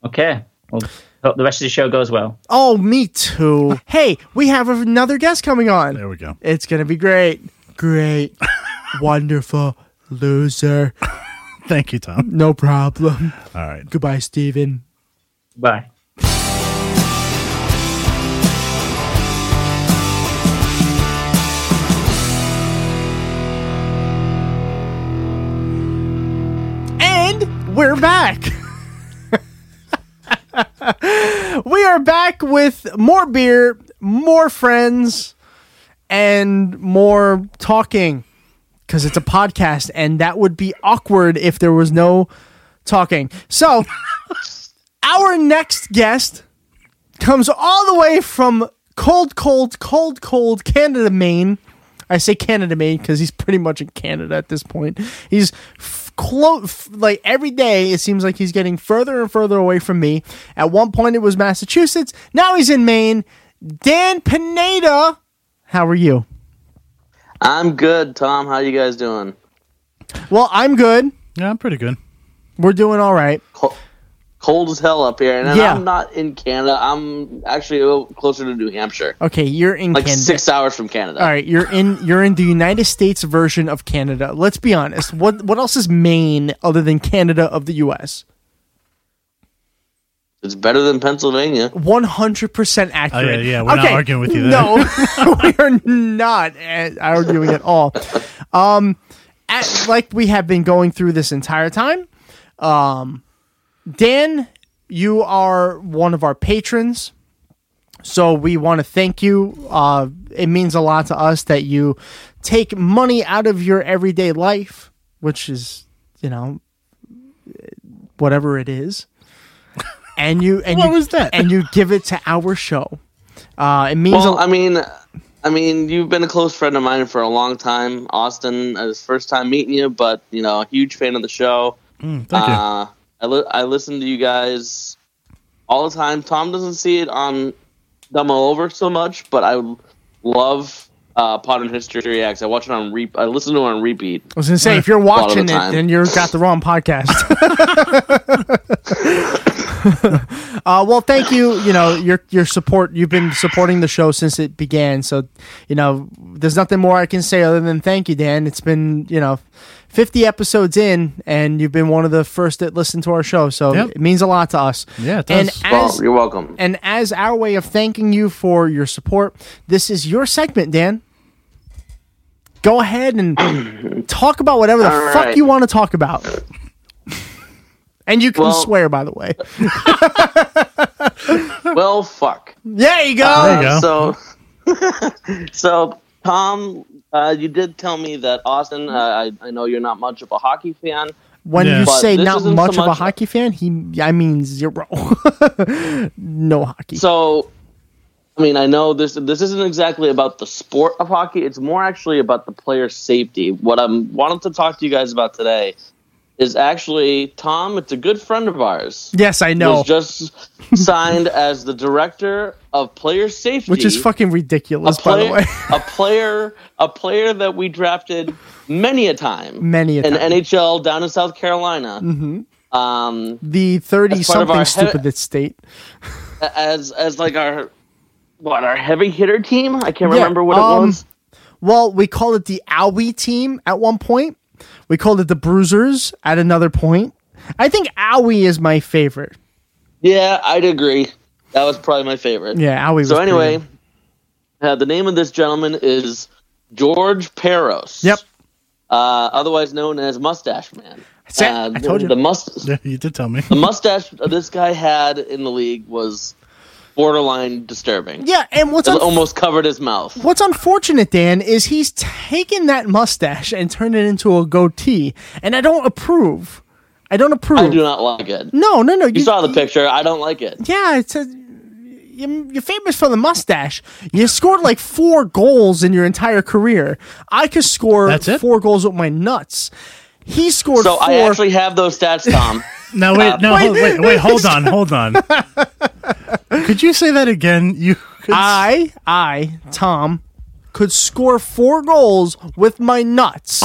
Speaker 14: Okay. Well, hope the rest of the show goes well.
Speaker 7: Oh, me too. hey, we have another guest coming on. There
Speaker 8: we go.
Speaker 7: It's gonna be great. Great. Wonderful loser.
Speaker 8: Thank you, Tom.
Speaker 7: No problem.
Speaker 8: All right.
Speaker 7: Goodbye, Steven.
Speaker 14: Bye.
Speaker 7: And we're back. we are back with more beer, more friends, and more talking because it's a podcast and that would be awkward if there was no talking. So, our next guest comes all the way from cold, cold, cold, cold Canada, Maine. I say Canada, Maine because he's pretty much in Canada at this point. He's f- close, f- like every day, it seems like he's getting further and further away from me. At one point, it was Massachusetts. Now he's in Maine. Dan Pineda, how are you?
Speaker 15: I'm good, Tom. How you guys doing?
Speaker 7: Well, I'm good.
Speaker 8: Yeah, I'm pretty good.
Speaker 7: We're doing all right.
Speaker 15: Cold as hell up here, and
Speaker 7: Yeah.
Speaker 15: I'm not in Canada. I'm actually a little closer to New Hampshire,
Speaker 7: Okay, you're in
Speaker 15: like
Speaker 7: Canada.
Speaker 15: six hours from Canada.
Speaker 7: All right, you're in you're in the United States version of Canada. Let's be honest. What what else is Maine other than Canada of the U.S.?
Speaker 15: It's better than Pennsylvania.
Speaker 7: One hundred percent accurate.
Speaker 15: Oh, yeah, yeah, we're not arguing with you there.
Speaker 7: No, we are not uh, arguing at all. Um, at, like we have been going through this entire time. Um, Dan, you are one of our patrons. So we want to thank you. Uh, it means a lot to us that you take money out of your everyday life, which is, you know, whatever it is, and you and what you, was that? And you give it to our show. Uh, it means a-
Speaker 15: Well, I mean, I mean, you've been a close friend of mine for a long time, Austin. It was first time meeting you, but you know, a huge fan of the show.
Speaker 8: Mm, thank you.
Speaker 15: Uh, I, li- I listen to you guys all the time. Tom doesn't see it on Dumb All Over so much, but I love uh, Modern History Reacts. I watch it on re- I listen to it on repeat.
Speaker 7: I was gonna say if you're
Speaker 15: A lot of the
Speaker 7: watching it,
Speaker 15: time.
Speaker 7: then you've got the wrong podcast. uh, well, thank you. You know your your support. You've been supporting the show since it began. So, you know, there's nothing more I can say other than thank you, Dan. It's been you know, 50 episodes in, and you've been one of the first that listened to our show. So
Speaker 15: Yep.
Speaker 7: it means a lot to us.
Speaker 8: Yeah,
Speaker 7: and
Speaker 15: Well,
Speaker 7: as
Speaker 15: you're welcome.
Speaker 7: and as our way of thanking you for your support, this is your segment, Dan. Go ahead and talk about whatever the
Speaker 15: All
Speaker 7: fuck
Speaker 15: right.
Speaker 7: you want to talk about. And you can
Speaker 15: Well-
Speaker 7: swear, by the way.
Speaker 15: well, fuck.
Speaker 7: There you go.
Speaker 15: Uh, So, so, Tom, uh, you did tell me that Austin. Uh, I, I know you're not much of a hockey fan.
Speaker 7: When you
Speaker 15: but
Speaker 7: say
Speaker 15: this
Speaker 7: not
Speaker 15: isn't so
Speaker 7: much of a hockey fan, he I mean zero. no hockey.
Speaker 15: So, I mean, I know this. This isn't exactly about the sport of hockey. It's more actually about the player safety. What I'm wanted to talk to you guys about today is actually Tom. It's a good friend of ours.
Speaker 7: Yes, I know.
Speaker 15: Was just signed as the director of player safety,
Speaker 7: Which is fucking ridiculous, by the
Speaker 15: player,
Speaker 7: way.
Speaker 15: a player, a player that we drafted many a time,
Speaker 7: Many a
Speaker 15: in
Speaker 7: time.
Speaker 15: NHL down in South Carolina.
Speaker 7: hmm
Speaker 15: Um,
Speaker 7: The thirty
Speaker 15: As part of
Speaker 7: something
Speaker 15: our head-
Speaker 7: stupidest state.
Speaker 15: as as like our what our heavy hitter team. I can't
Speaker 7: Yeah,
Speaker 15: remember what it
Speaker 7: um,
Speaker 15: was.
Speaker 7: Well, we called it the Owie team at one point. We called it the Bruisers at another point. I think Owie is my favorite.
Speaker 15: Yeah, I'd agree. That was probably my favorite.
Speaker 7: Yeah, Howie was
Speaker 15: So
Speaker 7: pretty
Speaker 15: anyway, uh, the name of this gentleman is George Peros.
Speaker 7: Yep.
Speaker 15: Uh, otherwise known as Mustache Man. Uh,
Speaker 8: I told you.
Speaker 15: The must
Speaker 8: Yeah, you did tell me.
Speaker 15: the mustache this guy had in the league was borderline disturbing.
Speaker 7: Yeah, and what's
Speaker 15: It
Speaker 7: unf-
Speaker 15: almost covered his mouth.
Speaker 7: What's unfortunate, Dan, is he's taken that mustache and turned it into a goatee, and I don't approve. I don't approve.
Speaker 15: I do not like it.
Speaker 7: No, no, no.
Speaker 15: You, saw the picture. I don't like it.
Speaker 7: Yeah, it's a, you- you're famous for the mustache. You scored like four goals in your entire career. I could score four goals with my nuts. He scored
Speaker 15: So
Speaker 7: four.
Speaker 15: I actually Uh, have those stats, Tom. Uh,
Speaker 8: Now wait, no,
Speaker 7: Wait.
Speaker 8: hold, wait, wait, hold on, hold on. Could you say that again? You could
Speaker 7: I, I, Tom, could score four goals with my nuts.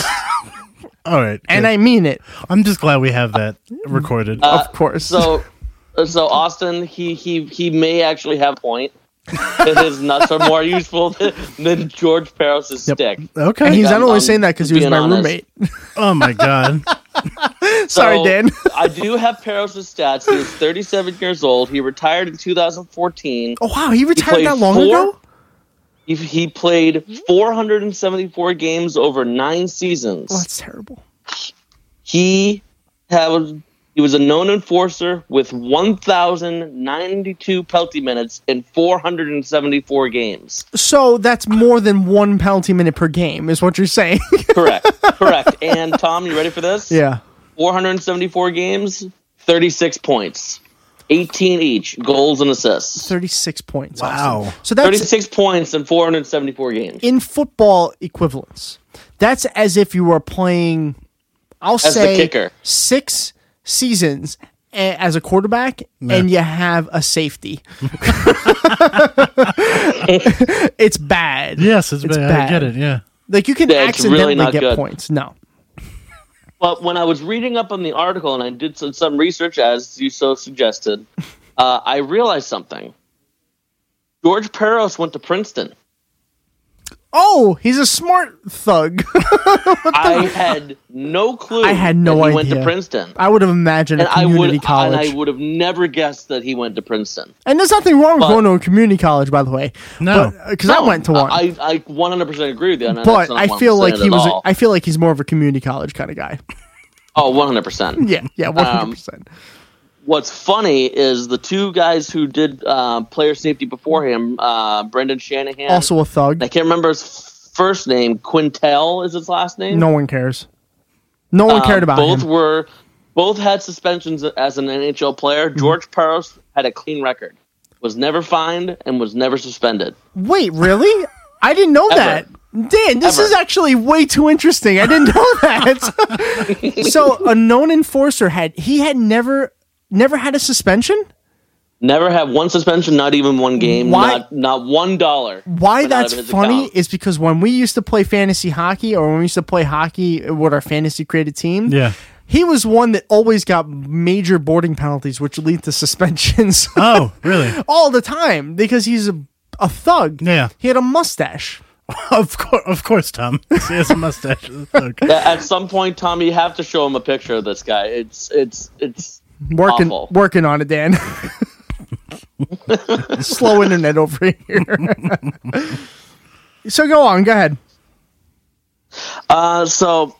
Speaker 8: All right.
Speaker 7: And I mean it.
Speaker 8: I'm just glad we have that recorded.
Speaker 15: Uh, So, uh, so Austin, he he he may actually have a point. that his nuts are more useful than, than George Peros' stick.
Speaker 7: Okay. And he's not
Speaker 15: I'm-
Speaker 7: only
Speaker 15: I'm
Speaker 7: saying that because he was
Speaker 15: being
Speaker 7: my
Speaker 15: honest.
Speaker 7: roommate.
Speaker 8: oh my god.
Speaker 7: Sorry, Dan.
Speaker 15: I do have Peros' stats. He was 37 years old. He retired in 2014.
Speaker 7: Oh wow, he retired
Speaker 15: played
Speaker 7: that long
Speaker 15: four-
Speaker 7: ago.
Speaker 15: He, he played
Speaker 7: Hmm?
Speaker 15: 474 games over nine seasons.
Speaker 7: Oh, that's terrible.
Speaker 15: He had he was a known enforcer with 1,092 penalty minutes in 474 games.
Speaker 7: So that's more than one penalty minute per game, is what you're saying.
Speaker 15: Correct, correct. And Tom, you ready for this?
Speaker 7: yeah.
Speaker 15: 474 games, 36 points, 18 each, goals and assists.
Speaker 7: 36 points. Wow. So that's
Speaker 15: 36 points in 474 games.
Speaker 7: in football equivalence. That's as if you were playing, I'll
Speaker 15: As the
Speaker 7: say,
Speaker 15: kicker.
Speaker 7: six seasons a- as a quarterback,
Speaker 15: Yeah.
Speaker 7: and you have a safety. it's bad.
Speaker 8: Yes, it's, bad. I get it. Yeah.
Speaker 7: Like you can
Speaker 15: Yeah, it's really
Speaker 7: accidentally
Speaker 15: not
Speaker 7: get
Speaker 15: good.
Speaker 7: points. No.
Speaker 15: But when I was reading up on the article and I did some, some research, as you so suggested, uh, I realized something. George Peros went to Princeton.
Speaker 7: Oh, he's a smart thug.
Speaker 15: I had no clue.
Speaker 7: I had no
Speaker 15: that he
Speaker 7: idea.
Speaker 15: went to Princeton.
Speaker 7: I would have imagined
Speaker 15: And
Speaker 7: a
Speaker 15: I
Speaker 7: community
Speaker 15: would
Speaker 7: college.
Speaker 15: and I would have never guessed that he went to Princeton.
Speaker 7: And there's nothing wrong with
Speaker 15: But-
Speaker 7: going to a community college, by the way.
Speaker 15: No.
Speaker 7: because I
Speaker 15: No,
Speaker 7: went to one.
Speaker 15: I, I 100% agree with you. and that's
Speaker 7: but
Speaker 15: not
Speaker 7: I
Speaker 15: what I'm
Speaker 7: feel like
Speaker 15: saying
Speaker 7: he
Speaker 15: at
Speaker 7: was.
Speaker 15: all.
Speaker 7: A, I feel like he's more of a community college kind of guy.
Speaker 15: Oh, 100%.
Speaker 7: Yeah, yeah, 100%.
Speaker 15: Um, what's funny is the two guys who did uh, player safety before him, uh, Brendan Shanahan.
Speaker 7: also a thug.
Speaker 15: I can't remember his f- first name. Quintel is his last name.
Speaker 7: No one cares. No one
Speaker 15: Um,
Speaker 7: cared about
Speaker 15: both
Speaker 7: him.
Speaker 15: were both had suspensions as an NHL player.
Speaker 7: Mm-hmm.
Speaker 15: George Peros had a clean record, was never fined, and was never suspended.
Speaker 7: Wait, really? I didn't know that. Dan, this
Speaker 15: Ever.
Speaker 7: is actually way too interesting. I didn't know that. so a known enforcer had he had never never had a suspension.
Speaker 15: Never had one suspension, not even one game,
Speaker 7: Why-
Speaker 15: not not one dollar.
Speaker 7: Why
Speaker 15: went out of
Speaker 7: that's
Speaker 15: his
Speaker 7: funny
Speaker 15: account.
Speaker 7: is because when we used to play fantasy hockey or when we used to play hockey with our fantasy created team,
Speaker 8: Yeah.
Speaker 7: he was one that always got major boarding penalties, which lead to suspensions.
Speaker 8: Oh, really?
Speaker 7: all the time because he's a, a thug.
Speaker 8: Yeah.
Speaker 7: He had a mustache.
Speaker 8: of course, of course, Tom. He has a mustache. Okay.
Speaker 15: That- At some point, Tom, you have to show him a picture of this guy. It's it's it's
Speaker 7: Working
Speaker 15: awful.
Speaker 7: working on it, Dan. Slow internet over here. so go on, go ahead.
Speaker 15: Uh, so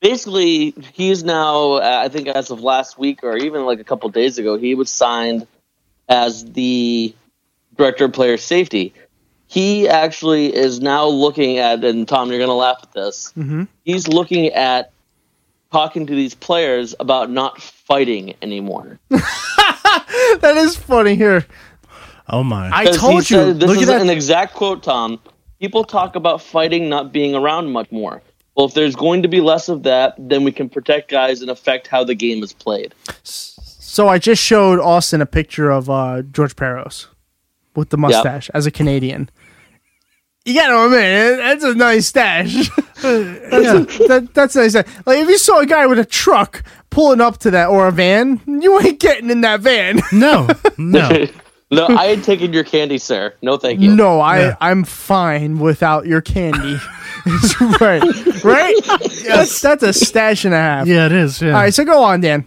Speaker 15: basically, he's now, uh, I think, as of last week or even like a couple days ago, he was signed as the director of player safety. He actually is now looking at, and Tom, you're going to laugh at this.
Speaker 13: Hmm?
Speaker 7: Mm-hmm.
Speaker 15: He's looking at talking to these players about not fighting anymore.
Speaker 7: that is funny here.
Speaker 8: Oh my!
Speaker 7: I
Speaker 15: 'Cause he
Speaker 7: told you.
Speaker 15: said- this
Speaker 7: Look
Speaker 15: is
Speaker 7: at that.
Speaker 15: an exact quote, Tom. People talk about fighting not being around much more. Well, if there's going to be less of that, then we can protect guys and affect how the game is played.
Speaker 7: so I just showed Austin a picture of uh, George Peros with the mustache as a Canadian. You gotta admit, that's a nice stash. that's, a, that, that's a nice. Stash. Like if you saw a guy with a truck pulling up to that or a van, you ain't getting in that van.
Speaker 8: No,
Speaker 15: no, I had taken your candy, sir. No, thank you.
Speaker 7: No, I I'm fine without your candy. That's right, right? That's that's a stash and a half.
Speaker 8: Yeah, it is. Yeah.
Speaker 7: All right, so go on, Dan.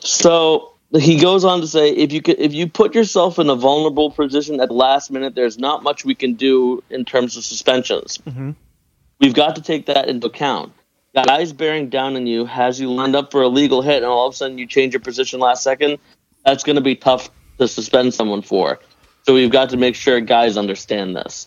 Speaker 15: So he goes on to say, if you could, if you put yourself in a vulnerable position at the last minute, there's not much we can do in terms of suspensions.
Speaker 7: Mm-hmm.
Speaker 15: We've got to take that into account. Guys bearing down on you has you lined up for a legal hit, and all of a sudden you change your position last second. That's going to be tough to suspend someone for. So we've got to make sure guys understand this.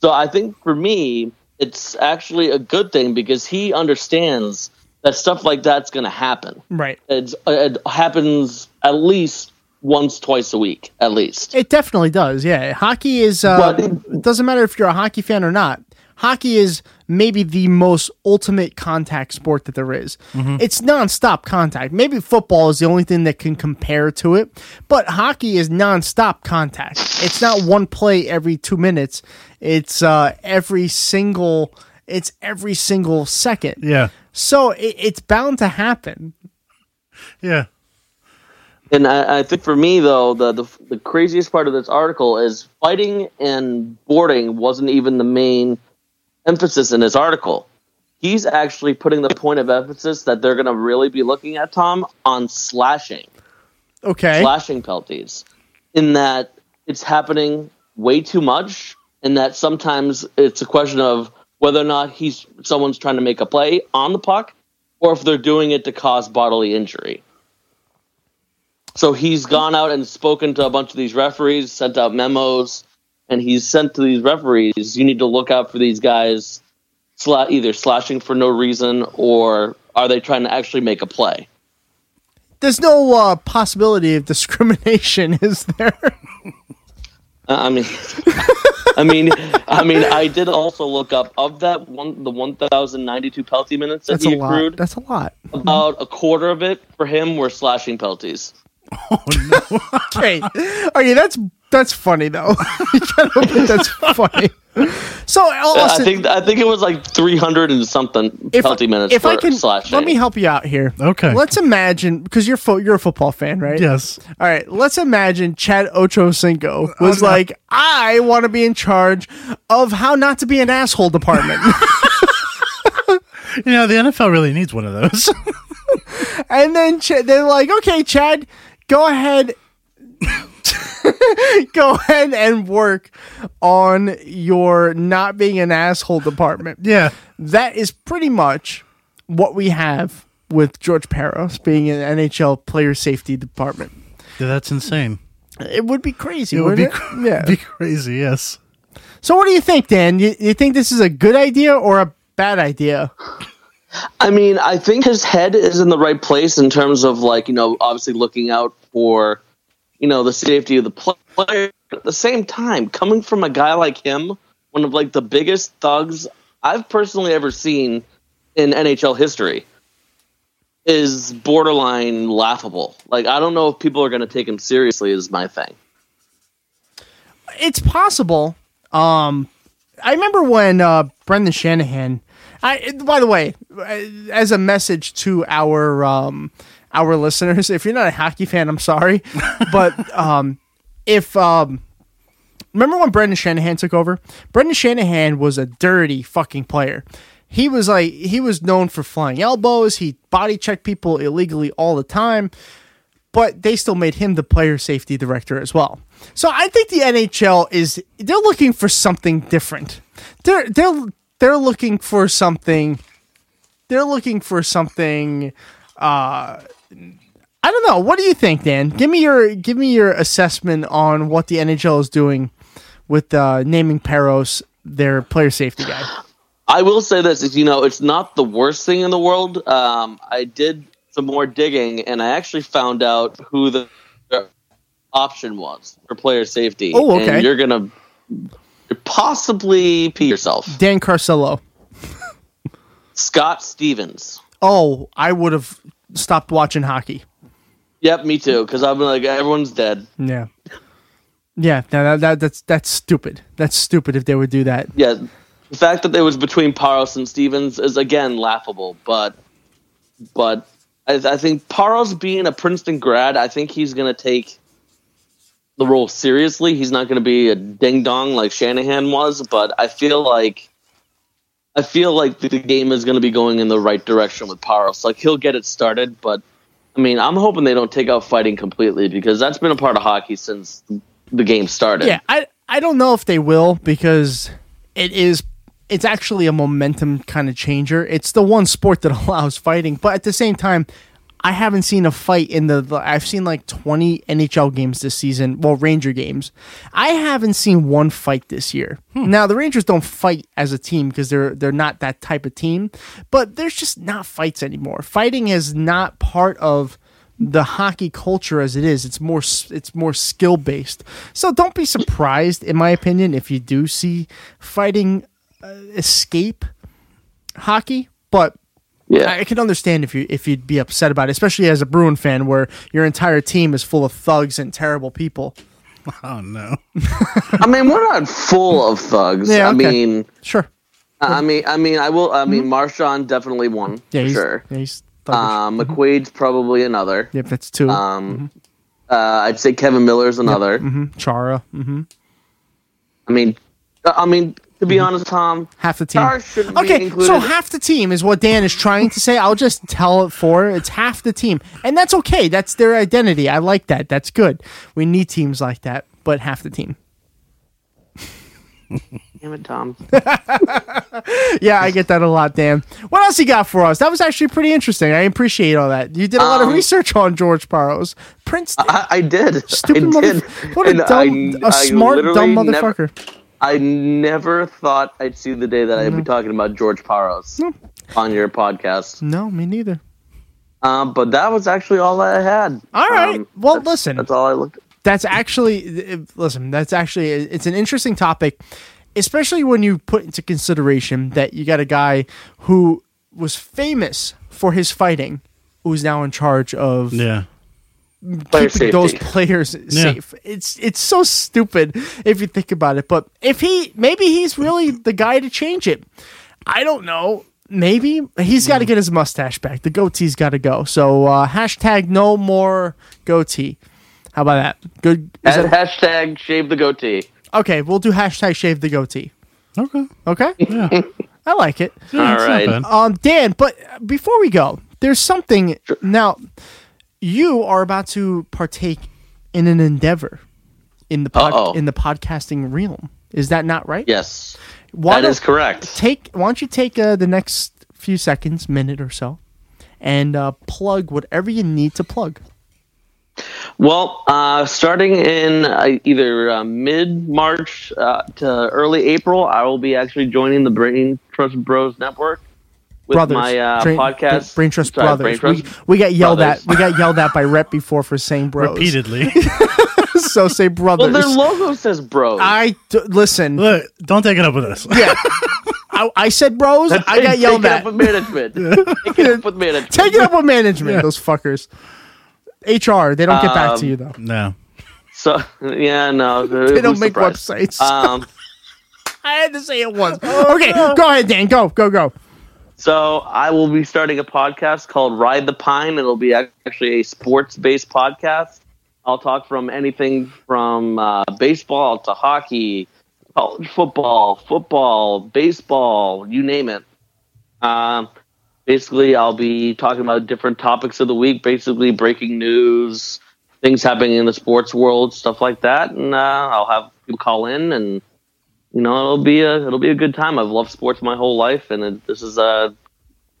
Speaker 15: So I think for me, it's actually a good thing because he understands that stuff like that's going to happen.
Speaker 7: Right.
Speaker 15: It's, it happens at least once, twice a week, at least.
Speaker 7: It definitely does. Yeah, hockey is. Uh, it doesn't matter if you're a hockey fan or not. Hockey is maybe the most ultimate contact sport that there is.
Speaker 16: Mhm.
Speaker 7: It's nonstop contact. Maybe football is the only thing that can compare to it, but hockey is nonstop contact. It's not one play every two minutes. It's uh, every single. It's every single second.
Speaker 8: Yeah.
Speaker 7: So it, it's bound to happen.
Speaker 8: Yeah.
Speaker 15: And I, I think for me, though, the, the the craziest part of this article is fighting and boarding wasn't even the main emphasis in his article. He's actually putting the point of emphasis that they're going to really be looking at Tom on slashing,
Speaker 7: Okay.
Speaker 15: slashing penalties, in that it's happening way too much, and that sometimes it's a question of whether or not he's someone's trying to make a play on the puck, or if they're doing it to cause bodily injury. So he's gone out and spoken to a bunch of these referees, sent out memos, and he's sent to these referees, you need to look out for these guys sla- either slashing for no reason or are they trying to actually make a play?
Speaker 7: There's no uh, possibility of discrimination, is there?
Speaker 15: Uh, I mean I mean I mean I did also look up of that one the 1092 penalty minutes that
Speaker 7: That's a
Speaker 15: he
Speaker 7: lot. Mm-hmm.
Speaker 15: accrued,
Speaker 7: That's a lot.
Speaker 15: about a quarter of it for him were slashing penalties.
Speaker 7: okay. Okay, that's that's funny though. You gotta admit that's funny. So
Speaker 15: I
Speaker 7: Austin,
Speaker 15: think I think it was like 300 and something
Speaker 7: if,
Speaker 15: penalty minutes
Speaker 7: if
Speaker 15: for
Speaker 7: I can,
Speaker 15: slashing.
Speaker 7: let me help you out here.
Speaker 8: Okay.
Speaker 7: Let's imagine because you're fo- you're a football fan, right?
Speaker 8: Yes.
Speaker 7: All right. Let's imagine Chad Ochocinco was
Speaker 8: Oh, no.
Speaker 7: like, I want to be in charge of how not to be an asshole department.
Speaker 8: You know, the NFL really needs one of those.
Speaker 7: and then Ch- they're like, "Okay, Chad, go ahead, go ahead and work on your not being an asshole department."
Speaker 8: Yeah,
Speaker 7: that is pretty much what we have with George Peros being an NHL player safety department.
Speaker 8: Yeah, that's insane.
Speaker 7: It would be crazy.
Speaker 8: It would be,
Speaker 7: wouldn't
Speaker 8: cra-
Speaker 7: yeah.
Speaker 8: be crazy. Yes.
Speaker 7: So, what do you think, Dan? You, you think this is a good idea or a bad idea?
Speaker 15: I mean, I think his head is in the right place in terms of like you know, obviously looking out for you know the safety of the pl- player. But at the same time, coming from a guy like him, one of like the biggest thugs I've personally ever seen in NHL history, is borderline laughable. Like I don't know if people are going to take him seriously. Is my thing.
Speaker 7: it's possible. Um, I remember when uh, Brendan Shanahan. I by the way, uh, as a message to our um, our listeners, if you're not a hockey fan, I'm sorry, but um, if um, remember when Brendan Shanahan took over, Brendan Shanahan was a dirty fucking player. He was like he was known for flying elbows. He body checked people illegally all the time but they still made him the player safety director as well. So I think the NHL is they're looking for something different. They're they're they're looking for something they're looking for something uh I don't know. What do you think, Dan? Give me your give me your assessment on what the NHL is doing with uh, naming Peros their player safety guy.
Speaker 15: I will say this: is you know, it's not the worst thing in the world. Um, I did some more digging, and I actually found out who the option was for player safety.
Speaker 7: Oh, okay.
Speaker 15: And you're gonna possibly pee yourself.
Speaker 7: Dan Carcillo.
Speaker 15: Scott Stevens.
Speaker 7: Oh, I would have stopped watching hockey.
Speaker 15: Yep, me too. Because I'm like, everyone's dead.
Speaker 7: Yeah. Yeah, no, that, that, that's that's stupid. That's stupid if they would do that.
Speaker 15: Yeah, the fact that it was between Paros and Stevens is again laughable. But, but I, I think Paros being a Princeton grad, I think he's going to take the role seriously. He's not going to be a ding dong like Shanahan was. But I feel like, I feel like the game is going to be going in the right direction with Paros. Like he'll get it started. But I mean, I'm hoping they don't take out fighting completely because that's been a part of hockey since the game started.
Speaker 7: Yeah, I I don't know if they will because it is it's actually a momentum kind of changer. It's the one sport that allows fighting, but at the same time, I haven't seen a fight in the, the I've seen like 20 NHL games this season, well Ranger games. I haven't seen one fight this year. Now, the Rangers don't fight as a team because they're they're not that type of team, but there's just not fights anymore. Fighting is not part of the hockey culture as it is. It's more s- it's more skill based. So don't be surprised, in my opinion, if you do see fighting uh, escape hockey. But
Speaker 15: yeah.
Speaker 7: I, I can understand if you if you'd be upset about it, especially as a Bruin fan, where your entire team is full of thugs and terrible people.
Speaker 8: Oh no!
Speaker 15: I mean, we're not full of thugs.
Speaker 7: Yeah,
Speaker 15: I
Speaker 7: okay.
Speaker 15: mean,
Speaker 7: sure.
Speaker 15: I mean, I mean, I will. I mean, Marshawn definitely won.
Speaker 7: Yeah,
Speaker 15: for
Speaker 7: he's,
Speaker 15: sure.
Speaker 7: yeah, he's Mm-hmm.
Speaker 15: Um, McQuaid's probably another.
Speaker 7: Yep, that's two. Mm-hmm.
Speaker 15: Um, uh, I'd say Kevin Miller's another.
Speaker 7: hmm Chara. hmm
Speaker 15: I mean, uh, I mean, to be honest, Tom,
Speaker 7: Mm-hmm. half the team.
Speaker 15: should be
Speaker 7: Okay,
Speaker 15: included.
Speaker 7: so half the team is what Dan is trying to say. I'll just tell it for her. it's half the team, and that's okay. That's their identity. I like that. That's good. We need teams like that, but half the team.
Speaker 15: Damn it, Tom.
Speaker 7: yeah, I get that a lot, Dan. What else you got for us? That was actually pretty interesting. I appreciate all that. You did a lot of
Speaker 15: Um,
Speaker 7: research on George Paros. Princeton.
Speaker 15: I, I did.
Speaker 7: Stupid
Speaker 15: I
Speaker 7: mother-
Speaker 15: did.
Speaker 7: what a
Speaker 15: And
Speaker 7: dumb-
Speaker 15: I-
Speaker 7: a
Speaker 15: I
Speaker 7: smart, dumb
Speaker 15: literally never-
Speaker 7: motherfucker.
Speaker 15: I never thought I'd see the day that I'd be talking about George Paros on your podcast.
Speaker 7: No, Oh, me neither.
Speaker 15: Um, but that was actually all I had.
Speaker 7: All right.
Speaker 15: Um,
Speaker 7: well, listen. That's
Speaker 15: all I looked.
Speaker 7: That's actually listen. That's actually it's an interesting topic, especially when you put into consideration that you got a guy who was famous for his fighting, who's now in charge of
Speaker 8: Yeah.
Speaker 7: keeping those players
Speaker 8: Yeah.
Speaker 7: safe. It's it's so stupid if you think about it. But if he maybe he's really the guy to change it. I don't know. Maybe he's got to get his mustache back. The goatee's got to go. So uh, hashtag no more goatee. How about that? Good. is
Speaker 15: And
Speaker 7: that-
Speaker 15: hashtag shave the goatee.
Speaker 7: okay, we'll do hashtag shave the goatee.
Speaker 8: Okay.
Speaker 7: Okay. I like it.
Speaker 15: Yeah, it's not Alright. bad.
Speaker 7: Um, Dan, but before we go, there's something now. You are about to partake in an endeavor in the pod, in the podcasting realm. Is that not right?
Speaker 15: Yes.
Speaker 7: Why
Speaker 15: that
Speaker 7: don't-
Speaker 15: is correct.
Speaker 7: Take. Why don't you take uh, the next few seconds, minute or so, and uh, plug whatever you need to plug.
Speaker 15: Well, uh, starting in uh, either uh, mid March uh, to early April, I will be actually joining the Brain Trust Bros Network with
Speaker 7: brothers,
Speaker 15: my uh,
Speaker 7: Brain-
Speaker 15: podcast.
Speaker 7: Brain Trust
Speaker 15: Sorry,
Speaker 7: Brothers.
Speaker 15: Brain Trust
Speaker 7: we, we got yelled
Speaker 15: Brothers.
Speaker 7: at. We got yelled at by Rep before for saying bros
Speaker 8: Repeatedly.
Speaker 7: so say brothers.
Speaker 15: Well, their logo says bros.
Speaker 7: I d- listen.
Speaker 8: Look, don't take it up with us.
Speaker 7: Yeah, I, I said bros. I got yelled
Speaker 15: Take it
Speaker 7: at.
Speaker 15: up with management. Take it up with management.
Speaker 7: Take it up with management. Those fuckers. HR. They don't get back to
Speaker 15: Um,
Speaker 7: you though.
Speaker 8: No.
Speaker 15: So yeah, no,
Speaker 7: They don't make websites.
Speaker 15: Um,
Speaker 7: I had to say it once. okay, go ahead, Dan. Go, go, go.
Speaker 15: So I will be starting a podcast called Ride the Pine. It'll be actually a sports-based podcast. I'll talk from anything from uh, baseball to hockey, college football, football, baseball, you name it. Um, basically, I'll be talking about different topics of the week, basically breaking news, things happening in the sports world, stuff like that. And uh, I'll have people call in, and you know, it'll be a it'll be a good time. I've loved sports my whole life, and it, this is a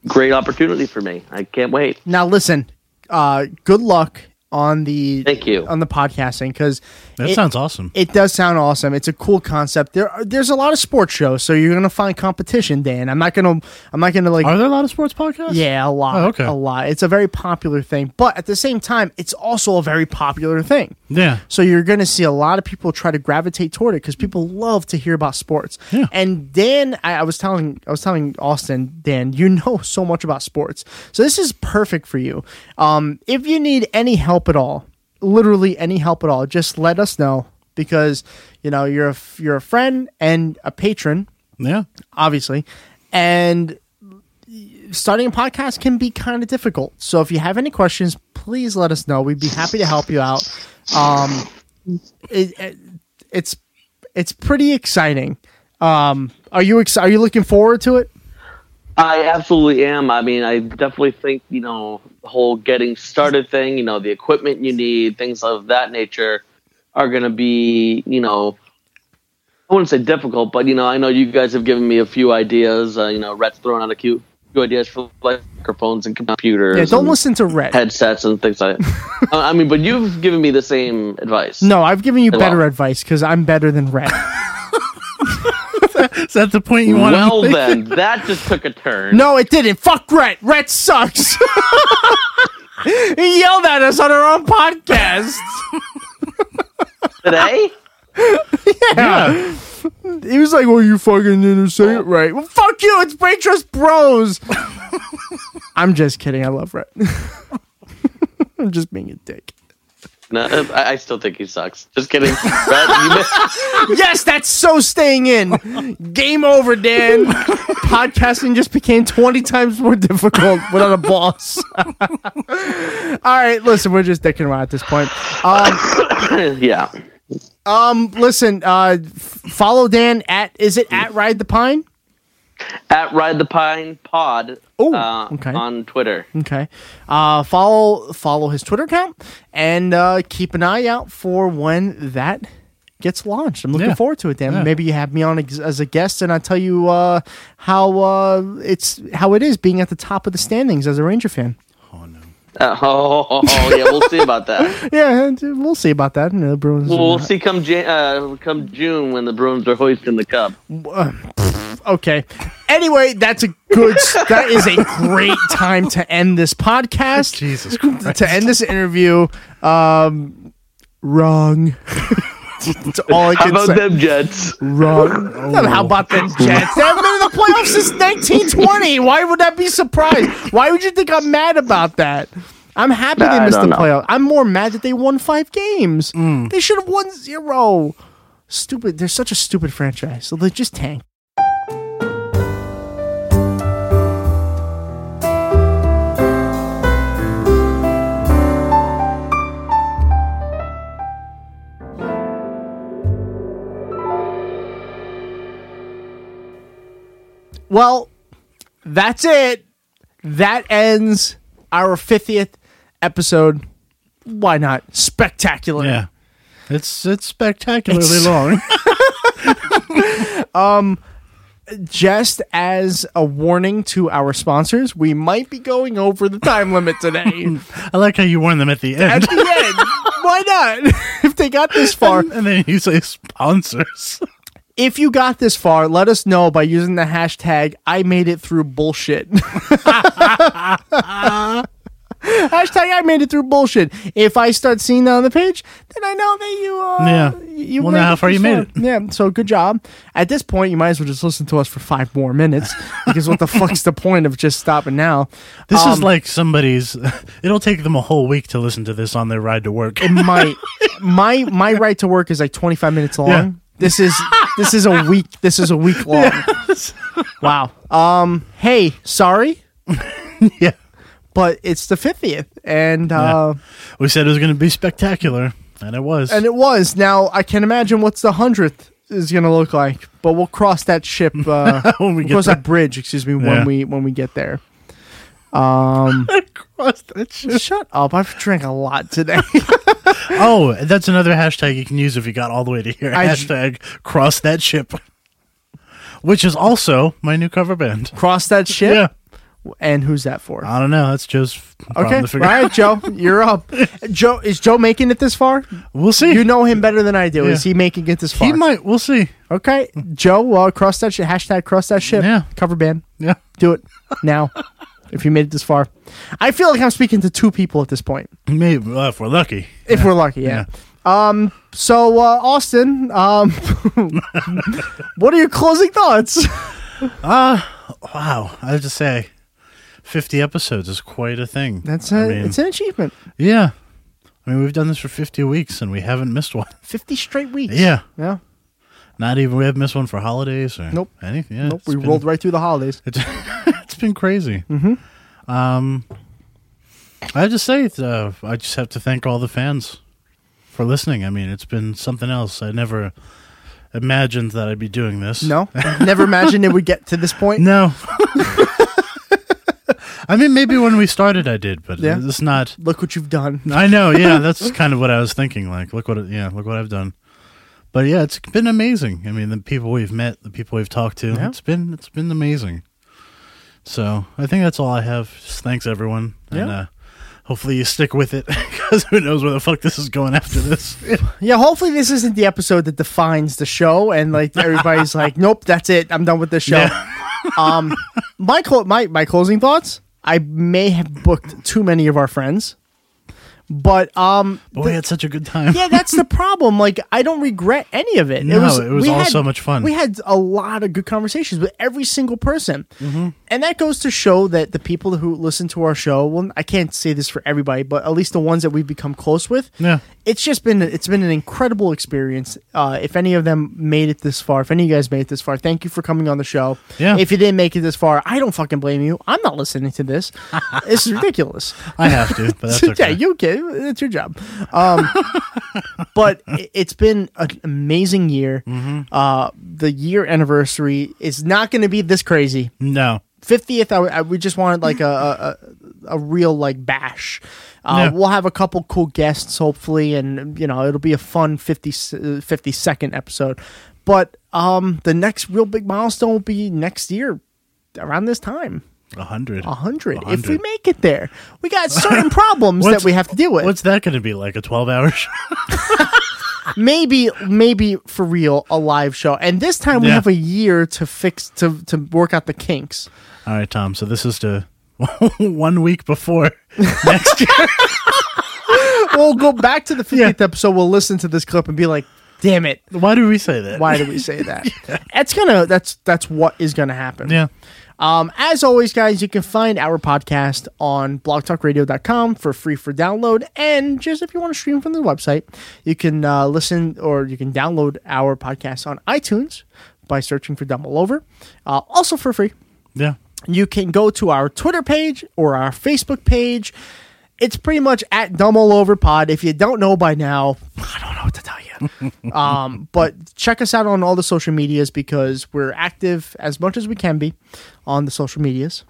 Speaker 15: great opportunity for me. I can't wait.
Speaker 7: Now listen. Uh, good luck on the
Speaker 15: Thank you.
Speaker 7: on the podcasting because
Speaker 8: That
Speaker 7: It-
Speaker 8: sounds awesome.
Speaker 7: It does sound awesome. It's a cool concept. There, are, there's a lot of sports shows, so you're gonna find competition, Dan. I'm not gonna, I'm not gonna like. Are
Speaker 8: there a lot of sports podcasts?
Speaker 7: Yeah, a lot.
Speaker 8: Oh, okay.
Speaker 7: a lot. It's a very popular thing, but at the same time, it's also a very popular thing.
Speaker 8: Yeah.
Speaker 7: So you're going to see a lot of people try to gravitate toward it because people love to hear about sports. And Dan, I, I was telling, I was telling Austin, Dan, you know so much about sports, so this is perfect for you. Um, if you need any help at all, literally any help at all, just let us know because you know you're a f- you're a friend and a patron.
Speaker 8: Yeah,
Speaker 7: obviously, and starting a podcast can be kind of difficult. So if you have any questions, please let us know. We'd be happy to help you out. Um, it, it- it's it's pretty exciting. Um, are you ex- are you looking forward to it?
Speaker 15: I absolutely am. I mean, I definitely think, you know, the whole getting started thing, you know, the equipment you need, things of that nature are going to be, you know, I wouldn't say difficult, but, you know, I know you guys have given me a few ideas. Uh, you know, Rhett's throwing out a few, few ideas for like microphones and computers.
Speaker 7: Yeah, don't
Speaker 15: and
Speaker 7: listen to Red.
Speaker 15: Headsets and things like that. Uh, I I mean, but you've given me the same advice.
Speaker 7: No, I've given you
Speaker 15: Well-
Speaker 7: better advice because I'm better than Red.
Speaker 8: Is that the point
Speaker 7: you wanna
Speaker 15: Well,
Speaker 7: make?
Speaker 15: then, that just took a turn.
Speaker 7: no, it didn't. Fuck Red. Red sucks. he yelled at us on our own podcast.
Speaker 15: Today?
Speaker 7: yeah. He was like, "Well, you fucking didn't say it right." Well, fuck you. It's Brain Trust Bros. I'm just kidding. I love Rhett. I'm just being a dick.
Speaker 15: No, I, I still think he sucks. Just kidding. Rhett, you missed.
Speaker 7: yes, that's so staying in. Game over, Dan. Podcasting just became 20 times more difficult without a boss. All right, listen, we're just dicking around at this point. Um,
Speaker 15: yeah.
Speaker 7: Um, listen, uh, f- follow Dan at, is it at Ride the Pine?
Speaker 15: at Ride the Pine Pod uh,
Speaker 7: okay.
Speaker 15: on Twitter.
Speaker 7: Okay. Uh, follow follow his Twitter account and uh, keep an eye out for when that gets launched. I'm looking
Speaker 8: Yeah.
Speaker 7: forward to it, Dan.
Speaker 8: Yeah.
Speaker 7: Maybe you have me on ex- as a guest, and I tell you uh, how uh, it's how it is being at the top of the standings as a Ranger fan.
Speaker 15: Uh, oh, oh, oh, yeah, we'll see about that.
Speaker 7: Yeah, and, uh, we'll see about that. You know, Bruins.
Speaker 15: We'll, we'll see come Jan- uh, come June when the Bruins are hoisting the cup.
Speaker 7: Uh, pff, okay. Anyway, that's a good. that is a great time to end this podcast. Jesus Christ. To end this interview. Um, wrong. that's all I
Speaker 15: How
Speaker 7: can
Speaker 15: about
Speaker 7: say.
Speaker 15: them Jets? Oh.
Speaker 7: Wrong. How about them Jets? They haven't been in the playoffs since 1920. Why would that be surprised? Why would you think I'm mad about that? I'm happy
Speaker 15: Nah,
Speaker 7: they
Speaker 15: I
Speaker 7: missed the
Speaker 15: don't know.
Speaker 7: playoffs. I'm more mad that they won five games. They should have won zero. Stupid. They're such a stupid franchise. So they just tank. Well, that's it. That ends our 50th episode. Why not? Spectacular.
Speaker 8: Yeah. It's it's spectacularly
Speaker 7: It's-
Speaker 8: long.
Speaker 7: um just as a warning to our sponsors, we might be going over the time limit today.
Speaker 8: I like how you warn them at the
Speaker 7: At
Speaker 8: end.
Speaker 7: the end, why not? if they got this far,
Speaker 8: and then you say sponsors.
Speaker 7: If you got this far, let us know by using the hashtag I made it through bullshit. hashtag I made it through bullshit. If I start seeing that on the page, then I know that you uh
Speaker 8: Yeah.
Speaker 7: You
Speaker 8: We'll know
Speaker 7: made
Speaker 8: how
Speaker 7: it
Speaker 8: far
Speaker 7: this
Speaker 8: you made it.
Speaker 7: Yeah, so good job. At this point, you might as well just listen to us for five more minutes because what the fuck's the point of just stopping now?
Speaker 8: This is
Speaker 7: Um,
Speaker 8: like somebody's. It'll take them a whole week to listen to this on their ride to work.
Speaker 7: it might my my right to work is like 25 minutes long.
Speaker 8: Yeah.
Speaker 7: This is this is a week this is a week long. Wow. Um hey, sorry.
Speaker 8: yeah.
Speaker 7: But it's the 50th and uh
Speaker 8: we said it was going to be spectacular, and it was.
Speaker 7: and it was. Now I can imagine what's the 100th is going to look like, but we'll cross that ship uh
Speaker 8: When
Speaker 7: we'll
Speaker 8: we get
Speaker 7: cross
Speaker 8: there.
Speaker 7: that bridge, excuse me,
Speaker 8: Yeah.
Speaker 7: when we when we get there. Um Shut up. I've drank a lot today.
Speaker 8: oh, that's another hashtag you can use if you got all the way to here.
Speaker 7: I-
Speaker 8: hashtag cross that ship, which is also my new cover band.
Speaker 7: Cross that ship.
Speaker 8: Yeah.
Speaker 7: And who's that for?
Speaker 8: I don't know. That's Joe's f-
Speaker 7: Okay,
Speaker 8: problem to
Speaker 7: all
Speaker 8: figure
Speaker 7: right,
Speaker 8: out.
Speaker 7: Joe, you're up. Joe is Joe making it this far?
Speaker 8: We'll see.
Speaker 7: You know him better than I do. Is
Speaker 8: Yeah.
Speaker 7: he making it this far?
Speaker 8: He might. We'll see.
Speaker 7: Okay, Joe, uh, cross that shit. Hashtag cross that shit. Yeah, cover band.
Speaker 8: Yeah,
Speaker 7: do it now. if you made it this far, I feel like I'm speaking to two people at this point.
Speaker 8: Maybe well, if we're lucky.
Speaker 7: If we're lucky, yeah. Um. So, uh, Austin, um, what are your closing thoughts?
Speaker 8: Uh wow. I have to say, fifty episodes is quite a thing.
Speaker 7: That's
Speaker 8: a.
Speaker 7: a, it's an achievement.
Speaker 8: Yeah. I mean, we've done this for 50 weeks and we haven't missed one.
Speaker 7: Fifty straight weeks.
Speaker 8: Yeah.
Speaker 7: Yeah.
Speaker 8: Not even, we haven't missed one for holidays or
Speaker 7: Nope.
Speaker 8: anything. Yeah,
Speaker 7: nope.
Speaker 8: it's
Speaker 7: We
Speaker 8: been-
Speaker 7: rolled right through the holidays.
Speaker 8: It's, it's been crazy. Mm-hmm. Um, I have to say, uh, I just have to thank all the fans for listening. I mean, it's been something else. I never imagined that I'd be doing this.
Speaker 7: No, never imagined it would get to this point.
Speaker 8: No. I mean, maybe when we started, I did, but
Speaker 7: Yeah.
Speaker 8: it's not.
Speaker 7: Look what you've done.
Speaker 8: I know. Yeah, that's kind of what I was thinking. Like, look what, yeah, look what I've done. But yeah, it's been amazing. I mean, the people we've met, the people we've talked to,
Speaker 7: Yeah.
Speaker 8: it's been it's been amazing. So I think that's all I have. Just thanks everyone, and
Speaker 7: Yeah.
Speaker 8: uh, hopefully you stick with it because who knows where the fuck this is going after this.
Speaker 7: Yeah, hopefully this isn't the episode that defines the show, and like everybody's like, "Nope, that's it. I'm done with this show."
Speaker 8: Yeah.
Speaker 7: um, my clo- my my closing thoughts. I may have booked too many of our friends, but um,
Speaker 8: But we had such a good time.
Speaker 7: yeah, that's the problem. Like, I don't regret any of it.
Speaker 8: No, it was
Speaker 7: we
Speaker 8: all
Speaker 7: had-
Speaker 8: so much fun.
Speaker 7: We had a lot of good conversations with every single person,
Speaker 8: Mm-hmm.
Speaker 7: and that goes to show that the people who listen to our show. Well, I can't say this for everybody, but at least the ones that we've become close with.
Speaker 8: Yeah.
Speaker 7: it's just been it's been an incredible experience. Uh, if any of them made it this far, if any of you guys made it this far, thank you for coming on the show.
Speaker 8: Yeah.
Speaker 7: If you didn't make it this far, I don't fucking blame you. I'm not listening to this. this is ridiculous.
Speaker 8: I have to, but that's okay.
Speaker 7: yeah, you can. It's your job. Um, but i- it's been an amazing year.
Speaker 8: Mm-hmm.
Speaker 7: Uh, the year anniversary is not going to be this crazy.
Speaker 8: No.
Speaker 7: Fiftieth, I, I- we just wanted like a a, a a real like bash. Uh,
Speaker 8: Yeah.
Speaker 7: We'll have a couple cool guests, hopefully, and you know it'll be a fun 50, s- uh, 50 second episode. But um, the next real big milestone will be next year, around this time,
Speaker 8: A hundred.
Speaker 7: a hundred. If we make it there, we got certain problems that
Speaker 8: What's-
Speaker 7: we have to deal with.
Speaker 8: What's that going to be like? A twelve-hour show?
Speaker 7: maybe maybe for real a live show and this time we
Speaker 8: Yeah.
Speaker 7: have a year to fix to to work out the kinks
Speaker 8: All right, Tom. So this is to one week before next year.
Speaker 7: we'll go back to the 50th episode we'll listen to this clip and be like damn it
Speaker 8: why do we say that
Speaker 7: why do we say that that's gonna that's that's what is gonna happen
Speaker 8: Yeah.
Speaker 7: um, as always, guys, you can find our podcast on blogtalkradio.com for free for download. And just if you want to stream from the website, you can uh, listen or you can download our podcast on iTunes by searching for Dumb All Over, uh, also for free.
Speaker 8: Yeah.
Speaker 7: You can go to our Twitter page or our Facebook page. It's pretty much at Dumb All Over Pod. If you don't know by now, um, but check us out on all the social medias because we're active as much as we can be on the social medias.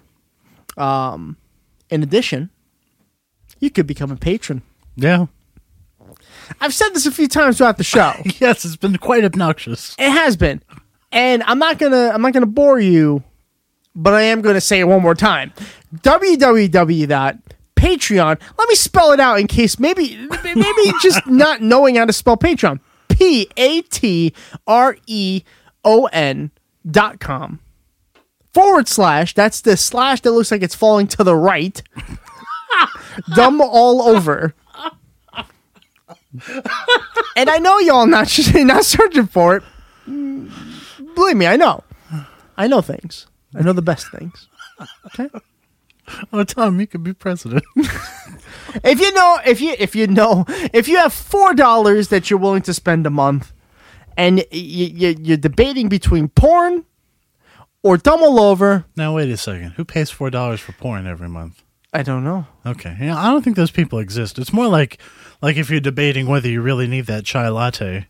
Speaker 7: Um, in addition, you could become a patron.
Speaker 8: Yeah.
Speaker 7: I've said this a few times throughout the show.
Speaker 8: yes, it's been quite obnoxious.
Speaker 7: It has been, and I'm not gonna I'm not gonna bore you, but I am gonna say it one more time. www.patreon. Let me spell it out in case maybe maybe just not knowing how to spell Patreon. P A T R E O N dot com forward slash. That's the slash that looks like it's falling to the right. Dumb all over. and I know y'all not not searching for it. Mm, Believe me, I know. I know things. I know the best things. Okay.
Speaker 8: Oh, Tom, you could be president.
Speaker 7: if you know, if you if you know, if you have four dollars that you're willing to spend a month, and you, y you're debating between porn or dumb all over,
Speaker 8: Now wait a second. Who pays four dollars for porn every month?
Speaker 7: I don't know.
Speaker 8: Okay. Yeah, I don't think those people exist. It's more like like if you're debating whether you really need that chai latte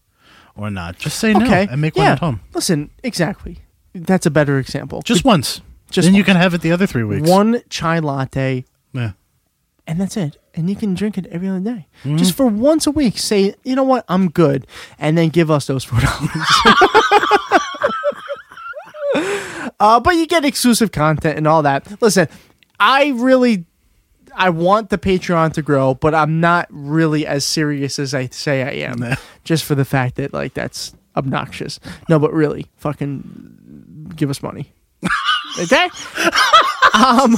Speaker 8: or not. Just say
Speaker 7: okay,
Speaker 8: no and make one
Speaker 7: Yeah.
Speaker 8: at home.
Speaker 7: Listen, exactly. That's a better example.
Speaker 8: Just once.
Speaker 7: Just
Speaker 8: then you can have it the other three weeks.
Speaker 7: One chai latte.
Speaker 8: Yeah.
Speaker 7: And that's it. And you can drink it every other day.
Speaker 8: Mhm.
Speaker 7: Just for once a week, say, you know what, I'm good. And then give us those four dollars. uh, but you get exclusive content and all that. Listen, I really I want the Patreon to grow, but I'm not really as serious as I say I am. Just for the fact that like that's obnoxious. No, but really, fucking give us money. okay? um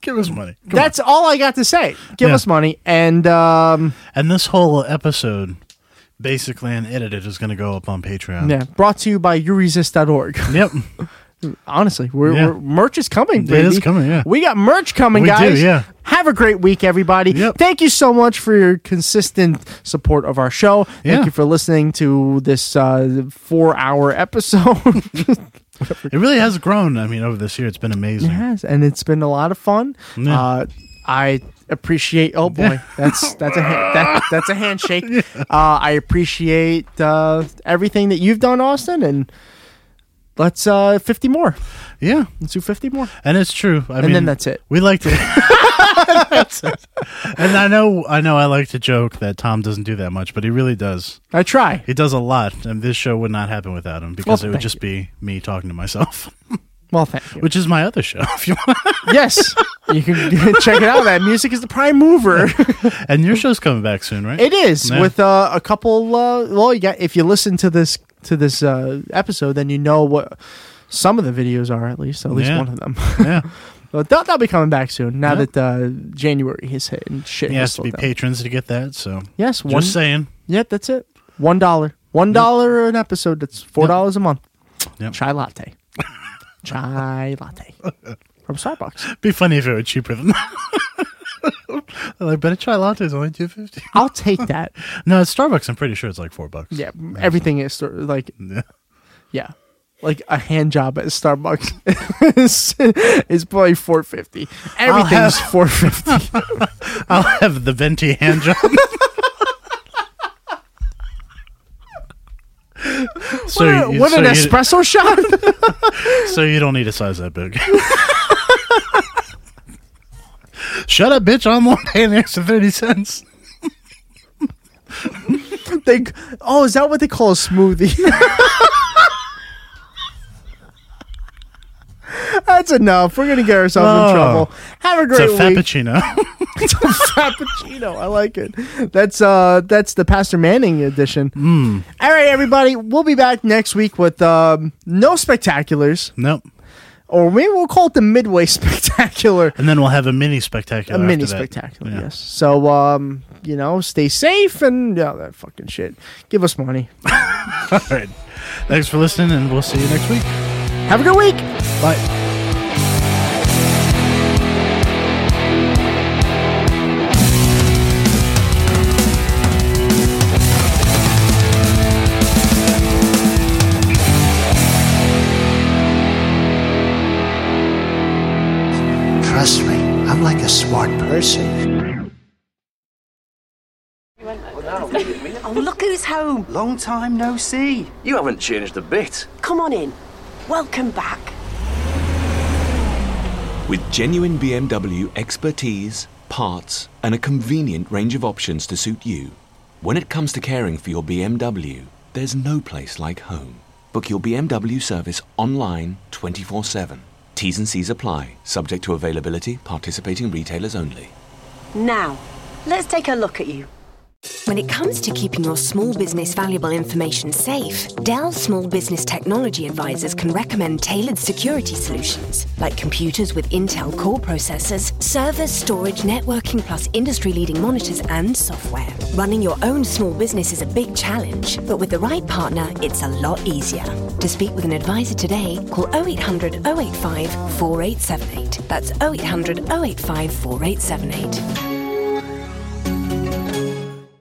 Speaker 8: give us money. Come
Speaker 7: that's all I got to say. Give
Speaker 8: Yeah.
Speaker 7: us money and um
Speaker 8: and this whole episode basically unedited is going to go up on Patreon.
Speaker 7: yeah, brought to you by uresist.org.
Speaker 8: Yep.
Speaker 7: Honestly, we're,
Speaker 8: Yeah.
Speaker 7: we're merch is coming.
Speaker 8: It
Speaker 7: Baby.
Speaker 8: is coming, yeah.
Speaker 7: we got merch coming,
Speaker 8: We do,
Speaker 7: guys.
Speaker 8: yeah.
Speaker 7: Have a great week, everybody. Thank you so much for your consistent support of our show. Thank
Speaker 8: Yeah.
Speaker 7: you for listening to this uh, four-hour episode.
Speaker 8: It really has grown. I mean, over this year, it's been amazing.
Speaker 7: It has, and it's been a lot of fun.
Speaker 8: Yeah.
Speaker 7: Uh, I appreciate. Oh boy,
Speaker 8: Yeah.
Speaker 7: that's that's a ha- that, that's a handshake. Uh, I appreciate uh, everything that you've done, Austin, and let's uh, fifty more.
Speaker 8: Yeah,
Speaker 7: let's do fifty more.
Speaker 8: And it's true. I
Speaker 7: And
Speaker 8: mean,
Speaker 7: then that's it.
Speaker 8: We like to. And I know, I know, I like to joke that Tom doesn't do that much, but he really does.
Speaker 7: I try.
Speaker 8: He does a lot, and this show would not happen without him because
Speaker 7: Well,
Speaker 8: it would
Speaker 7: thank
Speaker 8: just be me talking to myself,
Speaker 7: Well, thank you.
Speaker 8: which is my other show. If you want.
Speaker 7: yes, you can check it out. That music is the prime mover.
Speaker 8: And your show's coming back soon, right?
Speaker 7: It is
Speaker 8: Yeah.
Speaker 7: with uh, a couple. Uh, well, you got, if you listen to this to this uh, episode, then you know what some of the videos are at least at least
Speaker 8: Yeah.
Speaker 7: one of them.
Speaker 8: yeah,
Speaker 7: but they'll, they'll be coming back soon. Now
Speaker 8: Yeah.
Speaker 7: that uh, January has hit and shit
Speaker 8: He
Speaker 7: has
Speaker 8: has to
Speaker 7: slowed
Speaker 8: be
Speaker 7: down.
Speaker 8: patrons to get that. So
Speaker 7: Yes,
Speaker 8: just
Speaker 7: one-
Speaker 8: saying.
Speaker 7: Yeah, that's it. One dollar, one dollar an episode. That's four dollars a month.
Speaker 8: Yep.
Speaker 7: Chai latte, chai latte from Starbucks.
Speaker 8: Be funny if it were cheaper than that. I bet a chai latte is only two fifty.
Speaker 7: I'll take that.
Speaker 8: no, at Starbucks, I'm pretty sure it's like four bucks.
Speaker 7: Yeah, everything is sort of like, yeah. like a hand job at Starbucks is, is probably four fifty.
Speaker 8: I'll
Speaker 7: Everything's
Speaker 8: have-
Speaker 7: four fifty.
Speaker 8: I'll have the venti hand job. so
Speaker 7: what a-
Speaker 8: you-
Speaker 7: what
Speaker 8: so
Speaker 7: an
Speaker 8: you-
Speaker 7: espresso shot!
Speaker 8: So you don't need a size that big. Shut up, bitch! I'm not paying the extra thirty cents.
Speaker 7: they oh, is that what they call a smoothie? That's enough. We're gonna get ourselves
Speaker 8: Oh.
Speaker 7: in trouble. Have a
Speaker 8: It's
Speaker 7: great
Speaker 8: a
Speaker 7: week.
Speaker 8: frappuccino.
Speaker 7: it's a frappuccino. I like it. That's uh that's the Pastor Manning edition.
Speaker 8: Hmm.
Speaker 7: All right, everybody. We'll be back next week with um no spectaculars.
Speaker 8: Nope.
Speaker 7: Or maybe we'll call it the midway spectacular.
Speaker 8: and then we'll have a mini spectacular.
Speaker 7: A mini
Speaker 8: after that.
Speaker 7: spectacular, yes. So um, you know, stay safe and all that fucking shit. Give us money.
Speaker 8: All right. Thanks for listening, and we'll see you next week.
Speaker 7: Have a good week.
Speaker 8: Bye.
Speaker 6: Trust me, I'm like a smart person.
Speaker 16: Oh, look who's home. Long time no see.
Speaker 17: You haven't changed a bit.
Speaker 16: Come on in. Welcome back.
Speaker 18: With genuine BMW expertise, parts, and a convenient range of options to suit you. When it comes to caring for your BMW, there's no place like home. Book your BMW service online 24 7. T's and C's apply, subject to availability, participating retailers only.
Speaker 1: Now, let's take a look at you. When it comes to keeping your small business valuable information safe, Dell Small Business Technology Advisors can recommend tailored security solutions like computers with Intel core processors, servers, storage, networking, plus industry leading monitors and software. Running your own small business is a big challenge, but with the right partner, it's a lot easier. To speak with an advisor today, call 0800 085 4878. That's 0800 085 4878.